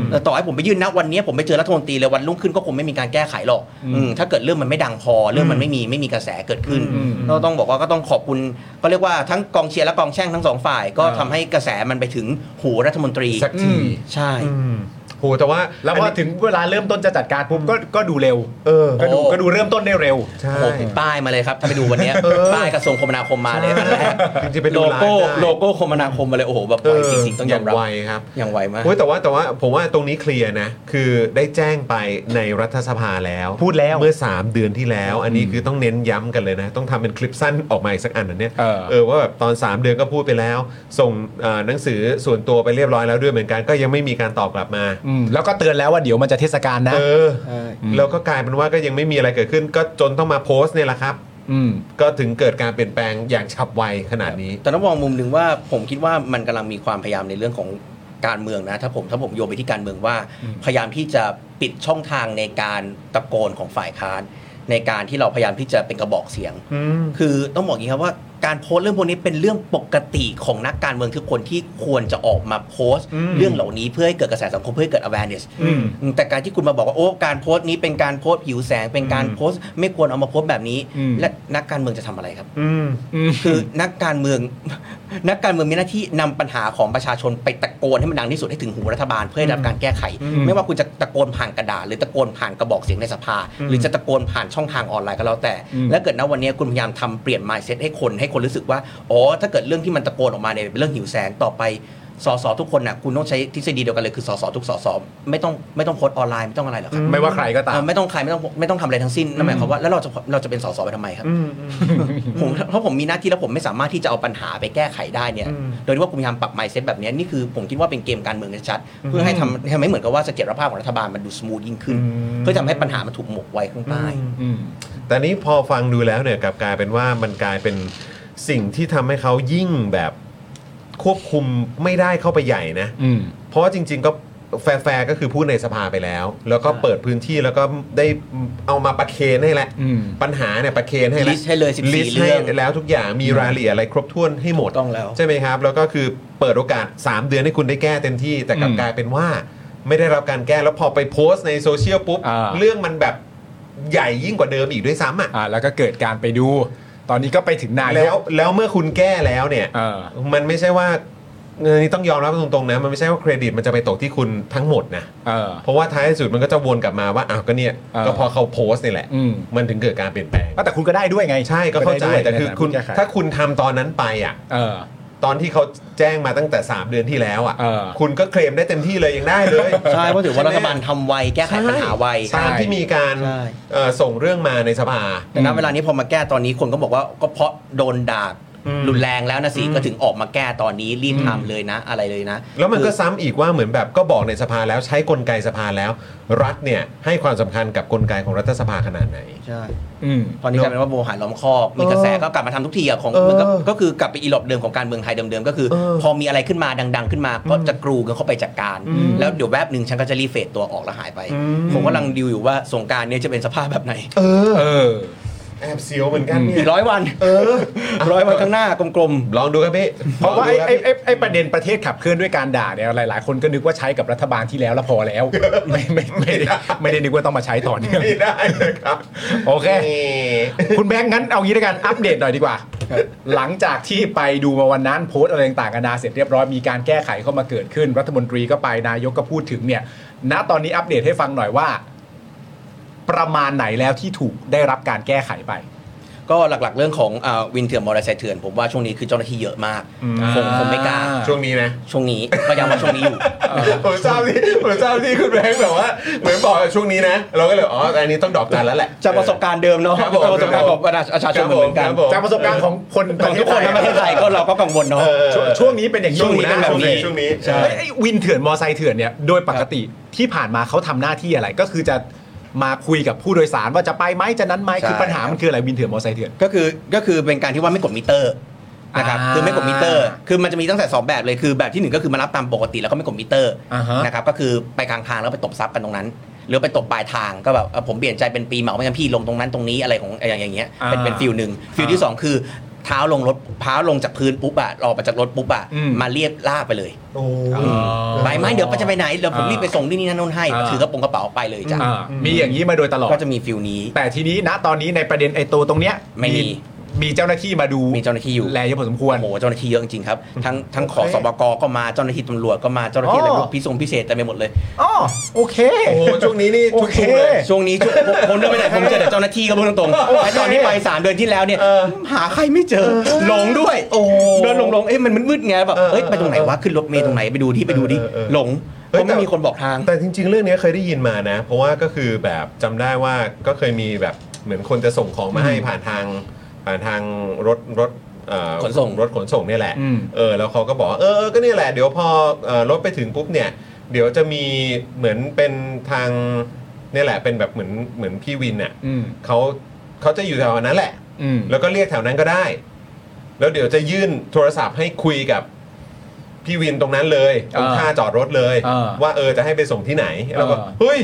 Speaker 5: เออต่อให้ผมไปยื่นนะวันนี้ผมไปเจอรัฐมนตรีเลยวันรุ่งขึ้นก็คงไม่มีการแก้ไขหรอกอืมถ้าเกิดเรื่องมันไม่ดังพอเรื่องมันไม่มีไม่มีกระแสเกิดขึ้น
Speaker 3: อืม
Speaker 5: ก็ต้องบอกว่าก็ต้องขอบคุณก็เรียกว่าทั้งกองเชียร์และกองแช่งทั้งสองฝ่าย ก็
Speaker 3: อ่า
Speaker 5: ทำให้กระแสมันไปถึงหูรัฐมนตรี
Speaker 2: สักที
Speaker 5: ใช่
Speaker 2: โหแต่ว่า
Speaker 3: แล้วพอ
Speaker 2: อันนี้
Speaker 3: ถึงเวลาเริ่มต้นจะจัดการปุ๊บก็ก็ดูเร็ว
Speaker 2: เออ
Speaker 3: ก็ดูก็ดูเริ่มต้นได้เร็ว
Speaker 2: ใช่
Speaker 5: ผมมีป้ายมาเลยครับถ้าไปดูวันเนี้ยป้ายกระทรวงคมนาคมมาเลยอันแรก
Speaker 2: จริงๆไปดู
Speaker 5: โล
Speaker 2: ไลน์
Speaker 5: โก้
Speaker 2: ได้
Speaker 5: โลโก้คมนาคมมาเลยโอ้โหแบบไวจริงๆต้องยอมรับ
Speaker 2: ไวครับ
Speaker 5: อย่างไวมาก
Speaker 2: โอ้ยแต่ว่าแต่ว่าผมว่าตรงนี้เคลียร์นะ คือได้แจ้งไปในรัฐสภาแล้ว
Speaker 3: พูดแล้ว
Speaker 2: เมื่อ 3 เดือนที่แล้ว อันนี้คือต้องเน้นย้ำกันเลยนะ ต้องทำเป็นคลิปสั้นออกมาอีกสักอันนะเนี่ย
Speaker 3: เออ
Speaker 2: ว่าแบบตอน 3 เดือนก็พูดไปแล้ว ส่งเอ่อหนังสือส่วนตัวไปเรียบร้อยแล้วด้วยเหมือนกันก็ยังไม่มีการตอบกลับมา
Speaker 3: อืมแล้วก็เตือนแล้วว่าเดี๋ยวมันจะเทศกาลนะ
Speaker 2: เออ
Speaker 8: ใช่
Speaker 2: แล้วก็กลายเป็นว่าก็ยังไม่มีอะไรเกิดขึ้น ก็จนต้องมาโพสต์เนี่ยแหละครับ
Speaker 3: อืม
Speaker 2: ก็ถึงเกิดการเปลี่ยนแปลงอย่างฉับไวขนาดนี้
Speaker 5: แต่ต้องมองมุมหนึ่งว่าผมคิดว่ามันกำลังมีความพยายามในเรื่องของการเมืองนะ ถ้าผมถ้าผมโยงไปที่การเมืองว่า พยายามที่จะปิดช่องทางในการตะโกนของฝ่ายค้าน ในการที่เราพยายามที่จะเป็นกระบอกเสียง คือต้องบอกอย่างนี้ครับว่าการโพสต์เรื่องพวกนี้เป็นเรื่องปกติของนักการเมืองทุกคนที่ควรจะออกมาโพสต์ เรื่องเหล่านี้เพื่อให้เกิดกระแสสังคมเพื่อให้เกิด awareness อืมแต่การที่คุณมาบอกว่าโอ้การโพสต์นี้เป็นการโพสต์หิวแสง เป็นการโพสต์ ไม่ควรเอามาโพสต์แบบนี้
Speaker 3: อืม
Speaker 5: และนักการเมืองจะทำอะไรครับ
Speaker 3: อืม
Speaker 5: คือนักการเมือง นักการเมืองมีหน้าที่นำปัญหาของประชาชนไปตะโกนให้มันดังที่สุดให้ถึงหูรัฐบาลเพื่อให้ได้รับการแก้ไข ไม่ว่าคุณจะตะโกนผ่านกระดาษ หรือตะโกนผ่านกระบอกเสียงในสภา หรือจะตะโกนผ่านช่องทางออนไลน์ก็แล้วแต่ และเกิดณวันนี้คุณพยายามทำเปลี่ยน mindset ให้คนให้คนรู้สึกว่าอ๋อถ้าเกิดเรื่องที่มันตะโกนออกมาเนี่ยเป็นเรื่องหิวแสงต่อไป สสทุกคนน่ะคุณต้องใช้ทฤษฎีเดียวกันเลยคือสสทุกสสไม่ต้องไม่ต้องโพสต์ออนไลน์ไม่ต้องอะไรหรอกครับ
Speaker 3: ไม่ว่าใครก็ตา
Speaker 5: เอ่
Speaker 3: ม
Speaker 5: อไม่ต้องใครไม่ต้องไม่ต้องทำอะไรทั้งสิ้นนั่นหมายความว่าแล้วเราจะเราจะเป็นสสไปทำไมครับ ผมเพราะผมมีหน้าที่แล้วผมไม่สามารถที่จะเอาปัญหาไปแก้ไขได้เนี่ยโดยที่ว่าผมพยายามปรับ mindset แบบเนี้ยนี่คือผมคิดว่าเป็นเกมการเมืองชัดๆเพื่อให้ทำทำให้เหมือนกับว่าเสถียรภาพของรัฐบาลมันดูสมูทยิ่งขึ้น
Speaker 3: อืม
Speaker 5: เพื่อทำให้ปัญหามันถูกหมกไว้ข้างใต้
Speaker 3: อืม
Speaker 2: แต่นี้พอฟังดูแล้วเนี่ยกลับกลายเป็นว่ามันกลายเป็นสิ่งที่ทำให้เขายิ่งแบบควบคุมไม่ได้เข้าไปใหญ่นะ
Speaker 3: อืม
Speaker 2: เพราะจริง ๆ ก็แฟร์ๆก็คือพูดในสภาไปแล้ว แล้วก็เปิดพื้นที่แล้วก็ได้เอามาประเคนให้แล้ว
Speaker 3: อืม
Speaker 2: ปัญหาเนี่ยประเคนให้แล้ว
Speaker 5: list ให้เลย14
Speaker 2: list
Speaker 5: เรื่อง
Speaker 2: ให้แล้วทุกอย่างมีรายละเอียดอะไรครบถ้วนให้หมด
Speaker 5: ถูกต้องแล้ว
Speaker 2: ใช่ไหมครับ แล้วก็คือเปิดโอกาส 3 เดือนให้คุณได้แก้เต็มที่ แต่กลับ
Speaker 3: อืม
Speaker 2: กลายเป็นว่าไม่ได้รับการแก้แล้วพอไปโพสต์ในโซเชียลปุ๊บ
Speaker 3: อ่า
Speaker 2: เรื่องมันแบบใหญ่ยิ่งกว่าเดิมอีกด้วยซ้ำอ่ะ
Speaker 3: อ่าแล้วก็เกิดการไปดู ตอนนี้ก็ไปถึงนายก
Speaker 2: แล้วแล้วเมื่อคุณแก้แล้วเนี่ย
Speaker 3: เออ
Speaker 2: มันไม่ใช่ว่าเออนี่ต้องยอมรับตรงๆนะ มันไม่ใช่ว่าเครดิตมันจะไปตกที่คุณทั้งหมดนะ
Speaker 3: เออ
Speaker 2: เพราะว่าท้ายสุดมันก็จะวนกลับมาว่าอ้าวก็เนี่ย
Speaker 3: เออ
Speaker 2: ก็พอเขาโพสต์นี่แหละ
Speaker 3: อืม
Speaker 2: มันถึงเกิดการเปลี่ยนแปลง
Speaker 3: อ่ะแต่คุณก็ได้ด้วยไง
Speaker 2: ใช่ก็เข้าใจ
Speaker 3: ได้ด้วย
Speaker 2: แต่คือคุณ
Speaker 3: ในฐานะผู้แก้ไข
Speaker 2: ถ้าคุณทำตอนนั้นไปอ่ะ
Speaker 3: เออ
Speaker 2: ตอนที่เขาแจ้งมาตั้งแต่ 3 เดือนที่แล้วอ่ะ
Speaker 3: เออ
Speaker 2: คุณก็เคลมได้เต็มที่เลยยังได้เลย
Speaker 5: ใช่เพราะถือว่ารัฐบาลทำไวแก้ไขปัญหาไว
Speaker 2: ใช่ตามที่มีการ
Speaker 5: ใช่
Speaker 2: เอ่อส่งเรื่องมาในสภา
Speaker 5: แต่ณเวลานี้พอมาแก้ตอนนี้คนก็บอกว่าก็เพราะโดนด่ารุนแรงแล้วนะสิก็ถึงออกมาแก้ตอนนี้รีบทำเลยนะ อะไรเลยนะ
Speaker 2: แล้วมันก็
Speaker 5: คือ
Speaker 2: ซ้ำอีกว่าเหมือนแบบก็บอกในสภาแล้วใช้กลไกสภาแล้ว รัฐเนี่ยให้ความสำคัญกับกลไกของรัฐสภาขนาดไหน
Speaker 5: ใช่
Speaker 3: อืม
Speaker 5: ตอนนี้กลายเป็นว่าโบหารล้อมคอกมีกระแสก็กลับมาทำทุกทีอะของ
Speaker 2: เออ
Speaker 5: เหมือนกับก็คือกลับไปอีหลอบเดิมของการเมืองไทยเดิมๆก็คือ
Speaker 2: เออ
Speaker 5: พอมีอะไรขึ้นมาดัง ๆ ขึ้นมาก็จะกรูกันเข้าไปจัดการ แล้วเดี๋ยวแวบหนึ่งฉันก็จะรีเฟซตัวออกแล้วหายไป ผมกำลังดิวอยู่ว่าสงกรารเนี่ยจะเป็นสภาพแบบไหน
Speaker 2: เออ
Speaker 3: เออ
Speaker 2: แอบเสียวเหมือนกันเนี่
Speaker 5: อี
Speaker 2: ย
Speaker 5: กร้อยวัน
Speaker 2: เออ
Speaker 5: ร้อยวันข้างหน้ากลมๆ
Speaker 2: ลองดูครับพี่
Speaker 3: เพราะว่า
Speaker 2: ล
Speaker 3: ไอ้
Speaker 2: งดูคบพี่
Speaker 3: ไอ้ไอ้ไอ้ประเด็นประเทศขับเคลื่อนด้วยการด่าเนี่ยหลาย ๆ คนก็นึกว่าใช้กับรัฐบาลที่แล้วแล้วพอแล้ว ไม่ไม่ไม่ได้ไม่ได้นึกว่าต้องมาใช้ต่อเนื่อง
Speaker 2: ไม่ได้นะครับ
Speaker 3: โอเค
Speaker 2: นี่
Speaker 3: คุณแบงค์งั้นเอางี้ด้วยกันอัปเดตหน่อยดีกว่า หลังจากที่ไปดูมาวันนั้นโพสต์อะไรต่างๆกันานาเสร็จเรียบร้อยมีการแก้ไขเข้ามาเกิดขึ้น รัฐมนตรีก็ไปนายกก็พูดถึงเนี่ย ณตอนนี้อัปเดตให้ฟังหน่อยว่า ประมาณไหนแล้วที่ถูกได้รับการแก้ไขไป
Speaker 5: ก็หลักๆ เรื่องของอ่าวินเถื่อนมอเตอร์ไซค์เถื่อนผมว่าช่วงนี้คือเจ้าหน้าที่เยอะมากผมผมไม่กล้า
Speaker 3: อ่า
Speaker 2: ช่วงนี้นะ
Speaker 5: ช่วงนี้ก็ยังว่าช่วงนี้อยู่
Speaker 2: ผมทราบที่ผมทราบที่คุณแบงค์แบบว่า เหมือนบอกว่าช่วงนี้นะ เราก็เลยอ๋ออันนี้ต้องดรอปกันแล้วแหละ
Speaker 5: จากประสบการณ์เดิมเนาะ
Speaker 2: ครับผม
Speaker 5: จากประสบการณ์ของประชาชนเหมือน
Speaker 2: ค
Speaker 5: กั
Speaker 2: น รับผม
Speaker 3: จากประสบการณ์ของคน
Speaker 5: ของทุกคนในประเทศไทยก็เราก็กังวลเนาะ
Speaker 3: ช่วงช่วงนี้เป็นอย่าง
Speaker 5: ช่วงนี้
Speaker 3: อยู่
Speaker 5: เป็นแบบนี้
Speaker 2: ช่วงนี้
Speaker 3: ใช่ไอ้วินเถื่อนมอไซค์เถื่อนเนี่ยโดยปกติที่ผ่านมาเขาทำหน้าที่อะไร ก็คือจะมาคุยกับผู้โดยสารว่าจะไปไหมจะนั้นไหมคือ
Speaker 5: ใช่
Speaker 3: ปัญหามันคืออะไรวินเถื่อนมอไซค์เถื่อน
Speaker 5: ก็คือก็คือเป็นการที่ว่าไม่กดมิเตอร์นะครับ
Speaker 3: อ่า
Speaker 5: คือไม่กดมิเตอร์ คือมันจะมีตั้งแต่สองแบบเลยคือแบบที่หนึ่งก็คือมารับตามปกติแล้วก็ไม่กดมิเตอร์
Speaker 3: อ่าฮะ
Speaker 5: นะครับก็คือไปกลางทางแล้วไปตบซับกันตรงนั้น หรือไปตบปลายทางก็แบบเอ่อผมเปลี่ยนใจเป็นปีเหมาไม่งั้นพี่ลงตรงนั้นตรงนี้อะไรของอย่างอย่างเงี้ยเป็นเป็นฟิลหนึ่งฟิลที่สองคือเท้าลงรถเท้าลงจากพื้นปุ๊บอะออกมาจากรถปุ๊บอะมาเรียบลากไปเลย
Speaker 2: โอ้ย
Speaker 5: ไปไหมเดี๋ยวมันจะไปไหนเดี๋ยวผม
Speaker 3: อ่ารี
Speaker 5: รีบไปส่งนี่นี่นั่นนู่นให้
Speaker 3: อ่า
Speaker 5: ถือกระโปรงกระเป๋าไปเลยจ้ะ
Speaker 3: อ่ามีอย่างนี้มาโดยตลอด
Speaker 5: ก็จะมีฟิลนี้
Speaker 3: แต่ทีนี้ณตอนนี้ในประเด็นไอ้ตัวตรงเนี้ย
Speaker 5: ไม่มี
Speaker 3: มีเจ้าหน้าที่มาดู
Speaker 5: มีเจ้าหน้าที่อยู่
Speaker 3: แลเยอะพอสมควร
Speaker 5: โอ้โหเจ้าหน้าที่เยอะจริงๆครับทั้งทั้งขอสบกก็มาเจ้าหน้าที่ตำรวจก็มาเจ้าหน้าที่อะไร
Speaker 3: อ๋อ
Speaker 5: พวกพิสงพิเศษเต็มไปหมดเลย
Speaker 3: อ๋อโอเค
Speaker 2: โอ้โหช่วงนี้นี่
Speaker 3: โอ
Speaker 2: ทุก
Speaker 3: เค
Speaker 2: ทุกเลย
Speaker 5: ช่วงนี้ช่วงผมผมเดินไปไหนผมเจอแต่เจ้าหน้าที่ก็พูดตรงๆไอตอนที่ไปสามเดือนที่แล้วเนี่ยหาใครไม่เจอหลงด้วยเดินหลงหลงๆเอ้ยมันมืดๆไงแบบเอ้ยไปตรงไหนวะขึ้นรถเมล์ตรงไหนไปดูที่ไปดูดิ
Speaker 2: เออเออเออ
Speaker 5: หลงเพราะไม่มีคนบอกทาง
Speaker 2: แต่จริง ๆ เรื่องนี้เคยได้ยินมานะ เพราะว่าก็คือแบบจำได้ว่าก็เคยมีแบบเหมือนคนจะส่งของมาให้ผ่านทางผ่านทางรถรถเอ่อ
Speaker 5: ขนส่ง
Speaker 2: รถขนส่งเนี่ยแหละ
Speaker 3: อืม
Speaker 2: เออแล้วเขาก็บอกว่าเออเออก็เนี่ยแหละเดี๋ยวพอเอ่อรถไปถึงปุ๊บเนี่ย เดี๋ยวจะมีเหมือนเป็นทางเนี่ยแหละเป็นแบบเหมือนเหมือนพี่วินเนี่ย
Speaker 3: อืม
Speaker 2: เขาเขาจะอยู่แถวนั้นแหละ
Speaker 3: อืม
Speaker 2: แล้วก็เรียกแถวนั้นก็ได้ แล้วเดี๋ยวจะยื่นโทรศัพท์ให้คุยกับพี่วินตรงนั้นเลยตรง
Speaker 3: เออ
Speaker 2: ท่าจอดรถเลย
Speaker 3: เออ
Speaker 2: ว่าเออจะให้ไปส่งที่ไหนแล้วก็
Speaker 3: เออ
Speaker 2: เฮ้ย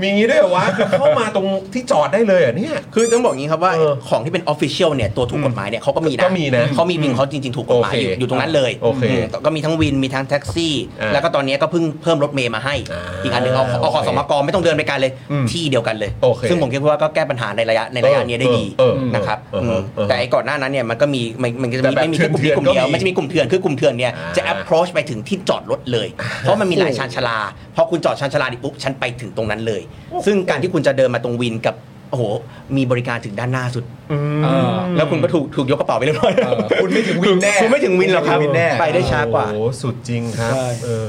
Speaker 2: มีงี้ด้วยเหรอวะคือเข้ามาตรงที่จอดได้เลยเหรอ่ะเนี่ย
Speaker 5: คือต้องบอกอย่างนี้ครับว่า
Speaker 2: เออ
Speaker 5: ของที่เป็นออฟฟิเชียลเนี่ยตัวถูกกฎหมายเนี่ยเขาก็มีนะ
Speaker 2: ก็มีนะ
Speaker 5: เขามีวินเขาจริงๆ ถูกกฎหมาย
Speaker 2: โอเค
Speaker 5: อยู่อยู่ตรงนั้นเลย
Speaker 2: โอเค
Speaker 5: อืมก็มีทั้งวินมีทั้งแท็กซี่
Speaker 2: อ่า
Speaker 5: แล้วก็ตอนนี้ก็เพิ่งเพิ่มรถเมย์มาให้
Speaker 2: อ่า
Speaker 5: อีกอันหนึงเอาเอาขอ
Speaker 2: โอเค
Speaker 5: สมกไม่ต้องเดินไปไกลเลยที่เดียวกันเลย
Speaker 2: โอเค
Speaker 5: ซึ่งผมคิดว่าก็แก้ปัญหาในระยะในระยะเนี้ยได้ดี
Speaker 2: เออเออ
Speaker 5: นะครับ
Speaker 2: เออเออ
Speaker 5: ม
Speaker 2: เออ
Speaker 5: แต่ไอ้ก่อนหน้านั้นเนี่ยมันก็มีมันมันจะ
Speaker 2: แต่
Speaker 5: มี
Speaker 2: แบบ
Speaker 5: ไม่มีแค่กลุ่ม
Speaker 2: เถื่
Speaker 5: นี้
Speaker 2: อนๆ
Speaker 5: กลุ่มเดียว
Speaker 2: ก็มี
Speaker 5: มันจะมีกลุ่มเถื่อนคือกลุ่มเถื่อนเนี่ย
Speaker 2: อ่า
Speaker 5: จะ approach ไปถึงที่จอดรถเลย เพราะมันมีหลายชานชาลาพอคุณจอดชานชาลาดิปุ๊บฉันไปถึงตรงนั้นเลย ซึ่งการที่คุณจะเดินมาตรงวินกับ โอ้โห มีบริการถึงด้านหน้าสุด
Speaker 3: เออ
Speaker 5: แล้วคุณก็ถูกถูกยกกระเป๋าไปเรียบร้อย
Speaker 3: เออคุณไม่ถึงวินแน่
Speaker 5: คุณไม่ถึงวินหรอกครับ
Speaker 3: คุณไม่ถึงวินแน่
Speaker 5: ไปได้ช้ากว่า
Speaker 2: โอ้โหสุดจริงครับ
Speaker 3: ใช่
Speaker 2: เออ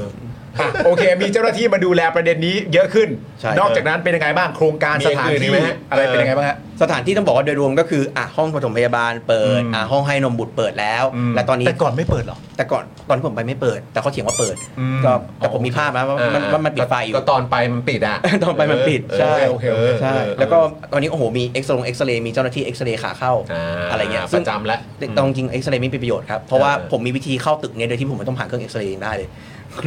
Speaker 3: อ่ะโอเค มีเจ้าหน้าที่มาดูแลประเด็นนี้เยอะขึ้น
Speaker 5: ใช่
Speaker 3: นอกจากนั้นเป็นยังไงบ้างโครงการ
Speaker 2: มี
Speaker 3: ส
Speaker 2: อย่าง
Speaker 3: ถาน
Speaker 2: อื่นอี
Speaker 3: ที่
Speaker 2: กไหมฮะ
Speaker 3: อะไรเป็นยังไงบ้างฮะ
Speaker 5: สถานที่ต้องบอกว่าโดยรวมก็คืออ่ะห้องปฐมพยาบาลเปิดอ่ะห้องให้นมบุตรเปิดแล้ว
Speaker 3: อืม
Speaker 5: และตอนนี้
Speaker 3: แต่ก่อนไม่เปิดหรอ
Speaker 5: แต่ก่อนตอนที่ผมไปไม่เปิด แต่เขาเถียงว่าเปิดก็แต่ผมมีภาพนะว่ามันว่ามันปิดไฟอยู่
Speaker 2: ก็ตอนไปมันปิดอ่ะ
Speaker 5: ตอนไปมันปิดใช่
Speaker 2: โอเคโอเค
Speaker 5: ใช่
Speaker 2: เออ
Speaker 5: แล้วก็ตอนนี้โอ้โหมีเอ็กซ์เอ็กซเรย์มีเจ้าหน้าที่เอ็กซเรย์ขาเข้า
Speaker 2: า
Speaker 5: อะไรเงี้ย
Speaker 2: ป
Speaker 5: ซึ่ง
Speaker 2: ระจำแล้ว
Speaker 5: แต่ตรงจริงเอ็กซเรย์ไม่เป็นประโยชน์ครับ เพราะว่า
Speaker 2: เออ
Speaker 5: ผมมีวิธีเข้าตึกเนี่ยโดยที่ผมไม่ต้องผ่านเครื่องเอ็กซเรย์เองได้เลย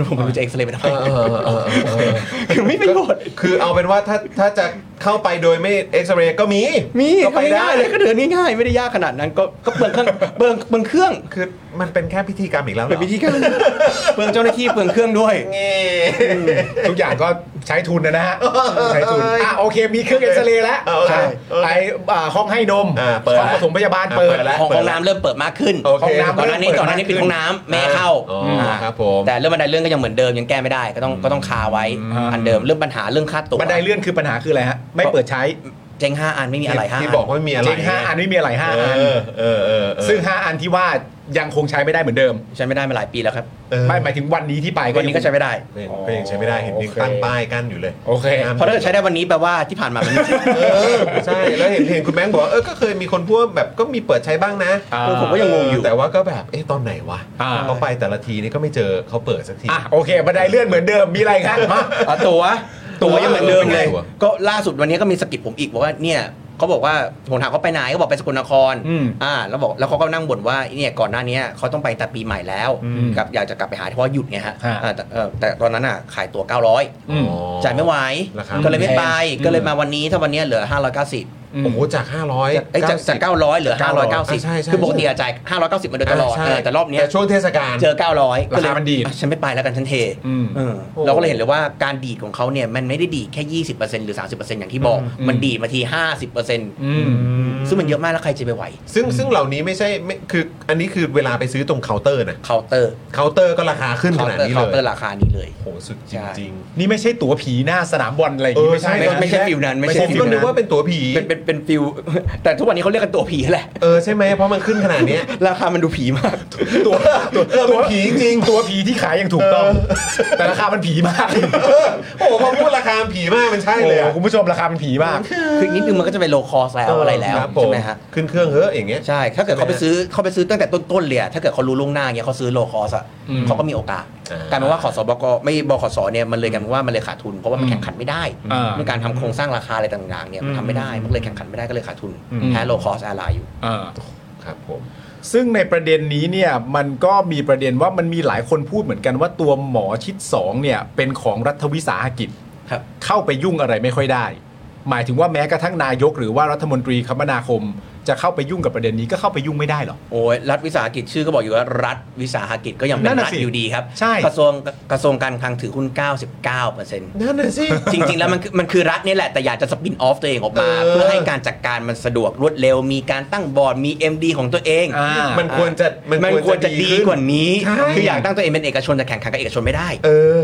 Speaker 5: ผมไม่รู้จะเอ็กซเรย์ไปทำไม
Speaker 2: เออเออเออเออ
Speaker 5: คือไม่ประโยชน์
Speaker 2: คือเอาเป็นว่าถ้าถ้าจะเข้าไปโดยไม่เอ็กซเรย์ก็มี
Speaker 5: มี
Speaker 2: ก็
Speaker 5: ก็
Speaker 2: ไป
Speaker 5: ไม่
Speaker 2: ได้
Speaker 5: ได้เลยก็เดินง่ายๆไม่ได้ยากขนาดนั้นก็ก็เปลืองเครื่อง เปลืองเปลืองเครื่อง
Speaker 2: คือมันเป็นแค่พิธีกรรมอีกแล้วหรอ
Speaker 5: เป็นวิธีการ เปลืองเจ้าหน้าที่เปลืองเครื่องด้วย
Speaker 2: เงี้ย
Speaker 3: ทุกอย่างก็ใช้ทุนนะนะฮะ
Speaker 2: เออ
Speaker 3: ใช้ทุน
Speaker 2: เออ
Speaker 3: อ่ะโอเค มีเครื่องเอ็กซเรย์แล้ว
Speaker 2: เออ
Speaker 3: ใช่
Speaker 2: เออ
Speaker 3: ไปอ่าห้องให้นม
Speaker 2: อ่าเปิด
Speaker 3: ห้องปฐมพยาบาลเปิด
Speaker 2: อ่าเปิดแล้ว
Speaker 5: ห้องน้ำเริ่มเปิดมากขึ้น
Speaker 2: โอเค
Speaker 3: ห้องน้ำ
Speaker 5: ตอนนั้นนี้ต
Speaker 3: เริ่มเปิด
Speaker 5: อนนั้นนี้
Speaker 3: มาก
Speaker 5: ปิ
Speaker 3: ขึ้
Speaker 5: ด
Speaker 3: น
Speaker 5: ห้องน้ำไม่ให้เข้า
Speaker 2: อ๋อ
Speaker 5: ม
Speaker 2: ครับผม
Speaker 5: แต่เรื่องบันไดเลื่อนก็ยังเหมือนเดิมยังแก้ไม่ได้ก็ต้องก็ต้องคาไว้
Speaker 3: อืม
Speaker 5: อันเดิมเรื่องปัญหาเรื่องค่าตั๋ว
Speaker 3: บันไดเลื่อนคือปัญหาคืออะไรฮะ ไม่เปิดใช้
Speaker 5: เจ๊งห้าอันไม่มีอะไรห้า
Speaker 2: ที่
Speaker 5: อัน
Speaker 2: บอกว่ามีอะไร
Speaker 3: เจ๊งห้าอันไม่มีอะไรห้า
Speaker 2: เอ
Speaker 3: อัน
Speaker 2: อเออเออเออ
Speaker 3: ซึ่งห้าอันที่ว่ายังคงใช้ไม่ได้เหมือนเดิม
Speaker 5: ใช้ไม่ได้มาหลายปีแล้วครับ
Speaker 2: เออ
Speaker 3: ไม่หมายถึงวันนี้ที่ไปก็
Speaker 5: วันนี้ก็ใช้ไม่ได้
Speaker 2: เป็นก็ยังใช้ไม่ได้เห็นยังตั้งป้ายกั้นอยู่เลย
Speaker 3: โอเค
Speaker 2: ห้ม
Speaker 5: เพราะถ้าเกิดใช้ได้วันนี้แปลว่าที่ผ่านมามันไม่ใช่
Speaker 2: เออใช่แล้วเห็นเห็นคุณแบงค์บอกว่าเออก็เคยมีคนพูดว่าแบบก็มีเปิดใช้บ้างนะ
Speaker 3: อ่า
Speaker 5: ผมก็ยังงงอยู่
Speaker 2: แต่ว่าก็แบบเอ๊ะตอนไหนวะ
Speaker 3: อ่า
Speaker 2: เขาไปแต่ละทีนี่ก็ไม่เจอเขาเปิดสักที
Speaker 3: อ่ะโอเค บันไดเลื่อนเหมือนเดิม มีอะไรครับมา
Speaker 5: อ่ะตัวตัวยังเหมือนเดิมเลย
Speaker 2: เออ
Speaker 5: ก็ล่าสุดวันนี้ก็มีสะกิปผมอีกบอกว่าเนี่ยเขาบอกว่าผมถามเขาไปไหนเขาบอกไปสกลนคร
Speaker 3: อืม
Speaker 5: อ่าแล้วบอกแล้วเขาก็นั่งบ่นว่าเนี่ยก่อนหน้านี้เขาต้องไปแต่ปีใหม่แล้ว
Speaker 3: อืม
Speaker 5: กับอยากจะกลับไปหาเพราะว่าหยุดไงฮะ
Speaker 3: ฮะ
Speaker 5: อ่าแต่เอ่อแต่ตอนนั้นอ่ะขายตั๋ว 900
Speaker 3: อืม
Speaker 2: อ๋อ
Speaker 5: จ่ายไม่ไหว
Speaker 2: ราคา
Speaker 5: ก็เลยไม่ไป
Speaker 3: แพง
Speaker 5: ก็เลยมาวันนี้ถ้าวันนี้เหลือ 590
Speaker 3: อืม
Speaker 2: โอ้โหจาก 500
Speaker 5: จากเอ้ยจากจาก 900 เหลือ
Speaker 2: ใช่ใช่
Speaker 5: 590 คือปกติอะจ่าย 590 มาโดยตลอด
Speaker 2: ใช่
Speaker 5: เออแต่รอบเนี้ย
Speaker 2: แต่ช่วงเทศกาล
Speaker 5: เจอ 900
Speaker 3: ราคามันดีด
Speaker 5: อ่ะฉันไม่ไปแล้วกันฉันเท
Speaker 3: อืม
Speaker 5: เออ
Speaker 2: โอ้
Speaker 5: เราก็เลยเห็นเลยว่าการดีดของเขาเนี่ย มันไม่ได้ดีดแค่ 20%หรือ 30%อย่างที่บอก
Speaker 3: อืมอืม
Speaker 5: มันดีดมาที 50%
Speaker 3: อืม
Speaker 5: ซึ่งมันเยอะมากแล้วใครจะไปไหว
Speaker 2: ซึ่งซึ่งเหล่านี้ไม่ใช่ไม่คืออันนี้คือเวลาไปซื้อตรงเคาน์เตอร์นะ
Speaker 5: เคาน์เตอร์
Speaker 2: เคาน์เตอร์ก็ราคาขึ้นข
Speaker 5: เคาน์
Speaker 2: นาด
Speaker 5: เตอร์
Speaker 2: นี้
Speaker 5: เคา
Speaker 2: เล
Speaker 5: น์เตอร์
Speaker 2: ย
Speaker 5: ราคานี้เลย
Speaker 2: โอ้โหสุดจริงจริง
Speaker 3: นี่ไม่ใช่ตั๋วผีหน้าสนามบอลอะไรอย่างงี้
Speaker 2: เออ
Speaker 3: ไม่ใช่
Speaker 2: ใช่
Speaker 5: ไม่
Speaker 3: นะ
Speaker 5: ไม่ใช่ฟิลนั้น ไม่
Speaker 2: ๆ
Speaker 5: ใช่
Speaker 2: ผม
Speaker 5: ฟิล
Speaker 2: ก็นึ
Speaker 5: นั้
Speaker 2: ก
Speaker 5: น
Speaker 2: ว่าเป็นตั๋วผี
Speaker 5: เป็นเป็นเป็นฟิล แต่ทุกวันนี้เขาเรียกกันตัวผีแหละ
Speaker 2: เออใช่ไหมเพราะมันขึ้นขนาดเนี้ย
Speaker 5: ราคามันดูผีมาก
Speaker 3: ตัวตัว
Speaker 2: เออเป็นผีจริง
Speaker 3: ตัวผีที่ขายอย่างถูกต้อง แต่ราคามันผีมาก
Speaker 2: ๆเออโอ้โหพอพูดราคาผีมากมันใช่เลย
Speaker 3: โอ้
Speaker 2: อะ
Speaker 3: โหคุณผู้ชมราคามันผีมาก
Speaker 5: คืออีกนิดนึงมันก็จะไปโลคอสแล้วอะไรแล้ว
Speaker 2: ครับผ
Speaker 5: ใช่ไหมฮะ
Speaker 2: ขึ้นเครื่องเฮ้อะอย่างเงี้ย
Speaker 5: ใช่ ถ้าเกิดเขาไปซื้อเขาไปซื้อตั้งแต่ต้นๆเลยอะถ้าเกิดเขารู้ล่วงหน้าเงี้ยเขาซื้อโลคอสอ่ะ
Speaker 3: อืม
Speaker 5: เขาก็มีโอกาส
Speaker 2: อ่าก
Speaker 5: ลายเป็นว่าขอสบกไม่บขสเนี่ยมันเลยกันว่ามันเลยขาดทุนเพราะว่ามันแข่งขันไม่ได้
Speaker 3: อ่า
Speaker 5: เรื่องการทำโครงสร้างราคาอะไรต่างๆเนี่ยมันทำไม่ได้มันเลยแข่งขันไม่ได้ก็เลยขาดทุน
Speaker 3: อืม
Speaker 5: แพ้โลคอสแอร์ไลน์อยู่
Speaker 3: อ่า
Speaker 2: ครับผม
Speaker 3: ซึ่งในประเด็นนี้เนี่ยมันก็มีประเด็นว่ามันมีหลายคนพูดเหมือนกันว่าตัวหมอชิดสองเนี่ยเป็นของรัฐวิสาหกิจ
Speaker 5: ครับ
Speaker 3: เข้าไปยุ่งอะไรไม่ค่อยได้ หมายถึงว่าแม้กระทั่งนายก หรือว่ารัฐมนตรีคมนาคม จะเข้าไปยุ่งกับประเด็นนี้ก็เข้าไปยุ่งไม่ได้หรอก
Speaker 5: โอ้ยรัฐวิสาหกิจชื่อก็บอกอยู่ว่ารัฐวิสาหกิจก็ยังเป็
Speaker 3: นั่น
Speaker 5: น
Speaker 3: น่ะ
Speaker 5: รัฐ
Speaker 3: สิ
Speaker 5: อยู่ดีครับ
Speaker 3: ใช่
Speaker 5: กระทรวงกระทรวงการคลังถือหุ้น 99เปอร์เซ็นต์
Speaker 2: นั่นน่ะสิ
Speaker 5: จริงๆ แล้วมันคือมันคือรัฐเนี่ยแหละ แต่อยากจะสปินออฟตัวเองออกมา
Speaker 2: เออ
Speaker 5: เพื่อให้การจัดการมันสะดวกรวดเร็ว มีการตั้งบอร์ดมี MD ของตัวเอง
Speaker 3: อ่า
Speaker 2: มันควรจะมัน
Speaker 5: มัน
Speaker 2: ค
Speaker 5: คว ว
Speaker 2: ร
Speaker 5: ร
Speaker 2: จะ
Speaker 5: จะ
Speaker 2: ดี
Speaker 5: ดี
Speaker 2: ขึ้น
Speaker 5: กว่านี้
Speaker 2: ใช่
Speaker 5: คืออยากตั้งตัวเองเป็นเอกชนแต่แข่งขันกับเอกชนไม่ได้
Speaker 2: เออ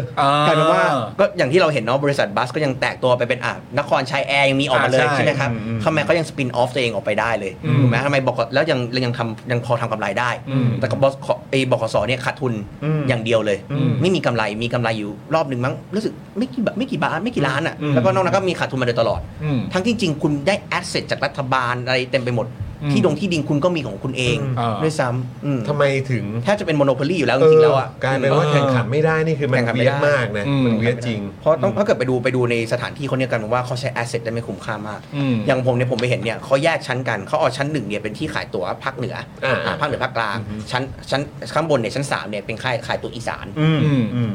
Speaker 5: กลายเป็นว่าก็อย่างที่เราเห็นเนาะบริษัทบัสก็ยังแตกตัวไปเป็นอ่ะนครชัยแอร์ยังมีออกมาเลย
Speaker 3: อ่าใช่
Speaker 5: ใช่ไหมครับ
Speaker 3: อืมอืม
Speaker 5: ทำไมเขายังสปินออฟตัวเองออกไปได้เลย
Speaker 3: อืม
Speaker 5: ถูกไหมทำไมบอกแล้วยังแล้วยังทำยังพอทำกำไรได้
Speaker 3: อืม
Speaker 5: แต่ก็บสไอ้บขสเนี่ยขาดทุน
Speaker 2: อืม
Speaker 5: อย่างเดียวเลย
Speaker 3: อืม
Speaker 5: ไม่มีกำไรมีกำไรอยู่รอบหนึ่งมั้งรู้สึกไม่กี่บาทไม่กี่บาทไม่กี่ล้านอ่ะ
Speaker 3: อืม
Speaker 5: แล้วก็นอกนั้นก็มีขาดทุนมาโดยตลอด
Speaker 3: อืม
Speaker 5: ทั้งที่จริงคุณได้แอสเซทจากรัฐบาลอะไรเต็มไปหมด
Speaker 3: อืม
Speaker 5: ที่ดงที่ดินคุณก็มีของคุณเอง
Speaker 3: อ่า
Speaker 5: ด้วยซ้ำอืม
Speaker 2: ทำไมถึง
Speaker 5: แทบจะเป็นโมโนโพลีอยู่แล้วจริงๆแล้วอ่ะ
Speaker 2: เออกลายเป็นว่าแข่งขันไม่ได้นี่คือมัน
Speaker 5: แข่งขันไม่
Speaker 2: เวีย
Speaker 5: ได้
Speaker 2: ดมากนะ
Speaker 3: อืม
Speaker 2: มันเวียดจริง
Speaker 5: เพราะต้องถ้าเกิดไปดูไปดูในสถานที่เขาเนี่ยกันว่าเขาใช้แอสเซทได้ไม่คุ้มค่ามาก
Speaker 3: อืม
Speaker 5: อย่างผมเนี่ยผมไปเห็นเนี่ยเขาแยกชั้นกันเขาเอาชั้นหนึ่งเนี่ยเป็นที่ขายตั๋วภาคเหนืออา อ่าภาคเหนือภาคกลางชั้นชั้นข้างบนเนี่ยชั้นสามเนี่ยเป็นขายขายตั๋วอีสาน
Speaker 2: อืม
Speaker 3: อืม
Speaker 2: อืม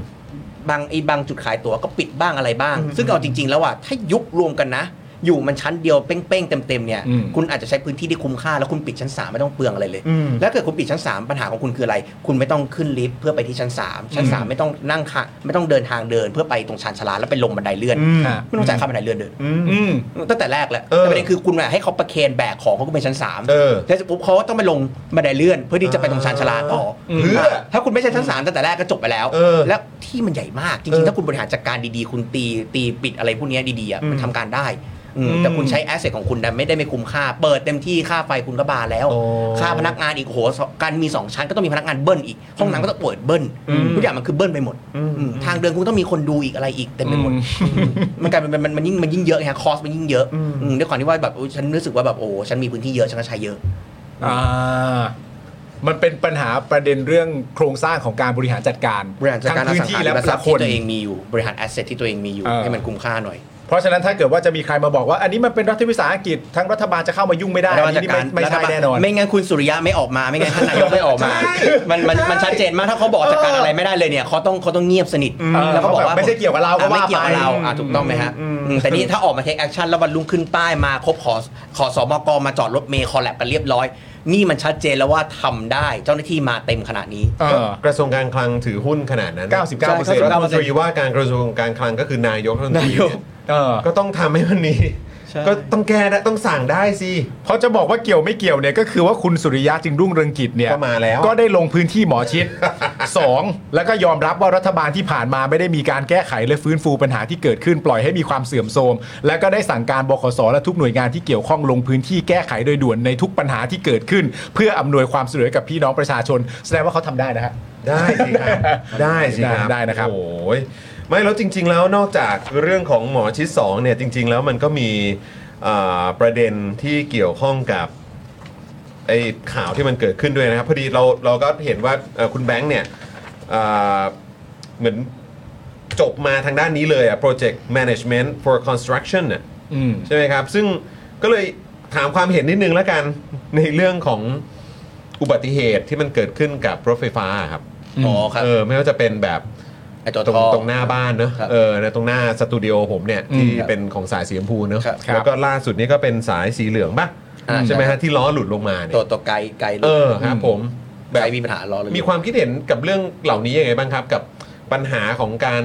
Speaker 5: บางไอ้บางจุดขายตั๋วก็ปิดบ้างอะไรบ้าง ซึ่งเอาจริง ๆ แล้วอ่ะถ้ายุบรวมกันนะ อยู่มันชั้นเดียวเป้งๆเต็มๆเนี่ย
Speaker 3: อืม
Speaker 5: คุณอาจจะใช้พื้นที่ที่คุ้มค่าแล้วคุณปิดชั้น 3 ไม่ต้องเปลืองอะไรเลย
Speaker 2: อืม
Speaker 5: แล้วเกิดคุณปิดชั้น 3 ปัญหาของคุณคืออะไร คุณไม่ต้องขึ้นลิฟต์เพื่อไปที่ชั้น 3 ชั้น 3 ไม่ต้องนั่งค่ะไม่ต้องเดินทางเดิน เพื่อไปตรงชานชาลาแล้วไปลงบันไดเลื่อน
Speaker 3: อ่ะ
Speaker 5: ไม่ต้องจ่ายค่าบันไดเลื่อนเดิน
Speaker 3: อืม
Speaker 5: ตั้งแต่แรกแล้ว
Speaker 2: เออ
Speaker 5: แต่ประเด็นคือคุณอะให้เขาประเคนแบกของเขาก็เป็นชั้นสาม
Speaker 2: เออ
Speaker 5: แล้วปุ๊บเขาก็ต้องไปลงบันไดเลื่อน เพื่อที่จะไปตรงชานชาลาต่ออ
Speaker 2: มเพื่อ
Speaker 5: ถ้าคุณไม่ใช่ชั้นสามตั้งแต่แรกก็จบไปแล้ว
Speaker 2: เออ
Speaker 5: แล้วที่มันใหญ่มากจ
Speaker 2: เอ
Speaker 5: ริ
Speaker 2: อ
Speaker 5: งๆ ถ้าคุณบริหารจัดการดีๆ คุณตีตีปิดอะไรพวกเนี้ยดีๆอ่ะมันทำการได้ อืม
Speaker 3: อืม
Speaker 5: แต่คุณใช้แอสเซทของคุณนะไม่ได้ไม่คุ้มค่า เปิดเต็มที่ค่าไฟคุณก็บานแล้ว
Speaker 3: โอ้
Speaker 5: ค่าพนักงานอีกโอ้โหการมี 2 ชั้นก็ต้องมีพนักงานเบิ้ลอีก ห้องน้ำก็ต้องเปิดเบิ้ล
Speaker 3: อืม
Speaker 5: ทุกอย่างมันคือเบิ้ลไปหมด
Speaker 3: อืม
Speaker 5: อืมทางเดินคุณต้องมีคนดูอีกอะไรอีกเต็มไปหมด
Speaker 3: อืม
Speaker 5: อืมมันกลายเป็นมันมันมันยิ่งมันยิ่งเยอะไงคอสมันยิ่งเยอะ
Speaker 3: อืม
Speaker 5: อืมด้วยความที่ว่าแบบอุ๊ยฉันรู้สึกว่าแบบโอ้ฉันมีพื้นที่เยอะฉันก็ใช้เยอะ
Speaker 3: อ่ามันเป็นปัญหาประเด็นเรื่องโครงสร้างของการบริหารจัดการ
Speaker 5: บริหารจัดการ
Speaker 3: ทั้
Speaker 5: อ
Speaker 3: งพื้
Speaker 5: สั
Speaker 3: น
Speaker 5: ง
Speaker 3: ที่
Speaker 5: หาริ
Speaker 3: และ
Speaker 5: ม
Speaker 3: ประ
Speaker 5: ทรั
Speaker 3: ชา
Speaker 5: พย์
Speaker 3: ค
Speaker 5: ที่
Speaker 3: น
Speaker 5: ตัวเองมีอยู่บริหารแอสเซทที่ตัวเองมีอยู่
Speaker 3: เออ
Speaker 5: ให้มันคุ้มค่าหน่อย
Speaker 3: เพราะฉะนั้นถ้าเกิดว่าจะมีใครมาบอกว่า อันนี้มันเป็นรัฐวิสาหกิจทั้งรัฐบาลจะเข้ามายุ่งไม่ได้
Speaker 5: รัฐบา
Speaker 3: อั
Speaker 5: ล
Speaker 3: น
Speaker 5: จัด
Speaker 3: นี้
Speaker 5: การ
Speaker 3: ไม่ไม่ใช่
Speaker 5: รัฐบาล
Speaker 3: แน่นอน
Speaker 5: ไม่งั้นคุณสุริยะไม่ออกมาไม่งั้น ท่านนายกไม่ออกมา มันมันมันชัดเจนมากถ้าเขาบอกจัดการอะไรไม่ได้เลยเนี่ยเขาต้องเขาต้องเงียบสนิท
Speaker 3: อืม
Speaker 5: แล้วก็บอกว่า
Speaker 3: เขาแบบไม่ใช่เกี่ยวกับเราก็
Speaker 5: อ่ะไม่
Speaker 3: ว่า
Speaker 5: เกี่ยวกับ
Speaker 3: ไป
Speaker 5: เราอ่ะ
Speaker 3: อืม
Speaker 5: ถูกต้องไหมฮะ
Speaker 3: อืม
Speaker 5: อืมแต่นี่ถ้าออกมาเทคแอคชั่นแล้ววันรุ่งขึ้นป้ายมาครบขอขอสมกมาจอดรถเมย์คอลแลบกันเรียบร้อย นี่มันชัดเจนแล้วว่าทำได้เจ้าหน้าที่มาเต็มขนาดนี้
Speaker 3: เออ
Speaker 2: กระทรวงการคลังถือหุ้นขนาดนั้น
Speaker 3: 99%
Speaker 2: รัฐมนตรีว่าการกระทรวงการคลังก็คือนายกรัฐมนตรีเนี่ย
Speaker 3: เออ
Speaker 2: ก็ต้องทำให้มันมี
Speaker 5: ใช่
Speaker 2: ก็ต้องแก้ได้ต้องสั่งได้สิ
Speaker 3: เขาจะบอกว่าเกี่ยวไม่เกี่ยวเนี่ยก็คือว่าคุณสุริยะจึงรุ่งเรืองกิจเนี่ย
Speaker 2: ก็มาแล้ว
Speaker 3: ก็ได้ลงพื้นที่หมอ ชิด สองแล้วก็ยอมรับว่ารัฐบาลที่ผ่านมาไม่ได้มีการแก้ไขและฟื้นฟูปัญหาที่เกิดขึ้นปล่อยให้มีความเสื่อมโทรมและก็ได้สั่งการบขสและทุกหน่วยงานที่เกี่ยวข้องลงพื้นที่แก้ไขโดยด่วนในทุกปัญหาที่เกิดขึ้น เพื่ออำนวยความสะดวกให้กับพี่น้องประชาชน แสดงว่าเขาทำได้นะฮะ
Speaker 2: ได้สิครับ ได้สิครับ
Speaker 3: ได้นะครับ
Speaker 2: โอ้ยไม่แล้วจริง ๆ แล้วนอกจากเรื่องของหมอชิด2เนี่ยจริง ๆ แล้วมันก็มีอ่าประเด็นที่เกี่ยวข้องกับไอ้ข่าวที่มันเกิดขึ้นด้วยนะครับพอดีเราเราก็เห็นว่าเอ่อคุณแบงค์เนี่ยอ่าเหมือนจบมาทางด้านนี้เลยอะ Project Management for Construction น่ะ
Speaker 3: อืม
Speaker 2: ใช่ไหมครับ ซึ่งก็เลยถามความเห็นนิดนึงแล้วกัน ในเรื่องของอุบัติเหตุที่มันเกิดขึ้นกับรถไฟฟ้าครับ
Speaker 5: อ๋อครับ
Speaker 2: เออไม่ว่าจะเป็นแบบ
Speaker 5: ไอ้ตัว
Speaker 2: ตรง
Speaker 5: ทอ
Speaker 2: ตรงหน้าบ้านเนอะ
Speaker 5: ครับ
Speaker 2: เออในตรงหน้าสตูดิโอผมเนี่ย
Speaker 3: อืม
Speaker 2: ที่
Speaker 3: ครับ
Speaker 2: เป็นของสายสีชมพูเนอะ
Speaker 5: ครับ
Speaker 2: แล้วก็ล่าสุดนี้ก็เป็นสายสีเหลืองป่ะ
Speaker 5: อ่า
Speaker 2: ใช่ไหม
Speaker 5: ใช่ครั
Speaker 2: ฮะ
Speaker 5: บ
Speaker 2: ที่ล้อหลุดลงมาเนี่ย
Speaker 5: ตัวตัวไกลไกล
Speaker 2: เออครับ
Speaker 3: อืม
Speaker 2: ผม
Speaker 5: แบ
Speaker 2: แบบ
Speaker 5: บมีปัญหารอเลย
Speaker 2: มีความคิดเห็นกับเรื่องเหล่านี้ยังไงบ้างครับ กับปัญหาของการ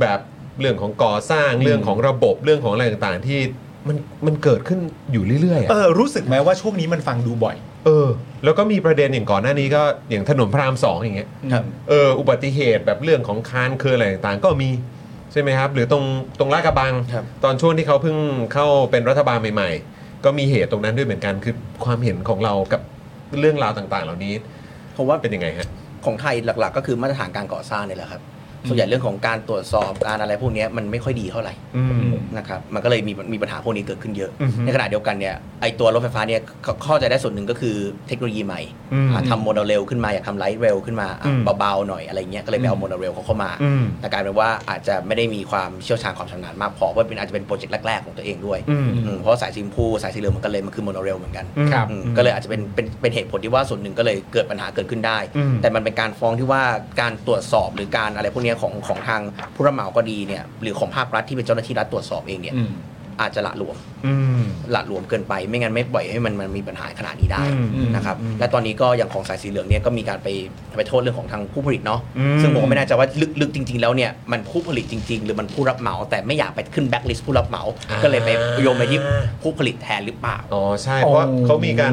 Speaker 2: แบบเรื่องของก่อสร้างเรื่องของระบบเรื่องของอะไรต่างๆ ที่มันมันเกิดขึ้นอยู่เรื่อยๆอะ
Speaker 3: เออรู้สึกไหมว่าช่วงนี้มันฟังดูบ่อย
Speaker 2: เออแล้วก็มีประเด็นอย่างก่อนหน้านี้ก็อย่างถนนพระรามสองอย่างเงี้ย
Speaker 3: ครับ
Speaker 2: เอออุบัติเหตุแบบเรื่องของคานเคออะไรต่างๆ ก็มีใช่ไหมครับ หรือตรงตรงลาดกระบัง
Speaker 5: ครับ
Speaker 2: ตอนช่วงที่เขาเพิ่งเข้าเป็นรัฐบาลใหม่ ๆ ก็มีเหตุตรงนั้นด้วยเหมือนกันคือความเห็นของเรากับเรื่องราวต่างๆ เหล่านี้
Speaker 5: ผมว่า
Speaker 2: เป็นยังไงฮะ
Speaker 5: ของไทยหลัก ๆ ก็คือมาตรฐานการก่อสร้างเนี่ยแหละครับ ส่วนใหญ่เรื่องของการตรวจสอบการอะไรพวกเนี้ยมันไม่ค่อยดีเท่าไหร่
Speaker 2: อืม
Speaker 5: นะครับ มันก็เลยมีมีปัญหาพวกนี้เกิดขึ้นเยอะ
Speaker 2: อือฮึ
Speaker 5: ในขณะเดียวกันเนี่ยไอตัวรถไฟฟ้าเนี่ยเขาเข้าใจได้ส่วนหนึ่งก็คือเทคโนโลยีใหม่
Speaker 2: อืม
Speaker 5: อ่ะทำโมเดลเร็วขึ้นมาอยากทำไลท์เร็วขึ้นมาอ่ะ
Speaker 2: อืม
Speaker 5: เบาๆหน่อยอะไรเงี้ยก็เลยไปเอาโมเดลเร็วเขาเข้ามา
Speaker 2: อืม
Speaker 5: แต่กลายเป็นว่าอาจจะไม่ได้มีความเชี่ยวชาญความชำนาญมากพอเพราะเป็นอาจจะเป็นโปรเจกต์แรกๆของตัวเองด้วย
Speaker 2: อืม
Speaker 5: อืมเพราะสายสีชมพูสายสีเหลืองเหมือนกันเลยมันคือโมโนเรลเหมือนกัน
Speaker 3: ครับ
Speaker 5: อืมก็เลยอาจจะเป็นเป็นเป็นเหตุผลที่ว่าส่วนหนึ่งก็เลยเกิดปัญหาเกิดขึ้นได้
Speaker 2: อืม
Speaker 5: แต่มันเป็นการฟ้องที่ว่าการตรวจสอบหรือการอะไรพวกเนี้ยของของทางผู้รับเหมาก็ดีเนี่ยหรือของภาครัฐที่เป็นเจ้าหน้าที่รัฐตรวจสอบเองเนี่ย
Speaker 3: อืม
Speaker 5: อาจจะละหลวม
Speaker 2: อืม
Speaker 5: ละหลวมเกินไป ไม่งั้นไม่ปล่อยให้มันมันมีปัญหาขนาดนี้ได้
Speaker 2: อืมอืม
Speaker 5: นะครับและตอนนี้ก็อย่างของสายสีเหลืองเนี่ยก็มีการไปไปโทษเรื่องของทางผู้ผลิตเนาะ
Speaker 2: อืม
Speaker 5: ซึ่งผมก็ไม่แน่ใจว่าลึกๆจริง ๆ แล้วเนี่ยมันผู้ผลิตจริง ๆ หรือมันผู้รับเหมา แต่ไม่อยากไปขึ้นแบ็คลิสต์ผู้รับเหมา ก็เลยไปโยงไปที่ผู้ผลิตแทนหรือเปล่า
Speaker 2: อ๋อใช่เพราะ
Speaker 3: โอ้
Speaker 2: เขามีการ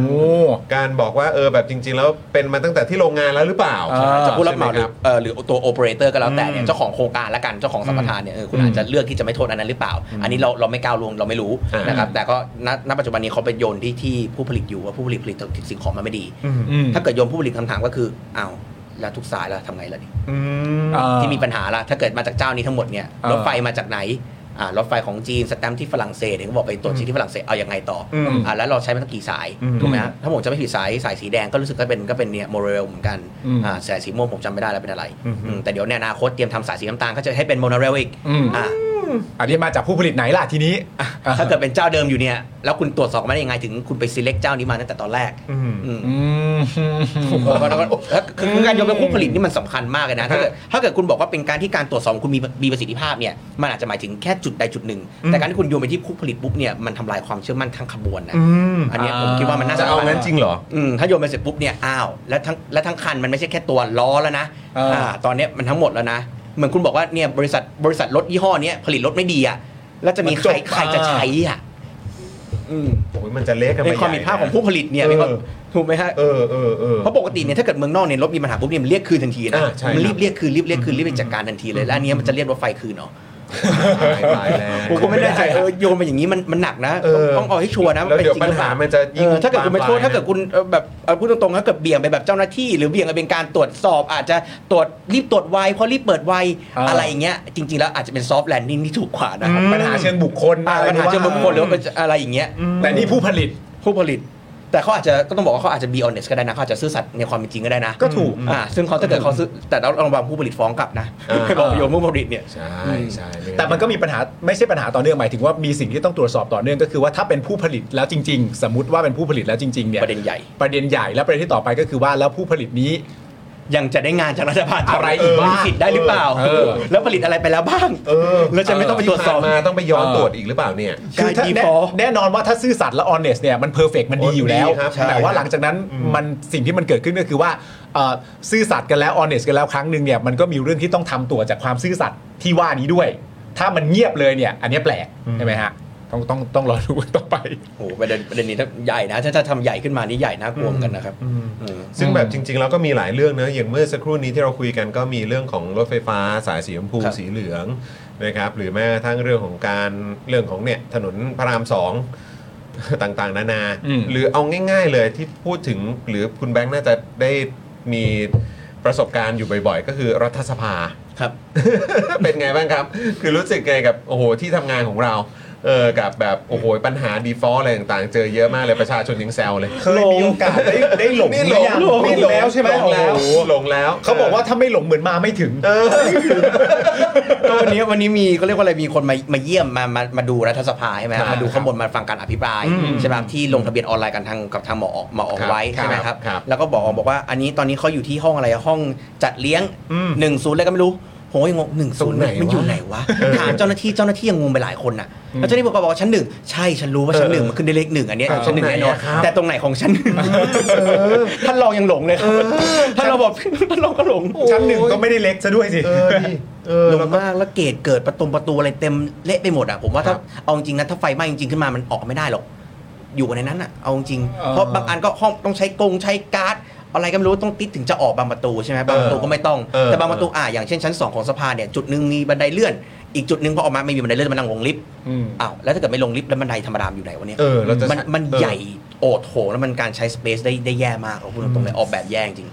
Speaker 2: การบอกว่าเออแบบจริง ๆ แล้วเป็นมาตั้งแต่ที่โรงงานแล้วหรือเปล่า
Speaker 3: อ่า
Speaker 5: จะผู้รับเหมาห
Speaker 2: ใช่
Speaker 5: รื
Speaker 2: ไค
Speaker 5: อบ เอ่อหรือตัวโอเปอเรเตอร์ก็แล้วแต่
Speaker 2: อื
Speaker 5: เนี่ย
Speaker 2: ม
Speaker 5: เจ้าของโครงการละกันเจ้าของสัมปทานเนี่ยเออคุณอาจจะเลือกที่จะไม่โทษอันนั้นหรือเปล่า อันนี้เราเราไม่ก้าวลวงเราไม่รู้
Speaker 2: อ่าน
Speaker 5: นะครับแต่ก็ณณปัจจุบันนี้เขาไปโยนที่ที่ผู้ผลิตอยู่ว่าผู้ผลิตผลิตสิ่งของมันไม่ดี
Speaker 2: อืม
Speaker 3: อืม
Speaker 5: ถ้าเกิดโยนผู้ผลิตคำถามก็คืออ้าวแล้วทุกสายล่ะทำไงล่ะนี่
Speaker 2: อืม
Speaker 3: อ่า
Speaker 5: ที่มีปัญหาล่ะถ้าเกิดมาจากเจ้านี้ทั้งหมดเนี่ย
Speaker 3: อ่าร ร
Speaker 5: ถไฟมาจากไหนอ่ารถไฟของจีนสแตมป์ที่ฝรั่งเศสเห็นเขาบอกไปตรวจเช็คที่ฝรั่งเศสเอายังไงต่ออ
Speaker 2: ม
Speaker 5: อ่าแล้วเราใช้มันตั้งกี่สาย
Speaker 2: อืม
Speaker 5: ถูกไหมฮะถ้าผมจะไม่ผิดสายสายสีแดงก็รู้สึกก็เป็นก็เป็นเนี่ยโมเรลเหมือนกันอ่าสายสีม่วงผมจำไม่ได้แล้วเป็นอะไรอืมแต่เดี๋ยวในอนาคตเตรียมทำสายสีน้ำตาลก็จะให้เป็นโมโนเรลอีก
Speaker 3: อืม
Speaker 5: อ่า
Speaker 3: อันนี้มาจากผู้ผลิตไหนล่ะทีนี้
Speaker 5: ถ้าเกิดเป็นเจ้าเดิมอยู่เนี่ยแล้วคุณตรวจสอบมาได้ยังไงถึงคุณไป select เจ้านี้มาตั้งแต่ตอนแรก
Speaker 2: อืม
Speaker 5: อืม
Speaker 3: อืม
Speaker 5: แล้วก็คือคือการยอมรับผู้ผลิตนี่มันสำคัญมากเลยนะถ้าเกิดถ้าเกิดคุณบอกว่าเป็นการที่การตรวจสอบคุณมีมีประสิทธิภาพเนี่ยมันอาจจะหมายถึงแค่จุดใดจุดหนึ่ง แต่การที่คุณโยนไปที่ผู้ผลิตปุ๊บเนี่ยมันทำลายความเชื่อมั่นทั้งขบวนนะ
Speaker 2: อืม
Speaker 5: อันเนี้ยผมคิดว่ามันน่า
Speaker 2: จะเอางั้นจริงเหรอ
Speaker 5: อืมถ้าโยนไปเสร็จปุ๊บเนี่ยอ้าวแล้วทั้งแล้วทั้งคันมันไม่ใช่แค่ตัวล้อแล้วนะ
Speaker 3: เอออ่
Speaker 5: ตอนเนี้ยมันทั้งหมดแล้วนะ เหมือนคุณบอกว่าเนี่ยบริษัทบริษัทรถยี่ห้อเนี้ยผลิตรถไม่ดีอ่ะแล้วจะมีใครใครจะใช้อ่ะอืม
Speaker 2: โอ้ยมันจะเละกันไป
Speaker 5: เป็นความผิดพลาดของผู้ผลิตเนี่ย
Speaker 2: เอ
Speaker 5: เป็นความ
Speaker 2: อ
Speaker 5: ถูกไหมฮะ
Speaker 2: เออเออเออ
Speaker 5: เพราะปกติเนี่ยถ้าเกิดเมืองนอกเนี่ยรถมีปัญหาปุ๊บเนี่ยมันเรียกคืนทันทีนะ
Speaker 2: อ่าใช่
Speaker 5: มันรี
Speaker 2: ครับ บ
Speaker 5: เรียกคืนรีบเรียกคืนรีบไปจัดการทันทีเลยแล้วอันเนี้ยมันจะเรียกรถไฟคืนเนาะ
Speaker 2: ตายแล้ว
Speaker 5: ผมก็ไม่แน่ใจเออโยนมาอย่างนี้มันมันหนักนะ
Speaker 2: เออ
Speaker 5: ต้องเอาให้ชัวร์นะ
Speaker 2: แล้วเดี๋ยว
Speaker 5: ป็จริงหรือ
Speaker 2: ปั
Speaker 5: ปล่
Speaker 2: ญหามันจะยิ่ง
Speaker 5: เออถ้าเกิดคุณไม่โทษ
Speaker 2: บานปลายนะ
Speaker 5: ถ้าเกิดคุณเออแบบเอาพูดตรงๆถ้าเกิดเบี่ยงไปแบบเจ้าหน้าที่ หรือเบี่ยงไปเป็นการตรวจสอบอาจจะตรวจรีบตรวจไวเพราะรีบเปิดไว
Speaker 3: อ่า
Speaker 5: อะไรอย่างเงี้ยจริง ๆ แล้วอาจจะเป็นซอฟต์แลนดิ้งที่ถูกกว่านะ
Speaker 3: ปัญหาเชิงบุคคล
Speaker 5: อ่า
Speaker 3: อะไร
Speaker 5: ปัญหาเชิงบุคคลหรือว่าเป็นอะไรอย่างเงี้ย
Speaker 3: แต่นี่ผู้ผลิต
Speaker 5: ผู้ผลิต แต่เขาอาจจะก็ต้องบอกว่าเขาอาจจะ be honest ก็ได้นะเขาอาจจะซื่อสัตย์ในความเป็นจริงก็ได้นะ
Speaker 3: ก็ถูก
Speaker 5: อ่าซึ่งเขาถ้าเกิดเขาซื้อแต่เราระวังผู้ผลิตฟ้องกลับนะ
Speaker 2: อ่า
Speaker 5: ให้บอกโยนผู้ผลิตเนี่ย
Speaker 2: ใช่ใช่
Speaker 3: แต่มันก็มีปัญหาไม่ใช่ปัญหาต่อเนื่องหมายถึงว่ามีสิ่งที่ต้องตรวจสอบต่อเนื่องก็คือว่าถ้าเป็นผู้ผลิตแล้วจริง ๆ สมมติว่าเป็นผู้ผลิตแล้วจริงๆเนี่ย
Speaker 5: ประเด็นใหญ่
Speaker 3: ประเด็นใหญ่และประเด็นที่ต่อไปก็คือว่าแล้วผู้ผลิตนี้
Speaker 5: ยังจะได้งานจากรัฐบาล
Speaker 3: อะไรอีก
Speaker 5: มี
Speaker 3: บ้าง
Speaker 5: สิทธิ์ได้หรือเปล่า
Speaker 3: เออ
Speaker 5: แล้วผลิตอะไรไปแล้วบ้าง แล้วจะไม่ต้องไปตรวจสอบ
Speaker 2: ที่ผ่านมาต้องไปย้อนตรวจอีกหรือเปล่าเนี่ย
Speaker 3: คือถ้า
Speaker 5: การ
Speaker 3: แน่
Speaker 5: default
Speaker 3: แน่นอนว่าถ้าซื่อสัตย์และออนเนสเนี่ยมันเพอร์เฟกมันดีอยู่แล้ว
Speaker 2: ดีครับใช่
Speaker 3: แต่ว่าหลังจากนั้นมันสิ่งที่มันเกิดขึ้นก็คือว่าเอ่อซื่อสัตย์กันแล้วออนเนสกันแล้วครั้งหนึ่งเนี่ยมันก็มีเรื่องที่ต้องทำตัวจากความซื่อสัตย์ที่ว่านี้ด้วย ถ้ามันเงียบเลยเนี่ยอันเนี้ยแปลกใช่ไหมฮะต้องต้องต้องรอดูต่อไป
Speaker 5: โอ้โหประเด็นประเด็นนี้ถ้าใหญ่นะ ถ้าจะทำใหญ่ขึ้นมานี่ใหญ่น่ากลัวเหมือนกันนะครับเออ
Speaker 2: ซึ่งแบบจริงๆแล้วก็มีหลายเรื่องนะอย่างเมื่อสักครู่นี้ที่เราคุยกันก็มีเรื่องของรถไฟฟ้าสายสีชมพู
Speaker 5: ครับ
Speaker 2: สีเหลืองนะครับหรือแม้กระทั่งเรื่องของการเรื่องของเนี่ยถนนพระรามสอง ต่างๆ นานา
Speaker 3: อืม
Speaker 2: หรือเอาง่าย ๆ เลยที่พูดถึงหรือคุณแบงค์น่าจะได้มีประสบการณ์อยู่บ่อยๆ ก็คือรัฐสภา
Speaker 5: ครับ
Speaker 2: เป็นไงบ้างครับ คือรู้สึกไงกับโอ้โหที่ทำงานของเราเออกับแบบโอ้โหปัญหาดีฟอลอะไรต่างๆ เจอเยอะมากเลยประชาชนยังแซวเลย
Speaker 3: เคยมีโอกาสได้ได้หลง
Speaker 2: นี่
Speaker 3: ห
Speaker 2: หล
Speaker 3: รื
Speaker 2: ง
Speaker 3: อยัง
Speaker 2: หลง
Speaker 3: นี่หลงแล้วใช่ไหม
Speaker 2: หลงแล้ว
Speaker 3: โอ้โห
Speaker 2: หลงแล้ว
Speaker 3: เขาบอกว่าถ้าไม่หลงเหมือนมาไม่ถึง
Speaker 2: เออ
Speaker 5: ก็วันนี้วันนี้มีเขาเรียกว่าอะไรมีคนมามาเยี่ยมมามามาดูรัฐสภาใช่ไหม
Speaker 2: ครับ
Speaker 5: มาดูข้างบนมาฟังการอภิปราย
Speaker 2: อืม
Speaker 5: ใช่ไหมที่ลงทะเบียนออนไลน์กันทางกับทางหมอออกหมอออก
Speaker 2: ครับ
Speaker 5: ไว้ใช่ไหมครับ
Speaker 2: ครับ
Speaker 5: แล้วก็บอกบอกว่าอันนี้ตอนนี้เขาอยู่ที่ห้องอะไรห้องจัดเลี้ยง
Speaker 2: อืม
Speaker 5: หนึ่งศูนย์อะไรก็ไม่รู้ผมก็ยังงงหนึ่ง
Speaker 2: ตร
Speaker 5: ศู
Speaker 2: ง
Speaker 5: นย์
Speaker 2: ไหน
Speaker 5: มันอยู่
Speaker 2: วะ
Speaker 5: ไหนวะถามเจ้าหน้าที่เจ้าหน้าที่ยังงงไปหลายคนน่ะแล้วเจ้าหน้าที่บอกว่าชั้นหนึ่งใช่ฉันรู้ว่าชั้นหนึ่งมันขึ้นได้เลขหนึ่งอันเนี้ย
Speaker 2: เออ
Speaker 5: ชั้นหนึ่งแน่นอ
Speaker 2: ตร
Speaker 5: น
Speaker 2: งไหนอะครับ
Speaker 5: แต่ตรงไหนของชั้นหนึ่งท่านรองยังหลงเลยครับท่านรองบอก ท่านรองก็หลง
Speaker 3: ชั้นหนึ่งก็ไม่ได้เล็กซะด้วยสิ
Speaker 2: เออดีเออ
Speaker 5: ล
Speaker 2: แล้ว
Speaker 5: ง
Speaker 2: ก็
Speaker 5: มากแล้วเกรดเกิดประตูประตูอะไรเต็มเละไปหมดอ่ะผมว่าถ้า
Speaker 2: ครับ
Speaker 5: เอาจริงนะถ้าไฟไหม้จริงๆขึ้นมามันออกไม่ได้หรอก อยู่ในนั้นอ่ะเอาจริง
Speaker 3: เออ
Speaker 5: เพราะบางอันก็ห้องต้องใช้กรงใช้การ์ดอะไรก็ไม่รู้ต้องติดถึงจะออกบางประตูใช่ไหมบางประตูก็ไม่ต้อง
Speaker 2: เออ
Speaker 5: แต่บางประตูอ่ะอย่างเช่นชั้น 2 ของสภาเนี่ยจุดหนึ่งมีบันไดเลื่อน อีกจุดหนึ่งพอออกมาไม่มีบันไดเลื่อนมันนั่งลงลิฟต์
Speaker 3: อืม
Speaker 5: อ้าวแล้วถ้าเกิดไม่ลงลิฟต์แล้วบันไดธรรมดามนอยู่ไหนวะเนี่ย
Speaker 2: เออเราจะ
Speaker 5: มันมัน
Speaker 2: เออ
Speaker 5: ใหญ่โอดโถงแล้วมันการใช้สเปซได้ได้แย่มากเราพูดตรงๆเลยออกแบบแย่จริง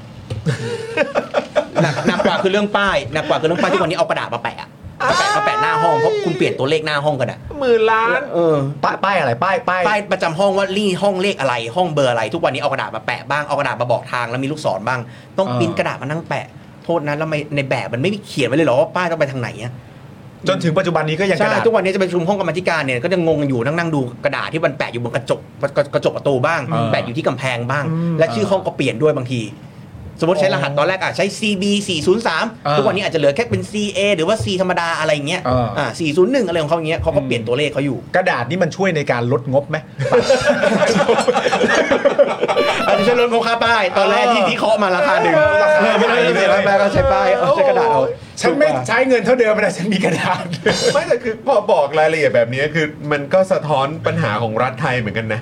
Speaker 5: หนักหนักกว่าคือเรื่องป้ายหนักกว่าคือเรื่องป้ายที่วันนี้เอากระดาษมาแปะอะมาแปะมาแปะหน้าห้องเพราะคุณเปลี่ยนตัวเลขหน้าห้องกันอ่ะ
Speaker 2: หมื่นล้าน
Speaker 5: เออ
Speaker 3: ป้ายป้ายอะไรป้ายป้าย
Speaker 5: ป้ายประจำห้องว่านี่ห้องเลขอะไร ห้องเบอร์อะไร ทุกวันนี้เอากระดาษมาแปะบ้างเอากระดาษมาบอกทางแล้วมีลูกศรบ้าง ต้อง
Speaker 3: อ่า
Speaker 5: ปริ้นกระดาษมานั่งแปะโทษนะแล้วไม่ในแบบมันไม่มีเขียนไว้เลยเหรอว่าป้ายต้องไปทางไหนอะ
Speaker 3: จนถึงปัจจุบันนี้ก็ยังกระ
Speaker 5: ใช่
Speaker 3: ดาษ
Speaker 5: ทุกวันนี้จะไปประชุมห้องกรรมาธิการเนี่ยก็จะงงกันอยู่นั่งนั่งดูกระดาษที่มันแปะอยู่บนกระจกกระจกประตูบ้าง
Speaker 3: อ่า
Speaker 5: แปะอยู่ที่กำแพงบ้าง และชื่อห้องก็เปลี่ยนด้วยบางที สมมติใช้รหัสตอนแรกอ่ะใช้ CB
Speaker 3: อ่า
Speaker 5: 403ทุกวันนี้อาจจะเหลือแค่เป็น CA หรือว่า C ธรรมดาอะไรอย่างเงี้ย
Speaker 3: อ่า
Speaker 5: อ่า401 อะไรของเขาอย่างเงี้ยเขาก็เปลี่ยนตัวเลขเขาอยู่
Speaker 3: กระดาษนี่มันช่วยในการลดงบไหม
Speaker 5: อาจจะใช้ลดราคาป้าย ตอนแรกที่ที่เคาะมาราคาหนึ่ง
Speaker 3: ราคา
Speaker 5: ไม่ต้องเสียราคาป้ายก็ใช้ป้ายเอาใช้กระดาษเอา
Speaker 3: ฉันไม่ใช้เงินเท่าเดิมนะฉันมีกระดาษ
Speaker 2: ไม่แต่คือพอบอกรายละเอียดแบบนี้คือมันก็สะท้อนปัญหาของรัฐไทยเหมือนกันนะ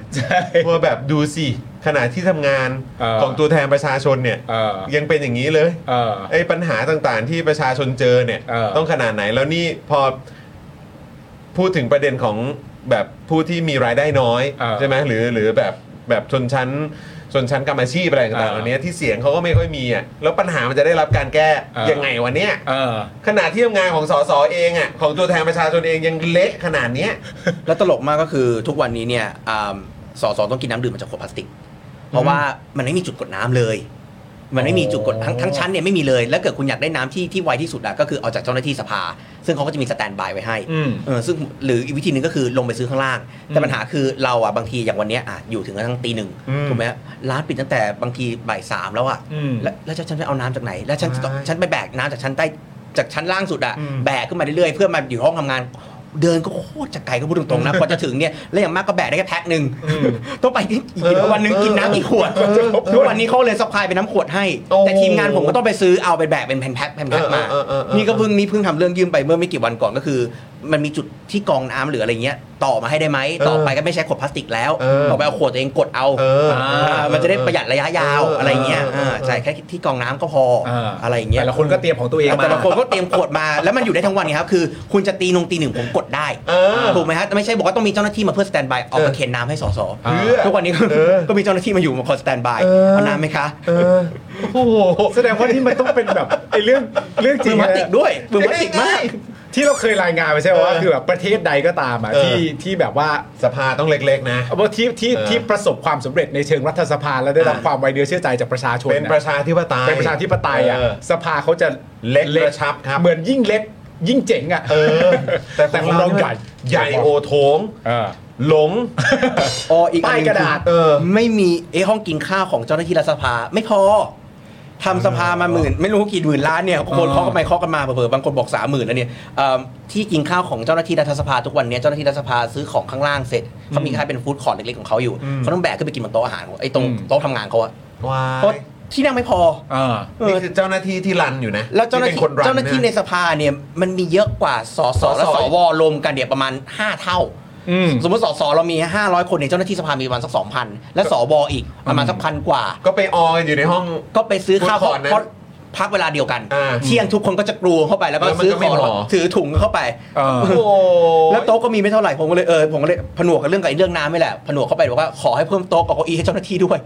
Speaker 2: ว่าแบบดูสิขณะที่ทำงาน
Speaker 3: เออ
Speaker 2: ของตัวแทนประชาชนเนี่ย
Speaker 3: เออ
Speaker 2: ยังเป็นอย่างนี้เลย
Speaker 3: เออ
Speaker 2: ไอ้ปัญหาต่างๆ ที่ประชาชนเจอเนี่ย
Speaker 3: เออ
Speaker 2: ต้องขนาดไหนแล้วนี่พอพูดถึงประเด็นของแบบผู้ที่มีรายได้น้อย
Speaker 3: เออ
Speaker 2: ใช่ไหมหรือหรือแบบแบบชนชั้นชนชั้นกรรมอาชีพอะไรต่างๆ
Speaker 3: เออ
Speaker 2: เหล่านี้ที่เสียงเขาก็ไม่ค่อยมีอ่ะแล้วปัญหามันจะได้รับการแก้
Speaker 3: เออ
Speaker 2: ยังไงวะเนี่ย
Speaker 3: เออ
Speaker 2: ขนาดที่ทำงานของสสเองอ่ะของตัวแทนประชาชนเองยังเละขนาดเนี้ย
Speaker 5: แล้วตลกมากก็คือทุกวันนี้เนี่ยอ่าสอสอต้องกินน้ำดื่มมาจากขวดพลาสติก เพราะว่ามันไม่มีจุดกดน้ำเลย มันไม่มีจุดกดทั้งทั้งชั้นเนี่ยไม่มีเลย แล้วเกิดคุณอยากได้น้ำที่ที่ไวที่สุดอะก็คือเอาจากเจ้าหน้าที่สภา ซึ่งเขาก็จะมีสแตนด์บายไว้ให้
Speaker 3: อืม
Speaker 5: เออซึ่งหรืออีกวิธีหนึ่งก็คือลงไปซื้อข้างล่าง แต่ปัญหาคือเราอะบางทีอย่างวันเนี้ยอะอยู่ถึงกระทั่งตีหนึ่ง
Speaker 2: อืม
Speaker 5: ถูกไหมฮะร้านปิดตั้งแต่บางทีบ่ายสามแล้วอะ
Speaker 3: อืม
Speaker 5: แล้วแล้วฉันจะเอาน้ำจากไหน แล้วฉันจะต้อง
Speaker 2: ใช่
Speaker 5: ฉันไปแบกน้ำจากชั้นใต้จากชั้นล่างสุดอะแบกขึ้นมาเรื่อยๆเพื่อมาอยู่ห้องทำงาน เดินก็โคตรจะไกลก็พูดตรงๆนะ พอจะถึงเนี่ยแล้วอย่างมากก็แบกได้แค่แพ็คหนึ่งต้องไปที่อีกวันหนึงกินน้ำกี่ขวดทุกวันนี้เขาเลยซัพพลายเป็นน้ำขวดให้
Speaker 2: โอ้
Speaker 5: แต่ทีมงานผมก็ต้องไปซื้อเอาไปแบกเป็นแผ่นแพ็คแผ่นแพ็คมา
Speaker 2: เออเออเออเออ
Speaker 5: นี่ก็เพิ่งนี่เพิ่งทำเรื่องยืมไปเมื่อไม่กี่วันก่อนก็คือ มันมีจุดที่กรองน้ำหรืออะไรเงี้ยต่อมาให้ได้ไหมต่อไปก็ไม่ใช้ขวดพลาสติกแล้ว
Speaker 2: เออ
Speaker 5: ต่อไปเอาขวดตัวเองกดเอา
Speaker 2: เอออ่
Speaker 5: ามันจะได้ประหยัดระยะยาว
Speaker 2: เอออ
Speaker 5: อะไรเงี้ย
Speaker 2: เอออ่
Speaker 5: าใช่แค่ที่กรองน้ำก็พออา อะไรเงี้ย
Speaker 3: แต่ละคนก็เตรียมของตัวเองมา
Speaker 5: แต่บางคนก็เตรียมขวดมาแล้วมันอยู่ได้ทั้งวันไงครับ คือคุณจะตีนงตีหนึ่งผมกดได้
Speaker 2: เออ
Speaker 5: ถูกไหมฮะไม่ใช่บอกว่าต้องมีเจ้าหน้าที่มาเพื่อสแตนบายเอา
Speaker 2: เออ
Speaker 5: มาเข็นน้ำให้สส
Speaker 2: เออ
Speaker 5: ทุกวันนี้ก็
Speaker 2: เออ
Speaker 5: ก็มีเจ้าหน้าที่มาอยู่มาคอยสแตนบาย
Speaker 2: เออ
Speaker 5: เอาน้ำไหมคะ
Speaker 2: เออโอ้โห
Speaker 3: แสดงว่านี่มันต้องเป็นแบบไอ้เรื่องเรื่องจ
Speaker 5: ปื
Speaker 3: ริ
Speaker 5: น
Speaker 3: ง
Speaker 5: พลาสติกด้วยปืนพลาสติกมาก
Speaker 3: ที่เราเคยรายงานไปใช่ไหมว่า
Speaker 2: เออ
Speaker 3: คือแบบประเทศใดก็ตามอ่ะ
Speaker 2: เออ
Speaker 3: ที่ที่แบบว่า
Speaker 2: สภาต้องเล็กๆนะ
Speaker 3: ว่าที่ที่
Speaker 2: เออ
Speaker 3: ที่ประสบความสำเร็จในเชิงรัฐสภาและได้รับความไว้เนื้อเชื่อใจจากประชาชน
Speaker 2: เป็น
Speaker 3: อะ
Speaker 2: ประชาธิปไตย
Speaker 3: เป็นประชาธิปไตยอ่ะ
Speaker 2: เ
Speaker 3: สภาเขาจะ
Speaker 2: เล็กกระชับครับ
Speaker 3: เหมือนยิ่งเล็กยิ่งเจ๋งอ่ะ
Speaker 2: เออ แต่
Speaker 3: แต่
Speaker 2: ข
Speaker 3: ข
Speaker 2: อ
Speaker 3: องง
Speaker 2: เรา
Speaker 3: เรา
Speaker 2: ให
Speaker 3: ใหญ่
Speaker 2: ญ่ใหญ่โอโถง
Speaker 3: เออ
Speaker 2: หลง
Speaker 5: อ๋ออีกอันห
Speaker 3: ป้าย
Speaker 5: นึ่ง
Speaker 3: กระดาษ
Speaker 5: คือไม่มีเอ้ห้องกินข้าวของเจ้าหน้าที่รัฐสภาไม่พอทำสภามาหมื่น ไม่รู้กี่หมื่นล้านเนี่ยคนเคาะกันไปเคาะกันมาเผลอๆบางคนบอกสามหมื่นแล้วเนี่ยเอิ่มที่กินข้าวของเจ้าหน้าที่รัฐสภาทุกวันเนี่ยเจ้าหน้าที่รัฐสภาซื้อของข้างล่างเสร็จเขามีค่ายเป็นฟู้ดคอร์ทเล็กๆของเขาอยู่เขาต้องแบกขึ้นไปกินบนโต๊ะอาหารไอ้ตรง
Speaker 3: อืม
Speaker 5: โต๊ะทำงานเขาอะ
Speaker 2: ว้า
Speaker 5: เพราะ
Speaker 2: ย
Speaker 5: ที่นั่งไม่พอ
Speaker 3: เออ
Speaker 5: เอ
Speaker 2: นี่
Speaker 5: อ
Speaker 2: คือเจ้าหน้าที่ที่รันอยู่นะ
Speaker 5: แล้วเจ้าหน้า
Speaker 2: ป็
Speaker 5: ที่
Speaker 2: คนรั
Speaker 5: เจ้าหน้าที่ใน
Speaker 2: ะ
Speaker 5: สภาเนี่ยมันมีเยอะกว่าสสและ
Speaker 2: สส
Speaker 5: สวรวมกันเดี๋ยวประมาณ 5 เท่า
Speaker 3: อืม
Speaker 5: สมมติสสเรามี 500 คนเนี่ยเจ้าหน้าที่สภามีประมาณสัก 2,000 และสวอีกประมาณสักพันกว่า
Speaker 2: ก็ไปออกันอยู่ในห้อง
Speaker 5: ก็ไปซื้อข้าว
Speaker 2: ก่อนนะ
Speaker 5: เพราะพักเวลาเดียวกัน
Speaker 2: อ่า
Speaker 5: เที่ยงทุกคนก็จะกรูเข้าไปแล้วก็
Speaker 2: แล้วมัน
Speaker 5: ซื้อ
Speaker 2: ก็
Speaker 5: ข
Speaker 2: ไม่
Speaker 5: อง
Speaker 2: พอ
Speaker 5: ถือถุงเข้าไป
Speaker 3: เออ
Speaker 2: โอ้โห
Speaker 5: แล้วโต๊ะก็มีไม่เท่าไหร่ผมก็เลยเออผมก็เลยผนวกกับเรื่องกับไอ้เรื่องน้ำไม่แหละผนวกเข้าไปบอกว่าขอให้เพิ่มโต๊ะกับเก้าอี้ให้เจ้าหน้าที่ด้วย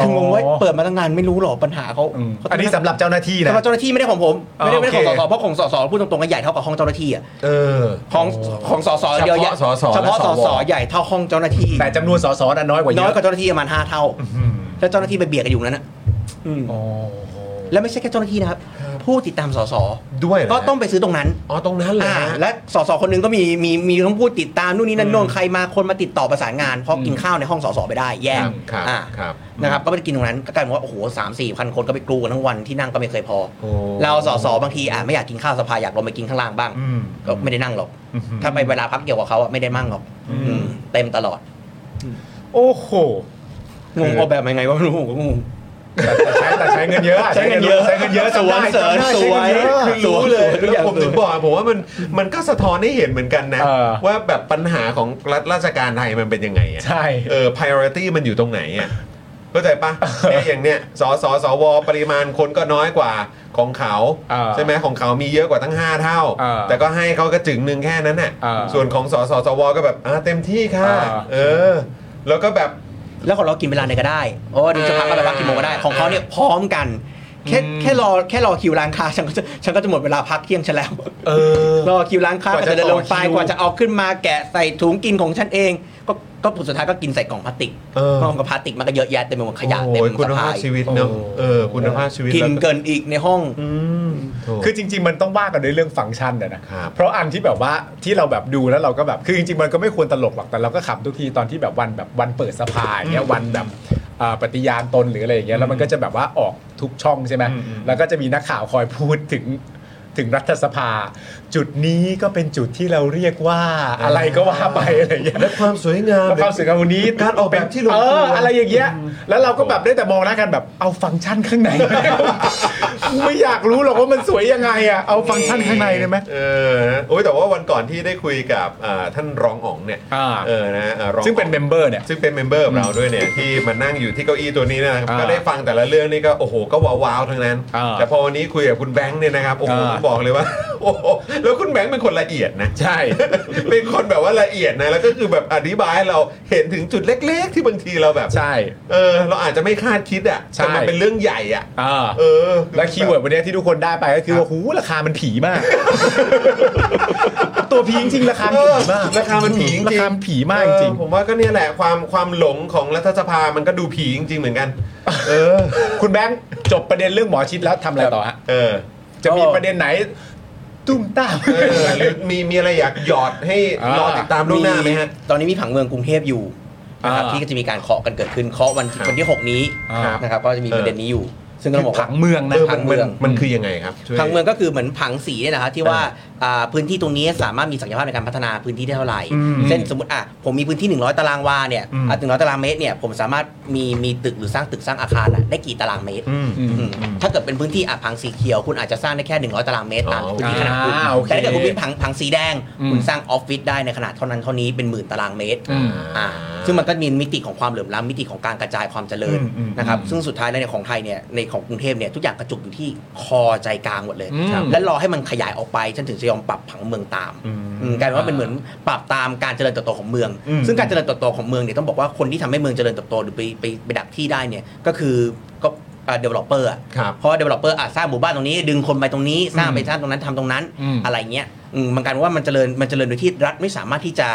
Speaker 5: คืองงว่า
Speaker 3: อ๋อ
Speaker 5: เปิดมาตั้งนานไม่รู้หรอปัญหาเขา
Speaker 3: อืม
Speaker 5: เขาต้ง
Speaker 3: อันนี้สำหรับเจ้าหน้าที่
Speaker 5: แต่
Speaker 3: นะ
Speaker 5: ว่าเจ้าหน้าที่ไม่ได้ของผมไม่ได้ไม่ได้ของส
Speaker 2: อ่า
Speaker 5: ส
Speaker 2: โอเค
Speaker 5: เพราะของสสพูดตรงๆก็ใหญ่เท่ากับห้องเจ้าหน้าที่อะ
Speaker 2: เออ
Speaker 5: ของของสสเดียวใหญ่
Speaker 2: เฉพาะสส
Speaker 5: เฉพาะ
Speaker 2: และ
Speaker 5: ส
Speaker 2: สว
Speaker 5: สใหญ่เท่าห้องเจ้าหน้าที่
Speaker 3: แต่จำนวนสสน่ะน้อยกว่าเย
Speaker 5: น้อย
Speaker 3: อะ
Speaker 5: กว่าเจ้าหน้าที่ประมาณห้าเท่า แล้วเจ้าหน้าที่ไปเบียดกันอยู่นั้นนะอืม
Speaker 3: โอ้โห
Speaker 5: แล้วไม่ใช่แค่เจ้าหน้าที่นะครับ ผู้ติดตามสส
Speaker 2: ด้วยเหรฮะ
Speaker 5: ก็ต้องไปซื้อตรงนั้น
Speaker 2: อ๋อตรงนั้นแหละ
Speaker 5: อ่าและสสคนหนึงก็มีมีมีต้องพูดติดตามนู่นนี่นั่นโน่นใครมาคนมาติดต่อประสานงานเพราะกินข้าวในห้องสสไปได้แยก
Speaker 2: ครับ
Speaker 5: อ่า
Speaker 2: ครับ
Speaker 5: นะครับก็ไปกินตรงนั้นก็กลายเป็นว่าโอ้โหสามสี่พันคนก็ไปกรูกันทั้งวันที่นั่งก็ไม่เคยพอ
Speaker 2: โอ้
Speaker 5: เราสสบางทีอ่ะไม่อยากกินข้าวสภาอยากลงไปกินข้างล่างบ้าง
Speaker 2: อืม
Speaker 5: ก็ไม่ได้นั่งหรอก ถ้าไปเวลาพักเกี่ยวกับเขาอะไม่ได้มั่งหรอกอืมเต็มตลอด
Speaker 3: โอ้โห
Speaker 5: งงออกแบบยังไงก็ไม่รู้ผมก็งง
Speaker 3: แต่ใช้แต่ใช้เงินเยอะ
Speaker 5: ใช้เงินเยอะ
Speaker 3: ใช้เงินเยอะ
Speaker 5: สวย
Speaker 3: จำได้
Speaker 5: เสริญ
Speaker 3: จำได้
Speaker 5: สวย
Speaker 3: ใช้เงิน
Speaker 2: คือ
Speaker 3: เยอะ
Speaker 2: รู้เลย
Speaker 5: ทุกอย่าง
Speaker 2: แล้วผม
Speaker 5: สวย
Speaker 2: ถึงบอกอะผมว่ามันมันก็สะท้อนให้เห็นเหมือนกันนะ
Speaker 3: เออ
Speaker 2: ว่าแบบปัญหาของรัฐราชการไทยมันเป็นยังไงอะ
Speaker 3: ใช่
Speaker 2: เออ priority มันอยู่ตรงไหนอ่ะเข้าใจปะเนี่ยอย่างเนี้ยสสสวปริมาณคนก็น้อยกว่าของเขา
Speaker 3: เออ
Speaker 2: ใช่ไหมของเขามีเยอะกว่าตั้ง 5 เท่า
Speaker 3: เออ
Speaker 2: แต่ก็ให้เขากระจึงหนึ่งแค่นั้นน่ะ
Speaker 3: เออ
Speaker 2: ส่วนของสสสวก็แบบอ่าเต็มที่ค่ะ
Speaker 3: เออ
Speaker 2: เออ แล้วก็แบบ
Speaker 5: แล้วของเรากินเวลาไหนก็ได้โอ้ดูจะพักก็ไปพักกี่โมงก็ได้ ของเขาเนี่ยพร้อมกัน แค่แค่รอแค่รอคิวร้าน ค้าฉันก็จะฉันก็จะหมดเวลาพักเที่ยงฉันแล้ว
Speaker 3: เออ
Speaker 5: รอคิวร้านค้ากก
Speaker 3: ว่า
Speaker 5: ว่า
Speaker 3: จะ
Speaker 5: จะเดินลงไป
Speaker 3: ต่อคิว
Speaker 5: กว่าจะเอาขึ้นมาแกะใส่ถุงกินของฉันเอง ก็ก็ผลสุดท้ายก็กินใส่กล่องพลาสติก
Speaker 2: เออ
Speaker 5: กล่องกับพลาสติกมันก็เยอะแยะเต็มไปหมดขยะเต็ม
Speaker 2: โอ้ยคุ
Speaker 5: สะ
Speaker 2: ณภา
Speaker 5: พา
Speaker 2: พ
Speaker 5: ย
Speaker 2: ชีวิตเนอะ
Speaker 3: โอ้
Speaker 2: เออ คุณภาพชีวิต
Speaker 5: กิน
Speaker 2: แล้ว
Speaker 5: เกินอีกในห้อง
Speaker 2: อืมถูก
Speaker 3: คือจริง ๆ มันต้องว่ากันด้วยเรื่องฟังก์ชันนะนะครับ เพราะอันที่แบบว่าที่เราแบบดูแล้วเราก็แบบคือจริงๆมันก็ไม่ควรตลกหรอกแต่เราก็ขำทุกทีตอนที่แบบวันแบบวันเปิดสภาอย่างเงี้ยวันแบบเอ่อปฏิญาณตนหรืออะไรอย่างเงี้ยแล้วมันก็จะแบบว่าออกทุกช่องใช่ไหมแล้วก็จะมีนักข่าวคอยพูดถึงถึงรัฐสภา จุดนี้ก็เป็นจุดที่เราเรียกว่าอะไรก็ว่าไปอะไรอย่างเงี้ย
Speaker 2: และความสวยงาม
Speaker 3: ความสื่อการวันนี้
Speaker 2: การออกแบบที่ลงตัว
Speaker 3: เอออะไรอย่างเงี้ยแล้วเราก็แบบได้แต่มองหน้ากันแบบเอาฟังก์ชันข้างใน ไม่อยากรู้หรอกว่ามันสวยยังไงอ่ะเอาฟังก์ชันข้างในได้ไหม
Speaker 2: เออนะโอ้ยแต่ว่าวันก่อนที่ได้คุยกับอ่าท่านรองอ๋องเนี่ย
Speaker 3: อ่า
Speaker 2: เออนะอ่ารองอ๋อ
Speaker 3: ซึ่งเป็นเมมเบอร์เนี่ย
Speaker 2: ซึ่งเป็นเมมเบอร์ของเราด้วยเนี่ย ที่มานั่งอยู่ที่เก้าอี้ตัวนี้นะครับ
Speaker 3: อ่า
Speaker 2: ก็ได้ฟังแต่ละเรื่องนี่ก็โอ้โหก็ว้าวๆทั้งนั้น
Speaker 3: อ่า
Speaker 2: แต่พอวันนี้คุยกับคุณแบงค์เนี่ยนะครับโอ้โห
Speaker 3: อ่า
Speaker 2: ผมบอกเลยว่า โอ้โหแล้วคุณแบงค์เป็นคนละเอียดนะ
Speaker 3: ใช่
Speaker 2: เป็นคนแบบว่าละเอียดนะแล้วก็คือแบบอธิบายให้เราเห็นถึงจุดเล็ก ๆ ที่บางทีเราแบบ
Speaker 3: ใช่
Speaker 2: เออเราอาจจะไม่คาดคิดอ่ะ
Speaker 3: ใช่
Speaker 2: แต่มันเป็นเรื่องใหญ่อ่ะ
Speaker 3: อ่า
Speaker 2: เออ
Speaker 3: และคีย์เวิร์ดวันเนี้ยที่ทุกคนได้ไปก็คือว่าหูราคามันผีมาก ตัวผีจริงๆราคามันผี
Speaker 2: เอ
Speaker 3: มาก
Speaker 2: อราคามันผีจริงๆ
Speaker 3: ราคามันผีมากจริง
Speaker 2: เออผมว่าก็เนี่ยแหละความความหลงของรัฐสภามันก็ดูผีจริงๆเหมือนกัน เออ
Speaker 3: ๆคุณแบงค์จบประเด็นเรื่องหมอชิดแล้วทำอะไรต่อฮะ
Speaker 2: เออ
Speaker 3: จะมีประเด็นไหนตุ้มต้าม
Speaker 2: เออหรือมีมีอะไรอยากหยอดให้
Speaker 3: อ่าร ร
Speaker 2: อติดตามล่วงหน้าไหมฮะ
Speaker 5: ตอนนี้มีผังเมืองกรุงเทพอยู่นะครับ
Speaker 3: อ่า
Speaker 5: ที่ก็จะมีการเคาะกันเกิดขึ้นเคาะวันที่
Speaker 2: ครับ
Speaker 5: วันที่ 6 นี้
Speaker 3: ครับ
Speaker 5: นะครับก็จะมี
Speaker 2: เออ
Speaker 5: ประเด็นนี้อยู่ ซึ่งก็ต้องบอก
Speaker 3: ผั
Speaker 5: ว่า
Speaker 3: งเมืองนะ
Speaker 2: เออ
Speaker 5: ผั
Speaker 2: มัน
Speaker 5: ง
Speaker 2: มั
Speaker 5: เมื
Speaker 2: น
Speaker 5: อง
Speaker 2: มันคือยังไงครับช่วย
Speaker 5: ผังเมืองก็คือเหมือนผังสีเนี่ยนะครับที่ว่าอ่าพื้นที่ตรงนี้สามารถมีศักยภาพในการพัฒนาพื้นที่ได้เท่าไหร่เช่นสมมติอ่ะผมมีพื้นที่ 100 ตารางวาเนี่ยหนึ่งร้อยตารางเมตรเนี่ยผมสามารถมีมีตึกหรือสร้างตึกสร้างอาคารอะได้กี่ตารางเมตรอืมถ้าเกิดเป็นพื้นที่อ่ะผังสีเขียวคุณอาจจะสร้างได้แค่ 100 ตารางเมตรตาม
Speaker 2: อ๋อ
Speaker 5: พื้นที่ขนาดคุณ
Speaker 3: อ่าโอเค
Speaker 5: แต่ถ้าเกิดคุณมีผังผังสีแดง
Speaker 3: อืม
Speaker 5: คุณสร้างออฟฟิศได้ในขนาดเท่านั้นเท่านี้เป็นหมื่นตารางเมตร
Speaker 3: อืม
Speaker 5: อ่าซึ่งมันก็มีมิติของความเหลื่อมล้ำมิติของการกระจายความเจริญนะครับ ซึ่งสุดท้ายแล้วเนี่ยของไทยเนี่ยในของกรุงเทพเนี่ยทุกอย่างกระจุกอยู่ที่คอใจกลางหมดเลย
Speaker 3: อืม
Speaker 5: และรอให้มันขยายออกไปฉันถึงจะยอมปรับผังเมืองตามอืมกลายเป็นว่าเป็นเหมือนปรับตามการเจริญเติบโตของเมือง ซึ่งการเจริญเติบโตของเมืองเนี่ยต้องบอกว่าคนที่ทำให้เมืองเจริญเติบโตหรือไปไปไปดักที่ได้เนี่ยก็คือก็เดเวลลอปเปอร์
Speaker 2: ครับ
Speaker 5: เพราะเดเวลลอปเปอร์อ่ะสร้างหมู่บ้านตรงนี้ ดึงคนไปตรงนี้สร้างไปสร้างตรงนั้นทำตรงนั้น
Speaker 3: อืม
Speaker 5: อะไรเงี้ยอืมมันกลายเป็นว่ามันเจริญมันเจริญโดยที่รัฐไม่สามารถที่จะ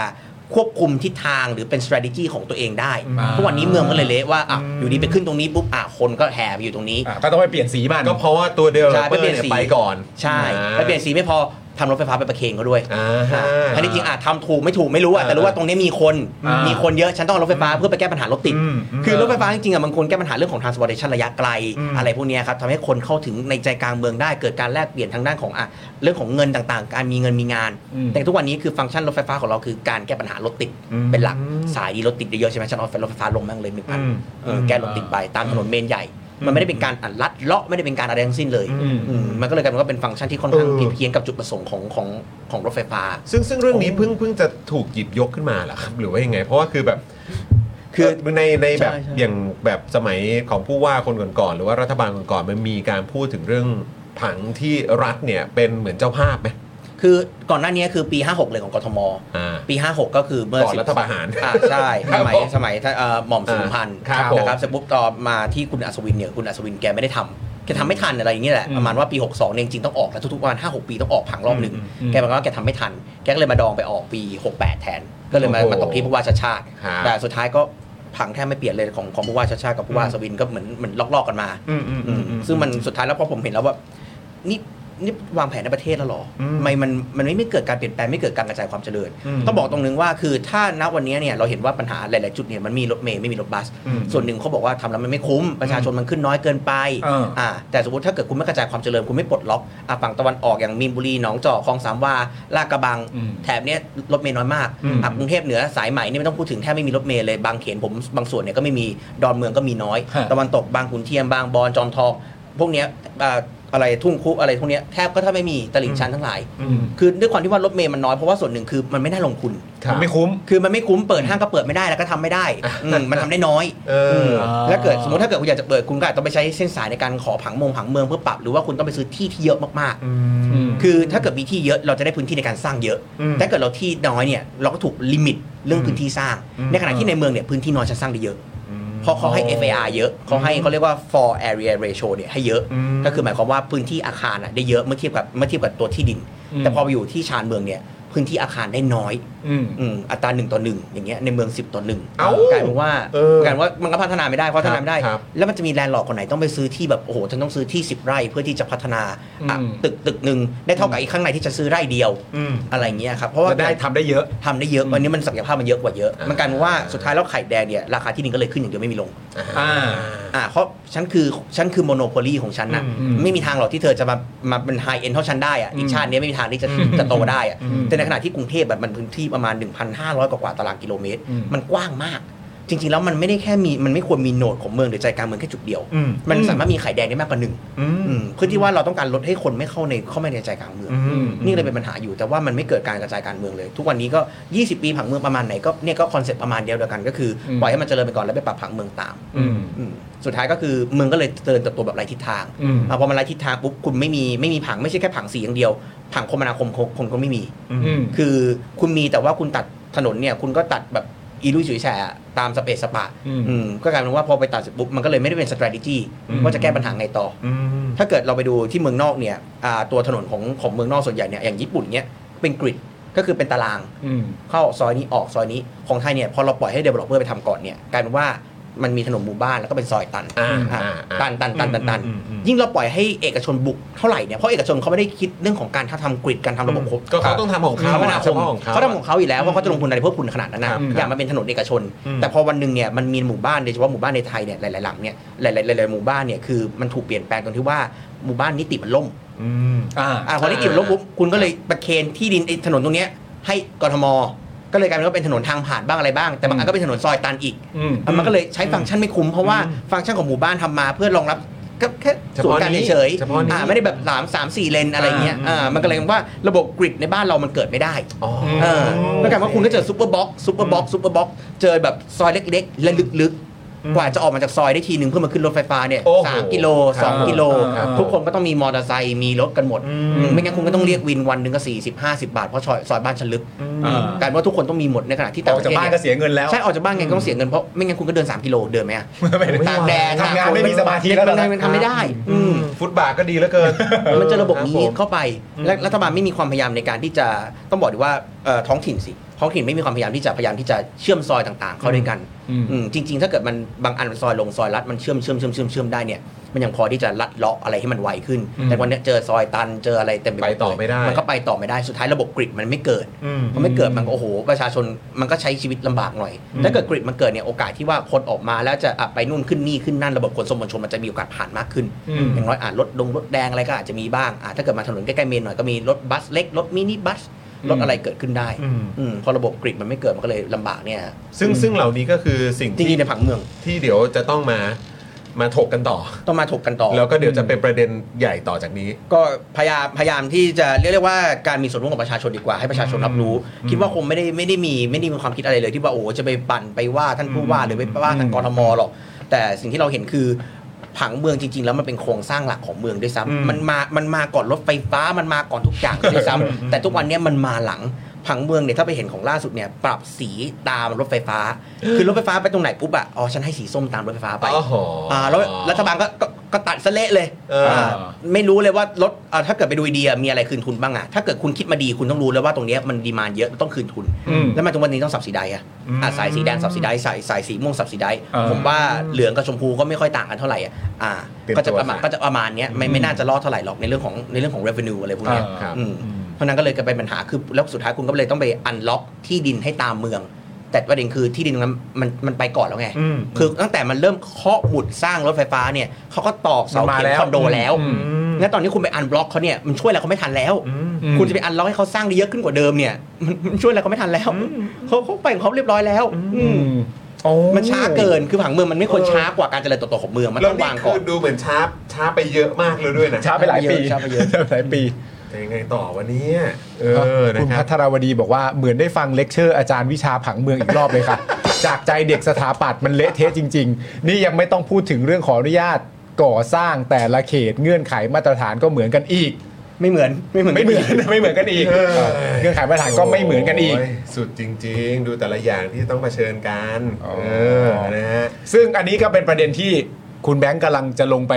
Speaker 5: ควบคุมทิศทางหรือเป็น strategy ของตัวเองได้ทุกวันนี้เมืองมันเลยเละว่าอ่ะอยู่ดีไปขึ้นตรงนี้ปุ๊บอ่ะคนก็แห่ไปอยู่ตรงนี้
Speaker 3: อ่ะก็ต้องไปเปลี่ยนสีมัน
Speaker 2: ก็เพราะว่าตัวเดล
Speaker 5: ใช่
Speaker 2: เป
Speaker 5: ไป
Speaker 2: อ
Speaker 5: เปลี่
Speaker 2: ร์
Speaker 5: ยน
Speaker 2: เนี่ย
Speaker 5: สี
Speaker 2: ไปก่อน
Speaker 5: ใช่ไปเปลี่ยนสีไม่พอทำรถไฟฟ้าไปประเคนเขาด้วย
Speaker 2: อ่าฮะ
Speaker 5: อันนี้จริงอาจทำถูกไม่ถูกไม่รู้อะ
Speaker 2: อ่า
Speaker 5: แต่รู้ว่าตรงนี้มีคน
Speaker 3: อ่ามี
Speaker 5: มีคนเยอะฉันต้องเอารถไฟฟ้าเพื่อไปแก้ปัญหารถติด
Speaker 2: อืมอืม
Speaker 5: คือรถไฟฟ้าจริงๆอะบางคนแก้ปัญหาเรื่องของ transportation ระยะไกล อะไรพวกเนี้ยครับทำให้คนเข้าถึงในใจกลางเมืองได้เกิดการแลกเปลี่ยนทางด้านของอะเรื่องของเงินต่างๆ การมีเงินมีงาน
Speaker 3: อืม
Speaker 5: แต่ทุกวันนี้คือฟังก์ชันรถไฟฟ้าของเราคือการแก้ปัญหารถติดเป็นหลักสายดีรถติดเยอะๆใช่ไหมฉันเอารถไฟฟ้าลงแม่งเลยหนึ่งพันเออแก้รถติดไปตามถนนเมนใหญ่ มันไม่ได้เป็นการอัดลัดเลาะไม่ได้เป็นการอะไรทั้งสิ้นเลย
Speaker 3: อืม
Speaker 5: อืมมันก็เลยกลายเป็นว่าเป็นฟังก์ชันที่ค่อนข้าง
Speaker 2: เออ
Speaker 5: ผิดเพี้ยนกับจุดประสงค์ของของของรถไฟฟ้า
Speaker 2: ซึ่งซึ่งเรื่องนี้เพิ่งเพิ่งจะถูกหยิบยกขึ้นมาเหรอครับ หรือว่ายังไง เพราะว่าคือแบบ คือในในแบบ
Speaker 5: ใช่ใช่
Speaker 2: อย่างแบบสมัยของผู้ว่าคนก่อนๆหรือว่ารัฐบาลก่อนๆมันมีการพูดถึงเรื่องผังที่รัฐเนี่ยเป็นเหมือนเจ้าภาพไหม
Speaker 5: คือก่อนหน้านี้คือปี 56 เลยของกทม
Speaker 2: อ่า
Speaker 5: ปี 56 ก็คือเมื่อ
Speaker 2: ก่อน
Speaker 5: สิบ
Speaker 2: รัฐประหาร
Speaker 5: อ่าใช่ สมัยสมัยท่านเอ่อหม่อมสุนมพันธ์
Speaker 2: ครับ
Speaker 5: นะ
Speaker 2: ผม
Speaker 5: ครับเสร็จปุ๊บต่อมาที่คุณอัศวินเนี่ยคุณอัศวินแกไม่ได้ทำแกทำไม่ทันอะไรอย่างเงี้ยแหละประมาณว่าปี 62เนี่ยจริงๆต้องออกแล้วทุกๆประมาณ5-6 ปีต้องออกผังรอบหนึ่งแกบอกว่าแกทำไม่ทัน แกก็เลยมาดองไปออกปี 68 แทน ก็เลยมา
Speaker 2: โอ้โห
Speaker 5: มาตกที่ผู้ว่าชาติชาติ
Speaker 2: ครับ
Speaker 5: แต่สุดท้ายก็ผังแทบไม่เปลี่ยนเลยของของผู้ว่าชาติชาติกับผู้ว่าอัศวินก็เหมือนเหมือนลอกๆกันมา อืมซึ่งมันสุดท้ายแล้วพอผมเห็นแล้วว่านี่นี่วางแผนในประเทศแล้วเหรอทำไมมันมันไม่ไม่เกิดการเปลี่ยนแปลงไม่เกิดการกระจายความเจริญ ต้องบอกตรงนึงว่าคือถ้าณวันนี้เนี่ยเราเห็นว่าปัญหาหลาย ๆ จุดเนี่ยมันมีรถเมล์ไม่มีรถบัส ส่วนหนึ่งเขาบอกว่าทำแล้วมันไม่คุ้มประชาชนมันขึ้นน้อยเกินไป
Speaker 3: เอออ่
Speaker 5: ่าแต่สมมติถ้าเกิดคุณไม่กระจายความเจริญคุณไม่ปลดล็อกอ่ะฝั่งตะวันออกอย่างมีนบุรีหนองจอกคลองสามวาลาดกระบัง
Speaker 3: อืม
Speaker 5: แถบเนี้ยรถเมล์น้อยมากอ่ะกรุงเทพเหนือสายใหม่นี่ไม่ต้องพูดถึงแทบไม่มีรถเมล์เลยบางเขนผมบางส่วนเนี่ยก็ไม่มีดอนเมืองก็มีน้อย
Speaker 3: ฮะ
Speaker 5: ตะวันตกบางขุนเทียมบางบอนจอมทองพวกเนี้ยอ่าอะไรทุ่งคุอะไรพวกเนี้ยแทบก็ถ้าไม่มีตลิ่งชันทั้งหลาย คือด้วยความที่ว่ารถเมล์มันน้อยเพราะว่าส่วนหนึ่งคือมันไม่น่าลงทุน
Speaker 3: มันไม่คุ้ม
Speaker 5: คือมันไม่คุ้มเปิดห้างก็เปิดไม่ได้แล้วก็ทำไม่ได้อืมมันทำได้น้อย
Speaker 2: เออ
Speaker 5: มแล้วเกิดสมมติถ้าเกิดคุณอยากจะเปิดคุณก็อาจต้องไปใช้เส้นสายในการขอผังมงผังเมืองเพื่อปรับหรือว่าคุณต้องไปซื้อที่ที่เยอะมากๆ คือถ้าเกิดมีที่เยอะเราจะได้พื้นที่ในการสร้างเยอะ ถ้าเกิดเราที่น้อยเนี่ยเราก็ถูกลิมิตเรื่องพื้นที่สร้าง ในขณะที่ในเมืองเนี่ยพื้นที่น้อยจะสร้างได้เยอะ เพราะเขาให้ FAR เยอะเขาให้เขาเรียกว่า for area ratio เนี่ยให้เยอะ ก็คือหมายความว่าพื้นที่อาคารอะได้เยอะเมื่อเทียบกับเมื่อเทียบกับตัวที่ดิน
Speaker 3: อืม
Speaker 5: แต่พอไปอยู่ที่ชานเมืองเนี่ยพื้นที่อาคารได้น้อย
Speaker 3: ม
Speaker 5: อืมอัตราหนึ่งต่อหนึ่งอย่างเงี้ยในเมือง 10 ต่อหนึ่ง
Speaker 2: เอ้าก
Speaker 5: ลายเป็นว่า
Speaker 2: เออก
Speaker 5: ลายเป็นว่ามันก็พัฒนาไม่ได้เพราะพัฒนาไม่ได้
Speaker 2: ครับ
Speaker 5: แล้วมันจะมีแลนด์หลอกคนไหนต้องไปซื้อที่แบบโอ้โหฉันต้องซื้อที่ 10 ไร่เพื่อที่จะพัฒนาอ่ะ
Speaker 3: อืม
Speaker 5: ตึกตึกหนึ่งได้เท่ากับอีกข้างในที่จะซื้อไร่เดียวอะไรเงี้ยครับเพราะว่า
Speaker 3: จะได้ทำได้เยอะ
Speaker 5: ทำได้เยอะ วันนี้มันศักยภาพมันเยอะกว่าเยอะ
Speaker 2: อ่ามั
Speaker 5: มันกลายเป็นว่าสุดท้ายแล้วไข่แดงเนี่ยราคาที่ดินก็เลยขึ้นอย่างเดียวไม่มีลง
Speaker 3: อ่า
Speaker 5: อ่าเพราะฉันคือฉันคือโมโนโพลีของฉันนะ
Speaker 3: อืม
Speaker 5: ไม่มีทางหรอกที่เธอจะมามาเป็นไฮเอ็นเท่าฉันได้อะอีกชาตินี้ไม่มีทางที่จะจะโตได้อะแต่ในขณะที่กรุงเทพแบบมันพื้นที่ประมาณ 1,500 กว่ากว่าตารางกิโลเมตร
Speaker 3: อืม
Speaker 5: มันกว้างมาก จริง ๆ แล้วมันไม่ได้แค่มีมันไม่ควรมีโหนดของเมืองหรือใจกลางเมืองแค่จุดเดียว มันสามารถมีไข่แดงได้มากกว่าหนึ่งอืมเพื่อที่ว่าเราต้องการลดให้คนไม่เข้าในเข้ามาในใจกลางเมือง นี่เลยเป็นปัญหาอยู่แต่ว่ามันไม่เกิดการกระจายการเมืองเลย ทุกวันนี้ก็ 20 ปีผังเมืองประมาณไหนก็เนี่ยก็คอนเซ็ปต์ประมาณเดียวกันก็คืออ
Speaker 3: ม
Speaker 5: ปล่อยให้มันเจริญไปก่อนแล้วไปปรับผังเมืองตาม
Speaker 3: อืม
Speaker 5: อืมสุดท้ายก็คือเมืองก็เลยเจริญเติบโตแบบไร้ทิศทาง
Speaker 3: อืม
Speaker 5: อ่ะพอมันไร้ทิศทางปุ๊บคุณไม่มีไม่มีผังไม่ใช่แค่ผังสีอย่างเดียว ผังคมนาคมคนคนก็ไม่มี
Speaker 3: อืม
Speaker 5: คือคุณมีแต่ว่าคุณตัดถนนเนี่ยคุณก็ตัดแบบอีลุยฉุยแฉะตามสเปซสปะ
Speaker 3: อืม
Speaker 5: อืมก็กลายเป็นว่าพอไปตัดเสร็จปุ๊บมันก็เลยไม่ได้เป็น strategy ว่าจะแก้ปัญหาไงต่ออถ้าเกิดเราไปดูที่เมืองนอกเนี่ยอ่าตัวถนนของของเมืองนอกส่วนใหญ่เนี่ยอย่างญี่ปุ่นเนี่ยเป็นกริดก็คือเป็นตาราง
Speaker 3: อืม
Speaker 5: เข้าซอยนี้ออกซอยนี้ของไทยเนี่ยพอเราปล่อยให้ developer ไปทำก่อนเนี่ยกลายเป็นว่า มันมีถนนหมู่บ้านแล้วก็เป็นซอยตัน
Speaker 1: อ่า
Speaker 5: อ่า
Speaker 1: อ่าอ่า
Speaker 5: ตันตันตันตันตัน
Speaker 1: อืมอืมอืม
Speaker 5: ยิ่งเราปล่อยให้เอกชนบุกเท่าไหร่เนี่ยเพราะเอกชนเขาไม่ได้คิดเรื่องของการทำกริดการทำระบบครบ
Speaker 1: ก็เขาต้องทำของเขา
Speaker 5: คมนาคม
Speaker 1: เฉพาะของเขา
Speaker 5: เขาทำของเขาอยู่แล้วเพราะเขาจะลงทุนอะไรเพื่อคุณขนาดนั้นนะครับ อย่างมันเป็นถนนเอกชน
Speaker 1: อืม
Speaker 5: แต่พอวันหนึ่งเนี่ยมันมีหมู่บ้านโดยเฉพาะหมู่บ้านในไทยเนี่ยหลายๆหลังเนี่ยหลายๆหลายๆหมู่บ้านเนี่ยคือมันถูกเปลี่ยนแปลงตรงที่ว่าหมู่บ้านนิติมันล่ม
Speaker 3: อ่า
Speaker 5: อ่าพอนิติมันล่มปุ๊บคุณก็เลยประเคนที่ดินไอ้ถนนตรงเนี้ยให้กทม ก็เลยกลายเป็นว่าเป็นถนนทางผ่านบ้างอะไรบ้าง แต่บางอันก็เป็นถนนซอยตันอีก
Speaker 3: อืม
Speaker 5: อ่ะมันก็เลยใช้ฟังก์ชันไม่คุ้มเพราะว่าฟังก์ชันของหมู่บ้านทำมาเพื่อรองรับก็แค่ส่วนกลารเฉย
Speaker 1: เฉพาะ
Speaker 5: ๆ
Speaker 1: นี้
Speaker 5: อ่าไม่ได้แบบสามสามสี่เลนอะไรเงี้ยอ่ามันก็เลยว่าระบบกริดในบ้านเรามันเกิดไม่ได้
Speaker 1: อ๋อ
Speaker 5: เออแล้วกลายว่าคุณก็เจอซูเปอร์บ็อกซ์ซูเปอร์บ็อกซ์ซูเปอร์บ็อกซ์เจอแบบซอยเล็กๆ และลึกๆ กว่าจะออกมาจากซอยได้ทีหนึ่งเพื่อมาขึ้นรถไฟฟ้าเนี่ย
Speaker 1: โอ้โห
Speaker 5: สามกิโลสอง
Speaker 1: ครับ
Speaker 5: กิโล
Speaker 1: ครับ
Speaker 5: ทุกคนก็ต้องมีมอเตอร์ไซค์มีรถกันหมด
Speaker 1: อืม
Speaker 5: ไม่งั้นคุณก็ต้องเรียกวินวันหนึ่งก็สี่สิบห้าสิบบาท เพราะซอยซอยบ้านฉันลึก
Speaker 3: อ่า
Speaker 5: กลายเป็นว่าทุกคนต้องมีหมดในขณะที่
Speaker 3: อ
Speaker 5: ต่าง
Speaker 3: อก
Speaker 5: ประ
Speaker 3: จาก
Speaker 5: เทศ
Speaker 3: บ้านก็เสียเงินแล้ว
Speaker 5: ใช่ออกจากบ้านไงก็ต้องเสียเงินเพราะไม่งั้นคุณก็เดินสามกิโลเดินไหมอะตากแดด
Speaker 3: ทำงา
Speaker 5: ตกฝ
Speaker 3: นไม่มีสมาธิแล้ว
Speaker 5: มัน
Speaker 3: นะ
Speaker 5: มันทำไม่ได้อืม
Speaker 1: ฟุตบาทก็ดีเหลือเกิน
Speaker 5: มันจะระบบนี้
Speaker 1: ครับผม
Speaker 5: เข้าไปและรัฐบาลไม่มีความพยายามในการที่จะต้องบอกดีว่าเอ่อท้องถิ่นสิท้องถิ่นไม่มีความพยายามที่จะพยายามที่จะเชื่อมซอยต่างๆ เข้าด้วยกัน
Speaker 3: อืม
Speaker 5: อืมจริง ๆ ถ้าเกิดมันบางอันมันซอยลงซอยลัดมันเชื่อมเชื่อมเชื่อมเชื่อมเชื่อมได้เนี่ยมันยังพอที่จะลัดเลาะอะไรให้มันไวขึ้น แต่วันเนี้ยเจอซอยตันเจออะไรเต็มไปหม
Speaker 1: ไป
Speaker 5: ด
Speaker 1: ต่อไม่ได้
Speaker 5: มันก็ไปต่อไม่ได้สุดท้ายระบบกริดมันไม่เกิดพอไม่เกิดมันก็โอ้โหประชาชนมันก็ใช้ชีวิตลำบากหน่อยถ้าเกิดกริดมันเกิดเนี่ยโอกาสที่ว่าคนออกมาแล้วจะอ่ะไปนู่นขึ้นนี่ขึ้นนั่นระบบขนส่งมวลชนมันจะมีโอกาสผ่านมากขึ้น อย่างน้อยอ่ารถดงรถแดงอะไรก็อาจจะมีบ้างอ่ะถ้าเกิดมาถนนใกล้ๆเมนหน่อยก็มีรถบัสเล็ก รถมินิบัส รถอะไรเกิดขึ้นได้อืมพอระบบกริดมันไม่เกิด มันก็เลยลำบากเนี่ยฮะ
Speaker 1: ซึ่งซึ่งเหล่านี้ก็คือสิ่ง
Speaker 5: จริ
Speaker 1: ที่
Speaker 5: งๆในผังเมือง
Speaker 1: ที่เดี๋ยวจะต้องมามาถกกันต่อ
Speaker 5: ต้องมาถกกันต่อ
Speaker 1: แล้วก็เดี๋ยวจะเป็นประเด็นใหญ่ต่อจากนี้
Speaker 5: ก็พยายามพยายามที่จะเรียกได้ว่าการมีส่วนร่วมกับประชาชนดีกว่าให้ประชาชนรับรู้ คิดว่าคงไม่ได้ไม่ได้มีไม่ได้มีความคิดอะไรเลยที่ว่าโอ้โหจะไปปั่นไปว่าท่านผู้ว่าหรือไปว่าทางกรทมหรอกแต่สิ่งที่เราเห็นคือผังเมืองจริง ๆ แล้วมันเป็นโครงสร้างหลักของเมืองด้วยซ้ำมันมามันมาก่อนรถไฟฟ้ามันมาก่อนทุกอย่างด้วยซ้ำแต่ทุกวันเนี้ยมันมาหลังผังเมืองเนี่ยถ้าไปเห็นของล่าสุดเนี่ยปรับสีตามรถไฟฟ้า คือรถไฟฟ้าไปตรงไหนปุ๊บอะอ๋อฉันให้สีส้มตามรถไฟฟ้าไป
Speaker 1: อ๋อ
Speaker 5: อ่าแล้วรัฐบาลก็ก็ก็ตัดซะเละเลย
Speaker 1: เอออ่
Speaker 5: าไม่รู้เลยว่ารถอ่าถ้าเกิดไปดูไอเดียมีอะไรคืนทุนบ้างอะถ้าเกิดคุณคิดมาดีคุณต้องรู้แล้วว่าตรงเนี้ยมันดีมานเยอะมันต้องคืนทุน แล้วมาตรงวันนี้ต้องสับสีใดอะอ่ะสายสีแดงสับสีใดสายสายสีม่วงสับสีใด
Speaker 3: อ่า
Speaker 5: ผมว่าเหลืองกับชมพูก็ไม่ค่อยต่างกันเท่าไหร่อะอ่า ก็จะประมาณก็จะประมาณเนี้ยไม่ไม่น่าจะรอดเท่าไหร่หรอกในเรื่องของในเรื่องของ revenue อะไรพวกเนี้ย
Speaker 3: อ่า
Speaker 1: ครับ
Speaker 5: อืมเพราะนั้นก็เลยกลายเป็นปัญหาคือแล้วสุดท้ายคุณก็เลยต้องไปอันล็อกที่ดินให้ตามเมือง แต่ประเด็นคือที่ดินตรงนั้นมันมันไปก่อนแล้วไง คือตั้งแต่มันเริ่มเคาะบุดสร้างรถไฟฟ้าเนี่ยเขาก็ตอกเสา
Speaker 3: มันมา
Speaker 5: เข็ม
Speaker 3: แล้ว
Speaker 5: คอนโดแล้ว
Speaker 3: อืม
Speaker 5: งั้นตอนนี้คุณไปอันบล็อกเขาเนี่ยมันช่วยอะไรเขาไม่ทันแล้ว คุณจะไปอันล็อกให้เขาสร้างได้เยอะขึ้นกว่าเดิมเนี่ยมันมันช่วยอะไรเขาไม่ทันแล้วเขาเขาไปของเขาเรียบร้อยแล้วอืม
Speaker 3: โอ้
Speaker 5: มันช้าเกินคือผังเมืองมันไม่ควรช้ากว่าการเจริญเติบโตของเมืองมัน
Speaker 1: แล้
Speaker 5: ต้อ
Speaker 1: ว
Speaker 5: ง
Speaker 1: นี่
Speaker 5: วาง
Speaker 1: คื
Speaker 5: ก่อน
Speaker 1: อดูเหมือนช้าช้าไปเยอะมากเลยด้วยนะ
Speaker 3: ช้าไปหลายปี
Speaker 5: ช้าไปเยอะ
Speaker 3: ช้าไปหลายปี
Speaker 1: จะยังไงต่อวันนี้เออนะ
Speaker 3: คุณ
Speaker 1: ครั
Speaker 3: พั
Speaker 1: บ
Speaker 3: ทรวดีบอกว่าเหมือนได้ฟังเลคเชอร์อาจารย์วิชาผังเมืองอีกรอบเลยค่ะ จากใจเด็กสถาปัตย์มันเละเทะจริง ๆ นี่ยังไม่ต้องพูดถึงเรื่องขออนุญาตก่อสร้างแต่ละเขตเงื่อนไขมาตรฐานก็เหมือนกันอีก
Speaker 5: ไม่เหมือนไม่เหมือน
Speaker 3: ไม่เหมือน ไม่เหมือนกันอีก
Speaker 1: เออ
Speaker 3: เงื่อนไขมาตรฐานก็ไม่เหมือนกันอีก
Speaker 1: โยสุดจริง ๆ ดูแต่ละอย่างที่ต้องเผชิญกัน
Speaker 3: อ๋อ
Speaker 1: เออนะฮะ
Speaker 3: ซึ่งอันนี้ก็เป็นประเด็นที่คุณแบงค์กำลังจะลงไป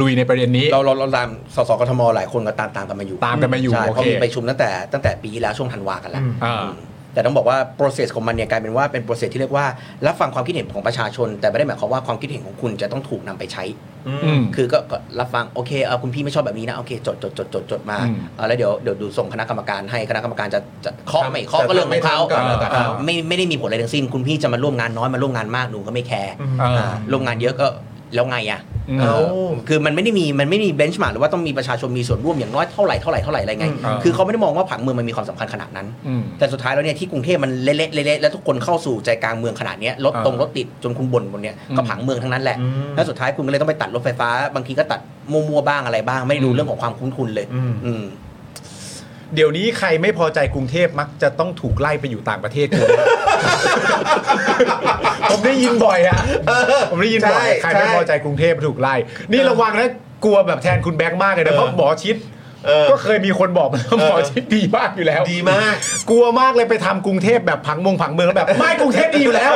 Speaker 3: ลุยในประเด็นนี้
Speaker 5: เราเราเราตามสสกทมหลายคนก็ตามตามกันมาอยู่
Speaker 3: ตามกันมาอยู่
Speaker 5: ใช่
Speaker 3: โอเค
Speaker 5: เขาะมีประชุมตั้งแต่ตั้งแต่ปีที่แล้วช่วงธันวากันแล้ว
Speaker 3: อ่า
Speaker 5: อืมแต่ต้องบอกว่า process ของมันเนี่ยกลายเป็นว่าเป็น process ที่เรียกว่ารับฟังความคิดเห็นของประชาชน แต่ไม่ได้หมายความว่าความคิดเห็นของคุณจะต้องถูกนำไปใช้
Speaker 3: อืม
Speaker 5: คือก็ก็รับฟังโอเคเออคุณพี่ไม่ชอบแบบนี้นะโอเคจดจดจดจดจดมา
Speaker 3: อืม
Speaker 5: เออแล้วเดี๋ยวเดี๋ยวดูส่งคณะกรรมการให้คณะกรรมการจะจะเคาะ
Speaker 1: ทำ
Speaker 5: ไม่เคาะก็เรื่องของเขา
Speaker 1: จะทำไม่ทำก็แล้วแต่เขา
Speaker 5: เออไม่ไม่ได้มีผลอะไรทั้งสิ้น คุณพี่จะมาร่วมงานน้อยมาร่วมงานมากหนูก็ไม่แคร์
Speaker 3: อ่า
Speaker 5: อ่าร่วมงานเยอะก็แล้วไงอ่ะ
Speaker 3: อืม
Speaker 5: เออคือมันไม่ได้มีมันไม่มีเบนช์มาร์หรือว่าต้องมีประชาชนมีส่วนร่วมอย่างน้อยเท่าไหร่เท่าไหร่เท่าไหร่อะไรไง
Speaker 3: อ่า
Speaker 5: คือเขาไม่ได้มองว่าผังเมืองมันมีความสำคัญขนาดนั้น
Speaker 3: อืม
Speaker 5: แต่สุดท้ายแล้วเนี่ยที่กรุงเทพมันเละๆเละๆแล้วทุกคนเข้าสู่ใจกลางเมืองขนาดเนี้ยรถ
Speaker 3: อ่า
Speaker 5: ตรงรถติดจนคุณบ่นหมดเนี่ย
Speaker 3: อืม
Speaker 5: ก็ผังเมืองทั้งนั้นแหละ แล้วสุดท้ายคุณก็เลยต้องไปตัดรถไฟฟ้า บางทีก็ตัดมั่วๆบ้างอะไรบ้าง ไม่ได้ดู
Speaker 3: อืม
Speaker 5: เรื่องของความคุ้นคุณเลยอืม
Speaker 3: เดี๋ยวนี้ใครไม่พอใจกรุงเทพมักจะต้องถูกไล่ไปอยู่ต่างประเทศคนผมได้ยินบ่อยอะผมได้ยินบ่อย
Speaker 1: ใช่
Speaker 3: ใครไม่พอใจกรุงเทพถูกไล่ นี่ระวังนะกลัวแบบแทนคุณแบงค์มากเลยนะเพราะหมอชิด
Speaker 2: เออ
Speaker 3: ก็เคยมีคนบอกมา แล้วหมอชิดดีมากอยู่แล้ว
Speaker 2: ดีมาก
Speaker 3: กลัวมากเลยไปทำกรุงเทพแบบผังเมองผังเมืองแล้วแบบ ไม่กรุงเทพดีอยู่แล้ว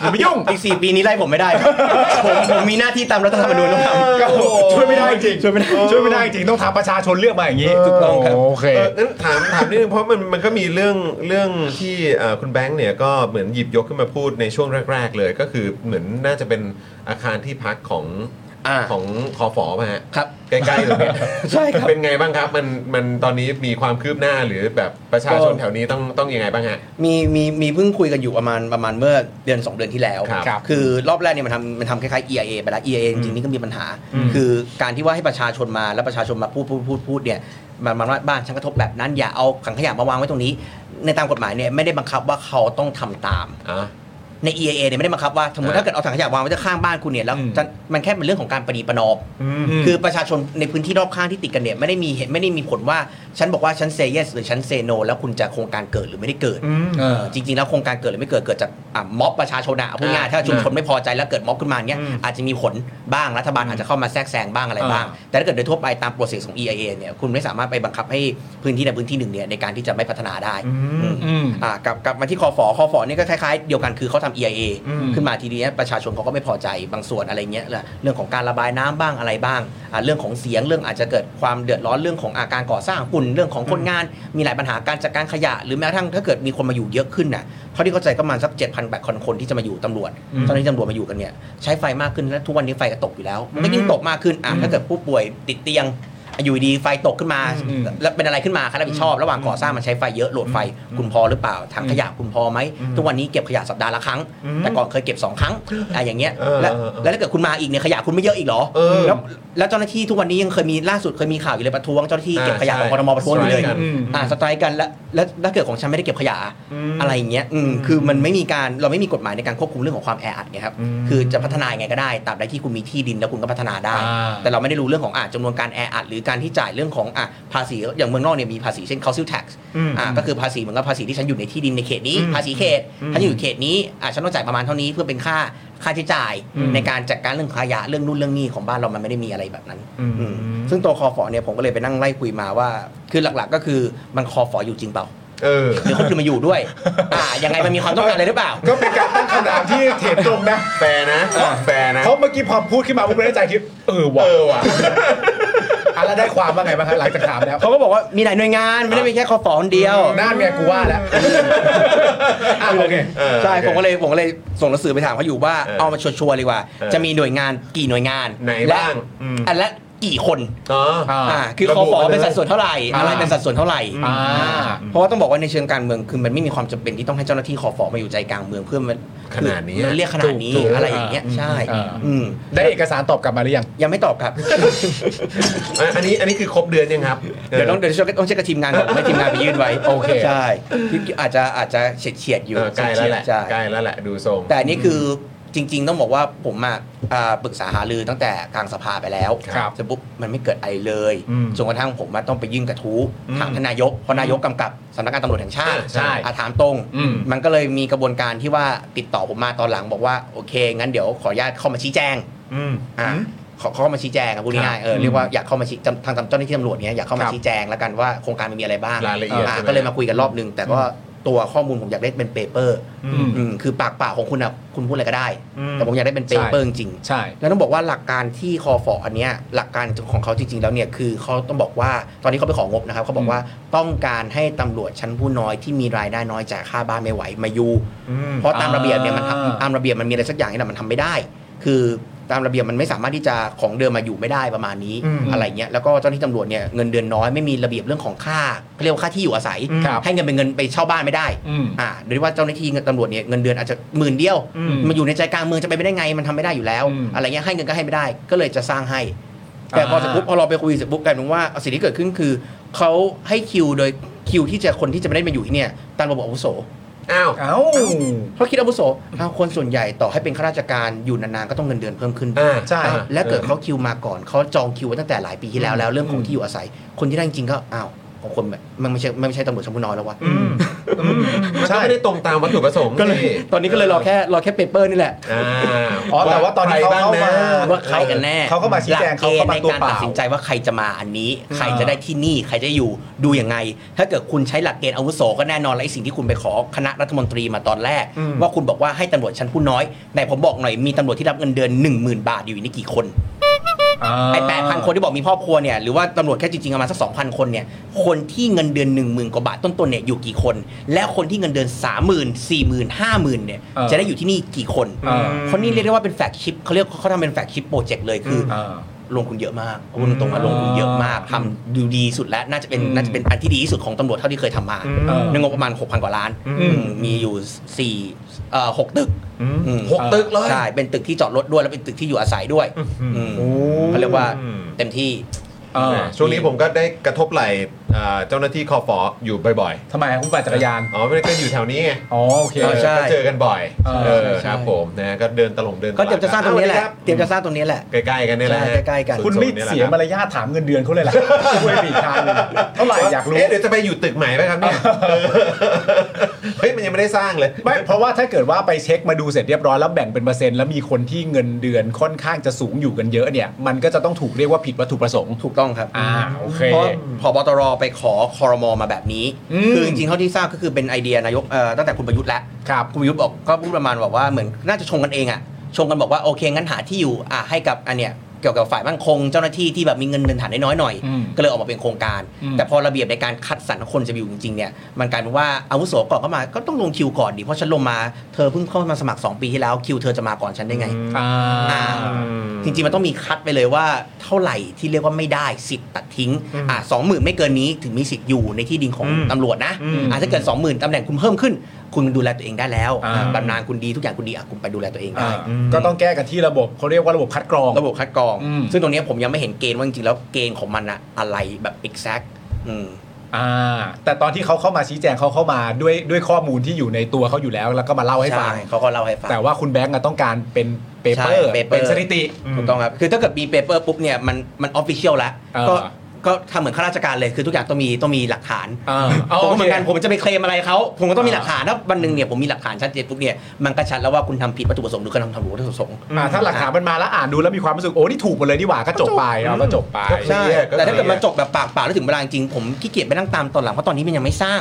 Speaker 3: อย่ามายุ่ง
Speaker 5: อีกสี่ปีนี้ไล่ผมไม่ได้ครับ ผมผมมีหน้าที่ตามรัฐธรรมนูญต้องทำ
Speaker 3: ก็ช่วยไม่ได้จริงช่วยไม่ได้ช่วยไม่ได้จริงต้องทำประชาชนเลือกมาอย่างนี้ถูกต้องครับโอเค
Speaker 2: เอองั้นถามถามนิดนึงเพราะมันมันก็มีเรื่องเรื่องที่เอ่อคุณแบงค์เนี่ยก็เหมือนหยิบยกขึ้นมาพูดในช่วงแรก ๆ เลย ก็คือเหมือนน่าจะเป็นอาคารที่พักของ
Speaker 5: อ่า
Speaker 2: ของคอฟอป่ะฮะ
Speaker 5: ครับ
Speaker 2: ใกล้ๆตรงเนี้ย
Speaker 5: ใช่ครับ
Speaker 2: เป็นไงบ้างครับ มันมันตอนนี้มีความคืบหน้าหรือแบบประชาชนแถวนี้ต้องต้องยังไงบ้างฮะ
Speaker 5: มีมีมีเพิ่งคุยกันอยู่ประมาณประมาณเมื่อเดือนสองเดือนที่แล้ว
Speaker 2: ครับ
Speaker 5: อรอบแรกเนี่ยมันทำมันทำคล้ายๆ EIA ไปแล้ว EIA จริงๆนี่ก็มีปัญหา คือการที่ว่าให้ประชาชนมาแล้วประชาชนมาพูดพูดพูดพูดเนี่ยมันมันว่าบ้านฉันกระทบแบบนั้นอย่าเอาขังขยะมาวางไว้ตรงนี้ ในตามกฎหมายเนี่ยไม่ได้บังคับว่าเขาต้องทำตาม
Speaker 2: อ่ะ
Speaker 5: ใน EIA เนี่ยไม่ได้บังคับว่าสมมติ
Speaker 2: อ่า
Speaker 5: ถ้าเกิดเอาถังขยะวางไว้ข้างบ้านคุณเนี่ยแล้ว
Speaker 3: อืม
Speaker 5: จะมันแค่เป็นเรื่องของการประนีประนอม คือประชาชนในพื้นที่รอบข้างที่ติดกันเนี่ยไม่ได้มีเหตุไม่ได้มีผลว่า ฉันบอกว่าฉันเซเยสหรือฉันเซโนแล้วคุณจะโครงการเกิดหรือไม่ได้เกิด
Speaker 3: เออ
Speaker 5: จริงๆ แล้วโครงการเกิดหรือไม่เกิดเกิดจากอ่ะม็อบประชาชนอะเอาพูดง่ายๆถ้าชุมชนไม่พอใจแล้วเกิดม็อบขึ้นมาเนี่ยอาจจะมีผลบ้างรัฐบาลอาจจะเข้ามาแทรกแซงบ้างอะไรบ้าง
Speaker 3: อ่า
Speaker 5: แต่ถ้าเกิดโดยทั่วไปตามโปรเซสของ EIA เนี่ยคุณไม่สามารถไปบังคับให้พื้นที่ในพื้นที่หนึ่งเนี่ยในการที่จะไม่พัฒนาได้อืม
Speaker 3: อืม
Speaker 5: อ่ากลับกลับมาที่คอฟอคอฟอนี่ก็คล้ายๆเดียวกันคือเขาทำ EIA ขึ้นมาทีนี้ประชาชนเขาก็ไม่พอใจบางส่วนอะไรเงี้ยแหละเรื่องของการระบายน้ำบ้างอะไรบ้างอ่าเรื่องของเสียงเรื่องอาจจะเกิดความเดือดร้อนเรื่องของอาการก่อสร้างฝุ่นเรื่องของคนงาน มีหลายปัญหาการจัดการขยะ หรือแม้กระทั่งถ้าเกิดมีคนมาอยู่เยอะขึ้นน่ะเท่าที่เข้าใจก็ประมาณสัก7 0 0 0แบบคนที่จะมาอยู่ตำรวจตอนนี้ตำรวจมาอยู่กันเนี่ยใช้ไฟมากขึ้นและทุกวันนี้ไฟก็ตกอยู่แล้วมันก็ยิ่งตกมากขึ้นอ่ะถ้าเกิดผู้ป่วยติดเตียงอยู่ดีๆไฟตกขึ้นมา
Speaker 3: อืม
Speaker 5: แล้วเป็นอะไรขึ้นมาใครรับผิดชอบระหว่างก่อสร้างมันใช้ไฟเยอะโหลดไฟคุณพอหรือเปล่าถังขยะคุณพอไหมทุกวันนี้เก็บขยะสัปดาห์ละครั้ง แต่ก่อนเคยเก็บ 2 ครั้งอะไรอย่างเงี้ย
Speaker 2: เออ
Speaker 5: แล้ว
Speaker 2: เออเออ
Speaker 5: แล้วถ้าเกิดคุณมาอีกเนี่ยขยะคุณไม่เยอะอีกเหรอ
Speaker 2: เออ
Speaker 5: แล้วแล้วเจ้าหน้าที่ทุกวันนี้ยังเคยมีล่าสุดเคยมีข่าวอยู่เลยประท้วงเจ้าหน้าที่เก็บขยะของ
Speaker 2: อ่าใช่
Speaker 5: กทมประท้วงอยู่เลย
Speaker 2: สไตรค์กัน
Speaker 5: อืมอ่าสไตรค์กันแล้วแล้วแล้วเกิดของฉันไม่ได้เก็บขยะอะไรอย่างเงี้ยอืมคือมันไม่มีการเราไม่มีกฎหมายในการควบคุมเรื่องของความแออัดไงครับคือจะพัฒนายังไงก็ได้ตราบใดที่คุณมีที่ดินแล้วคุณก็พัฒนาได้
Speaker 3: อ่า
Speaker 5: แต่เราไม่ได้รู้เรื่องของอ่ะจำนวนการแออัดหรือการที่จ่ายเรื่องของอ่ะภาษีอย่างเมืองนอกเนี่ยมีภาษีเช่น council tax อ่ะก็คือภาษีเหมือนกับภาษีที่ฉันอยู่ในที่ดินในเขตนี้ ภาษีเขตฉันอยู่เขตนี้อ่ะฉันต้องจ่ายประมาณเท่านี้เพื่อเป็นค่าค่าใช้จ่ายในการจัดการเรื่องขยะเรื่องนู่นเรื่องนี้ของบ้านเรามันไม่ได้มีอะไรแบบนั้นอืมซึ่งตัวคอฟอเนี่ยผมก็เลยไปนั่งไล่คุยมาว่า คือหลักๆ ก็คือมันคอฟออยู่จริงเปล่า
Speaker 2: เออ
Speaker 5: หรือคนอื่นมาอยู่ด้วยอ่ะยังไงมันมีความต้องการอะไรหรือเปล่า
Speaker 3: ก็เป็นการตั้งคำถามที่เถตรงนะ
Speaker 2: แฟร์นะแฟร์นะ
Speaker 3: เพราะเมื่อกี้พอพูดขึ้นมาผมไม่ได้ใจคิดเออว่ะ
Speaker 2: เออว่ะ
Speaker 3: อ่ะแล้วได้ความว่าไงบ้างครับหลังจากถามแล้ว
Speaker 5: เขาก็บอกว่ามีหลายหน่วยงานไม่ได้มีแค่คอฟอคนเดียว
Speaker 3: นั่นไงกูว่าแล้วอ่ะโอเค
Speaker 2: เออ
Speaker 5: ใช่
Speaker 2: โอเค
Speaker 5: ผมก็เลยผมก็เลยส่งหนังสือไปถามเขาอยู่ว่า
Speaker 2: เออ
Speaker 5: เอามาชัวร์ๆเลยว่า
Speaker 2: เออ
Speaker 5: จะมีหน่วยงานกี่หน่วยงาน
Speaker 2: ไหนบ้าง
Speaker 5: และ
Speaker 2: อืม
Speaker 5: อันละกี่คน
Speaker 2: อ๋อ
Speaker 3: อ่า
Speaker 5: อ่าคือ
Speaker 2: ระ
Speaker 5: ค
Speaker 2: บุ
Speaker 5: อฟอ
Speaker 2: ไว้เลย
Speaker 5: เป็นสัดส่วนเท่าไหร่อะไร
Speaker 3: อ่า
Speaker 5: เป็นสัดส่วนเท่าไหร่
Speaker 3: อ่า
Speaker 5: เพราะว่าต้องบอกว่าในเชิงการเมืองคือมันไม่มีความจำเป็นที่ต้องให้เจ้าหน้าที่คอฟอมาอยู่ใจกลางเมืองเพื่อมัน
Speaker 2: ขนาดนี้
Speaker 5: มันเรียกขนาดนี้
Speaker 3: ถูกๆ
Speaker 5: อะไรอย่างเงี้ยใช่
Speaker 3: อ่า
Speaker 5: อืม
Speaker 3: ได้เอกสารตอบกลับมาหรือยัง
Speaker 5: ยังไม่ตอบครับ
Speaker 2: อ่ะอันนี้อันนี้คือครบ เดือนยังครับ
Speaker 5: เดี๋ยวต้องเดี๋ยวต้องเช็คกับทีมงานก่อนให้ทีมงานไปยื่นไว้
Speaker 3: โอเค
Speaker 5: ใช่ที่อาจจะอาจจะเฉียดเฉียดๆอยู่
Speaker 2: เออใกล้แล้วแหละ
Speaker 5: ใช่
Speaker 2: ใกล้แล้วแหละดูทรง
Speaker 5: แต่อันนี่คือจริง ๆ ต้องบอกว่าผมอะอ่าปรึกษาหารือตั้งแต่กลางสภาไปแล้ว
Speaker 3: ครับ
Speaker 5: เสร็จปุ๊บมันไม่เกิดอะไรเลย
Speaker 3: อืม
Speaker 5: จนกระทั่งผมอะต้องไปยื่นกระทู้
Speaker 2: อืม
Speaker 5: ถามทานนายกเพราะนายกกำกับสำนักงานตำรวจแห่งชาติ
Speaker 2: อ่าใช่
Speaker 5: อ่ะถามตรง
Speaker 3: อืม
Speaker 5: มันก็เลยมีกระบวนการที่ว่าติดต่อผมมาตอนหลังบอกว่าโอเค งั้นเดี๋ยวขออนุญาตเข้ามาชี้แจงอ่ะขอเข้ามาชี้แจงครับพูดง่ายๆเออเรียกว่าอยากเข้ามาชี้ทางเจ้าหน้าที่ตำรวจเนี่ยอยากเข้ามา
Speaker 3: ครับ
Speaker 5: ชี้แจงแล้วกันว่าโครงการมันมีอะไรบ้าง
Speaker 2: รายละเอียด
Speaker 5: อ่
Speaker 2: ใช่ไหม
Speaker 5: ก็เลยมาคุยกันรอบนึงแต่ก็ตัวข้อมูลผมอยากได้เป็นเปเปอร์
Speaker 3: อืม
Speaker 5: อืมคือปากเปล่าของคุณอ่ะคุณพูดอะไรก็ได้ แต่ผมอยากได้เป็นเป
Speaker 3: ใช่
Speaker 5: เปอร์จริง
Speaker 3: ใช่
Speaker 5: ๆแล้วต้องบอกว่าหลักการที่คอฟออันเนี้ยหลักการของเขาจริง ๆ แล้วเนี่ยคือเขาต้องบอกว่าตอนนี้เขาไปของงบนะครับเขาบอกว่าต้องการให้ตำรวจชั้นผู้น้อยที่มีรายได้น้อยจากค่าบ้านไม่ไหวมาอยู่เพราะตามระเบียบเนี่ยมัน
Speaker 3: อ่า
Speaker 5: ทำตามระเบียบมันมีอะไรสักอย่างนี่แหละมันทำไม่ได้ คือตามระเบียบมันไม่สามารถที่จะของเดิมมาอยู่ไม่ได้ประมาณนี้อะไรเงี้ยแล้วก็เจ้าหน้าที่ตำรวจเนี่ยเงินเดือนน้อยไม่มีระเบียบเรื่องของค่าเขาเรียกว่าค่าที่อยู่อาศัย
Speaker 3: ครับ
Speaker 5: ให้เงินเป็นเงินไปเช่าบ้านไม่ได้
Speaker 3: อืม
Speaker 5: อ่าโดยที่ว่าเจ้าหน้าที่ตำรวจเนี่ยเงินเดือนอาจจะหมื่นเดียว
Speaker 3: อืม
Speaker 5: มันอยู่ในใจกลางเมืองจะไปไม่ได้ไงมันทำไม่ได้อยู่แล้ว
Speaker 3: อืม
Speaker 5: อะไรเงี้ยให้เงินก็ให้ไม่ได้ ก็เลยจะสร้างให้ แต่พอ
Speaker 3: อ่า
Speaker 5: เสร็จปุ๊บพอเราไปคุยเสร็จปุ๊บกลายเป็นว่าสิ่งที่เกิดขึ้นคือเขาให้คิวโดยคิวที่จะคนที่จะไม่ได้มาอยู่ที่เนี่ยตามระบบอาวุโส
Speaker 2: อ้าว
Speaker 3: เอ้า
Speaker 5: เพราะคิดอาวุโสอ้าวคนส่วนใหญ่ต่อให้เป็นข้าราชการอยู่นานๆก็ต้องเงินเดือนเพิ่มขึ้น
Speaker 2: อ่าใช่
Speaker 5: อ้าวและเกิดเขาคิวมาก่อนเขาจองคิวไว้ตั้งแต่หลายปีที่แล้วแล้วเรื่องของที่อยู่อาศัย คนที่ได้จริงๆก็อ้าวโอ ของคนแบบมันไม่ใช่มันไม่ใช่ตำรวจชั้นผู้น้อยแล้ววะ
Speaker 2: มันก็ไม่ได้ตรงตามวัตถุประสงค์
Speaker 5: ก็เลยตอนนี้ก็เลยรอแค่รอแค่เปเปอร์นี่แหละ
Speaker 2: อ่า
Speaker 3: อ๋อแต่ว่าตอนนี้เขาเข้า
Speaker 2: ใครบ้
Speaker 3: มา
Speaker 2: งนะ
Speaker 5: ว่าใครกันแน่
Speaker 3: เขาก็มาชี้แจ
Speaker 5: ห
Speaker 3: ง
Speaker 5: ลักเกณฑ์
Speaker 3: เขาก็
Speaker 5: ใน
Speaker 3: มาตัว
Speaker 5: การ
Speaker 3: เปล่า
Speaker 5: ตัดสินใจว่าใครจะมาอันนี้ ใครจะได้ที่นี่ใครจะอยู่ดูยังไง ถ้าเกิดคุณใช้หลักเกณฑ์อาวุโสก็แน่นอนและไอ้สิ่งที่คุณไปขอคณะรัฐมนตรีมาตอนแรก
Speaker 3: อืม
Speaker 5: ว่าคุณบอกว่าให้ตำรวจชั้นผู้น้อยแต่ผมบอกหน่อยมีตำรวจที่รับเงินเดือน1 0,000 บาทอยู่นี่กี่คนไอ้แปดพันคนที่บอกมีครอบครัวเนี่ยหรือว่าตำรวจแค่จริงๆประมาณสักสองพันคนเนี่ยคนที่เงินเดือน1 0,000กว่าบาทต้นๆเนี่ยอยู่กี่คน และคนที่เงินเดือน3 0,000 40,000 50,000เนี่ย
Speaker 3: เออ
Speaker 5: จะได้อยู่ที่นี่กี่คน
Speaker 3: อ่า
Speaker 5: คนนี้เรียกได้ว่าเป็นแฟกชิปเขาเรียกเขาทำเป็นแฟกชิปโปรเจกต์เลยคืออ
Speaker 3: อ่า
Speaker 5: ลงทุนเยอะมากพูดตรงๆว่าลงทุนเยอะมากทำดูดีสุดแล้วน่าจะเป็น
Speaker 3: อืม
Speaker 5: น่าจะเป็นอันที่ดีที่สุดของตำรวจเท่าที่เคยทำมา
Speaker 3: อืม
Speaker 5: ในงบประมาณ 6,000 กว่าล้าน
Speaker 3: อืม
Speaker 5: อืมมีอยู่สี่เอ่อหกตึกอืม
Speaker 2: หกตึกเลย
Speaker 5: ใช่เป็นตึกที่จอดรถด้วย แล้วเป็นตึกที่อยู่อาศัยด้วยอืม
Speaker 3: โอ้
Speaker 5: เขาเรียกว่าเต็มที่
Speaker 3: อ่า
Speaker 2: ช่วงนี้ผมก็ได้กระทบไหล่อ่าเจ้าหน้าที่คอฟออยู่บ่อย
Speaker 3: ทำไมคุณปั่น
Speaker 2: ๆ
Speaker 3: จักรยาน
Speaker 2: อ๋อไม่ได้ก็อยู่แถวนี้ไง
Speaker 3: อ๋อโอเค
Speaker 5: เออใช่
Speaker 2: ก็เจอกันบ่อย
Speaker 3: เออ
Speaker 2: เออ
Speaker 5: ใช่
Speaker 2: ครับผมนะก็เดินตลงเดิน
Speaker 5: ก็เตรียมจะสร้างตรงนี้แหละ
Speaker 2: อ้ว
Speaker 5: เตรียมจะสร้างตรงนี้แหละ
Speaker 2: ใกล้ๆกันเนี่ยแหละ
Speaker 5: ใช่ใกล้ๆกัน
Speaker 2: ส่ว
Speaker 3: คุณไม่เสียมารยาทถามเงินเดือนเขาเลยล่ะช่วยปีกทางหนึ่งเท่าไหร่อยากรู้
Speaker 2: เอ๊ะเดี๋ยวจะไปอยู่ตึกใหม่ไหมครับ เนี่ยเออเฮ้ยมันยังไม่ได้สร้างเลย
Speaker 3: ไม่เพราะว่าถ้าเกิดว่าไปเช็คมาดูเสร็จเรียบร้อยแล้วแบ่งเป็นเปอร์เซ็นต์แล้วมีคนที่เงินเดือนค่อนข้างจะสูงอยู่กันเยอะเนี่ย มันก็จะต้องถูกเรียกว่าผิดวัตถุประสงค์
Speaker 5: ถูกต้องครับ
Speaker 3: อ่าโอเค
Speaker 5: เพราะพอบตรไปขอคอรมอมาแบบนี้
Speaker 3: อืม
Speaker 5: คือจริงๆเท่าที่ทราบก็คือเป็นไอเดียนายกเอ่อตั้งแต่คุณประยุทธ์แล้ว
Speaker 3: ครับ
Speaker 5: คุณประยุทธ์บอกก็พูดประมาณแบบว่าเหมือนน่าจะชงกันเองอะชงกันบอกว่าโอเคงั้นหาที่อยู่อ่ะให้กับอันเนี้ยเกี่ยวกับฝ่ายมั่นคงเจ้าหน้าที่ที่แบบมีเงินเดือนฐานน้อยๆหน่อย
Speaker 3: อืม
Speaker 5: ก็เลยออกมาเป็นโครงการ
Speaker 3: อืม
Speaker 5: แต่พอระเบียบในการคัดสรรคนจะไปอยู่จริงๆเนี่ยมันกลายเป็นว่าอาวุโสก่อนเข้ามาก็ต้องลงคิวก่อนดิเพราะฉันลงมาเธอเพิ่งเข้ามาสมัครสองปีที่แล้วคิวเธอจะมาก่อนฉันได้ไง
Speaker 3: อ่า
Speaker 5: อ่าจริงๆ มันต้องมีคัดไปเลยว่าเท่าไหร่ที่เรียกว่าไม่ได้สิทธิ์ตัดทิ้งอ่าสองหมื่นไม่เกินนี้ถึงมีสิทธิ์อยู่ในที่ดินของตำรวจนะ
Speaker 3: อืม
Speaker 5: อ่าถ้าเกิด 20,000ตำแหน่งคุณเพิ่มขึ้น คุณดูแลตัวเองได้แล้ว
Speaker 3: อ่า
Speaker 5: อ่าบำนาญคุณดีทุกอย่างคุณดีอ่ะคุณไปดูแลตัวเอง
Speaker 3: อ่า
Speaker 5: ได้
Speaker 3: ก็ต้องแก้กันที่ระบบเขาเรียกว่าระบบคัดกรอง
Speaker 5: ระบบคัดกรอง
Speaker 3: อืม
Speaker 5: ซึ่งตรงเนี้ยผมยังไม่เห็นเกณฑ์ว่าจริงๆแล้วเกณฑ์ของมันอะอะไรแบบ exact อืม
Speaker 3: อ่าแต่ตอนที่เขาเข้ามาชี้แจงเขาเข้ามาด้วยด้วยข้อมูลที่อยู่ในตัวเขาอยู่แล้ว แล้วก็มาเล่าให้ฟัง
Speaker 5: ใช่เขาก็เล่าให้ฟัง
Speaker 3: แต่ว่าคุณแบงก์อะต้องการเป็นเปเปอร์
Speaker 5: ใช่ paper
Speaker 3: เป็นสถิติ
Speaker 5: ถูกต้องครับ คือถ้าเกิดมีเปเปอร์ปุ๊บเนี่ยมันมันออฟฟิเชียลแล้ว
Speaker 3: อ่า
Speaker 5: ก็ก็ทำเหมือนข้าราชการเลยคือทุกอย่างต้องมีต้องมีหลักฐาน
Speaker 3: อ่า
Speaker 5: ผ
Speaker 3: โค
Speaker 5: มก็เหมือนกันผมจะไปเคลมอะไรเขาผมก็ต้องมี
Speaker 3: อ่า
Speaker 5: หลักฐานถ้าวันหนึ่งเนี่ยผมมีหลักฐานชัดเจนปุ๊บเนี่ยมันก็ชัดแล้วว่าคุณทำผิดวัตถุประสงค์หรือกระทำทำผิดวัตถุประสงค์
Speaker 3: อ่าถ้าหลักฐานมันมาแล้วอ่านดูแล้วมีความรู้สึกโอ้นี่ถูกหมดเลยนี่หว่าก็จบไปเราก็จบไป
Speaker 2: ใช่
Speaker 5: แต่ถ้าเกิดมาจบแบบปากเปล่าแล้วถึงเวลาจริงๆผมขี้เกียจไปนั่งตามตอนหลังเพราะตอนนี้มันยังไม่สร้าง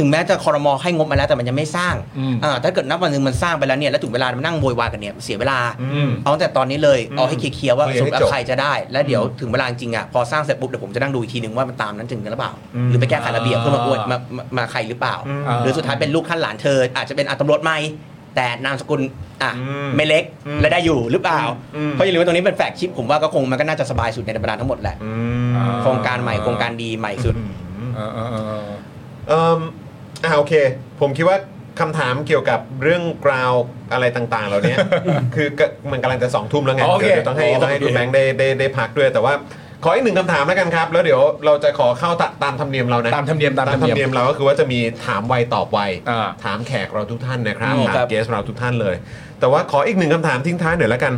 Speaker 5: ถึงแม้จะคอรมอให้งบมาแล้วแต่มันยังไม่สร้าง
Speaker 3: อืม
Speaker 5: อ่าถ้าเกิดนับวันหนึ่งมันสร้างไปแล้วเนี่ยแล้วถึงเวลามานั่งโวยวายกันเนี่ยเสียเวลา
Speaker 3: อืม
Speaker 5: เอาตั้งแต่ตอนนี้เลยเอาให้เคลียร์ๆว่า
Speaker 2: เคลีย
Speaker 5: ส
Speaker 2: ร์
Speaker 5: ม
Speaker 2: ให้
Speaker 5: มติ
Speaker 2: จบ
Speaker 5: ว่าใครจะได้ แล้วเดี๋ยวถึงเวลาจริงๆอ่ะพอสร้างเสร็จปุ๊บเดี๋ยวผมจะนั่งดูอีกทีหนึ่งว่ามันตามนั้นจริงหรือเปล่า หรือไปแก้ไขระเบียบเพื่อมาอวดมามามาใครหรือเปล่า
Speaker 3: อ่า
Speaker 5: หรือสุดท้ายเป็นลูกขั้นหลานเธอ อาจจะเป็นอะตำรวจใหม่แต่นามสกุลอ่ะไม่เล็กและได้อยู่หรือเปล่า เพราะอย่าลืมว่าตรงนี้เป็นแฟกชิปผมว่าก็คงมันก็น่าจะสบายสุดในบรรดาทั้งหมดแหละโครงการใหม่โครงการดีใหม่สุด
Speaker 3: เออเออเออ
Speaker 2: เอ่มอ่าโอเค ผมคิดว่าคำถามเกี่ยวกับเรื่องกราวอะไรต่างๆ เหล่า นี้ คือก็มันกำลังจะสองทุ่มแล้วไง
Speaker 3: โอเค
Speaker 2: เดี๋ยวต้องให้ต้องให้คุณแบงค์ได้ได้ได้พักด้วย แต่ว่าขออีกหนึ่งคำถามแล้วกันครับ แล้วเดี๋ยวเราจะขอเข้าตะตามธรรมเนียมเรานะ
Speaker 3: ตามธรรมเนียมตาม
Speaker 2: ตามธ
Speaker 3: ธรรม
Speaker 2: รรม
Speaker 3: เนี
Speaker 2: เนี
Speaker 3: ย
Speaker 2: ย
Speaker 3: ม
Speaker 2: มเราก็คือว่าจะมีถามไวตอบไว
Speaker 3: อ่า
Speaker 2: ถามแขกเราทุกท่านนะครับ
Speaker 5: อืม
Speaker 2: ถาม
Speaker 5: ครับ
Speaker 2: เกสเราทุกท่านเลย แต่ว่าขออีกหนึ่งคำถามทิ้งท้ายหน่อยละกัน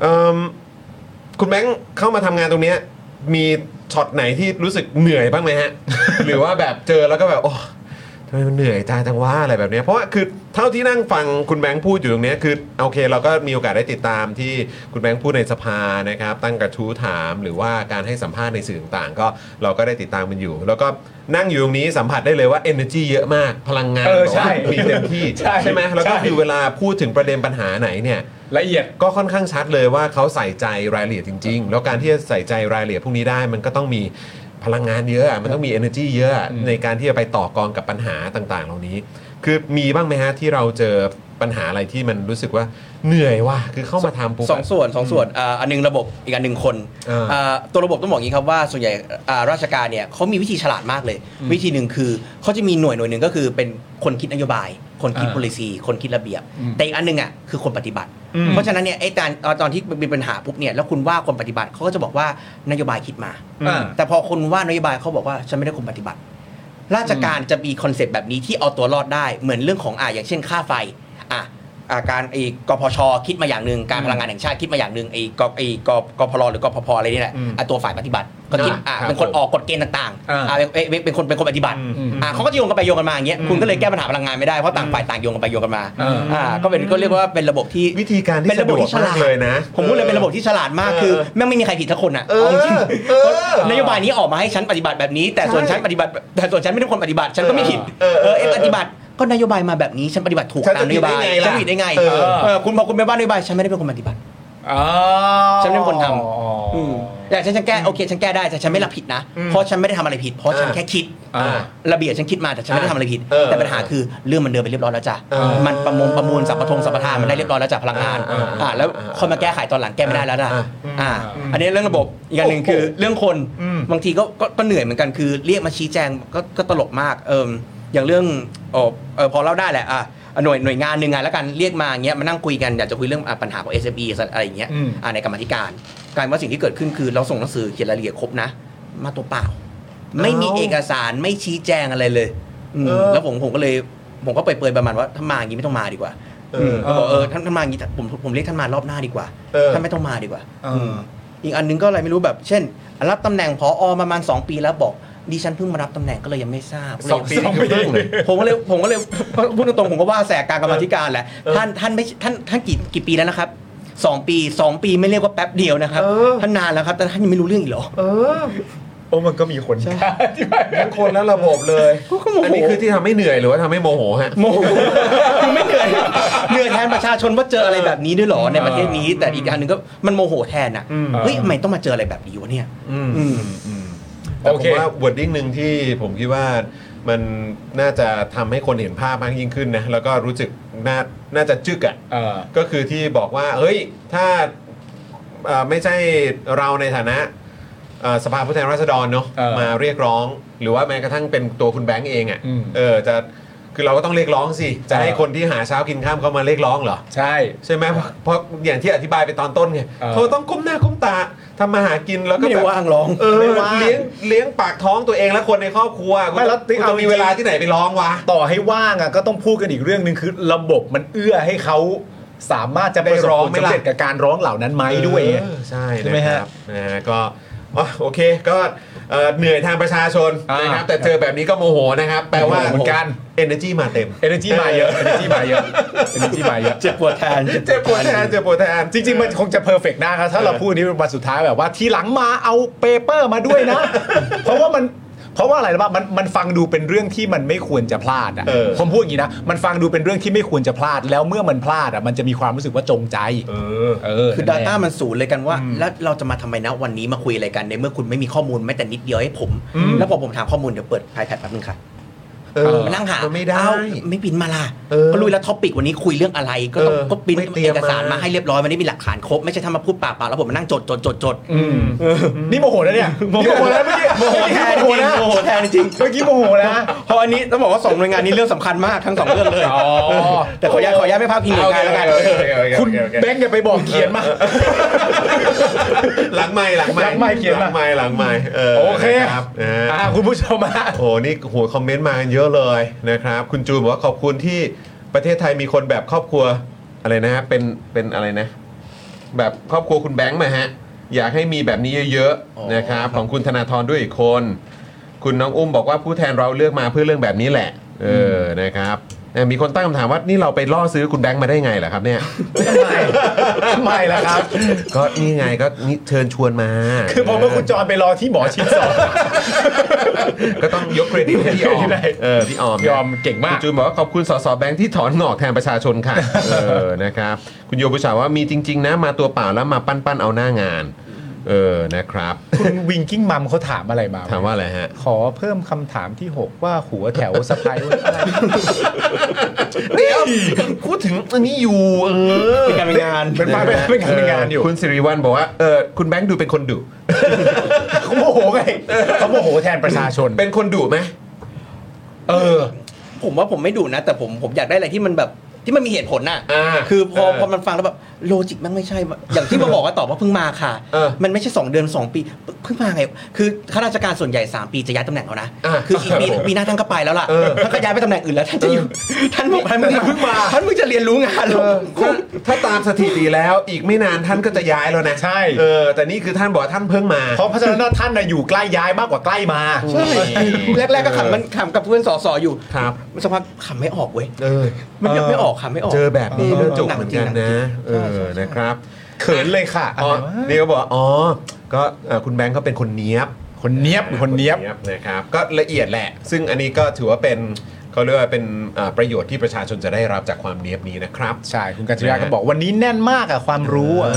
Speaker 2: เอิ่มคุณแบงค์เข้ามาทำงานตรงเนี้ยมีช็อตไหนที่รู้สึกเหนื่อยบ้างไหม ฮะ หรือว่าแบบเจอแล้วก็แบบโอ้ทำไมมันเหนื่อยใจจังว่าอะไรแบบเนี้ยเพราะว่าคือเท่าที่นั่งฟังคุณแบงค์พูดอยู่ตรงเนี้ยคือโอเค เราก็มีโอกาสได้ติดตามที่คุณแบงค์พูดในสภานะครับ ตั้งกระทู้ถามหรือว่าการให้สัมภาษณ์ในสื่อต่างๆ ก็เราก็ได้ติดตามมันอยู่ แล้วก็นั่งอยู่ตรงนี้สัมผัสได้เลยว่า energy เยอะมากพลังงาน
Speaker 3: เออใช่
Speaker 2: แบบว่ามีเต็มที่
Speaker 3: ใช่
Speaker 2: ใช่ไหมแล้วก็
Speaker 3: ใช่
Speaker 2: คือเวลาพูดถึงประเด็นปัญหาไหนเนี่ย
Speaker 3: ละเอียด
Speaker 2: ก็ค่อนข้างชัดเลยว่าเขาใส่ใจรายละเอียดจริง ๆ แล้วการที่จะใส่ใจรายละเอียดพวกนี้ได้ มันก็ต้องมีพลังงานเยอะอะมันต้องมี energy เยอะอะ
Speaker 3: อืม
Speaker 2: ในการที่จะไปต่อกรกับปัญหาต่างๆ เหล่านี้ คือมีบ้างไหมฮะที่เราเจอปัญหาอะไรที่มันรู้สึกว่าเหนื่อยว่ะคือเข้ามาทำปุ๊บ
Speaker 5: สอง
Speaker 2: อะ
Speaker 5: ส่วนสองส่วนอ่าอันหนึงระบบอีกอันหนึ่งคน
Speaker 2: เอออ่
Speaker 5: าตัวระบบต้องบอกอย่างนี้ครับว่าส่วนใหญ่อ่าราชการเนี่ยเขามีวิธีฉลาดมากเลย วิธีหนึ่งคือเขาจะมีหน่วยหน่วยหนึ่งก็คือเป็นคนคิดนโยบาย คนคิด
Speaker 3: อ่า
Speaker 5: policy คนคิดระเบียบ
Speaker 3: อืม
Speaker 5: แต่อีกอันหนึงอ่ะคือคนปฏิบัติ
Speaker 3: อืม
Speaker 5: เพราะฉะนั้นเนี่ยไอ้ตอนตอนที่มีปัญหาปุ๊บเนี่ยแล้วคุณว่าคนปฏิบัติเขาก็จะบอกว่านโยบายคิดมา
Speaker 3: อ่า
Speaker 5: แต่พอคนว่านโยบายเขาบอกว่าฉันไม่ได้คุมปฏิบัติ ราชการจะมีคอนเซปต์แบบนี้ที่เอาตัวรอดได้เหมือนเรื่องของอ่าอย่างเช่นค่าไฟอ่ะ อ่าการไอ้กพชคิดมาอย่างหนึ่งการพลังงานแห่งชาติคิดมาอย่างหนึ่งไอ้กไอ้กกพรหรือกพพอะไรนี่แหละ
Speaker 3: อืม
Speaker 5: อ่ะตัวฝ่ายปฏิบัติก็คิดอ่ะ
Speaker 3: ครับ
Speaker 5: เป็นคน
Speaker 3: ผม
Speaker 5: ออกกฎเกณฑ์ต่าง
Speaker 3: อ่า
Speaker 5: ๆอ่ะเป็นเอ๊ะเป็นคนเป็นคนปฏิบัติ
Speaker 3: อืม
Speaker 5: อ่ะเขาก็จะโยงกันไปโยงกันมาอย่างเงี้ยคุณก็เลยแก้ปัญหาพลังงานไม่ได้เพราะต่างฝ่ายต่างโยงกันไปโยงกันมา
Speaker 3: อ่า
Speaker 5: อ่าก็เป็นก็เรียกว่าเป็นระบบที่
Speaker 2: วิธีการที่
Speaker 5: เป็น
Speaker 2: สะ
Speaker 5: ระ
Speaker 2: ด
Speaker 5: บ
Speaker 2: ว
Speaker 5: บ
Speaker 2: ก
Speaker 5: ที่ฉลาด
Speaker 2: มากเลยนะ
Speaker 5: ผมพูดเลยเป็นระบบที่ฉลาดมาก
Speaker 2: เออ
Speaker 5: คือแม่งไม่มีใครผิดทักคนอ่ะ
Speaker 2: เออ
Speaker 5: เอาจริง
Speaker 2: เออน
Speaker 5: โยบายนี้ออกมาให้ฉันปฏิบัติแบบนี้ แต่ส่วน
Speaker 2: ใช่
Speaker 5: ฉันปฏิบัติ แต่ส่วนฉันไม่ได้เป็นคนปฏิบัติฉันก็ไม่ผิด
Speaker 2: เออเออ
Speaker 5: เออเอ๊ะปฏิบัติก็นโยบายมาแบบนี้ฉันปฏิบัติถูก
Speaker 2: ฉัน
Speaker 5: ตามนโยบาย
Speaker 2: จะผิดได้ไงล่ะ
Speaker 5: ฉันผิดได้ไง
Speaker 2: เออ
Speaker 5: เออคุณบอกคุณไปบ้านนโยบายฉันไม่ได้เป็นคนปฏิบัติ
Speaker 3: อ๋อ
Speaker 5: ฉันเป็นคนทำ มแต่ฉันฉันแก้โอเคฉันแก้ได้แต่ฉันไม่รับผิดนะเพราะฉันไม่ได้ทำอะไรผิด เพราะฉันแค่คิด
Speaker 3: อ่า
Speaker 5: ระเบียบฉันคิดมาแต่ฉันไม่ได้ทำอะไรผิด
Speaker 2: เออ
Speaker 5: แต่ปัญหาคือเรื่องมันเดินไปเรียบร้อยแล้วจ้ะ
Speaker 2: เออ
Speaker 5: มันประมงประมูลสัมปทงสัมปทานมันได้เรียบร้อยแล้วจ้ะพลังงาน
Speaker 2: อ่า
Speaker 5: อ่าแล้วคนมาแก้ไขตอนหลังแก้ไม่ได้แล้วจ้ะ
Speaker 2: อ่า
Speaker 5: อ่า อันนี้เรื่องระบบอีกอันหนึ่งคือเรื่องคนบางทีก็ก็ก็เหนื่อยเหมือนกันคือ เรียกมาชี้แจงก็ก็ตลกมากเอมอย่างเรื่องโอ้เออพอเล่าได้แหละอ่ะหน่วยหน่วยงานหนึ่งไงแล้วกันเรียกมาอย่างเงี้ยมานั่งคุยกันอยากจะคุยเรื่องอ่ะปัญหาของ SME อะไรอย่างเงี้ย
Speaker 3: อืม
Speaker 5: อ่ะในกรรมาธิการกลารว่าสิ่งที่เกิดขึ้นคือเราส่งหนังสือเขียนรายละเอียดครบนะ มาตัวเปล่า ไม่มีเอกสารไม่ชี้แจงอะไรเลยอืม
Speaker 2: เออ
Speaker 5: แล้วผมผมก็เลยผมก็เปรยๆประมาณว่าถ้ามาอย่างนี้ไม่ต้องมาดีกว่า
Speaker 2: เออ
Speaker 5: เออเออท่านท่านมาอย่างนี้ผมผมเรียกท่านมารอบหน้าดีกว่า
Speaker 2: เออ
Speaker 5: ท่านไม่ต้องมาดีกว่า
Speaker 3: เอออื
Speaker 5: มอีกอันนึงก็อะไรไม่รู้แบบ เช่น รับตำแหน่งพออประมาณ 2 ปีแล้วบอกดิฉันเพิ่งมารับตำแหน่งก็เลยยังไม่ทราบก็เลย
Speaker 2: สอง
Speaker 5: ยัง
Speaker 2: ปีนี่คือเพิ่งเลย
Speaker 5: ผมก็เลยผมก็เลยพูดตรงๆผมก็ว่าแสกการกรรมาธิการแหละท่านท่านไม่ท่านท่านกี่กี่ปีแล้วนะครับสองปีสองปีไม่เรียกว่าแป๊บเดียวนะครับ
Speaker 3: เออ
Speaker 5: ท่านนานแล้วครับแต่ท่านยังไม่รู้เรื่องอีกเหรอ
Speaker 3: เออโอ้มันก็มีคน
Speaker 5: ใช่
Speaker 3: ที่ว่า
Speaker 2: ทั้งคนและระบบเลย
Speaker 5: ก็โมโห
Speaker 2: อันนี้คือที่ทำให้เหนื่อยหรือว่าทำให้โมโหฮะ
Speaker 5: โมโหคือไม่เหนื่อยเหนื่อยแทนประชาชนว่าเจออะไรแบบนี้ด้วยเหรอในประเทศนี้ แต่อีกอันหนึ่งก็มันโมโหแทนอ่ะเฮ้ยทำไมต้องมาเจออะไรแบบนี้วะเนี่ย
Speaker 2: อืม
Speaker 5: อืม
Speaker 2: แต่
Speaker 3: โอ
Speaker 2: ผม
Speaker 3: เค
Speaker 2: ว่า w ว r d ด n ิ้งหนึ่งที่ผมคิดว่ามันน่าจะทำให้คนเห็นภาพมากยิ่งขึ้นนะแล้วก็รู้สึกน่าน่าจะจึกอ่ะ
Speaker 3: เออ
Speaker 2: ก็คือที่บอกว่า เฮ้ย ถ้าเอ่อไม่ใช่เราในฐานะเอ่อสภาผู้แทนราษฎรเนาะ
Speaker 3: เออ
Speaker 2: มาเรียกร้อง หรือว่าแม้กระทั่งเป็นตัวคุณแบงค์เองอะ่ะ
Speaker 3: อืม
Speaker 2: เออจะคือเราก็ต้องเรียกร้องสิ จะ
Speaker 3: เออ
Speaker 2: ให้คนที่หาเช้ากินข้ามเข้ามาเรียกร้องเหรอ
Speaker 3: ใช่
Speaker 2: ใช่ไหมเพราะเพราะอย่างที่อธิบายไปตอนต้นไง
Speaker 3: เออ
Speaker 2: เขาต้องก้มหน้าก้มตาทำมาหากินแล้วก็
Speaker 5: ไม่
Speaker 2: แบบ
Speaker 5: ว่างร้อง
Speaker 2: เออ
Speaker 3: ไม่ว่าง
Speaker 2: เลี้ยงเลี้ยงปากท้องตัวเองและคนในครอบครัว
Speaker 3: ไม่แล้ว
Speaker 2: คุณจะ
Speaker 3: เอามี
Speaker 2: มีเวลาที่ไหนไปร้องวะ
Speaker 3: ต่อให้ว่างอ่ะก็ต้องพูดกันอีกเรื่องหนึ่งคือระบบมันเอื้อให้เขาสามารถจะประส
Speaker 2: ได้
Speaker 3: บ
Speaker 2: ร้อง
Speaker 3: ผล
Speaker 2: ไหม
Speaker 3: สำ
Speaker 2: ล่ะ
Speaker 3: เร็จกับการร้องเหล่านั้นไหมด้วยไง
Speaker 2: เออใช่
Speaker 3: ใช่ไหม
Speaker 2: นะค
Speaker 3: ฮะ
Speaker 2: รับนะฮะก็อ๋อโอเคก็เอ่อเหนื่อยทางประชาชน
Speaker 3: อ่าน
Speaker 2: นะครับแต่เจอแบบนี้ก็โมโหนะครับแปลว่า
Speaker 3: โมโหเหมือนกัน
Speaker 2: energy มาเต็ม
Speaker 3: energy มาเยอะ energy มาเยอะ energy มาเยอะ
Speaker 5: เจ็บปวดแทน
Speaker 2: เจ็บปวดแทนเจ็บปวดแทน
Speaker 3: จริงๆ มันคงจะเพอร์เฟกต์นะครับ ถ้าเราพูดนี้เป็นวันสุดท้ายแบบว่าทีหลังมาเอาเปเปอร์มาด้วยนะ เพราะว่ามันเพราะว่าอะไรบ้างมันมันฟังดูเป็นเรื่องที่มันไม่ควรจะพลาดอ่ะ
Speaker 2: เออ
Speaker 3: ผมพูดอย่างนี้นะ มันฟังดูเป็นเรื่องที่ไม่ควรจะพลาด แล้วเมื่อมันพลาดอ่ะมันจะมีความรู้สึกว่าจงใจ
Speaker 2: เออ
Speaker 3: เออ
Speaker 5: คือ
Speaker 3: นั่นแหละ
Speaker 5: Data มันศูนย์เลยกันว่า แล้วเราจะมาทำไมนะวันนี้มาคุยอะไรกันในเมื่อคุณไม่มีข้อมูลแม้แต่นิดเดียวให้ผม แล้วพอผมถามข้อมูลเดี๋ยวเปิด iPad แป๊บนึงค่ะ
Speaker 2: เออ
Speaker 5: มานั่งหา
Speaker 2: มันไม่ได้
Speaker 5: เอ้าไม่ปินมาล่ะ
Speaker 2: เออ
Speaker 5: ก็รู้แล้วท็อปิกวันนี้คุยเรื่องอะไร ก็ต้อง
Speaker 2: เออ
Speaker 5: ก็ปริ้น
Speaker 2: ไม่เตรี
Speaker 5: เอย
Speaker 2: ม
Speaker 5: กสาร
Speaker 2: มา
Speaker 5: มาให้เรียบร้อยมันได้มีหลักฐานครบไม่ใช่ทำมาพูดปากเปล่าแล้วผมมานั่งจดจดจดจด
Speaker 3: เออนี่โมโหนะเนี่ยโมโหแล้วเมื่อกี้
Speaker 5: โมโหแทน
Speaker 3: โม
Speaker 5: จริ
Speaker 3: โห
Speaker 5: ง
Speaker 3: นะ
Speaker 5: โมโหแทนจริง
Speaker 3: เมื่อกี้โมโหนะ
Speaker 5: เพราะอันนี้ต้องบอกว่าสองหน่วยงานนี้เรื่องสำคัญมากทั้งสองเรื่องเลย
Speaker 3: อ๋อ
Speaker 5: แต่ขออนุญาตขออนุญาตไม่พาดพิงหน่วยงานแล้วกัน
Speaker 2: โอเคโอเคโอเ
Speaker 3: คุณ
Speaker 2: โอเ
Speaker 3: แบงค์อย่าไปบอกเขียนมา
Speaker 2: หลังไม่หลังไม่
Speaker 3: หลังไมค์เขียน
Speaker 2: หลั
Speaker 3: มา
Speaker 2: งไม่หลังไม่เออ
Speaker 3: โอเค
Speaker 2: นะครับนะฮะ
Speaker 3: อ่าคุณผู้ชมมา
Speaker 2: โอ้โหนี่โหคอมเมนต์มากันเยอะเลยนะครับ คุณจูนบอกว่าขอบคุณที่ประเทศไทยมีคนแบบครอบครัวอะไรนะฮะเป็นเป็นอะไรนะ แบบครอบครัวคุณแบงค์มาฮะ อยากให้มีแบบนี้เยอะๆนะครับของคุณธนาธรด้วยอีกคน คุณน้องอุ้มบอกว่าผู้แทนเราเลือกมาเพื่อเรื่องแบบนี้แหละ เออนะครับเนี่ยมีคนตั้งคำถามว่านี่เราไปล่อซื้อคุณแบงค์มาได้ไงเหรอครับเนี่ย
Speaker 3: ทำไมทำไมล่ะครับ
Speaker 2: ก็นี่ไงก็นี่เชิญชวนมา
Speaker 3: คือผมว่าคุณจอนไปรอที่หมอชิดสอง
Speaker 2: ก็ต้องยกเครดิตให้พี่ออม
Speaker 3: ได้
Speaker 2: เออพี่ออมนะ
Speaker 3: ยอมเก่งมาก
Speaker 2: คุณจูนบอกว่าขอบคุณสสแบงค์ที่ถอนหงอกแทนประชาชนค่ะ เออ นะครับ คุณโยบุชาว่ามีจริง ๆ นะ มาตัวเปล่าแล้วมาปั้น ๆ เอาหน้างาน เออ นะครับ
Speaker 3: คุณวิงกิ้งมัมเขาถามอะไรมา
Speaker 2: ถามว่าอะไรฮะ
Speaker 3: ขอเพิ่มคำถามที่ 6 ว่าหัวแถวสะ พายไว้อะไร
Speaker 2: เดี๋ยวพูดถึงอันนี้อยู่ เออ
Speaker 5: เป็นการเป็นงาน
Speaker 3: เป็นงานเป็นงานเป็นงานอยู่
Speaker 2: คุณสิริวัลบอกว่า เออ คุณแบงค์ดูเป็นคนดุ
Speaker 3: เขาโมโหไงเขาโมโหแทนประชาชน
Speaker 2: เป็นคนดุไหม
Speaker 3: เออ
Speaker 5: ผมว่าผมไม่ดุนะ แต่ผมผมอยากได้อะไรที่มันแบบ ที่มันมีเหตุผลน่ะ
Speaker 2: อ่า
Speaker 5: คือพอ
Speaker 2: เออ
Speaker 5: พอมันฟังแล้วแบบโลจิกมันไม่ใช่ว่ะอย่างที่มาบอกว่าตอบว่าเพิ่งมาค่ะ
Speaker 2: เออ
Speaker 5: มันไม่ใช่ 2 เดือน 2 ปีเพิ่งมาไงคือข้าราชการส่วนใหญ่ 3 ปีจะย้ายตำแหน่งแล้วนะ
Speaker 2: อ่า
Speaker 5: คืออีกปีปีหน้าท่านก็ไปแล้วล่ะ
Speaker 2: เออ
Speaker 5: ท่านก็ย้ายไปตำแหน่งอื่นแล้วท่านจะอยู่ท่านบอกท่านเพิ่งมาท่านเพิ่งจะเรียนรู้งาน
Speaker 2: เอ
Speaker 5: แล้ว
Speaker 2: อถ้าถ้าตามสถิติแล้วอีกไม่นานท่านก็จะย้ายแล้วนะ
Speaker 3: ใช่
Speaker 2: เออแต่นี่คือท่านบอกว่าท่านเพิ่งมา
Speaker 3: เพราะเพราะฉะนั้นท่านน่ะอยู่ใกล้ย้ายมากกว่าใกล้มา
Speaker 5: ใช่แรก ๆ ก็ขำมันขำกับเพื่อนสอสออยู่
Speaker 2: ครับ
Speaker 5: สักพักขำไม่ออกเว้ย
Speaker 2: เออ
Speaker 5: มันยังไม่ออกขำไม่ออก
Speaker 2: เจอแบบนี้ก็จุก
Speaker 5: นั
Speaker 2: เหมือนกัน
Speaker 5: จริง
Speaker 2: นะ เออนะครับ
Speaker 3: เขินเลยค่ะ
Speaker 2: อ๋อนี่ก็บอกว่าอ๋อก็เอ่อคุณแบงค์เขาเป็นคนเนี้ยบ
Speaker 3: คนเนี้ยบคนเนี้ยบ
Speaker 2: นะครับก็ละเอียดแหละ ซึ่งอันนี้ก็ถือว่าเป็นเขาเรียกว่าเป็นอ่าประโยชน์ที่ประชาชนจะได้รับจากความเนียบนี้นะครับ
Speaker 3: ใช่ คุณกัญชยาก็บอกวันนี้แน่นมากอะความรู้อะ
Speaker 2: เอ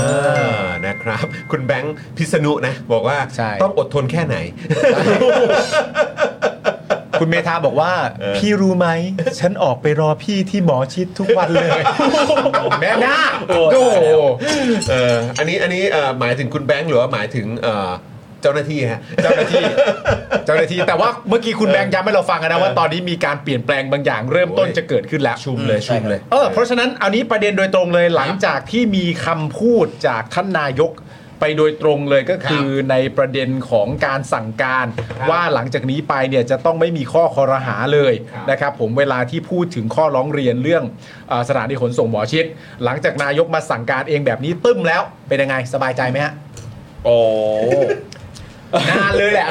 Speaker 2: อนะครับ คุณแบงค์พิษณุนะ บอกว่า
Speaker 3: ใช่
Speaker 2: ต้องอดทนแค่ไหน
Speaker 3: คุณเมธาบอกว่า พี่รู้ไหม ฉันออกไปรอพี่ที่หมอชิดทุกวันเลย แม่นาคโอ้โห
Speaker 2: เอออันนี้อันนี้เอ่อหมายถึงคุณแบงค์หรือว่าหมายถึงเอ่อเจ้าหน้าที่ฮะ
Speaker 3: เจ้าหน้าที่ เจ้าหน้าที่ แต่ว่าเมื่อกี้คุณแบงค์ย้ำให้เราฟังอะนะว่าตอนนี้มีการเปลี่ยนแปลงบางอย่างเริ่มต้น
Speaker 2: โอ้ย
Speaker 3: จะเกิดขึ้นแล้ว
Speaker 2: ชุมเลย
Speaker 5: ใช่
Speaker 2: ชุมเลย
Speaker 3: เออเพราะฉะนั้นเอานี้ประเด็นโดยตรงเลยหลังจากที่มีคำพูดจากท่านนายกไปโดยตรงเลยก็คือในประเด็นของการสั่งการ
Speaker 2: ครับ
Speaker 3: ว่าหลังจากนี้ไปเนี่ยจะต้องไม่มีข้อคอรหาเลย
Speaker 2: ครับ
Speaker 3: นะครับผมเวลาที่พูดถึงข้อร้องเรียนเรื่องเออสถานีขนส่งหมอชิด หลังจากนายกมาสั่งการเองแบบนี้ตึ้มแล้วเป็นยังไงสบายใจไหมฮะ
Speaker 5: โอ้
Speaker 3: นานเลยแหละ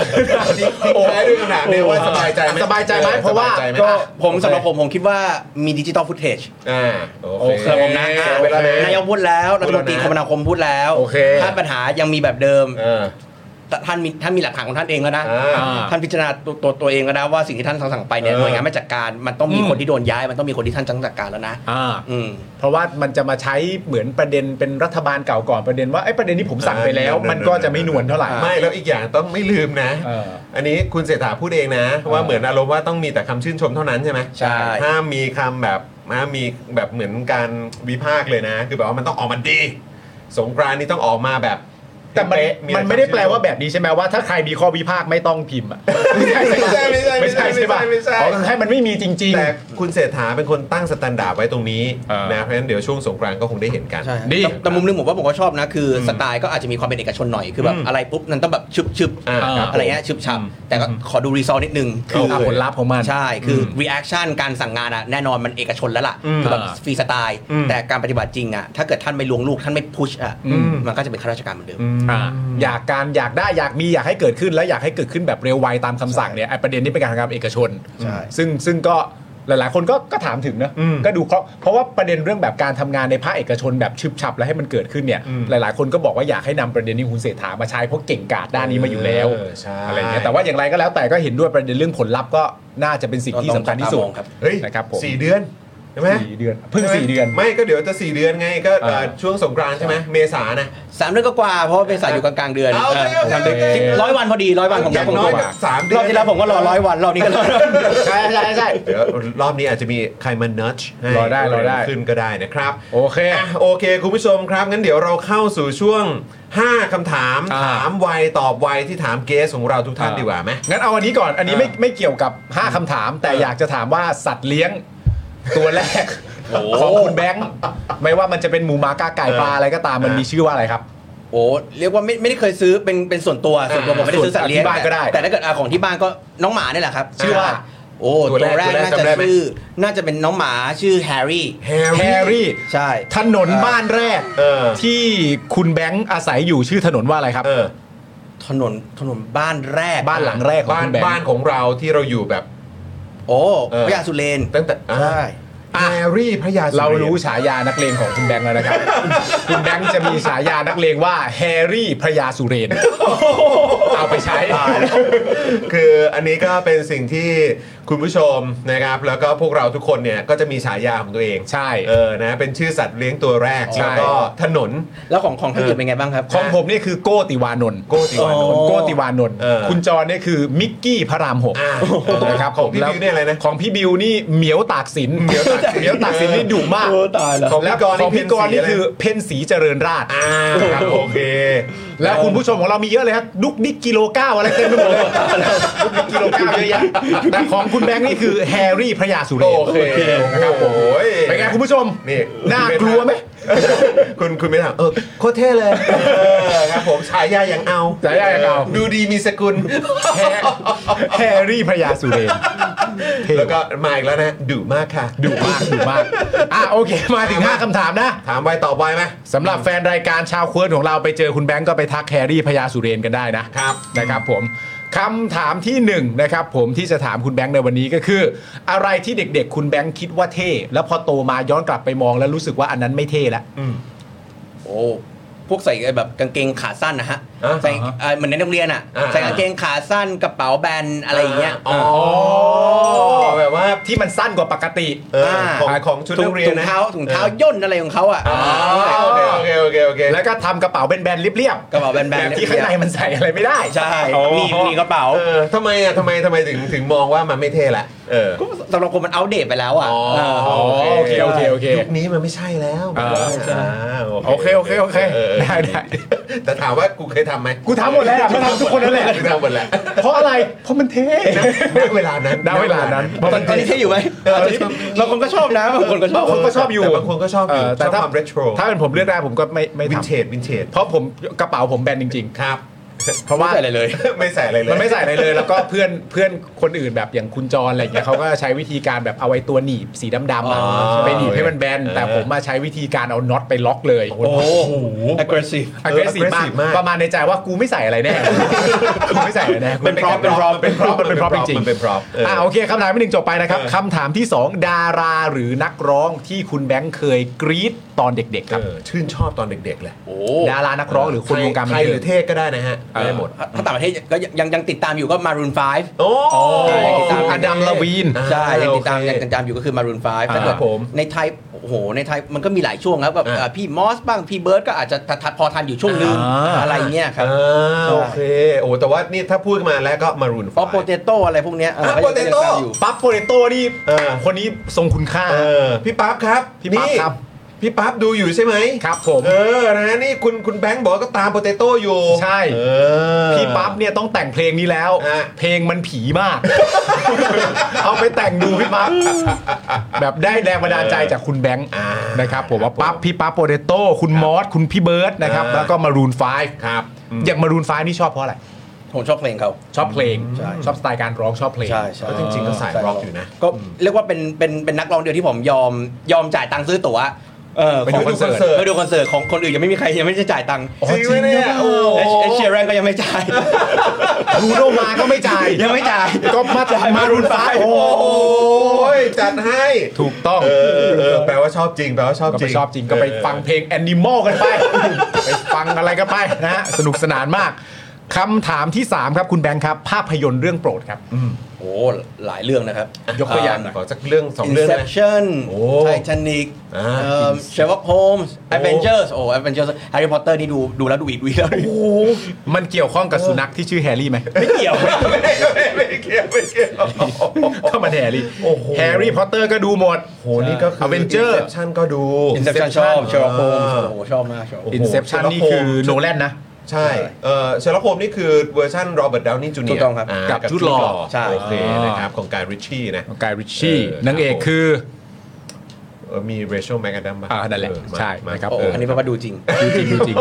Speaker 2: ทิ้งท้ายด้วยคำถามเนี่ยว่าสบายใจไหม
Speaker 3: สบายใจไหมเพราะว่า
Speaker 2: สบยใจไหม
Speaker 5: ก็ผมสำหรับผมผมคิดว่ามีดิจิตอลฟุตเทจ
Speaker 2: อ่าโอเค
Speaker 5: สำหรับผมนะ
Speaker 2: อ่เวลาเลย
Speaker 5: นายกพูดแล้วรัฐมนตรี
Speaker 2: พูดแล้วนะ
Speaker 5: คมนาคมพูดแล้ว
Speaker 2: โอเค
Speaker 5: ถ้าปัญหายังมีแบบเดิม
Speaker 2: เออ
Speaker 5: แต่ท่านมีท่านมีหลักฐานของท่านเองแล้วนะ
Speaker 2: อ่า
Speaker 5: ท่านพิจารณาตัวตัวตัวเองแล้วนะว่าสิ่งที่ท่านสั่งๆไปเนี่ย
Speaker 2: เออ
Speaker 5: หน่วยงานไม่จัดการมันต้องมีคนที่โดนย้ายมันต้องมีคนที่ท่านจัดการแล้วนะ
Speaker 3: อ่า
Speaker 5: อืม
Speaker 3: เพราะว่ามันจะมาใช้เหมือนประเด็นเป็นรัฐบาลเก่าก่อนประเด็นว่าไอ้ประเด็นที่ผมสั่งไปแล้ว มันก็จะไม่นวลเท่าไหร่
Speaker 2: ไม่แล้วอีกอย่างต้องไม่ลืมนะ
Speaker 3: เออ
Speaker 2: อันนี้คุณเศรษฐาพูดเองนะ ว่าเหมือนอารมณ์ว่าต้องมีแต่คำชื่นชมเท่านั้นใช่ไหม
Speaker 5: ใช่
Speaker 2: ห้ามมีคำแบบห้ามมีแบบเหมือนการวิพากษ์เลยนะ คือแบบว่ามันต้องออกมาดี สงกรานต์นี้ต้องออกมาแบบ
Speaker 3: แต่มัน
Speaker 2: เป๊ะอะร
Speaker 3: มันไม่ได้แปลว่าแบบนี้ใช่ไหมว่าถ้าใครมีข้อวิพากษ์ไม่ต้องพิมพ์อะ
Speaker 2: ไม่ใช่ไม่ใช่
Speaker 3: ไม่ใช่ใช่ปะ
Speaker 2: ไม่ใช่
Speaker 3: อ๋อให้มันไม่มีจริง
Speaker 2: แต่คุณเศรษฐาเป็นคนตั้งสแตนดาร์ดไว้ตรงนี้
Speaker 3: เออ
Speaker 2: นะเพราะฉะนั้นเดี๋ยวช่วงสงกรานต์ก็คงได้เห็นกัน
Speaker 5: ใช่
Speaker 3: ดี
Speaker 5: แต่แต่มุมหนึงผมว่าผมก็ชอบนะ คืออสไตล์ก็อาจจะมีความเป็นเอกชนหน่อย คือแบบอะไรปุ๊บนั่นต้องแบบชึบชึบ
Speaker 2: อ่าครับ
Speaker 5: อะไรเงี้ยชึบชับ แต่ก็ขอดูรีซอลนิดนึง
Speaker 3: ๆคือผลลัพธ์ของมัน
Speaker 5: ใช่ คือ reaction การสั่งงานอะแน่นอนมันเอกชนแล้วล่ะคือแบบ
Speaker 3: อ่า
Speaker 5: ฟรีสไตล์ แต่การปฏิบัติจริงอะถ้าเกิดท่านไม่ลวงลูกท่านไม่พุชอะ
Speaker 3: อืม
Speaker 5: มันก็จะเป็นข้าราชการเหมือนเดิม
Speaker 3: อ่าอยากการอยากได้อยากมีอยากให้เกิดขึ้นและอยากให้เกิดขึ้นแบบเร็วไวตามคำสั่งเนี่ยไอ้ประเด็นนี้เป็นการทำงานเอกชน
Speaker 5: ใช่
Speaker 3: ซึ่งซึ่งก็หลาย ๆ คนก็ก็ถามถึงนะก็ดูเขาเพราะว่าประเด็นเรื่องแบบการทำงานในภาคเอกชนแบบชึบฉับและให้มันเกิดขึ้นเนี่ย หลาย ๆ คนก็บอกว่าอยากให้นำประเด็นนี้คุณเศรษฐามาใช้เพราะเก่งกาจด้านนี้มาอยู่แล้ว
Speaker 2: เออใช่
Speaker 3: อะไรอย่างเงี้ยแต่ว่าอย่างไรก็แล้วแต่ก็เห็นด้วยประเด็นเรื่องผลลัพธ์ก็น่าจะเป็นสิ่งที่สำคัญที่สุด
Speaker 5: ต้องจับตามองครับ
Speaker 2: เฮ้ย
Speaker 3: นะครับผม
Speaker 2: สี่เดือนใช่ไหม
Speaker 3: สี่เดือนเพิ่งสี่เดือน
Speaker 2: ไม่ก็เดี๋ยวจะสี่เดือนไงก็เอ่อ
Speaker 3: เออ
Speaker 2: ช่วงสงกรานต์ใช่ไหมเมษานะ
Speaker 5: สามเดือนก็กว่าเพราะว่าเป็นสายอยู่กลางๆเดือน
Speaker 2: เอาโอเคโอเคโอเค
Speaker 5: สิบร้อยวันพอดีร้อยวันผม
Speaker 2: อ
Speaker 5: รั
Speaker 2: ย่าง
Speaker 5: บผม
Speaker 2: น้
Speaker 5: ก็
Speaker 2: อย
Speaker 5: ว่า
Speaker 2: สามเดือน
Speaker 5: รอบที่แล้วผมก็รอร้อยวันรอบนี้ก็ ร้อยวัน
Speaker 3: ใช่ใช่ใช่
Speaker 2: เดี๋ยวรอบนี้อาจจะมีใครมาเนิร์ช
Speaker 3: รอได้รอได้
Speaker 2: ขึ้นก็ได้นะครับ
Speaker 3: โอเค
Speaker 2: อ่ะโอเค คุณผู้ชมครับ งั้นเดี๋ยวเราเข้าสู่ช่วง 5คำถาม
Speaker 3: อ่า
Speaker 2: ถามไวตอบไวที่ถามเกสของเราทุกท่านดีกว่าไหม
Speaker 3: งั้นเอาอันนี้ก่อน อันนี้ไม่
Speaker 2: อ่า
Speaker 3: ไม่เกี่ยวกับ 5คำถาม แต่
Speaker 2: เออ
Speaker 3: อยากจะถามว่าสัตว์เลี้ยง ตัวแรก ของคุณแบงค์ไม่ว่ามันจะเป็นหมูหมากาไก่
Speaker 2: เออ
Speaker 3: ปลาอะไรก็ตามมัน
Speaker 2: อ่ามี
Speaker 3: มีชื่อว่าอะไรครับ
Speaker 5: โอ้เรียกว่าไม่ไม่ได้เคยซื้อเป็นเป็นส่วนตัวส่วนตัว
Speaker 2: อ่า
Speaker 5: ผมไม่ได้ซื้อสัตว์เลี้ยง
Speaker 3: ส่วนที่บ้านก็ได้
Speaker 5: แต่ถ้าเกิดอาของที่บ้านก็น้องหมาเนี่ยแหละครับ
Speaker 2: ชื่อว่า
Speaker 5: โอ้
Speaker 2: ตั
Speaker 5: ตัว ว
Speaker 2: แรก
Speaker 5: แรก
Speaker 2: ตัวแรกจำ
Speaker 5: น่าจะ
Speaker 2: ได้ไหม
Speaker 5: ชื่อน่าจะเป็นน้องหมาชื่อแฮร์รี่
Speaker 2: แฮร์
Speaker 3: แฮร์รี่
Speaker 5: ใช่
Speaker 3: ถนนบ้านแรก
Speaker 2: เออ
Speaker 3: ที่คุณแบงค์อาศัยอยู่ชื่อถนนว่าอะไรครับ
Speaker 2: เออ
Speaker 5: ถนนถนนบ้านแรก
Speaker 3: บ้านหลังแรกของ
Speaker 2: บ้าน
Speaker 3: คุณแบง
Speaker 2: บ้าน
Speaker 3: ค์
Speaker 2: ของเราที่เราอยู่แบบ
Speaker 5: โอ้
Speaker 2: เออ
Speaker 5: พระยาสุเรน
Speaker 2: ตั้งแต่อ่ะ
Speaker 5: ใช่
Speaker 2: แฮร์รี่พระยาสุ
Speaker 3: เรารู้
Speaker 2: ใช่
Speaker 3: ฉายานักเลงของคุณแบงค์แล้วนะครับ คุณแบงค์จะมีฉายานักเลงว่าแฮร์รี่พระยาสุเร น เอาไปใช้
Speaker 2: คืออันนี้ก็เป็นสิ่งที่คุณผู้ชมนะครับ แล้วก็พวกเราทุกคนเนี่ยก็จะมีฉายาของตัวเอง
Speaker 3: ใช่
Speaker 2: เออนะเป็นชื่อสัตว์เลี้ยงตัวแรก
Speaker 3: ใช่
Speaker 2: แล้วก็ถนน
Speaker 5: แล้วของของท่านอื่นเป็นไงบ้างครับ
Speaker 3: ของผมนี่คือโก้ติวานนท์
Speaker 2: โก้ติวานนท์
Speaker 3: โอ้โก้ติวานนท์
Speaker 2: เออ
Speaker 3: คุณจรนี่คือมิกกี้พระรามหก
Speaker 2: อ่า
Speaker 3: นะครับ
Speaker 2: ของพี่
Speaker 3: แล้
Speaker 2: บิวเนี่ยอะไรนะ
Speaker 3: ของพี่บิวนี่เหมียวตากสิน
Speaker 2: เหมียวตากสิน
Speaker 3: เหมียวตากสินนี่ดุมาก
Speaker 2: โอ้ตายแล้ว
Speaker 3: แล้ว
Speaker 2: ของพี่กรณ์นี่
Speaker 3: ของพี่กรณ์
Speaker 2: เพ็ญศรีอะไร
Speaker 3: นี่คือเพนสีเจริญราช
Speaker 2: อ่าครับโอเค
Speaker 3: แล้วคุณผู้ชมของเรามีเยอะเลยครับดุกดิกกิโลเก้าอะไรเต็มไปหมดเลยดุกดิกกิโลเก้าเยอะแยะแต่ของคุณแบงค์นี่คือแฮร์รี่พระยาสุเรน
Speaker 2: โอเค
Speaker 3: นะครับผม
Speaker 2: โอ้ย
Speaker 3: เป็นไง คุณผู้ชม
Speaker 2: นี่
Speaker 3: น่ากลัวไหม
Speaker 2: คุณคุณไม่ถามเออโคตรเท่เลยเออครับผมฉายาอย่างเอา
Speaker 3: ฉายาอย่างเอา
Speaker 2: ดูดีมีสกุล
Speaker 3: แฮร์แฮร์รี่พระยาสุเรนเท่
Speaker 2: แล้วก็มาอีกแล้วนะดุมากค่ะ
Speaker 3: ดุมากดุมากอ่ะโอเค มาถึงห้าคำถามนะ
Speaker 2: ถามไวตอบไวไหม
Speaker 3: สำหรับแฟนรายการชาวเควร์ดของเราไปเจอคุณแบงก์ก็ไปทักแฮร์รี่พระยาสุเรนกันได้นะ
Speaker 2: ครับ
Speaker 3: นะครับผมคำถามที่หนึ่งนะครับผมที่จะถามคุณแบงค์ในวันนี้ก็คือ อะไรที่เด็กๆ คุณแบงค์คิดว่าเท่ แล้วพอโตมาย้อนกลับไปมองแล้วรู้สึกว่าอันนั้นไม่เท่ละ
Speaker 5: โอ้พวกใส่แบบกางเกงขาสั้นนะฮะ
Speaker 2: อ่าฮะ
Speaker 5: ใส่เอ่อเหมือนในโรงเรียนอ่ะ
Speaker 2: อ่า
Speaker 5: ใส่กางเกงขาสั้นกระเป๋าแบนอะไรอย่างเงี้ย
Speaker 2: อ๋อแบบว่า
Speaker 3: ที่มันสั้นกว่าปกติ
Speaker 2: เออของ
Speaker 3: อ่า
Speaker 2: ของชุด
Speaker 5: ถุ
Speaker 2: นั
Speaker 5: ง
Speaker 2: กเรียนนะ
Speaker 5: เท้าถุงเท้าย่นอะไรของเขาอ่ะ
Speaker 2: อ๋อโอเคโอเคโอเคโอเค
Speaker 3: แล้วก็ทำกระเป๋าแบนๆเรียบ
Speaker 5: กระเป๋าแบน
Speaker 3: ๆแบบ
Speaker 5: ๆ
Speaker 3: ที่ข้างในมันใส่อะไรไม่ได้
Speaker 5: ใช่มีมีกระเป๋า
Speaker 2: เออทำไมอ่ะทำไมทำไมถึงถึงมองว่ามันไม่เท่ละเออ
Speaker 5: ก็สำหรับคนมันอัปเดตไปแล้วอ่ะเออ
Speaker 3: อโอเคโอเคโอเค
Speaker 2: ยุคนี้มันไม่ใช่แล้ว
Speaker 3: เออ
Speaker 2: อ่า
Speaker 3: โอเคโอเคโอเคได้ได้
Speaker 2: แต่ถามว่ากูเคยทำไหม
Speaker 3: กูทำหมดแล้วกูทำทุกคนนั่นแหละ
Speaker 2: กูทำหมดแล้ว
Speaker 3: เพราะอะไร เพราะมันเท่
Speaker 2: ณเวลานั้น
Speaker 3: ณเวลานั้น
Speaker 5: ตอนตอนนี้เท่อยู่ไหม
Speaker 2: เออ
Speaker 5: บางคนก็ชอบนะบางคนก็ชอ
Speaker 3: เอบ อ คนก็ชบยู่
Speaker 2: แต่บางคนก็ชอบอยู่
Speaker 3: เออแต่
Speaker 2: ชอบค
Speaker 3: ถ้า
Speaker 2: วามเรโทร
Speaker 3: ถ้าเป็นผมเลือกได้ผมก็ไม่ไม่
Speaker 2: วิน
Speaker 3: ทำ
Speaker 2: เทจวินเทจ
Speaker 3: เพราะผมกระเป๋าผมแบนจริง
Speaker 2: ครับ
Speaker 3: ๆ เพราะว่า
Speaker 5: ไม่ใส่อะไรเลย
Speaker 2: ไม่ใส่อะไรเลย
Speaker 3: มันไม่ใส่อะไรเลย แล้วก็เพื่อนเพื่อนคนอื่นแบบอย่างคุณจรอะไรอย่างเงี้ยเขาก็ใช้วิธีการแบบเอาไอ้ตัวหนีบสีดำๆอะ
Speaker 2: อ๋อ
Speaker 3: ไปหนีบให้มันแบน
Speaker 2: เออ
Speaker 3: แต่ผมมาใช้วิธีการเอาน็อตไปล็อกเลย
Speaker 5: โอ้โห aggressive
Speaker 3: อ g r e s s i v มาก
Speaker 2: aggressive มาก
Speaker 3: ประมาณในใจว่ากูไม่ใส่อะไรแน่ กูไม่ใส่อะไรแน่
Speaker 2: เป็น prop
Speaker 3: เป็นพร้อมเป็นพร้อม
Speaker 2: เป็น
Speaker 3: เป็นพร้อม
Speaker 2: prop
Speaker 3: จริง
Speaker 2: มันเป็น prop เอออ่
Speaker 3: อ่าโอเคคำถามที่หนึ่งจบไปนะครับ
Speaker 2: เออ
Speaker 3: คำถามที่ 2 ดาราหรือนักร้องที่คุณแบงค์เคยกรี๊ดตอนเด็กๆค
Speaker 2: เอ
Speaker 3: รับ
Speaker 2: อชื่นชอบตอนเด็กๆเลย
Speaker 5: โอ้
Speaker 3: ดารานักร้องหรือคนวงการบั
Speaker 2: ไท
Speaker 3: น
Speaker 2: ย
Speaker 3: เทิ
Speaker 2: หรื
Speaker 3: ง
Speaker 2: อเทศก็ได้นะฮะ
Speaker 3: เออ
Speaker 2: ได้หมด
Speaker 5: ถ้าต่างประเทศก็ยังยังยังติดตามอยู่ก็ Maroon 5
Speaker 2: โอ้
Speaker 5: ใช่ติด
Speaker 3: คุ
Speaker 5: ตาม
Speaker 3: ณอดัมลาวีน
Speaker 5: ใช่ยังติดตาม
Speaker 2: โอเค
Speaker 5: ยังติดตามอยู่ก็คือ Maroon 5แต่
Speaker 3: อ่า
Speaker 5: เกิด
Speaker 2: ผม
Speaker 5: ในไทยโอ้โหในไทยมันก็มีหลายช่วงครับแบบ
Speaker 2: อ่า
Speaker 5: เอ่อพี่มอสบ้างพี่เบิร์ดก็อาจจะทัดพอทันอยู่ช่วงนึง
Speaker 3: อ่า
Speaker 5: อะไรเงี้ยครับ
Speaker 2: อ่าโอเคโอ้แต่ว่านี่ถ้าพูดมาแล้วก็มารุน
Speaker 5: ป๊อปโปเตโต้อะไรพวกเนี้ยเออ
Speaker 2: อ่ะ
Speaker 5: ก็ยัง
Speaker 2: potato
Speaker 5: ตามอยู่
Speaker 3: ปั๊บโปเตโต้นี่
Speaker 2: เออ
Speaker 3: คนนี้ทรงคุณค่า
Speaker 2: เออพี่ปั๊บครับ
Speaker 3: พี่ปั๊บ
Speaker 2: นี่
Speaker 3: ครับ
Speaker 2: พี่ปั๊บดูอยู่ใช่ไหม
Speaker 3: ครับผม
Speaker 2: เออนะฮะนี่คุณคุณแบงค์บอกว่าก็ตามโปเตโต้อยู่
Speaker 3: ใช่
Speaker 2: เออ
Speaker 3: พี่ปั๊บเนี่ยต้องแต่งเพลงนี้แล้ว
Speaker 2: อ่ะ
Speaker 3: เพลงมันผีมาก เอาไปแต่งดูพี่ปั๊บแบบได้แรงบันดาลใจจากคุณแบงค์
Speaker 2: อ่า
Speaker 3: นะครับผมว่าปั๊บพี่ปั๊บโปเตโต้คุณมอสคุณพี่เบิร์ดนะครับ
Speaker 2: อ่า
Speaker 3: แล้วก็มารูนไฟ
Speaker 2: ครับอืม
Speaker 3: อย่างมารูนไฟนี่ชอบเพราะอะไร
Speaker 5: ผมชอบเพลงเขา
Speaker 3: ชอบเพลง ชอบสไตล์การร้องชอบเพลง
Speaker 5: ใช่ใช่
Speaker 2: ก็จริงๆก็สายร็อกอยู่นะ
Speaker 5: ก็เรียกว่าเป็นเป็นเป็นนักร้องเดียวที่ผมยอมยอมจ่ายตังค์ซื้อตั๋วเออ
Speaker 3: ไปดู
Speaker 5: ขง
Speaker 3: คอนเสิร์ต
Speaker 5: ไปดูคอนเสิร์ตของคนอื่นยังไม่มีใครยังไม่ได้จ่ายตังค์
Speaker 2: จริงไหมเนี่ยโอ้โห
Speaker 5: เอชเอชเชียร์แรนก็ยังไม่จ่าย
Speaker 3: บรูโนมาก็ไม่จ่าย
Speaker 5: ยังไม่จ่าย
Speaker 3: ก็มาจ่ายมารูนไฟ
Speaker 2: โอ้ยจัดให้
Speaker 3: ถูกต้อง
Speaker 2: เออเออแปลว่าชอบจริงแปลว่าชอบ
Speaker 3: ก็
Speaker 2: จ
Speaker 3: ไป
Speaker 2: ริง
Speaker 3: ชอบจริงก็ไปฟังเพลงแอนิมอลกันไป ไปฟังอะไรกันไปนะฮะสนุกสนานมากคำถามที่ 3 ครับคุณแบงค์ครับ ภาพยนตร์เรื่องโปรดครับ
Speaker 5: โอ้หลายเรื่องนะครับ
Speaker 2: ยกตัวอย่าง
Speaker 5: เ
Speaker 2: ขอสักเรื่องสองเรื่องนะ
Speaker 5: Inception
Speaker 2: โอ้
Speaker 5: Titanic
Speaker 2: อ่า
Speaker 5: Sherlock Holmes Avengers โอ้ Avengers Harry Potter นี่ดูดูแล้วดูอีกดูอีกแล้วดูอีก
Speaker 3: มันเกี่ยวข้องกับสุนัขที่ชื่อแฮร์รี่ไหม
Speaker 5: ไม่เกี่ยว
Speaker 2: ไม่ไม่เกี่ยวไม่เกี่ยว
Speaker 3: ก็มันแฮร์รี่
Speaker 2: โอ้โห
Speaker 3: แฮร์รี่พอตเตอร์ก็ดูหมด
Speaker 2: โหนี่ก็คือ
Speaker 3: Avenger
Speaker 2: Inception ก็ดู
Speaker 5: Inception ชอบ Sherlock Holmes
Speaker 2: อ่า
Speaker 5: โอ้ชอบมากชอบ
Speaker 2: โอ้โห
Speaker 3: Inception
Speaker 2: Sherlock
Speaker 3: นี่คือ
Speaker 2: Holmes
Speaker 3: โนแลนนะ
Speaker 2: ใช่เออเชลล์โคมนี่คือเวอร์ชันโรเบิร์ตดาวนี่จูเนีย
Speaker 5: ถูกต้องครับ
Speaker 3: กับชุดหล่อ
Speaker 5: ใช่
Speaker 2: โอเคนะครับของกายริชชี่นะ
Speaker 3: กายริชชี่
Speaker 2: เออ
Speaker 3: นางเอกคือ
Speaker 2: เออมีเรเชลแมกอดัมป่ะ
Speaker 3: อ่านั่นแหละ
Speaker 2: เออมา
Speaker 3: ใช่
Speaker 2: มา
Speaker 3: นะครับ
Speaker 5: โอ้
Speaker 3: เออ
Speaker 5: อันนี้แปลว่าดูจริง
Speaker 3: ดูจริงดูจริง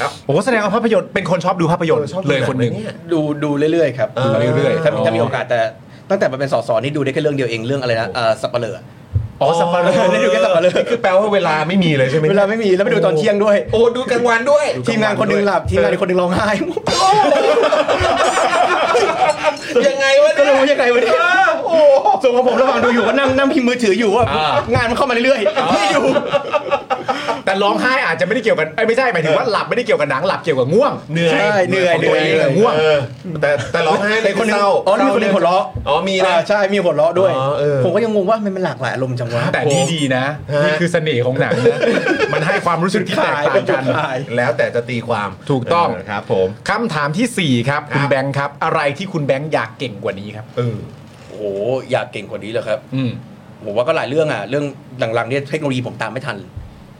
Speaker 2: ครับ
Speaker 3: โอ้แสดงว่าภาพยนตร์เป็นคนชอบดูภาพยนตร์
Speaker 2: เออชอบดู
Speaker 3: เลยคนหนึ่ง
Speaker 2: หนังไหมเนี่ย
Speaker 5: ดูดูเรื่อยๆครับ
Speaker 2: เออ
Speaker 5: ดู
Speaker 3: เรื่อยๆ
Speaker 5: ถ้ามีถ้ามีโอกาสแต่ตั้งแต่มาเป็นสสนี่ดูได้แค่เรื่องเดียวเองเรื่องอะไรนะเอ่อสับปะเลอ
Speaker 3: อ๋อสปาร์
Speaker 5: เออได้ดูแค่สัปดาห์เลย
Speaker 2: นี่คือแปลว่าเวลาไม่มีเลยใช่ไหม
Speaker 5: เวลาไม่มีแล้วไปดูตอนเที่ยงด้วย
Speaker 2: โอ้ดูกลางวันด้วย
Speaker 5: ทีมงานคนหนึงหลับทีมงานอีกคนหนึงร้องไห้
Speaker 2: ยังไงวะ
Speaker 5: ก็
Speaker 2: เนี่ย
Speaker 5: รู้ยังไงวะเนี่ยโอ้ส่วนของผมระหว่างดูอยู่ก็นั่งนั่งพิมพ์มือถืออยู่ว่า
Speaker 3: อ่าง
Speaker 5: านมันเข้ามาเรื่อยๆไม่ดู
Speaker 3: แต่ร้องไห้อาจจะไม่ได้เกี่ยวกันเอ้ยไม่ใช่หมายถึงว่าหลับไม่ได้เกี่ยวกับหนังหลับเกี่ยวกับง่วง
Speaker 2: เหนื่อย
Speaker 5: ใช่เหนื่อย
Speaker 2: ขงตัว
Speaker 5: เหนื่
Speaker 2: เอ
Speaker 5: อย
Speaker 2: งะง่วงแต่แต่ร้องไห้
Speaker 5: แต่คนหนึง
Speaker 2: เศร้า
Speaker 5: อ๋อนี่มีคนหนึงหัวเราะ
Speaker 2: อ๋อมีนะ
Speaker 5: อ่าใช่มีหัวเราะด้วย
Speaker 2: อ๋อเออ
Speaker 5: ผมก็ยังงงว่ามันมันหลากหลายอารมณ์จังวะ
Speaker 3: แต่ที่ดีนะ
Speaker 2: ฮะ
Speaker 3: นี่คือเสน่ห์ของหนัง นะ มันให้ความรู้สึกที่แตกต่างกัน
Speaker 5: ขาย
Speaker 2: แล้วแต่จะตีความ
Speaker 3: ถูกต้อง
Speaker 2: เครับผม
Speaker 3: คำถามทีสี่ 4 ครับ คุ
Speaker 2: ค
Speaker 3: ณ
Speaker 2: รับ
Speaker 3: แบงค์ครับ อะไรที่คุณแบงค์อยากเก่งกว่านี้ครับ
Speaker 2: เออ
Speaker 5: โอ้โหอยากเก่งกว่านี้เลยครับ
Speaker 3: อืม
Speaker 5: ผมว่าก็หลายเรื่องอ่ะ เรื่องหลังๆเนี่ยเทคโนโลยีผมตามไม่ทัน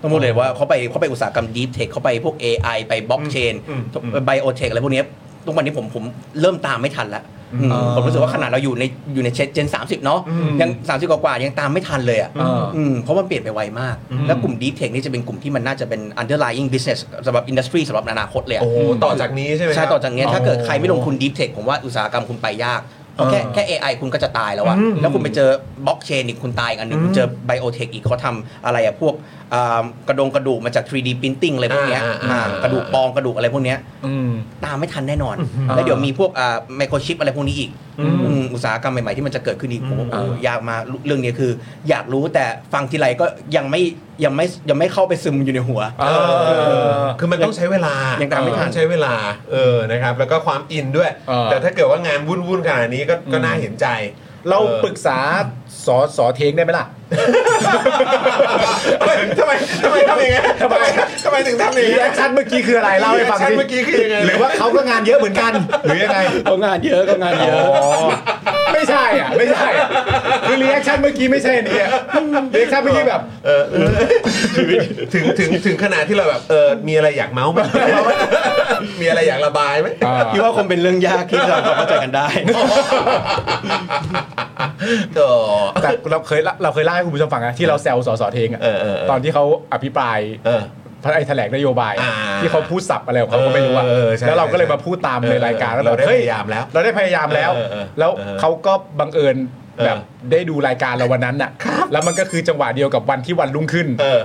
Speaker 5: ต้องพูดเลยว่าเขาไปเขาไปอุตสาหกรรม deep tech เขาไปพวก AI ไปบล็อกเชน
Speaker 2: อืมอืม
Speaker 5: ไบโอเทคอะไรพวกเนี้ย ตรงวันนี้ผมผมเริ่มตามไม่ทันละอืม
Speaker 3: อ๋
Speaker 5: ผ
Speaker 3: อ
Speaker 5: มรู้สึกว่าขนาดเราอยู่ในอยู่ในเจนสามสิบเนาะ
Speaker 3: อืม
Speaker 5: ยังสามสิบกว่าๆยังตามไม่ทันเลยอ่ะ
Speaker 3: อ่า
Speaker 5: อืมเพราะมันเปลี่ยนไปไวมาก แล้วกลุ่ม Deep Tech นี่จะเป็นกลุ่มที่มันน่าจะเป็น underlying business สำหรับ industry สำหรับอนาคตเลยอะ
Speaker 2: โอ้โหต่อจากนี้ใช่ไหมครับ
Speaker 5: ใช่ต่อจากเนี้ย
Speaker 3: อ๋อ
Speaker 5: ถ้าเกิดใครไม่ลงทุน Deep Tech ผมว่าอุตสาหกรรมคุณไปยากเพราะแค่
Speaker 3: เออ
Speaker 5: แค่ AI คุณก็จะตายแล้วอะแล้วคุณไปเจอบล็อกเชนอีกคุณตายอีกอันหนึ่งคุณเจอไบโอเทคอีกเขาทำอะไรอะพวกอ่ากระดงกระดูกมาจาก 3D printing อะไรพวกเนี้ย
Speaker 2: อ่าอ่าอ่า
Speaker 5: อ่ากระดูกปลองกระดูกอะไรพวกเนี้ยตามไม่ทันแน่นอน แล้วเดี๋ยวมีพวกไมโครชิปอะไรพวกนี้อีกอืมอุตสาหกรรมใหม่ ๆ ที่มันจะเกิดขึ้นอีกผมว่าโอ้โหยากมากเรื่องเนี้ยคือ อยากรู้แต่ฟังทีไรก็ยังไม่ยังไม่ยังไม่เข้าไปซึมอยู่ในหัว
Speaker 2: เออคือมันต้องใช้เวลายั
Speaker 5: ยังตามไม่ทัน
Speaker 2: ใช้เวลาเออนะครับ แล้วก็ความอินด้วย
Speaker 3: เออ
Speaker 2: แต่ถ้าเกิดว่างานวุ่นวุ่นๆขนาดนี้ก็ก็น่าเห็นใจ
Speaker 3: เรา
Speaker 2: ออ
Speaker 3: ปรึกษาสอสอเทงได้ไหมล่ะ
Speaker 2: เฮ้ยทำไมทำไมทำอย่างงี้ทำไมทำไมถึงทำอย่าง
Speaker 3: รี
Speaker 2: งี้
Speaker 3: แอคชั่นเมื่อกี้คืออะไรเล่าให้ฟัง
Speaker 2: รีแอคชั่
Speaker 3: สิ
Speaker 2: นเมื่อกี้คือยังไง
Speaker 3: หรือว่าเขาก็งานเยอะเหมือนกัน หรือยังไง
Speaker 5: ก็งานเยอะก็งานเยอะ
Speaker 3: ไม่ใช่อ่ะไม่ใช่อะคือรีแอคชั่นเมื่อกี้ไม่ใช่อันนี้อะรีแอคชั่นเมื่อกี้แบบ
Speaker 2: ถึงถึงถึงขนาดที่เราแบบเออมีอะไรอยากเมาส์ไหม มีอะไรอยากระบายไหม
Speaker 5: พี่ ว่าคงเป็นเรื่องยากที่เราจะเข้าใจกันได้
Speaker 2: โอ้
Speaker 3: แต่เราเคยเล่าเราเคยเล่าให้คุณผู้ชมฟังนะที่เราแซวสสเทงอะ
Speaker 2: เออเออเอ
Speaker 3: ตอ
Speaker 2: อน
Speaker 3: ที่เขาอภิปราย
Speaker 2: เออ
Speaker 3: พระไอ้แถลงนโยบายอะ
Speaker 2: อ่า
Speaker 3: ที่เขาพูดสับอะไรของเขาก็ไม่รู้อะ
Speaker 2: เออเออใช่
Speaker 3: แล้วเราก็เลย
Speaker 2: ใช่
Speaker 3: มาพูดตาม
Speaker 2: เออ
Speaker 3: ในรายการแล้ว
Speaker 2: เราได้
Speaker 3: แบบฮ้
Speaker 2: พยายามแล้ว
Speaker 3: เราได้พยายามแล้ว
Speaker 2: เออเออเออ
Speaker 3: แล้ว
Speaker 2: เออ
Speaker 3: เขาก็บังเอิญแบบ
Speaker 2: เออ
Speaker 3: ได้ดูรายการเราวันนั้นอ่ะ แล้วมันก็คือจังหวะเดียวกับวันที่วันรุ่งขึ้น
Speaker 2: เออ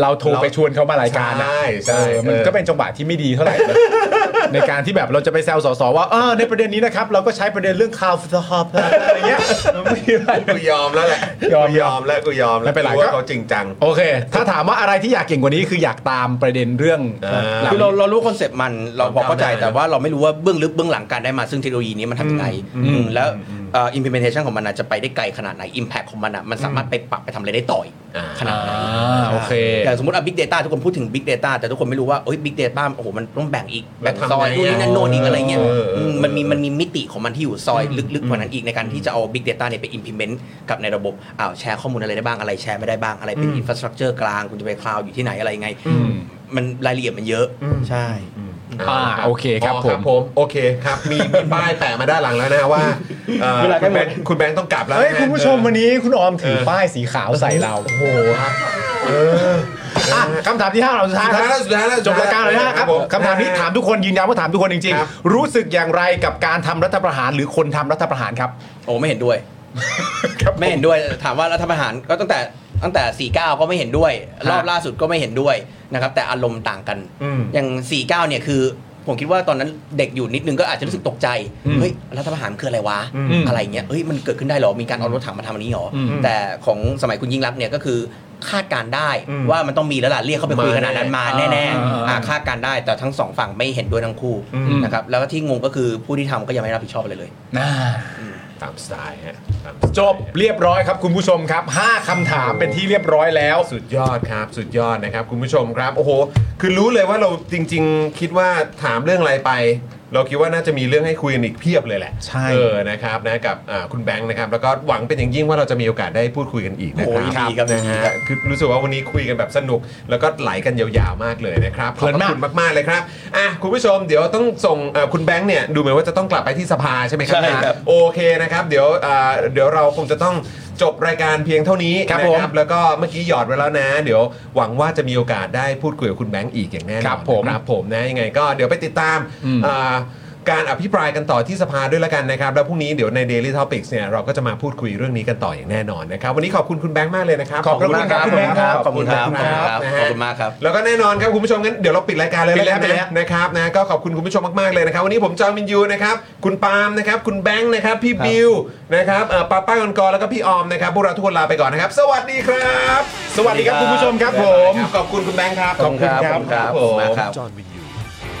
Speaker 3: เราโทรไปชวนเขามารายการอะ
Speaker 2: ใช่ใช่
Speaker 3: เออมัน
Speaker 2: เออ
Speaker 3: ก็เป็นจังหวะที่ไม่ดีเท่า ไหร่นะ ในการที่แบบเราจะไปแซวสสว่าเออในประเด็นนี้นะครับ เราก็ใช้ประเด็นเรื่องข่าวสฮอบอะไรเงี้ยไม่ได้
Speaker 2: กูยอมแล้วแหละ
Speaker 3: ยอม
Speaker 2: กูยอมแล้วกูยอมแล้ว
Speaker 3: ไม่เป็นไร
Speaker 2: กูว่า
Speaker 3: ก็
Speaker 2: เขาจริงจัง
Speaker 3: โอเค ถ้าถามว่าอะไรที่อยากเก่งกว่านี้คืออยากตามประเด็นเรื่อง
Speaker 2: อ่า
Speaker 3: หลัง
Speaker 5: คือเราเรารู้คอนเซปต์มันเราพอเข้าใจ
Speaker 2: จำได้
Speaker 5: แต่ว่าเราไม่รู้ว่าเบื้องลึกเบื้องหลังการได้มาซึ่งเทคโนโลยีนี้มันทำยังไงอืมแล้วเอ่อ implementation ของมันอะจะไปได้ไกลขนาดไหน impact ของมันอะมันสามารถไปปรับไปทำอะไรได้ต่อยขนาดไหน
Speaker 3: อ่าโอเค
Speaker 5: ย่างสมมติอ่ะ big data ทุกคนพูดถึง big data แต่ทุกคนไม่รู้ว่าเอ้ย big data โอ้โหมันต้องแบ่งอีกแบ่งซอย
Speaker 2: แล้วทำไง
Speaker 5: นู่นนี่นั่นโน่นอีกอะไรเงี้ย
Speaker 2: เออเออเอออื
Speaker 5: มมันมีมันมีมิติของมันที่อยู่ซอยลึกๆกว่านั้นอีกในการที่จะเอา big data เนี่ยไป implement กับในระบบอ้าวแชร์ข้อมูลอะไรได้บ้างอะไรแชร์ไม่ได้บ้างอะไรเป็น infrastructure กลางคุณจะไป cloud อยู่ที่ไหนอะไรยังไง มันรายละเอียดมันเยอะใช่
Speaker 3: อ่าโอเคครับ
Speaker 2: อ๋อ
Speaker 3: ผม
Speaker 2: โอเคครับ มีมีป้ายแปะมาด้านหลังแล้วนะว่าเอ่อ
Speaker 8: เวลาใกล้
Speaker 2: คุณ
Speaker 8: หม
Speaker 2: แบ
Speaker 8: ด
Speaker 2: งค์คุณแบงค์ต้องกลับแล้ว
Speaker 3: เฮ้ย
Speaker 2: นะ
Speaker 3: คุณผู้ชมวันนี้คุณออมถือป้ายสีขาวใส่เรา
Speaker 2: โอ้โหครับ
Speaker 3: อ่ะคำถามที่ห้าเราสุดท้าย
Speaker 2: สุด
Speaker 3: ค
Speaker 2: ท้ายแล้
Speaker 3: รับ
Speaker 2: วสุดท้ายแล้ว
Speaker 3: จบรายการเลยนะครับ
Speaker 2: ผม
Speaker 3: คำถามนี้ถามทุกคนยืนยันว่าถามทุกคนจริง
Speaker 2: ครับ
Speaker 3: ๆ รู้สึกอย่างไรกับการทำรัฐประหารหรือคนทำรัฐประหารครับ
Speaker 5: โอ้ไม่เห็นด้วย ไม่เห็นด้วยถามว่ารัฐประหารก็ตั้งแต่ตั้งแต่ 49 ก็ไม่เห็นด้วย รอบล่าสุดก็ไม่เห็นด้วยนะครับแต่อารมณ์ต่างกัน อย่าง 49 เนี่ยคือ ผมคิดว่าตอนนั้นเด็กอยู่นิดนึงก็อาจจะรู้สึกตกใจเฮ้ยรัฐประหารคืออะไรวะอะไรเงี้ยเฮ้ยมันเกิดขึ้นได้เหรอมีการเอารถถังมาทำอันนี้เหรออแต่ของสมัยคุณยิ่งรักษณ์เนี่ยก็คือคาดการณ์ได้ว่ามันต้องมีแล้วล่ะเรียกเขาไปคุยขนาดนั้นมาแน่
Speaker 3: อ่า
Speaker 5: ๆอ่าคาดการณ์ได้แต่ทั้งสองฝั่งไม่เห็นด้วยทั้งคู่นะครับแล้วก็ที่งงก็คือผู้ที่ทำก็ยังไม่รับผิดชอบอะไรเลย
Speaker 2: ตามสไตล์ฮะตาม
Speaker 3: จบเรียบร้อยครับคุณผู้ชมครับ 5คำถามเป็นที่เรียบร้อยแล้ว
Speaker 2: สุดยอดครับ สุดยอดนะครับ คุณผู้ชมครับ โอ้โห คือรู้เลยว่าเราจริง ๆ คิดว่าถามเรื่องอะไรไป เราคิดว่าน่าจะมีเรื่องให้คุยกันอีกเพียบเลยแหละ
Speaker 3: ใช่
Speaker 2: เออนะครับนะกับอ่าคุณแบงค์นะครับ แล้วก็หวังเป็นอย่างยิ่งว่าเราจะมีโอกาสได้พูดคุยกันอีกนะค
Speaker 5: โอ้
Speaker 2: รั
Speaker 5: ยดีครับ
Speaker 2: นะฮะ คือรู้สึกว่าวันนี้คุยกันแบบสนุก แล้วก็ไหลกันยาวๆมากเลยนะครับข
Speaker 3: เพ
Speaker 2: อ
Speaker 3: ลิ
Speaker 2: บพระ
Speaker 3: นมาก
Speaker 2: คุณมากๆเลยครับอ่ะคุณผู้ชมเดี๋ยวต้องส่งเอ่อคุณแบงค์เนี่ยดูเหมือนว่าจะต้องกลับไปที่สภาใช่ไหมครับ
Speaker 5: ใช่ครับ
Speaker 2: โอเคนะครับเดี๋ยวอ่าเดี๋ยวเราคงจะต้องจบรายการเพียงเท่านี้
Speaker 3: ครับ
Speaker 2: นะ
Speaker 3: ผม
Speaker 2: แล้วก็เมื่อกี้หยอดไว้แล้วนะ เดี๋ยวหวังว่าจะมีโอกาสได้พูดคุยกับคุณแบงค์อีกอย่างแน่นอน
Speaker 3: ครับผม
Speaker 2: นะครับผมนะยังไงก็เดี๋ยวไปติดตาม
Speaker 3: อืม
Speaker 2: อ่าการอภิปรายกันต่อที่สภาด้วยละกันนะครับแล้วพรุ่งนี้เดี๋ยวใน Daily Topics เนี่ยเราก็จะมาพูดคุยเรื่องนี้กันต่ออย่างแน่นอนนะครับวันนี้ขอบคุณคุณแบงค์มากเลยนะครับ
Speaker 3: ขอบคุณมากครั
Speaker 2: ข
Speaker 3: บ
Speaker 2: อบคุณมากครับ
Speaker 5: ขอบคุณครับ
Speaker 2: นะ
Speaker 5: ข
Speaker 2: ฮะ
Speaker 5: อบคุณมากครับ
Speaker 2: แล้วก็แน่นอนครับคุณผู้ชมงั้นเดี๋ยวเราปิดรายการเลย
Speaker 3: ปิดแล้ว
Speaker 2: กัน
Speaker 3: ปิดแล้
Speaker 2: นะ
Speaker 3: ว
Speaker 2: นะครับนะก็ขอบคุณคุณผู้ชมมากๆเลยนะครับวันนี้ผมจอมินยูนะครับคุณปาล์มนะครับคุณแบงค์นะครับพี่บิวนะครับเอ่อป้าป้ากอนกอแล้วก็พี่ออมนะครับพวกเราทุกคนลาไปก่อนนะครับ สวัสดีครับ
Speaker 3: สวัสดีครับคุณผู้ชมครับผม
Speaker 2: ขอบคุณคุณแบงค์ครับ
Speaker 5: ขอบคุณครับ
Speaker 2: ผ
Speaker 5: ขอบคุณมาก
Speaker 2: ม
Speaker 5: ครับ
Speaker 1: จอห์นวินยู